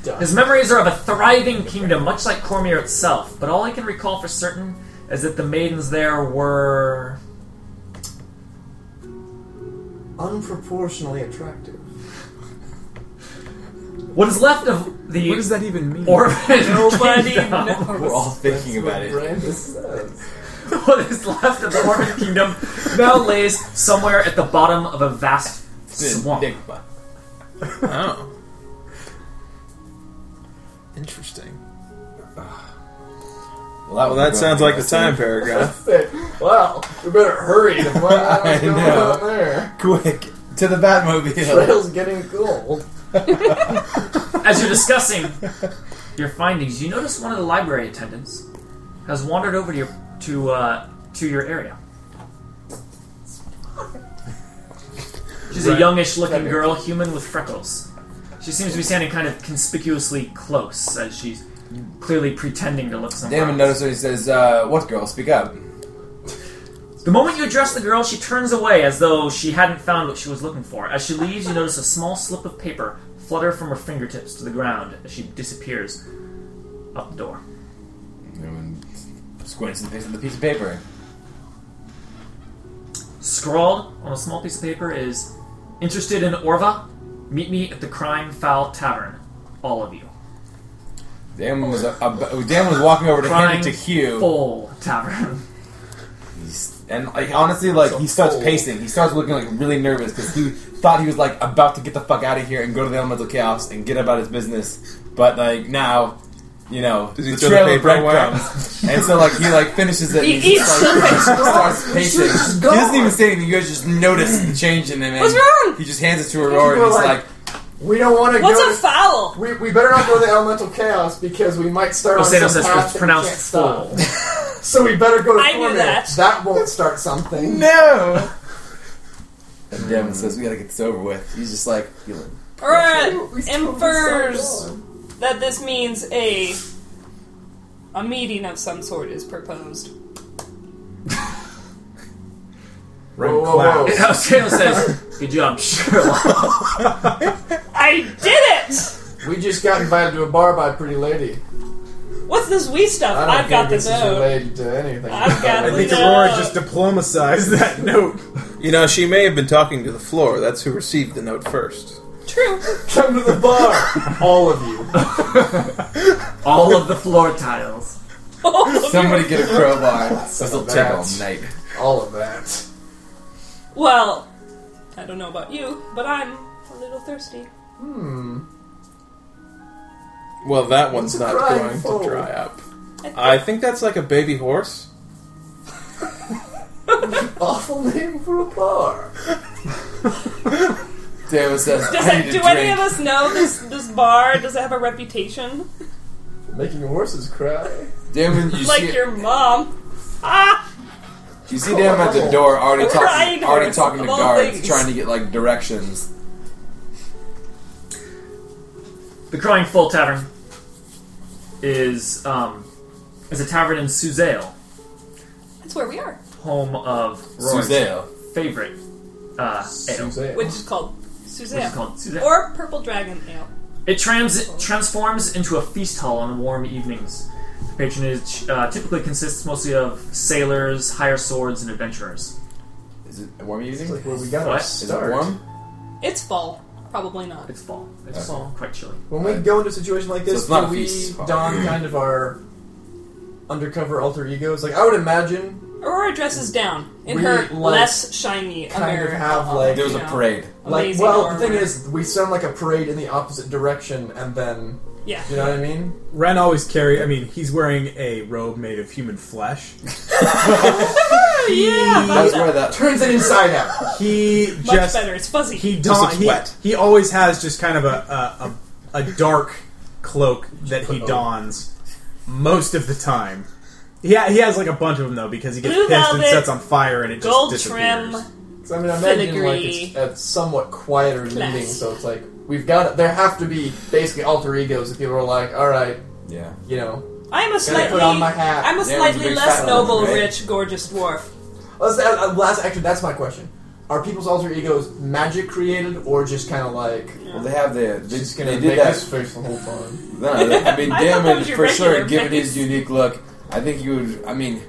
S8: Then.
S10: His memories are of a thriving kingdom, much like Cormier itself, but all I can recall for certain is that the maidens there were.
S6: Unproportionally attractive.
S10: What is left of the
S4: What does that even mean?
S10: orphan
S5: Nobody
S10: kingdom?
S2: We're all
S5: knows.
S2: thinking about it.
S6: Brandis says.
S10: what is left of the orphan kingdom now lays somewhere at the bottom of a vast swamp.
S2: Enigma.
S8: Oh. Interesting. Well, that sounds like the time paragraph.
S6: That's it. Well, we better hurry to find out
S2: I
S6: what's going
S2: know.
S6: on there.
S2: Quick to the Batmobile.
S6: Trail's getting cold.
S10: As you're discussing your findings, you notice one of the library attendants has wandered over to your to uh, to your area. She's a youngish-looking girl, human with freckles. She seems to be standing kind of conspicuously close, as she's clearly pretending to look somewhere.
S2: Damon
S10: else.
S2: notices her. He says, uh, "What girl? Speak up."
S10: The moment you address the girl, she turns away as though she hadn't found what she was looking for. As she leaves, you notice a small slip of paper flutter from her fingertips to the ground as she disappears up the door.
S2: Damon squints and picks up the piece of paper.
S10: Scrawled on a small piece of paper is Interested in Orva? Meet me at the Crime Foul Tavern. All of you.
S2: Damon was a, a, Damon was walking over to hand
S10: Crime
S2: it to Hugh.
S10: Foul Tavern.
S2: He's- and like, honestly, like he starts
S6: Oh.
S2: pacing. He starts looking like really nervous because he thought he was like about to get the fuck out of here and go to the elemental chaos and get about his business. But like now, you know,
S8: Does he
S2: the
S8: throw the
S2: trail of
S8: paper away?
S2: breadcrumbs. and so like he like finishes it.
S5: He
S2: and he
S5: eats
S2: just,
S5: the
S2: like,
S5: paper.
S2: starts pacing. He doesn't even say anything. You guys just notice the change in him. and
S5: What's wrong?
S2: He just hands it to Aurora and
S6: People
S2: he's
S6: are
S2: like,
S6: We don't want to
S5: What's
S6: go.
S5: a foul?
S6: we, we better not go to the elemental chaos because we might start on some
S10: Osano says
S6: path that
S10: it's
S6: we
S10: pronounced
S6: can't stop.
S10: fool.
S6: So we better go to
S5: I knew
S6: Cormier.
S5: that.
S6: won't start something.
S2: "No." And Damon says, "We gotta get this over with." He's just like, "You
S5: Aurora infers that this means a a meeting of some sort is proposed.
S4: Run
S6: Whoa, whoa, whoa.
S4: claps.
S10: Kayla says, "Good job, Sherlock."
S5: I did it!
S6: We just got invited to a bar by a pretty lady.
S5: What's this wee stuff?
S6: I don't
S5: I've
S6: think
S5: got the
S6: this is
S5: note.
S6: related to anything.
S5: I've got
S6: I
S5: the
S6: think
S5: note.
S6: Aurora
S26: just diplomatized that note.
S8: You know, she may have been talking to the floor. That's who received the note first.
S5: True.
S6: Come to the bar, all of you.
S10: All of the floor tiles.
S2: Somebody get a crowbar. This will take all
S6: That's-
S2: night.
S6: All of that.
S5: Well, I don't know about you, but I'm a little thirsty.
S6: Hmm.
S8: Well, that one's
S5: It's a
S8: not
S5: crying
S8: going
S5: foal.
S8: to dry up. I think that's like a baby horse.
S6: Awful name for a bar.
S2: Damn, it says.
S5: Does
S2: I
S5: that,
S2: need
S5: do
S2: a
S5: any of
S2: drink.
S5: us know this this bar? Does it have a reputation?
S6: Making horses cry.
S2: Damon, you
S5: like
S2: see,
S5: your mom. Ah!
S2: you see Damon at the door already
S5: A crying
S2: talking, already
S5: horse,
S2: talking to
S5: of all
S2: guards,
S5: things.
S2: trying to get like directions.
S10: The Crying Full Tavern is um, is a tavern in Suzale,
S5: That's where we are.
S10: home of Rory's
S2: Suzale.
S10: favorite uh, ale,
S5: Which is called Suzanne.
S10: which is called Suzale.
S5: Or Purple Dragon Ale.
S10: It trans- transforms into a feast hall on warm evenings. The patronage uh, typically consists mostly of sailors, higher swords, and adventurers.
S2: Is it warm evening?
S6: It's like where we got our
S10: What?
S2: Is it
S6: start.
S2: warm?
S5: It's fall. Probably not.
S10: It's fall. It's
S2: Okay.
S10: fall. Quite chilly.
S6: When we go into a situation like
S2: So
S6: this,
S2: it's not
S6: do
S2: a
S6: we
S2: feast.
S6: don kind of our undercover alter egos? Like I would imagine,
S5: Aurora dresses down in
S6: We,
S5: her
S6: like,
S5: less shiny
S6: kind of
S5: American.
S6: have,
S5: outfit,
S6: like-
S2: There was
S5: you
S2: a
S5: know?
S2: parade.
S6: like,
S5: Lazy
S6: well,
S5: armor.
S6: the thing is, we sound like a parade in the opposite direction, and then
S5: Yeah.
S6: you know what I mean.
S4: Ren always carry. I mean, he's wearing a robe made of human flesh.
S5: yeah,
S2: That's where that.
S6: Turns it inside out.
S4: He
S5: much
S4: just
S5: better. It's fuzzy.
S4: he don-
S8: looks
S4: he,
S8: wet.
S4: he always has just kind of a a, a, a dark cloak that he dons most of the time. Yeah, he has like a bunch of them though because he gets
S5: Blue
S4: pissed and
S5: velvet,
S4: sets on fire and it
S5: Gold
S4: just
S5: trim.
S4: disappears.
S6: So, I mean, I imagine like
S5: Filigree.
S6: it's a somewhat quieter
S5: Class.
S6: meeting, so it's like we've got there have to be basically alter egos that people are like, all right,
S2: Yeah.
S6: you know,
S5: I'm a
S6: gotta
S5: slightly
S6: put on my hat.
S5: I'm a
S2: There was a
S5: slightly
S2: big
S5: less
S2: fat one,
S5: noble,
S2: right?
S5: rich, gorgeous dwarf.
S6: Let's, uh, uh, last, actually, that's my question. Are people's alter egos magic created or just kind of like
S2: Well, they have the. They,
S6: just gonna
S2: they
S6: make
S2: did that.
S6: this face the whole time?
S2: No, they- I mean,
S5: I thought that
S2: Damon
S5: was your
S2: for sure,
S5: regular
S2: given
S5: face.
S2: his unique look, I think he would. I mean,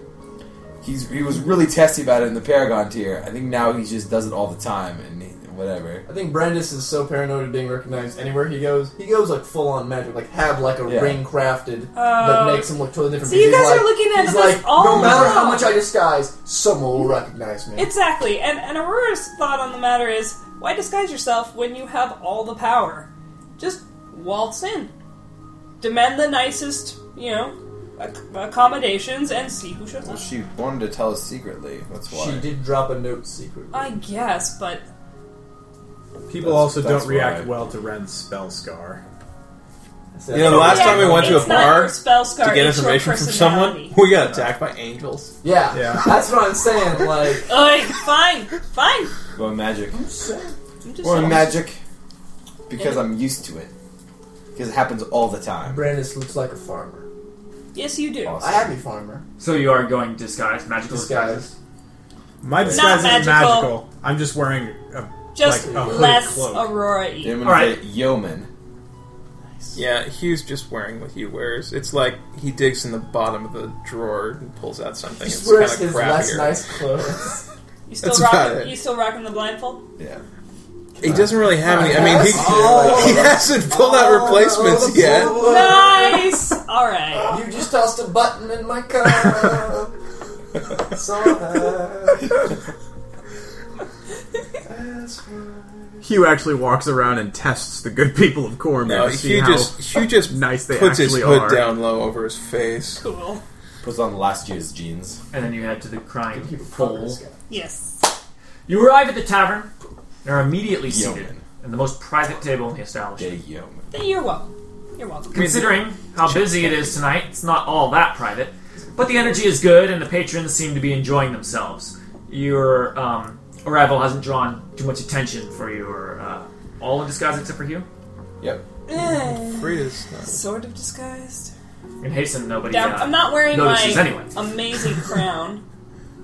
S2: he's he was really testy about it in the Paragon tier. I think now he just does it all the time and he, whatever.
S6: I think Brandis is so paranoid of being recognized anywhere he goes. He goes like full on magic, like have like a
S2: Yeah.
S6: ring crafted
S5: Oh.
S6: that makes him look totally different.
S5: So you
S6: because
S5: guys
S6: he's like-
S5: are looking at
S6: he's
S5: this
S6: like,
S5: all
S6: no matter how
S5: wrong.
S6: much I disguise, someone will recognize me.
S5: Exactly. And, and Aurora's thought on the matter is why disguise yourself when you have all the power? Just waltz in. Demand the nicest, you know, ac- accommodations and see who shows
S2: Well,
S5: up.
S2: she wanted to tell us secretly. That's why.
S6: she did drop a note secretly.
S5: I guess, but
S4: People
S2: That's-
S4: also
S2: that's
S4: don't react
S2: why.
S4: well to Ren's spell scar.
S6: So-
S8: You know, the last
S5: Yeah,
S8: time we went to a
S5: it's not
S8: bar
S5: your spell scar,
S8: to get
S5: it's your
S8: information from
S5: personality.
S8: someone, we got attacked by angels.
S6: yeah,
S4: Yeah.
S6: that's what I'm saying. Like,
S5: Oi, fine, fine.
S2: Going magic.
S5: I'm just
S2: Going magic because I'm used to it. Because it happens all the time.
S6: Brandis looks like a farmer,
S5: Yes, you do.
S6: a happy farmer.
S10: So you are going disguised, magical
S6: Disguise.
S4: My disguise isn't
S5: magical.
S4: magical. I'm just wearing a
S5: Just
S4: like a hooded
S5: less
S4: cloak.
S5: Aurora y.
S2: Damon
S10: All right.
S2: the yeoman.
S8: Yeah, Hugh's just wearing what he wears. It's like he digs in the bottom of the drawer and pulls out something.
S6: He
S8: It's
S6: just wears
S8: kind
S6: his
S8: of
S6: less
S8: crappier.
S6: nice clothes.
S5: You still
S8: That's about it.
S5: rocking? You still rocking the blindfold?
S2: Yeah.
S8: He doesn't really have any. I mean, he,
S6: Oh,
S8: he hasn't pulled out replacements yet.
S5: oh. Nice. All right.
S6: You just tossed a button in my cup. Somehow.
S4: Hugh actually walks around and tests the good people of Corman
S8: No,
S4: to see
S8: Hugh
S4: how
S8: just Hugh just
S4: nice they
S8: puts his
S4: actually
S8: hood
S4: are.
S8: down low over his face.
S5: Cool.
S2: Puts on last year's jeans.
S10: and then you head to the Crying Full.
S6: Progress, guys.
S5: Yes.
S10: You arrive at the tavern and are immediately seated
S2: Yeoman.
S10: at the most private table in the
S2: Day
S10: establishment.
S2: yeoman.
S5: You're welcome. You're welcome.
S10: Considering how busy it is tonight, it's not all that private, but the energy is good and the patrons seem to be enjoying themselves. Your um, arrival hasn't drawn too much attention for your uh, All in disguise except for Hugh?
S2: Yep.
S8: Frida's not-
S5: Sort of disguised.
S10: In Hasten, nobody.
S5: Damn,
S10: uh,
S5: I'm not wearing
S10: notices
S5: my
S10: anyway.
S5: amazing crown.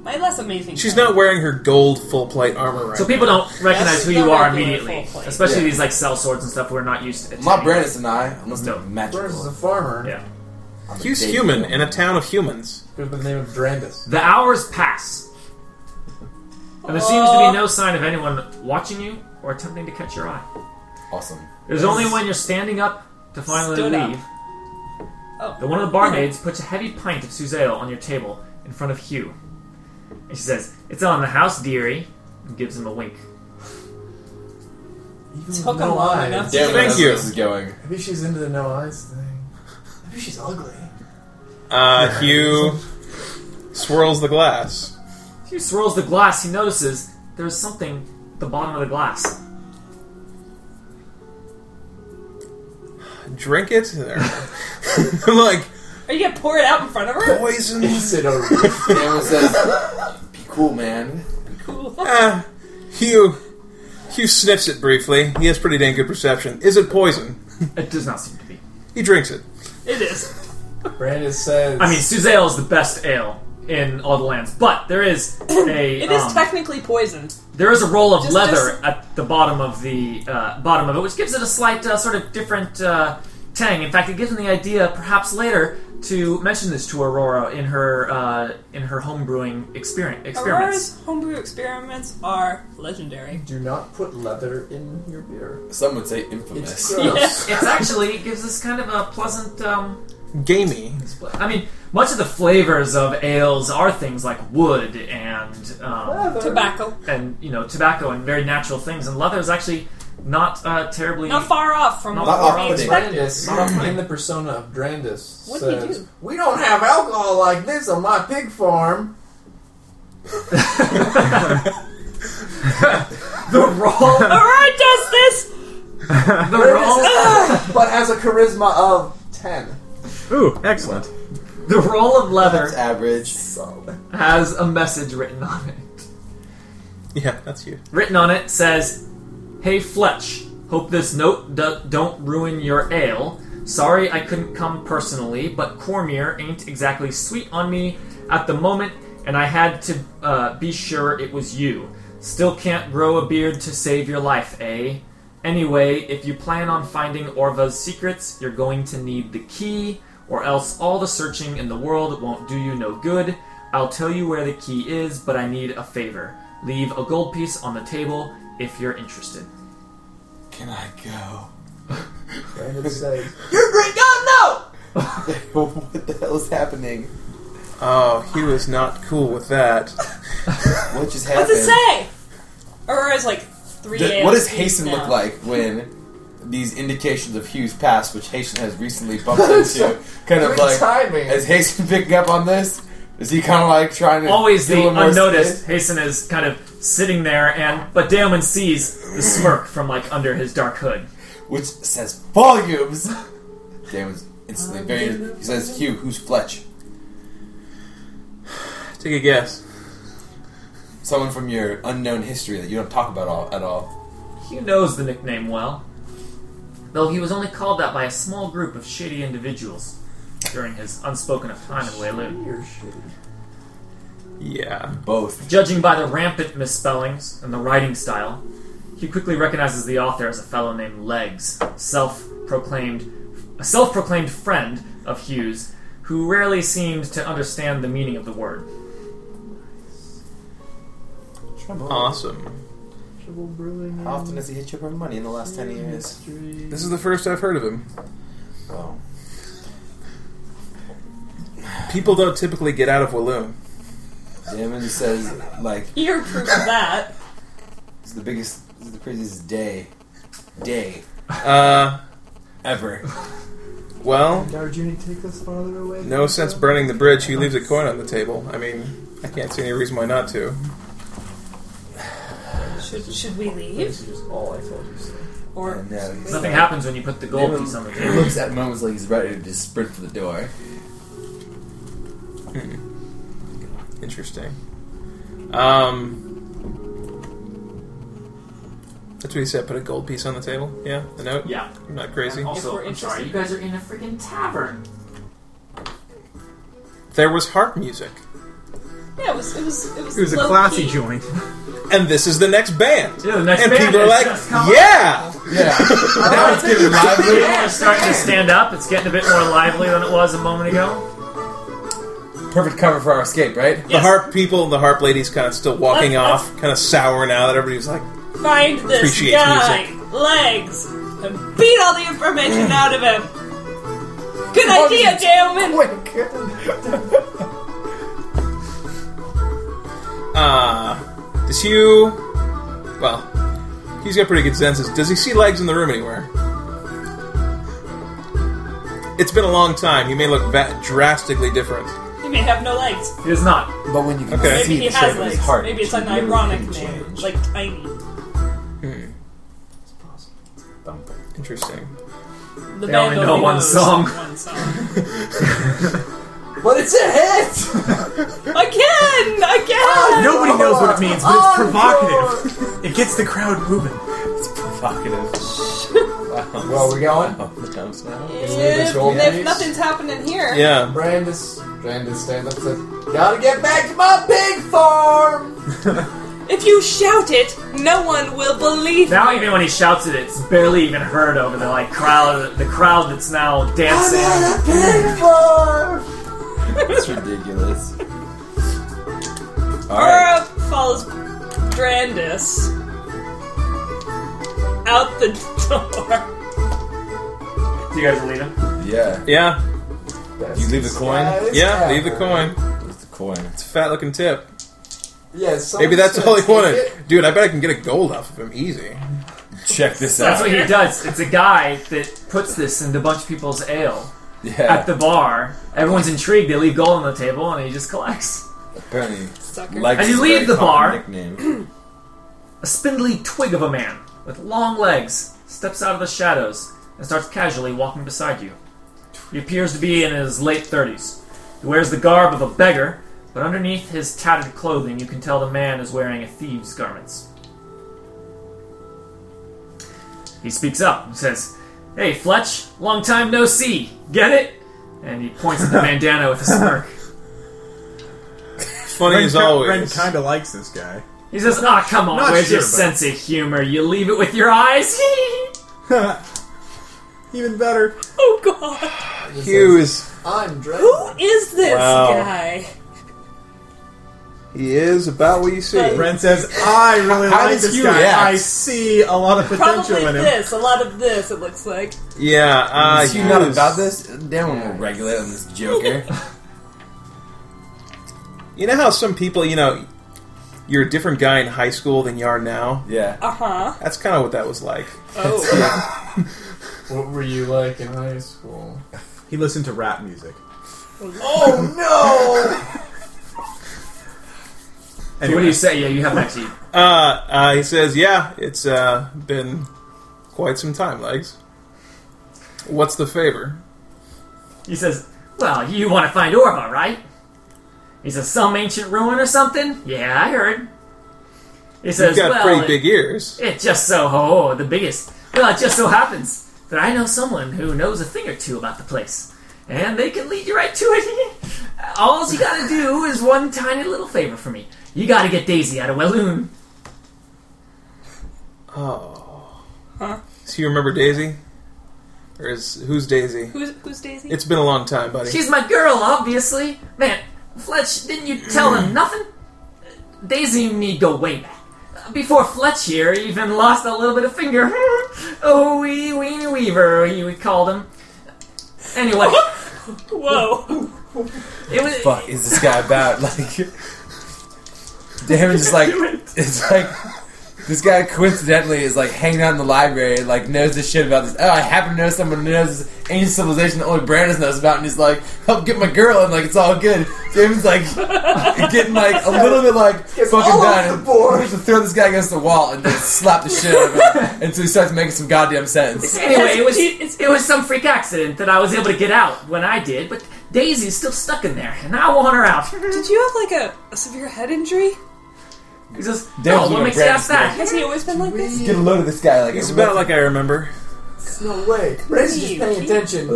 S5: My less amazing.
S8: She's
S5: crown.
S8: not wearing her gold full plate armor right
S10: So people
S8: now.
S10: don't recognize
S5: That's
S10: who you
S5: the
S10: are
S5: regular
S10: immediately,
S5: full plate.
S10: especially
S2: Yeah.
S10: these like cell swords and stuff. We're not used to.
S2: Not Brandis and I, unless they're
S6: Brandis is a
S2: magical.
S6: farmer.
S10: Yeah.
S2: I'm a
S8: Hugh's
S2: day
S8: human
S2: girl.
S8: in a town of humans.
S6: Goes by the name of Durandus.
S10: The hours pass, and there seems to be no sign of anyone watching you or attempting to catch your eye.
S2: Awesome.
S10: There's only when you're standing up to finally
S5: Stood up.
S10: leave
S5: Oh.
S10: that one of the barmaids puts a heavy pint of Suzale on your table in front of Hugh. And she says, It's on the house, dearie, and gives him a wink.
S5: Took him long enough.
S2: Damn it,
S8: Thank
S2: that's
S8: you.
S2: where This is going.
S6: Maybe she's into the no eyes thing. Maybe she's ugly.
S8: Uh, Hugh swirls the glass.
S10: Hugh swirls the glass. He notices there's something at the bottom of the glass.
S8: Drink it. There. like
S5: Are you gonna pour it out in front of her?
S8: poison.
S6: Sit over.
S2: Damon says, "Be cool, man."
S8: Ah, Hugh. Hugh sniffs it briefly. He has pretty dang good perception. Is it poison?
S10: It does not seem to be.
S8: He drinks it.
S5: It is.
S6: Brandis says.
S10: I mean, Suzale is the best ale in all the lands, but there is a
S5: It is
S10: um,
S5: technically poisoned.
S10: there is a roll of
S5: Just-
S10: leather
S5: just-
S10: at the bottom of the uh, bottom of it, which gives it a slight uh, sort of different uh, tang. In fact, it gives him the idea, perhaps later, to mention this to Aurora in her uh, in her home brewing experience. experiments.
S5: Aurora's homebrew experiments are legendary.
S6: Do not put leather in your beer.
S2: Some would say
S6: It's
S2: infamous.
S6: gross.
S10: It's actually it gives us kind of a pleasant. Um,
S8: Gamey.
S10: I mean, much of the flavors of ales are things like wood and um,
S5: Tobacco.
S8: Mm.
S10: and you know tobacco and very natural things. And leather is actually not uh, terribly.
S5: Not far off from
S10: Not
S5: what
S2: far
S5: we
S2: off,
S5: expect.
S6: Brandis, in the persona of Brandis,
S5: What'd he
S6: says,
S5: do?
S6: "We don't have alcohol like this on my pig farm."
S10: the roll.
S5: Aurora does this!
S10: The roll.
S6: but has a charisma of ten.
S4: Ooh, excellent.
S10: The roll of
S2: That's
S10: leather
S2: average.
S10: has a message written on it.
S8: Yeah, that's Hugh.
S10: Written on it says, "Hey Fletch, hope this note do- don't ruin your ale. Sorry I couldn't come personally, but Cormier ain't exactly sweet on me at the moment, and I had to uh, be sure it was you. Still can't grow a beard to save your life, eh? Anyway, if you plan on finding Orva's secrets, you're going to need the key, or else all the searching in the world won't do you no good. I'll tell you where the key is, but I need a favor. Leave a gold piece on the table if you're interested.
S2: Can I go?
S6: Brandis says,
S2: You're great. God, no. what the hell is happening?
S8: Oh, Hugh is not cool with that.
S2: What
S5: What's
S2: just happened?
S5: it say? Aurora's like three
S2: Th-
S5: ales
S2: what does
S5: deep
S2: Hasten
S5: now.
S2: look like when these indications of Hugh's past, which Hasten has recently bumped into, kind of
S6: "Good
S2: like
S6: timing."
S2: is Hasten picking up on this? Is he kind of like trying to
S10: Always
S2: give
S10: the
S2: him more
S10: unnoticed,
S2: space?
S10: Hasten is kind of sitting there, and but Daemon sees the smirk from like under his dark hood.
S2: which says volumes. Damon's
S5: Uh,
S2: instantly very. He says, "Hugh, who's Fletch?
S8: Take a guess.
S2: Someone from your unknown history that you don't talk about all, at all."
S10: He knows the nickname well, though he was only called that by a small group of shady individuals during his unspoken of time in Weyland.
S6: You're shitty.
S8: Yeah.
S2: Both.
S10: Judging by the rampant misspellings and the writing style, he quickly recognizes the author as a fellow named Legs, self-proclaimed a self-proclaimed friend of Hughes, who rarely seemed to understand the meaning of the word.
S8: Awesome.
S6: Trouble brewing
S2: How often has he hit you for money in the last ten years?
S6: history.
S8: This is the first I've heard of him.
S2: Well,
S8: People don't typically get out of Walloon.
S2: Damon just says, "Like
S5: Ear proof of that.
S2: it's the biggest, it's the craziest day, day
S8: Uh,
S2: ever."
S8: well,
S6: Did our journey take us farther away?
S8: no sense burning the bridge. He leaves a coin on the table. I mean, I can't see any reason why not to.
S5: Should, should we leave?
S6: This is just all I told you. So.
S5: Or
S2: No, uh, he's-
S10: Nothing happens when you put the gold piece on the
S2: He
S10: table.
S2: looks at moments like he's ready to just sprint for the door.
S8: Interesting. Um, That's what he said. Put a gold piece on the table. Yeah, the note.
S3: Yeah,
S8: I'm not crazy.
S3: And also, I'm sorry, you guys are in a freaking tavern.
S8: there was harp music,
S5: Yeah, it was. It was. It was,
S8: It was a
S5: low
S8: classy
S5: key.
S8: joint. and this is the next band.
S10: Yeah, the next
S8: and
S10: band
S8: people are
S10: has
S8: like,
S10: just come
S8: yeah,
S10: yeah.
S8: now it's getting lively.
S10: It's starting to stand up. It's getting a bit more lively than it was a moment ago.
S8: Perfect cover for our escape, right? The harp people and the harp ladies kind of still walking
S5: Let's-
S8: off, kind of sour now that everybody's like,
S5: Find this
S8: Appreciates
S5: guy legs and beat all the information out of him. Good idea, gentlemen.
S8: uh, does Hugh? Well, he's got pretty good senses. Does he see legs in the room anywhere? It's been a long time. He may look va- drastically different.
S5: He may have no legs.
S10: It is not.
S8: But when you
S5: Maybe he has legs. Maybe it's an ironic name, like tiny.
S8: Hmm. Interesting.
S5: The They band only know only one knows song. one song.
S27: but it's a hit!
S5: Again! Again!
S4: Nobody knows what it means, but
S5: Oh,
S4: it's
S5: Encore!
S4: provocative. It gets the crowd moving. It's
S2: provocative.
S6: Well, we're going.
S5: If, if nothing's happening here.
S8: Yeah.
S6: Brandis. Brandis stand up says, Gotta get back to my pig farm!
S5: If you shout it, no one will believe
S10: Now even when he shouts it, it's barely even heard over the like crowd. The crowd that's now
S3: Oh,
S10: dancing.
S6: Pig farm!
S2: That's ridiculous. All right.
S5: Aura follows Brandis out the door.
S10: Do you guys leave him?
S2: Yeah.
S8: Yeah.
S2: You leave the coin?
S8: Yeah, leave the coin.
S2: It's the coin.
S8: It's a fat looking tip.
S6: Yeah,
S8: Maybe
S6: someone's
S8: that's
S6: gonna
S8: all he
S6: take
S8: wanted.
S6: it.
S8: Dude, I bet I can get a gold off of him easy.
S2: Check this
S10: That's what he does. It's a guy that puts this into a bunch of people's ale
S2: Yeah.
S10: at the bar. Everyone's intrigued. They leave gold on the table, and he just collects.
S2: Apparently,
S5: Sucker.
S2: legs
S10: As you
S2: is a
S10: leave
S2: very
S10: the
S2: common
S10: bar-
S2: Nickname.
S10: A spindly twig of a man with long legs steps out of the shadows and starts casually walking beside you. He appears to be in his late 30s. He wears the garb of a beggar, but underneath his tattered clothing, you can tell the man is wearing a thieve's garments. He speaks up and says, Hey, Fletch, long time no see. Get it? And he points at the bandana with a smirk.
S8: Funny as always.
S4: Ren kind of likes this guy.
S10: He says, Ah, come on,
S4: Not
S10: where's
S4: sure,
S10: your
S4: but-
S10: sense of humor? You leave it with your eyes?
S4: Even better.
S5: Oh god.
S8: Hugh is.
S6: I'm
S5: Who is this
S8: Wow.
S5: guy?
S8: He is about what you see.
S4: Ren says, I really
S8: How
S4: like
S8: does
S4: this
S8: Hugh
S4: guy.
S8: react?
S4: I see a lot of potential
S5: Probably
S4: in him.
S5: this. A lot of this, it looks like.
S8: Yeah, uh,
S2: Is he
S8: Hugh
S2: not
S8: is-
S2: about this? Damn, I'm gonna regulate on this Joker.
S8: You know how some people, you know, you're a different guy in high school than you are now?
S2: Yeah.
S5: Uh huh.
S8: That's kind of what that was like.
S5: Oh.
S6: What were you like in high school?
S4: He listened to rap music.
S6: oh
S10: So What do you say? Yeah, you have my teeth.
S8: Uh, uh, he says, yeah, it's uh, been quite some time, Legs. What's the favor?
S10: He says, Well, you want to find Orva, right? He says, Some ancient ruin or something? Yeah, I heard. He says,
S8: You've got
S10: Well,
S8: pretty
S10: it-
S8: big ears.
S10: It just so, oh, the biggest. Well, it just so happens that I know someone who knows a thing or two about the place. And they can lead you right to it. All you gotta do is one tiny little favor for me. You gotta get Daisy out of Walloon.
S8: Oh.
S5: Huh?
S8: So you remember Daisy? Or is who's Daisy?
S5: who's, who's Daisy?
S8: It's been a long time, buddy.
S10: She's my girl, obviously. Man, Fletch, didn't you tell him nothing? Daisy and me go way back. Before Fletch here even lost a little bit of finger. oh, wee weenie weaver, you would call him. Anyway,
S5: Whoa.
S10: it was.
S2: Fuck, is this guy about? Like, damn, just like it's like this guy coincidentally is like hanging out in the library, like knows this shit about this. Oh, I happen to know someone who knows this ancient civilization that only Brandis knows about, and he's like, help get my girl, and like it's all good. Damon's like getting like a little bit like fucking
S6: all
S2: done.
S6: off the board.
S2: To throw this guy against the wall and then slap the shit out of him until he starts making some goddamn sense.
S10: Anyway, it was it was some freak accident that I was able to get out when I did, but Daisy's still stuck in there, and I want her out.
S5: Did you have like a, a severe head injury?
S10: He says,
S2: Dan's
S10: "No, oh, what
S2: gonna
S10: makes
S2: grab
S10: that's that?
S5: Has he always been like this?
S2: Get a load of this guy. Like
S8: It's about like I remember.
S6: No way. Brandon's just
S5: you
S6: paying
S5: keep-
S6: attention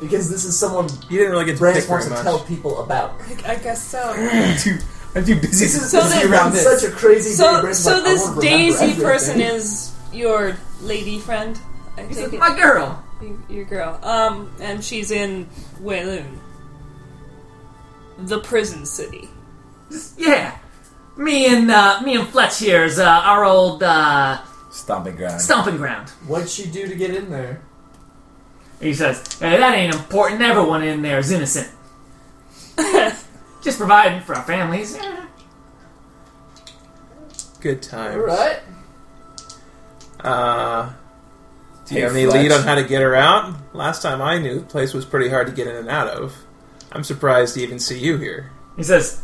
S6: because this is someone
S8: You didn't really get to
S6: Brandon
S8: pick
S6: wants
S8: very
S6: to
S8: much.
S6: tell people about.
S5: Like, I guess so.
S2: I'm too, I'm too busy
S6: This is
S5: So
S6: this
S5: then-
S6: is around
S2: this.
S6: such a crazy. day.
S5: So,
S6: Brandon's
S5: so
S6: like, I
S5: this
S6: won't remember
S5: Daisy
S6: everything.
S5: person is your lady friend. I think it-
S6: "My girl."
S5: Y- Your girl. Um, and she's in Weilun, the prison city.
S10: Yeah, me and uh, me and Fletch here's uh, our old uh,
S2: stomping ground.
S10: stomping ground."
S6: What'd she do to get in there?
S10: He says, "Hey, that ain't important. Everyone in there is innocent. Just providing for our families."
S8: Good times.
S6: Alright.
S8: Uh, do you
S2: Hey,
S8: have any
S2: Fletch.
S8: lead on how to get her out? Last time I knew, the place was pretty hard to get in and out of. I'm surprised to even see you here.
S10: He says,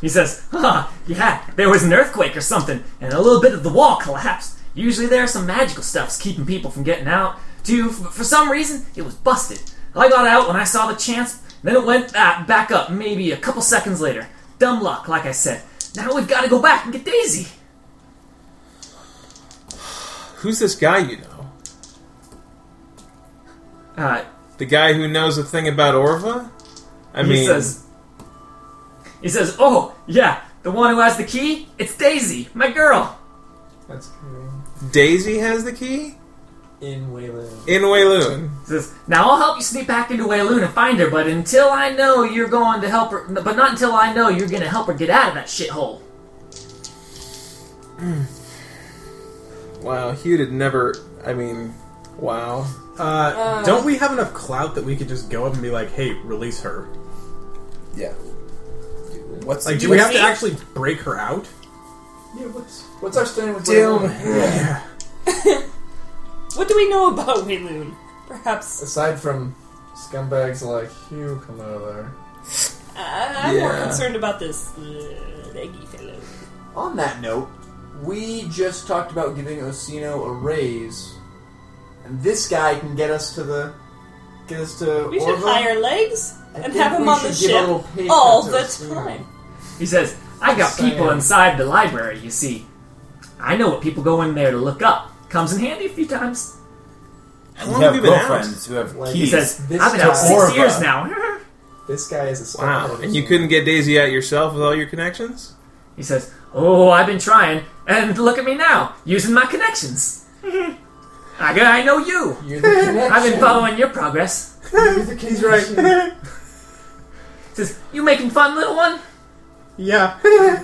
S10: he says, huh, yeah, there was an earthquake or something, and a little bit of the wall collapsed. Usually there's some magical stuffs keeping people from getting out. Too, f- for some reason, it was busted. I got out when I saw the chance, then it went uh, back up maybe a couple seconds later. Dumb luck, like I said. Now we've got to go back and get Daisy.
S8: Who's this guy you know?
S10: Uh,
S8: The guy who knows the thing about Orva? I
S10: he
S8: mean,
S10: says, he says, oh, yeah, the one who has the key? It's Daisy, my girl.
S6: That's crazy.
S8: Daisy has the key?
S6: In Waylon.
S8: In Wayloon.
S10: Says, now I'll help you sneak back into Wayloon and find her, but until I know you're going to help her, but not until I know you're going to help her get out of that shithole.
S8: Wow, Hugh did never. I mean, wow.
S4: Uh, don't we have enough clout that we could just go up and be like, "Hey, release her"?
S2: Yeah. What's
S4: Like,
S2: the-
S4: do we
S2: what's
S4: have to
S2: the-
S4: actually break her out?
S6: Yeah, what's, what's our standing with
S2: Damn.
S6: Waylon?
S5: What do we know about Weilun? Perhaps uh,
S6: Aside from scumbags like you come out of there.
S5: I- I'm more
S8: Yeah.
S5: concerned about this uh, leggy fellow.
S28: On that note, we just talked about giving Osino a raise, and this guy can get us to the get us to.
S5: We should
S28: Orville.
S5: hire legs
S28: I
S5: and
S28: think
S5: have him
S28: we
S5: on the
S28: should give a little
S5: ship
S28: pay cut
S5: all
S28: to
S5: the
S28: Osino.
S5: time.
S10: He says, I got people
S28: Saying.
S10: inside the library, you see. I know what people go in there to look up. Comes in handy a few times.
S8: How
S2: You
S8: long
S2: have
S8: have you been out?
S2: girlfriends who have
S6: Like,
S10: He
S2: keys.
S10: says,
S6: This
S10: I've been out
S6: time-
S10: six
S2: Orva.
S10: years now.
S6: This guy is a
S8: Wow,
S6: scumbag.
S8: and you couldn't get Daisy out yourself with all your connections?
S10: he says, oh, I've been trying, and look at me now, using my connections. I, got- I know you.
S6: You're the connection.
S10: I've been following your progress.
S6: You're the He's right.
S10: He says, you making fun, little one?
S4: Yeah. you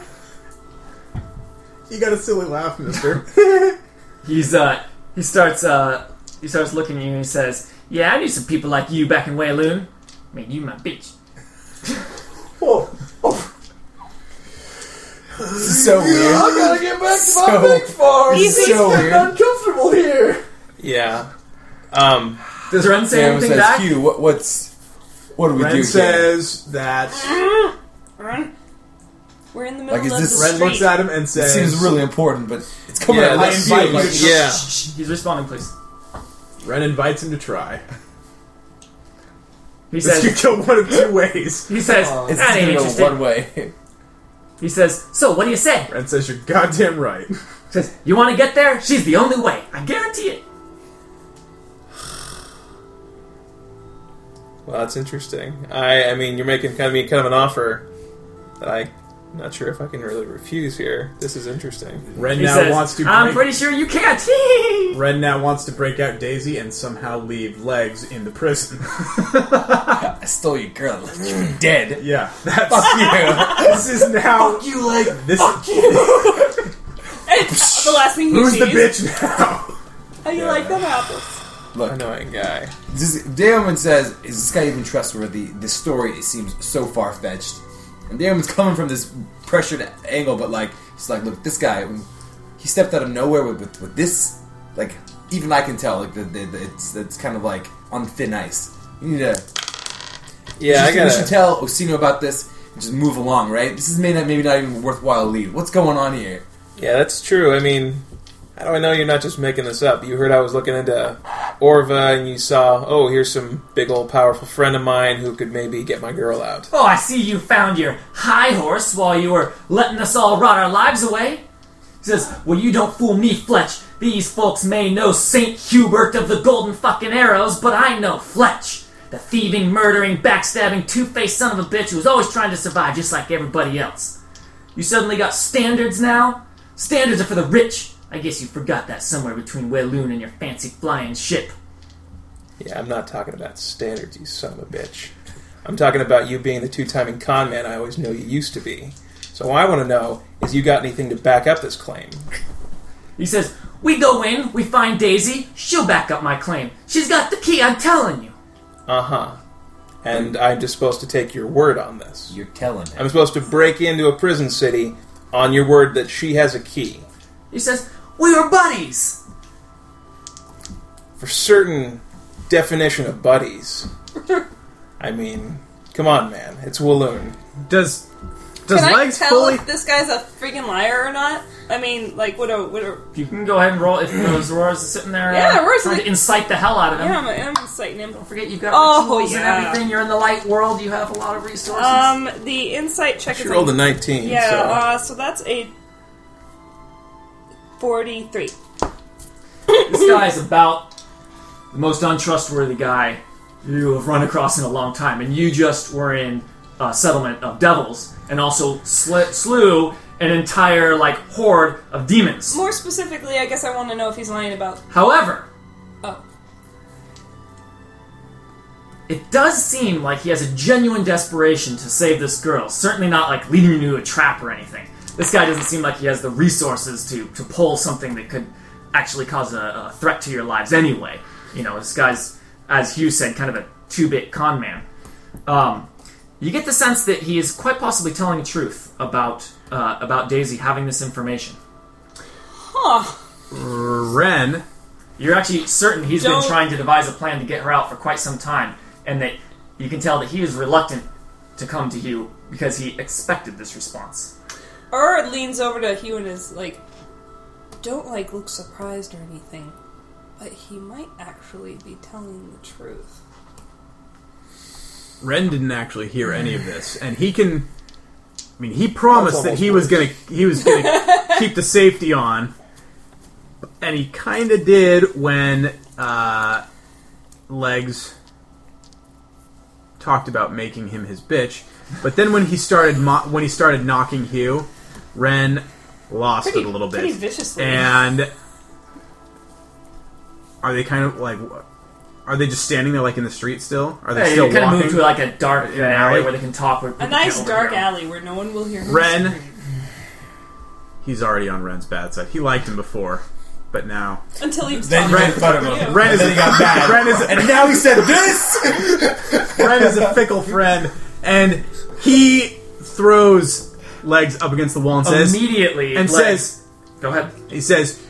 S4: got a silly laugh, Mister.
S10: He's uh he starts uh he starts looking at you and he says, Yeah, I knew some people like you back in Wayloon. I mean you my bitch.
S6: Whoa.
S2: This is so weird.
S6: I gotta get back to
S2: So-
S6: my big farm.
S2: Easy.
S6: It's
S2: so
S6: getting
S2: weird.
S6: uncomfortable here.
S8: Yeah. Um,
S10: Does Ren say
S2: Sam
S10: anything
S2: says,
S10: back?
S2: Hugh, what, what's what do we do?
S4: Ren
S2: here?"
S4: says that.
S5: Ren, We're in the middle
S2: Like, is
S5: of
S2: this-
S5: the
S4: Ren looks
S5: street.
S4: at him and
S2: it
S4: says,
S2: seems really important, but it's coming
S4: Yeah,
S2: out of
S4: I
S2: left
S4: invite
S2: field. Like,
S4: you.
S8: yeah.
S10: He's responding, please.
S4: Ren invites him to try.
S10: He
S4: This
S10: says
S4: could go one of two ways.
S10: he says,
S2: It's
S10: that ain't
S2: gonna go one
S10: interesting.
S2: way.
S10: He says, So what do you say?
S4: Ren says, "You're goddamn right."
S10: He says, You wanna get there? She's the only way. I guarantee it.
S8: well, that's interesting. I, I mean, you're making kind of me kind of an offer that I. am Not sure if I can really refuse here. This is interesting.
S4: Ren
S10: He
S4: now
S10: says,
S4: wants to. Break,
S10: I'm pretty sure you can't.
S4: Ren now wants to break out Daisy and somehow leave legs in the prison.
S2: I stole your girl. I left you for dead.
S4: yeah, that's
S2: Fuck you.
S4: this is now.
S6: You like
S4: This
S5: And the last thing he
S4: who's the
S5: sees.
S4: bitch now?
S5: How you like them apples?
S8: Annoying guy.
S2: This, Damon says, "Is this guy even trustworthy?" The story it seems so far fetched, and Damon's coming from this pressured angle, but like he's like, "Look, this guy, when he stepped out of nowhere with, with, with this. Like, even I can tell, like, the, the, the, it's it's kind of like on thin ice. You need to
S8: Yeah,
S2: We
S8: I
S2: should- We should
S8: gotta.
S2: tell Osino about this and just move along, right? This is maybe not, maybe not even a worthwhile lead. What's going on here?
S8: Yeah, that's true. I mean, how do I know you're not just making this up? You heard I was looking into Orva and you saw, oh, here's some big old powerful friend of mine who could maybe get my girl out.
S10: Oh, I see you found your high horse while you were letting us all rot our lives away. He says, Well, you don't fool me, Fletch. These folks may know St. Hubert of the Golden Fucking Arrows, but I know Fletch. The thieving, murdering, backstabbing, two faced son of a bitch who was always trying to survive just like everybody else. You suddenly got standards now? Standards are for the rich. I guess you forgot that somewhere between Walloon and your fancy flying ship.
S8: Yeah, I'm not talking about standards, you son of a bitch. I'm talking about you being the two timing con man I always know you used to be. So what I want to know is you got anything to back up this claim.
S10: He says, We go in, we find Daisy, she'll back up my claim. She's got the key, I'm telling you.
S8: Uh huh. And I'm just supposed to take your word on this.
S16: You're telling him.
S8: I'm supposed to break into a prison city on your word that she has a key.
S10: He says, We were buddies.
S8: For certain definition of buddies. I mean, come on, man. It's Walloon.
S4: Does
S5: Can I tell if this guy's a freaking liar or not? I mean, like, what a what a
S10: You can go ahead and roll if those roars are sitting there.
S5: Yeah,
S10: uh,
S5: Aurora's
S10: trying
S5: like-
S10: to incite the hell out of him.
S5: yeah, I'm, I'm inciting him. Don't
S10: forget you've got
S5: oh,
S10: rituals and
S5: yeah.
S10: everything. You're in the light world. You have a lot of resources.
S5: Um, the insight check.
S8: She
S5: is
S8: rolled a 19,
S5: Yeah,
S8: so-
S5: uh, so that's a forty-three.
S10: this guy is about the most untrustworthy guy you have run across in a long time, and you just were in a settlement of devils, and also sl- slew an entire like horde of demons.
S5: More specifically, I guess I want to know if he's lying about.
S10: However,
S5: Oh,
S10: it does seem like he has a genuine desperation to save this girl. Certainly not like leading you into a trap or anything. This guy doesn't seem like he has the resources to to pull something that could actually cause a, a threat to your lives anyway. You know, this guy's, as Hugh said, kind of a two bit con man. Um, you get the sense that he is quite possibly telling the truth about uh, about Daisy having this information.
S5: huh.
S4: Ren.
S10: You're actually certain he's
S5: Don't-
S10: been trying to devise a plan to get her out for quite some time, and that you can tell that he is reluctant to come to you because he expected this response.
S5: Erd leans over to Hugh and is like, "Don't like look surprised or anything, but he might actually be telling the truth."
S4: Ren didn't actually hear any of this, and he can. I mean, he promised that
S29: That's
S4: he was
S29: almost
S4: gonna he was gonna keep the safety on, and he kind of did when uh, legs talked about making him his bitch. But then when he started mo- when he started knocking Hugh, Ren lost it
S5: Pretty-
S4: a little bit,
S5: pretty viciously.
S4: and are they kind of like? Are they just standing there like in the street still? Are they
S10: Yeah, you
S4: still
S10: kinda
S4: walking?
S10: move to, like, a dark
S4: An
S10: alley where they can talk with
S5: A nice dark alley where no one will hear. him
S4: Ren.
S5: scream.
S4: He's already on Ren's bad side. He liked him before, but now
S5: until he
S4: Then you made fun of him. Ren
S16: and
S4: is-
S16: then he got mad.
S4: Ren is-
S16: and now he said this.
S4: Ren is a fickle friend, and he throws legs up against the wall and says
S10: Immediately,
S4: and
S10: Legs-
S4: says,
S10: "Go ahead."
S4: He says,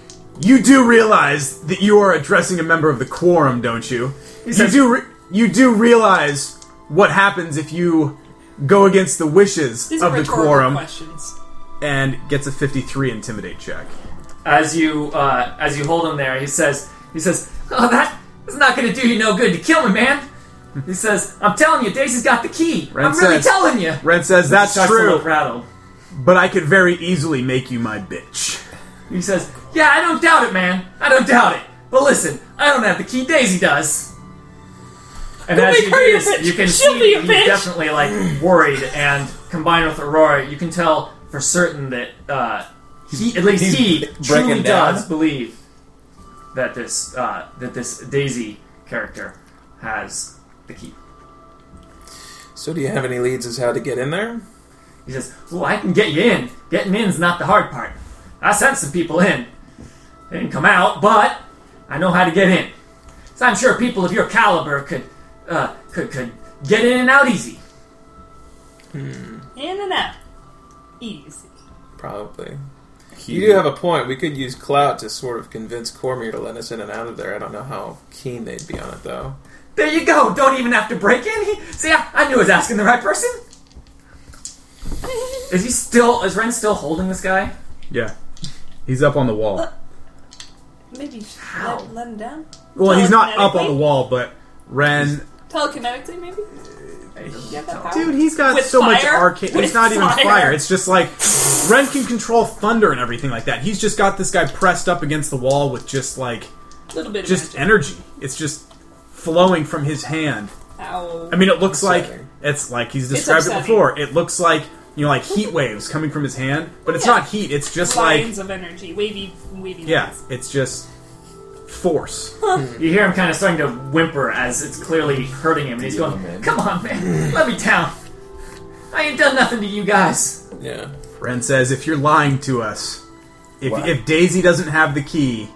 S4: "You do realize that you are addressing a member of the quorum, don't you? you
S10: says-
S4: do. Re- you do realize what happens if you go against the wishes
S5: These
S4: of
S5: are
S4: the
S5: rhetorical
S4: quorum."
S5: questions.
S4: And gets a fifty-three intimidate check.
S10: As you uh, as you hold him there, he says he says, "Oh, that is not going to do you no good to kill me, man." He says, "I'm telling you, Daisy's got the key.
S4: Ren
S10: I'm really
S4: says-
S10: telling you."
S4: Ren says, "That's
S10: Starts a
S4: true."
S10: little rattled.
S4: but I could very easily make you my bitch.
S10: He says, Yeah, I don't doubt it, man. I don't doubt it. But listen, I don't have the key. Daisy does. And
S5: Don't
S10: as
S5: make
S10: you do
S5: her your
S10: this,
S5: bitch.
S10: you can
S5: She'll
S10: see
S5: be your
S10: he's
S5: bitch.
S10: definitely like worried. And combined with Aurora, you can tell for certain that uh, he, at least
S16: He's
S10: he,
S16: breaking
S10: truly
S16: down.
S10: does believe that this uh, that this Daisy character has the key.
S8: So do you have any leads as how to get in there?
S10: He says, "Oh, I can get you in. Getting in's not the hard part. I sent some people in. They didn't come out, but I know how to get in. So I'm sure people of your caliber could uh, could could get in and out easy."
S5: In and out, easy.
S8: Probably. You do have a point. We could use clout to sort of convince Cormier to let us in and out of there. I don't know how keen they'd be on it, though.
S10: There you go. Don't even have to break in. He- See, I, I knew I was asking the right person. Is he still? Is Ren still holding this guy?
S4: Yeah. He's up on the wall.
S5: Maybe just
S10: How?
S5: Let, let him down.
S4: Well, he's not up on
S5: Telekinetically?
S4: the wall, but Ren.
S5: Telekinetically, maybe. Do you have that power?
S4: Dude, he's got
S5: With
S4: so much
S5: fire?
S4: arcade.
S5: With
S4: It's not even
S5: fire.
S4: fire. It's just like Ren can control thunder and everything like that. He's just got this guy pressed up against the wall with just like
S5: little bit.
S4: just energy. It's just flowing from his hand.
S5: of magic. Ow.
S4: I mean, it looks like it's like he's
S5: It's
S4: described it
S5: upsetting.
S4: before. It looks like you know, like heat waves coming from his hand, but it's
S5: Yeah.
S4: not heat. It's just
S5: lines
S4: like
S5: of energy, wavy, wavy.
S4: yeah, it's just force.
S10: You hear him kind of starting to whimper as it's clearly hurting him, and he's going, "Come on, man, let me down. I ain't done nothing to you guys."
S8: Yeah.
S4: Ren says, "If you're lying to us, if
S8: Wow.
S4: if Daisy doesn't have the key,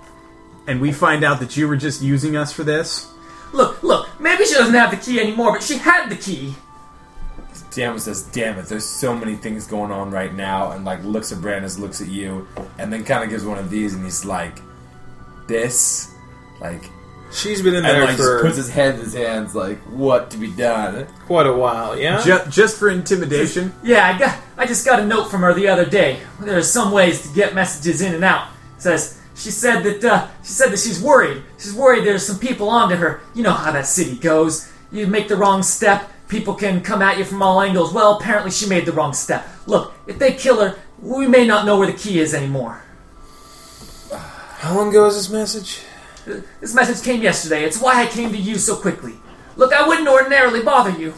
S4: and we find out that you were just using us for this,
S10: Look, look. Maybe she doesn't have the key anymore, but she had the key.
S2: Damn it says, damn it, there's so many things going on right now, and like looks at Brandis, looks at you, and then kind of gives one of these, and he's like, this, like,
S8: she's been in
S2: and,
S8: there
S2: like,
S8: for-
S2: just puts his head in his hands, like, what to be done?
S8: Quite a while, yeah.
S4: Ju- just for intimidation."
S10: Yeah, I got. I just got a note from her the other day. There are some ways to get messages in and out. It says she said that uh, she said that she's worried. She's worried there's some people onto her. You know how that city goes. You make the wrong step, people can come at you from all angles. Well, apparently she made the wrong step. Look, if they kill her, we may not know where the key is anymore.
S8: How long ago is this message?
S10: This message came yesterday. It's why I came to you so quickly. Look, I wouldn't ordinarily bother you.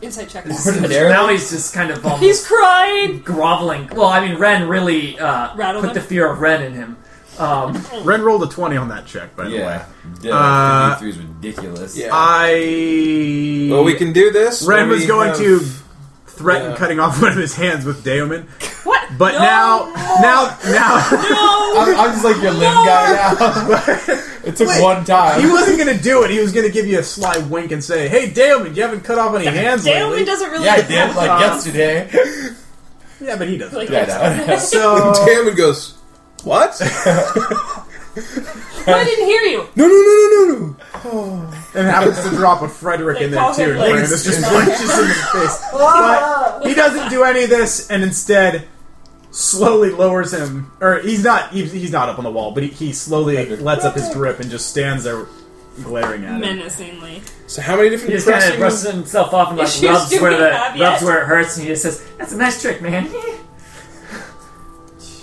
S5: Inside check.
S10: Now he's just kind of um,
S5: He's crying.
S10: groveling. Well, I mean, Ren really uh,
S5: Rattled
S10: put
S5: him?
S10: the fear of Ren in him. Um,
S4: Ren rolled a twenty on that check, by the way.
S2: Yeah. Yeah,
S4: Uh,
S2: 53 is ridiculous.
S4: I.
S8: Well, we can do this.
S4: Ren
S8: when
S4: was
S8: we
S4: going
S8: have-
S4: to threaten
S8: Yeah.
S4: cutting off one of his hands with Daemon,
S5: What?
S4: but
S5: No.
S4: now, now, now,
S5: No.
S2: I'm just like your limb guy now. it took
S4: Wait.
S2: one time.
S4: he wasn't going to do it. He was going to give you a sly wink and say, "Hey, Daemon, you haven't cut off any hands
S5: Daleman
S4: lately."
S5: doesn't really.
S2: yeah, I did, like, yesterday.
S4: Yeah, but he doesn't.
S5: Like,
S2: Yeah, I know.
S4: So
S8: Damn it goes. What?
S5: I didn't hear you.
S8: no, no, no, no, no, no.
S4: and happens to drop a Frederick in
S5: They
S4: there
S5: call
S4: too,
S5: him,
S4: and
S5: like,
S4: Brandon just punches him in the face. But he doesn't do any of this, and instead slowly lowers him, or he's not he- he's not up on the wall, but he, he slowly lets up his grip and just stands there glaring at him.
S5: Menacingly.
S8: So how many different
S10: He just kind
S8: pressings?
S10: of brushes himself off and like
S5: Issues do
S10: rubs
S5: we
S10: where
S5: have
S10: the
S5: yet?
S10: rubs where it hurts, and he just says, "That's a nice trick, man."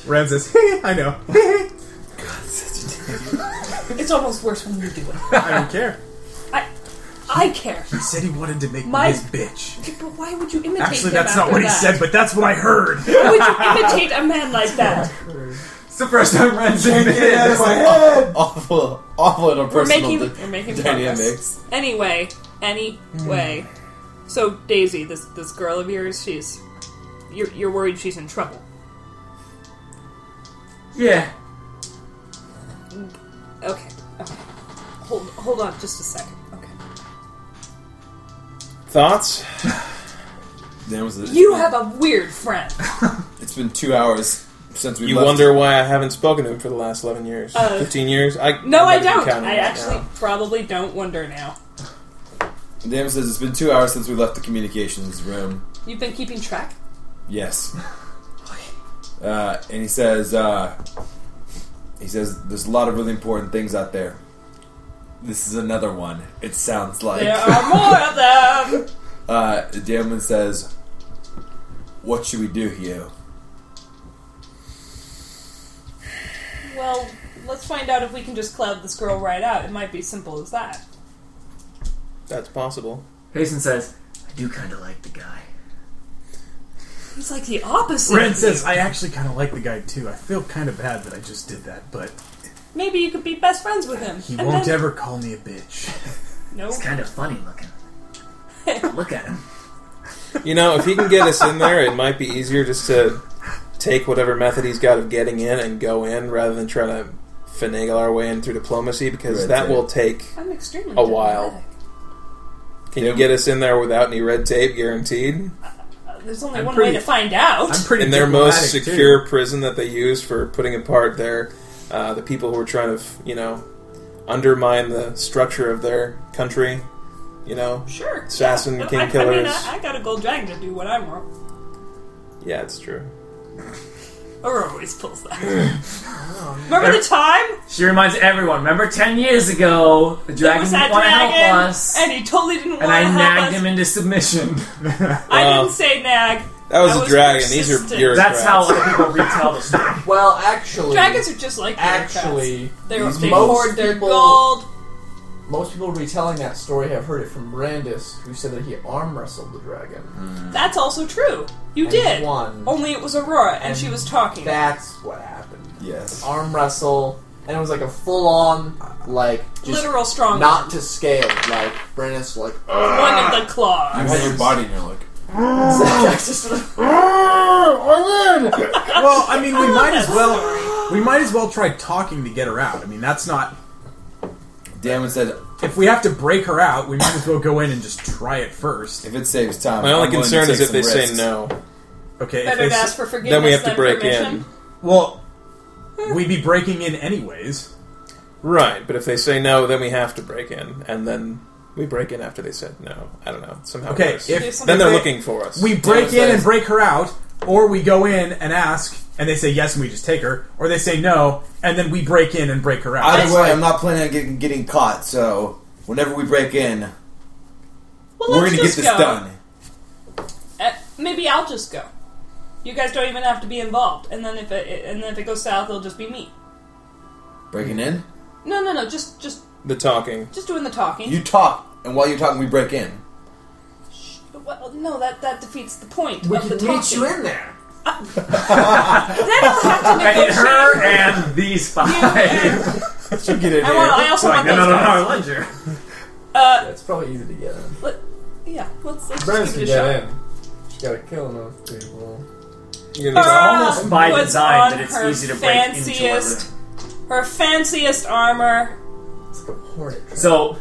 S4: Ren says, "Hey, I know. I
S5: It's almost worse when you do it.
S4: don't care."
S5: I care.
S4: He said he wanted to make
S5: My-
S4: me his bitch.
S5: But why would you imitate
S4: Actually,
S5: him
S4: that's not
S5: after
S4: what he
S5: that?
S4: said, but that's what I heard.
S5: Why would you imitate a man like that?
S4: It's the first time Ren's admitted.
S2: It's like aw- awful, awful little
S5: We're
S2: personal
S5: making,
S2: di-
S5: we're making progress.
S2: dynamics.
S5: Anyway, anyway.
S4: Hmm.
S5: So Daisy, this this girl of yours, she's you're, you're worried she's in trouble.
S10: yeah,
S5: Okay, okay. Hold hold on, just a second. Okay.
S8: Thoughts?
S2: Damn, it's- it's
S5: You
S2: been-
S5: have a weird friend.
S2: It's been two hours since we
S8: You
S2: left.
S8: wonder why I haven't spoken to him for the last eleven years,
S5: Uh,
S8: fifteen years. I
S5: No,
S8: I'm not
S5: I
S8: even
S5: don't.
S8: counting
S5: I
S8: right
S5: actually
S8: now.
S5: probably don't wonder now.
S2: Damon says it's been two hours since we left the communications room.
S5: You've been keeping track.
S2: Yes. Uh, and he says, uh, he says, there's a lot of really important things out there. This is another one. It sounds like.
S5: There are more of them.
S2: Uh, Damon says, what should we do here?
S5: Well, let's find out if we can just cloud this girl right out. It might be simple as that.
S8: That's possible.
S10: Payson says, "I do kind of like the guy."
S5: He's like the opposite.
S4: Ren
S5: of
S4: says,
S5: you.
S4: "I actually kind of like the guy too. I feel kind of bad that I just did that, but
S5: Maybe you could be best friends with him.
S4: he
S5: And
S4: won't
S5: then-
S4: ever call me a bitch."
S5: No.
S10: He's kind of funny looking. Look at him.
S8: You know, if he can get us in there, it might be easier just to take whatever method he's got of getting in and go in rather than trying to finagle our way in through diplomacy because
S2: Red
S8: that
S2: tape.
S8: will take.
S5: I'm extremely
S8: A while.
S5: diplomatic.
S8: Can you get us in there without any red tape, guaranteed?
S5: Uh, There's only
S4: I'm
S5: one
S4: pretty-
S5: way to find out.
S4: I'm pretty
S8: in their most
S4: diplomatic, too.
S8: secure prison that they use for putting apart their uh, the people who are trying to you know undermine the structure of their country. You know,
S5: sure.
S8: assassin,
S5: yeah, but
S8: king
S5: I, I mean,
S8: killers.
S5: I, I got a gold dragon to do what I want.
S8: yeah, it's true.
S5: Aurora always pulls that. Remember the time?
S10: She reminds everyone. Remember, ten years ago, the
S5: There
S10: dragon
S5: was
S10: didn't
S5: that
S10: want to help
S5: dragon,
S10: us,
S5: and he totally didn't want
S10: and
S5: to
S10: I
S5: help
S10: nagged
S5: us.
S10: him into submission.
S8: Uh,
S5: I didn't say nag.
S8: That was
S5: I
S8: a dragon. These are
S5: persistent.
S8: bureaucrats.
S10: That's how other people retell the story.
S6: Well, actually,
S5: Dragons are just like bureaucrats.
S6: actually,
S5: they
S6: most
S5: they hoard their
S6: people-
S5: gold.
S6: Most people retelling that story have heard it from Brandis, who said that he arm wrestled the dragon.
S5: That's also true. You
S6: And
S5: did.
S6: won.
S5: Only it was Aurora, and,
S6: And
S5: she was talking.
S6: That's what happened.
S2: Yes.
S6: Arm wrestle, and it was like a full on, like just
S5: Literal strong
S6: not to scale. Like Brandis, like
S5: one of the claws.
S2: You had your body and you're like,
S4: well, I mean,
S5: Oh,
S4: we might as well. We might as well try talking to get her out. I mean, that's not.
S2: Damon said,
S4: If we have to break her out, we might as well go in and just try it first.
S2: if it saves time.
S8: My only
S2: I'm willing to
S8: concern
S2: take
S8: is if
S2: some
S8: they say
S2: risks.
S8: no.
S4: Okay. if
S5: Better
S4: they
S5: to
S4: s-
S5: ask for forgiveness
S8: Then we have to
S5: than
S8: break
S5: permission.
S8: in.
S4: Well, we'd be breaking in anyways.
S8: Right, but if they say no, then we have to break in, and then we break in after they said no. I don't know. Somehow.
S4: Okay,
S8: worse.
S4: if-
S8: then they're
S4: if they-
S8: looking for us.
S4: We break in and break her out, or we go in and ask, and they say yes, and we just take her, or they say no, and then we break in and break her out.
S2: Either way, I'm not planning on getting, getting caught, so whenever we break in,
S5: Well,
S2: we're
S5: let's
S2: going to get
S5: just
S2: this
S5: go.
S2: done.
S5: Uh, maybe I'll just go. You guys don't even have to be involved. And then if it and then if it goes south, it'll just be me.
S2: Breaking in?
S5: No, no, no. Just just
S8: the talking.
S5: just doing the talking.
S2: You talk, and while you're talking, we break in.
S5: Well, no, that that defeats the point
S6: we
S5: of
S6: can
S5: the
S6: meet
S5: talking.
S6: you in there.
S5: Then I'll have to
S10: And
S5: negotiate.
S10: her and these five.
S2: You get in
S5: I want. I
S2: here.
S5: also
S10: Like,
S5: want
S10: no,
S5: those
S10: no, no,
S5: guys.
S10: no, Ledger.
S5: Uh,
S6: It's probably easy to get in.
S5: let, yeah. Let's, let's
S6: Brandis
S5: just
S6: can
S5: give it a shot.
S6: get in. Just gotta kill enough people.
S8: You're
S2: Uh,
S5: Her
S8: gonna
S10: almost by
S5: was
S10: design
S5: on
S10: that it's
S5: her
S10: easy to break into a
S5: fanciest, Her fanciest armor
S6: It's like a hornet.
S10: So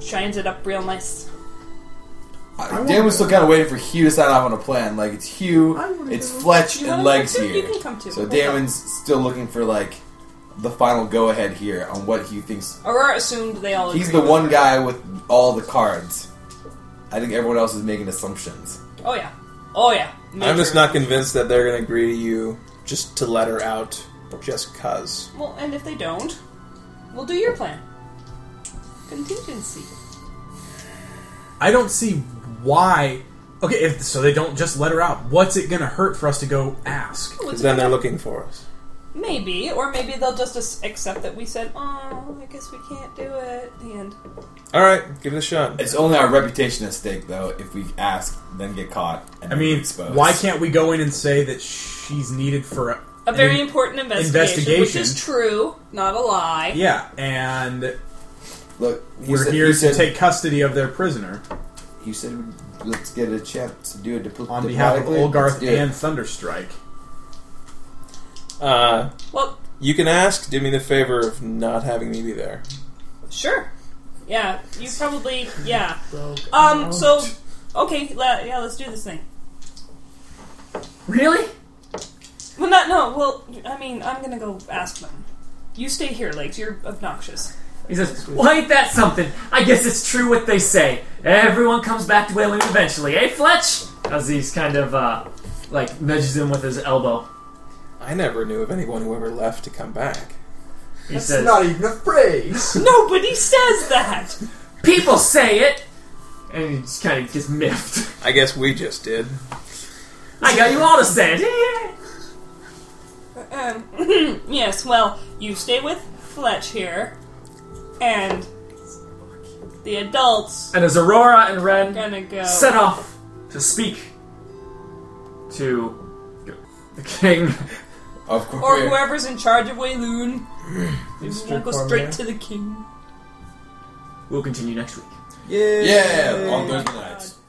S5: shines it up real nice.
S2: Dan was still kind of waiting for Hugh to sign off on a plan. Like it's Hugh, it's Fletch,
S5: You
S2: and
S5: wanna
S2: Legs
S5: come too? You
S2: here.
S5: can come too.
S2: So
S5: Okay.
S2: Damon's still looking for like the final go ahead here on what Hugh thinks.
S5: Aurora assumed they all.
S2: He's
S5: agreed
S2: the
S5: with
S2: one
S5: her.
S2: guy with all the cards. I think everyone else is making assumptions.
S5: Oh yeah. Oh yeah.
S8: I'm just
S5: Major.
S8: not convinced that they're gonna agree to you just to let her out, just cause.
S5: Well, and if they don't, we'll do your plan. Contingency.
S4: I don't see why. Okay, if, so they don't just let her out. What's it gonna hurt for us to go ask?
S5: Well, Oh,
S8: Because
S5: it's
S8: then they're looking for us.
S5: Maybe, or maybe they'll just as- accept that we said, "Oh, I guess we can't do it." The end.
S8: All right, give it a shot.
S2: It's only our reputation at stake, though. If we ask, then get caught. And
S4: I
S2: then
S4: mean,
S2: get exposed.
S4: why can't we go in and say that she's needed for a,
S5: A very
S4: an-
S5: important investigation, which
S4: investigation.
S5: is true, not a lie.
S4: Yeah, and
S2: look? Hugh
S4: we're
S2: said-
S4: here
S2: Hugh
S4: to
S2: said-
S4: take custody of their prisoner
S2: Hugh said, "Let's get a chance to do it dipl-
S4: on behalf of
S2: diplomatically. Let's
S4: Olgarth
S2: do it."
S4: and Thunderstrike.
S8: Uh,
S5: Well,
S8: you can ask. Do me the favor of not having me be there.
S5: sure. Yeah, you probably. Yeah. Um. So, okay. Le- yeah, let's do this thing.
S3: Really?
S5: Well, not no. Well, I mean, I'm gonna go ask them. You stay here, Legs. You're obnoxious.
S10: He says, "Well, ain't that something? I guess it's true what they say. Everyone comes back to Wayland eventually, eh, Fletch?" As he's kind of uh, like nudges him with his elbow.
S8: I never knew of anyone who ever left to come back.
S10: He
S6: That's
S10: says,
S6: not even a phrase.
S5: Nobody says that.
S10: "People say it," and he just kind of gets miffed.
S8: I guess we just did.
S10: I got you all to say it. Yeah.
S5: Um, yes, well, you stay with Fletch here, and the adults
S10: And as Aurora and
S5: are
S10: Ren
S5: gonna go.
S10: set off to speak to the king,
S2: Of course,
S5: or
S2: we're-
S5: whoever's in charge of Wayloon. Maybe we'll go
S6: Cormier.
S5: straight to the king.
S10: we'll continue next week.
S2: yeah, on Thursday nights.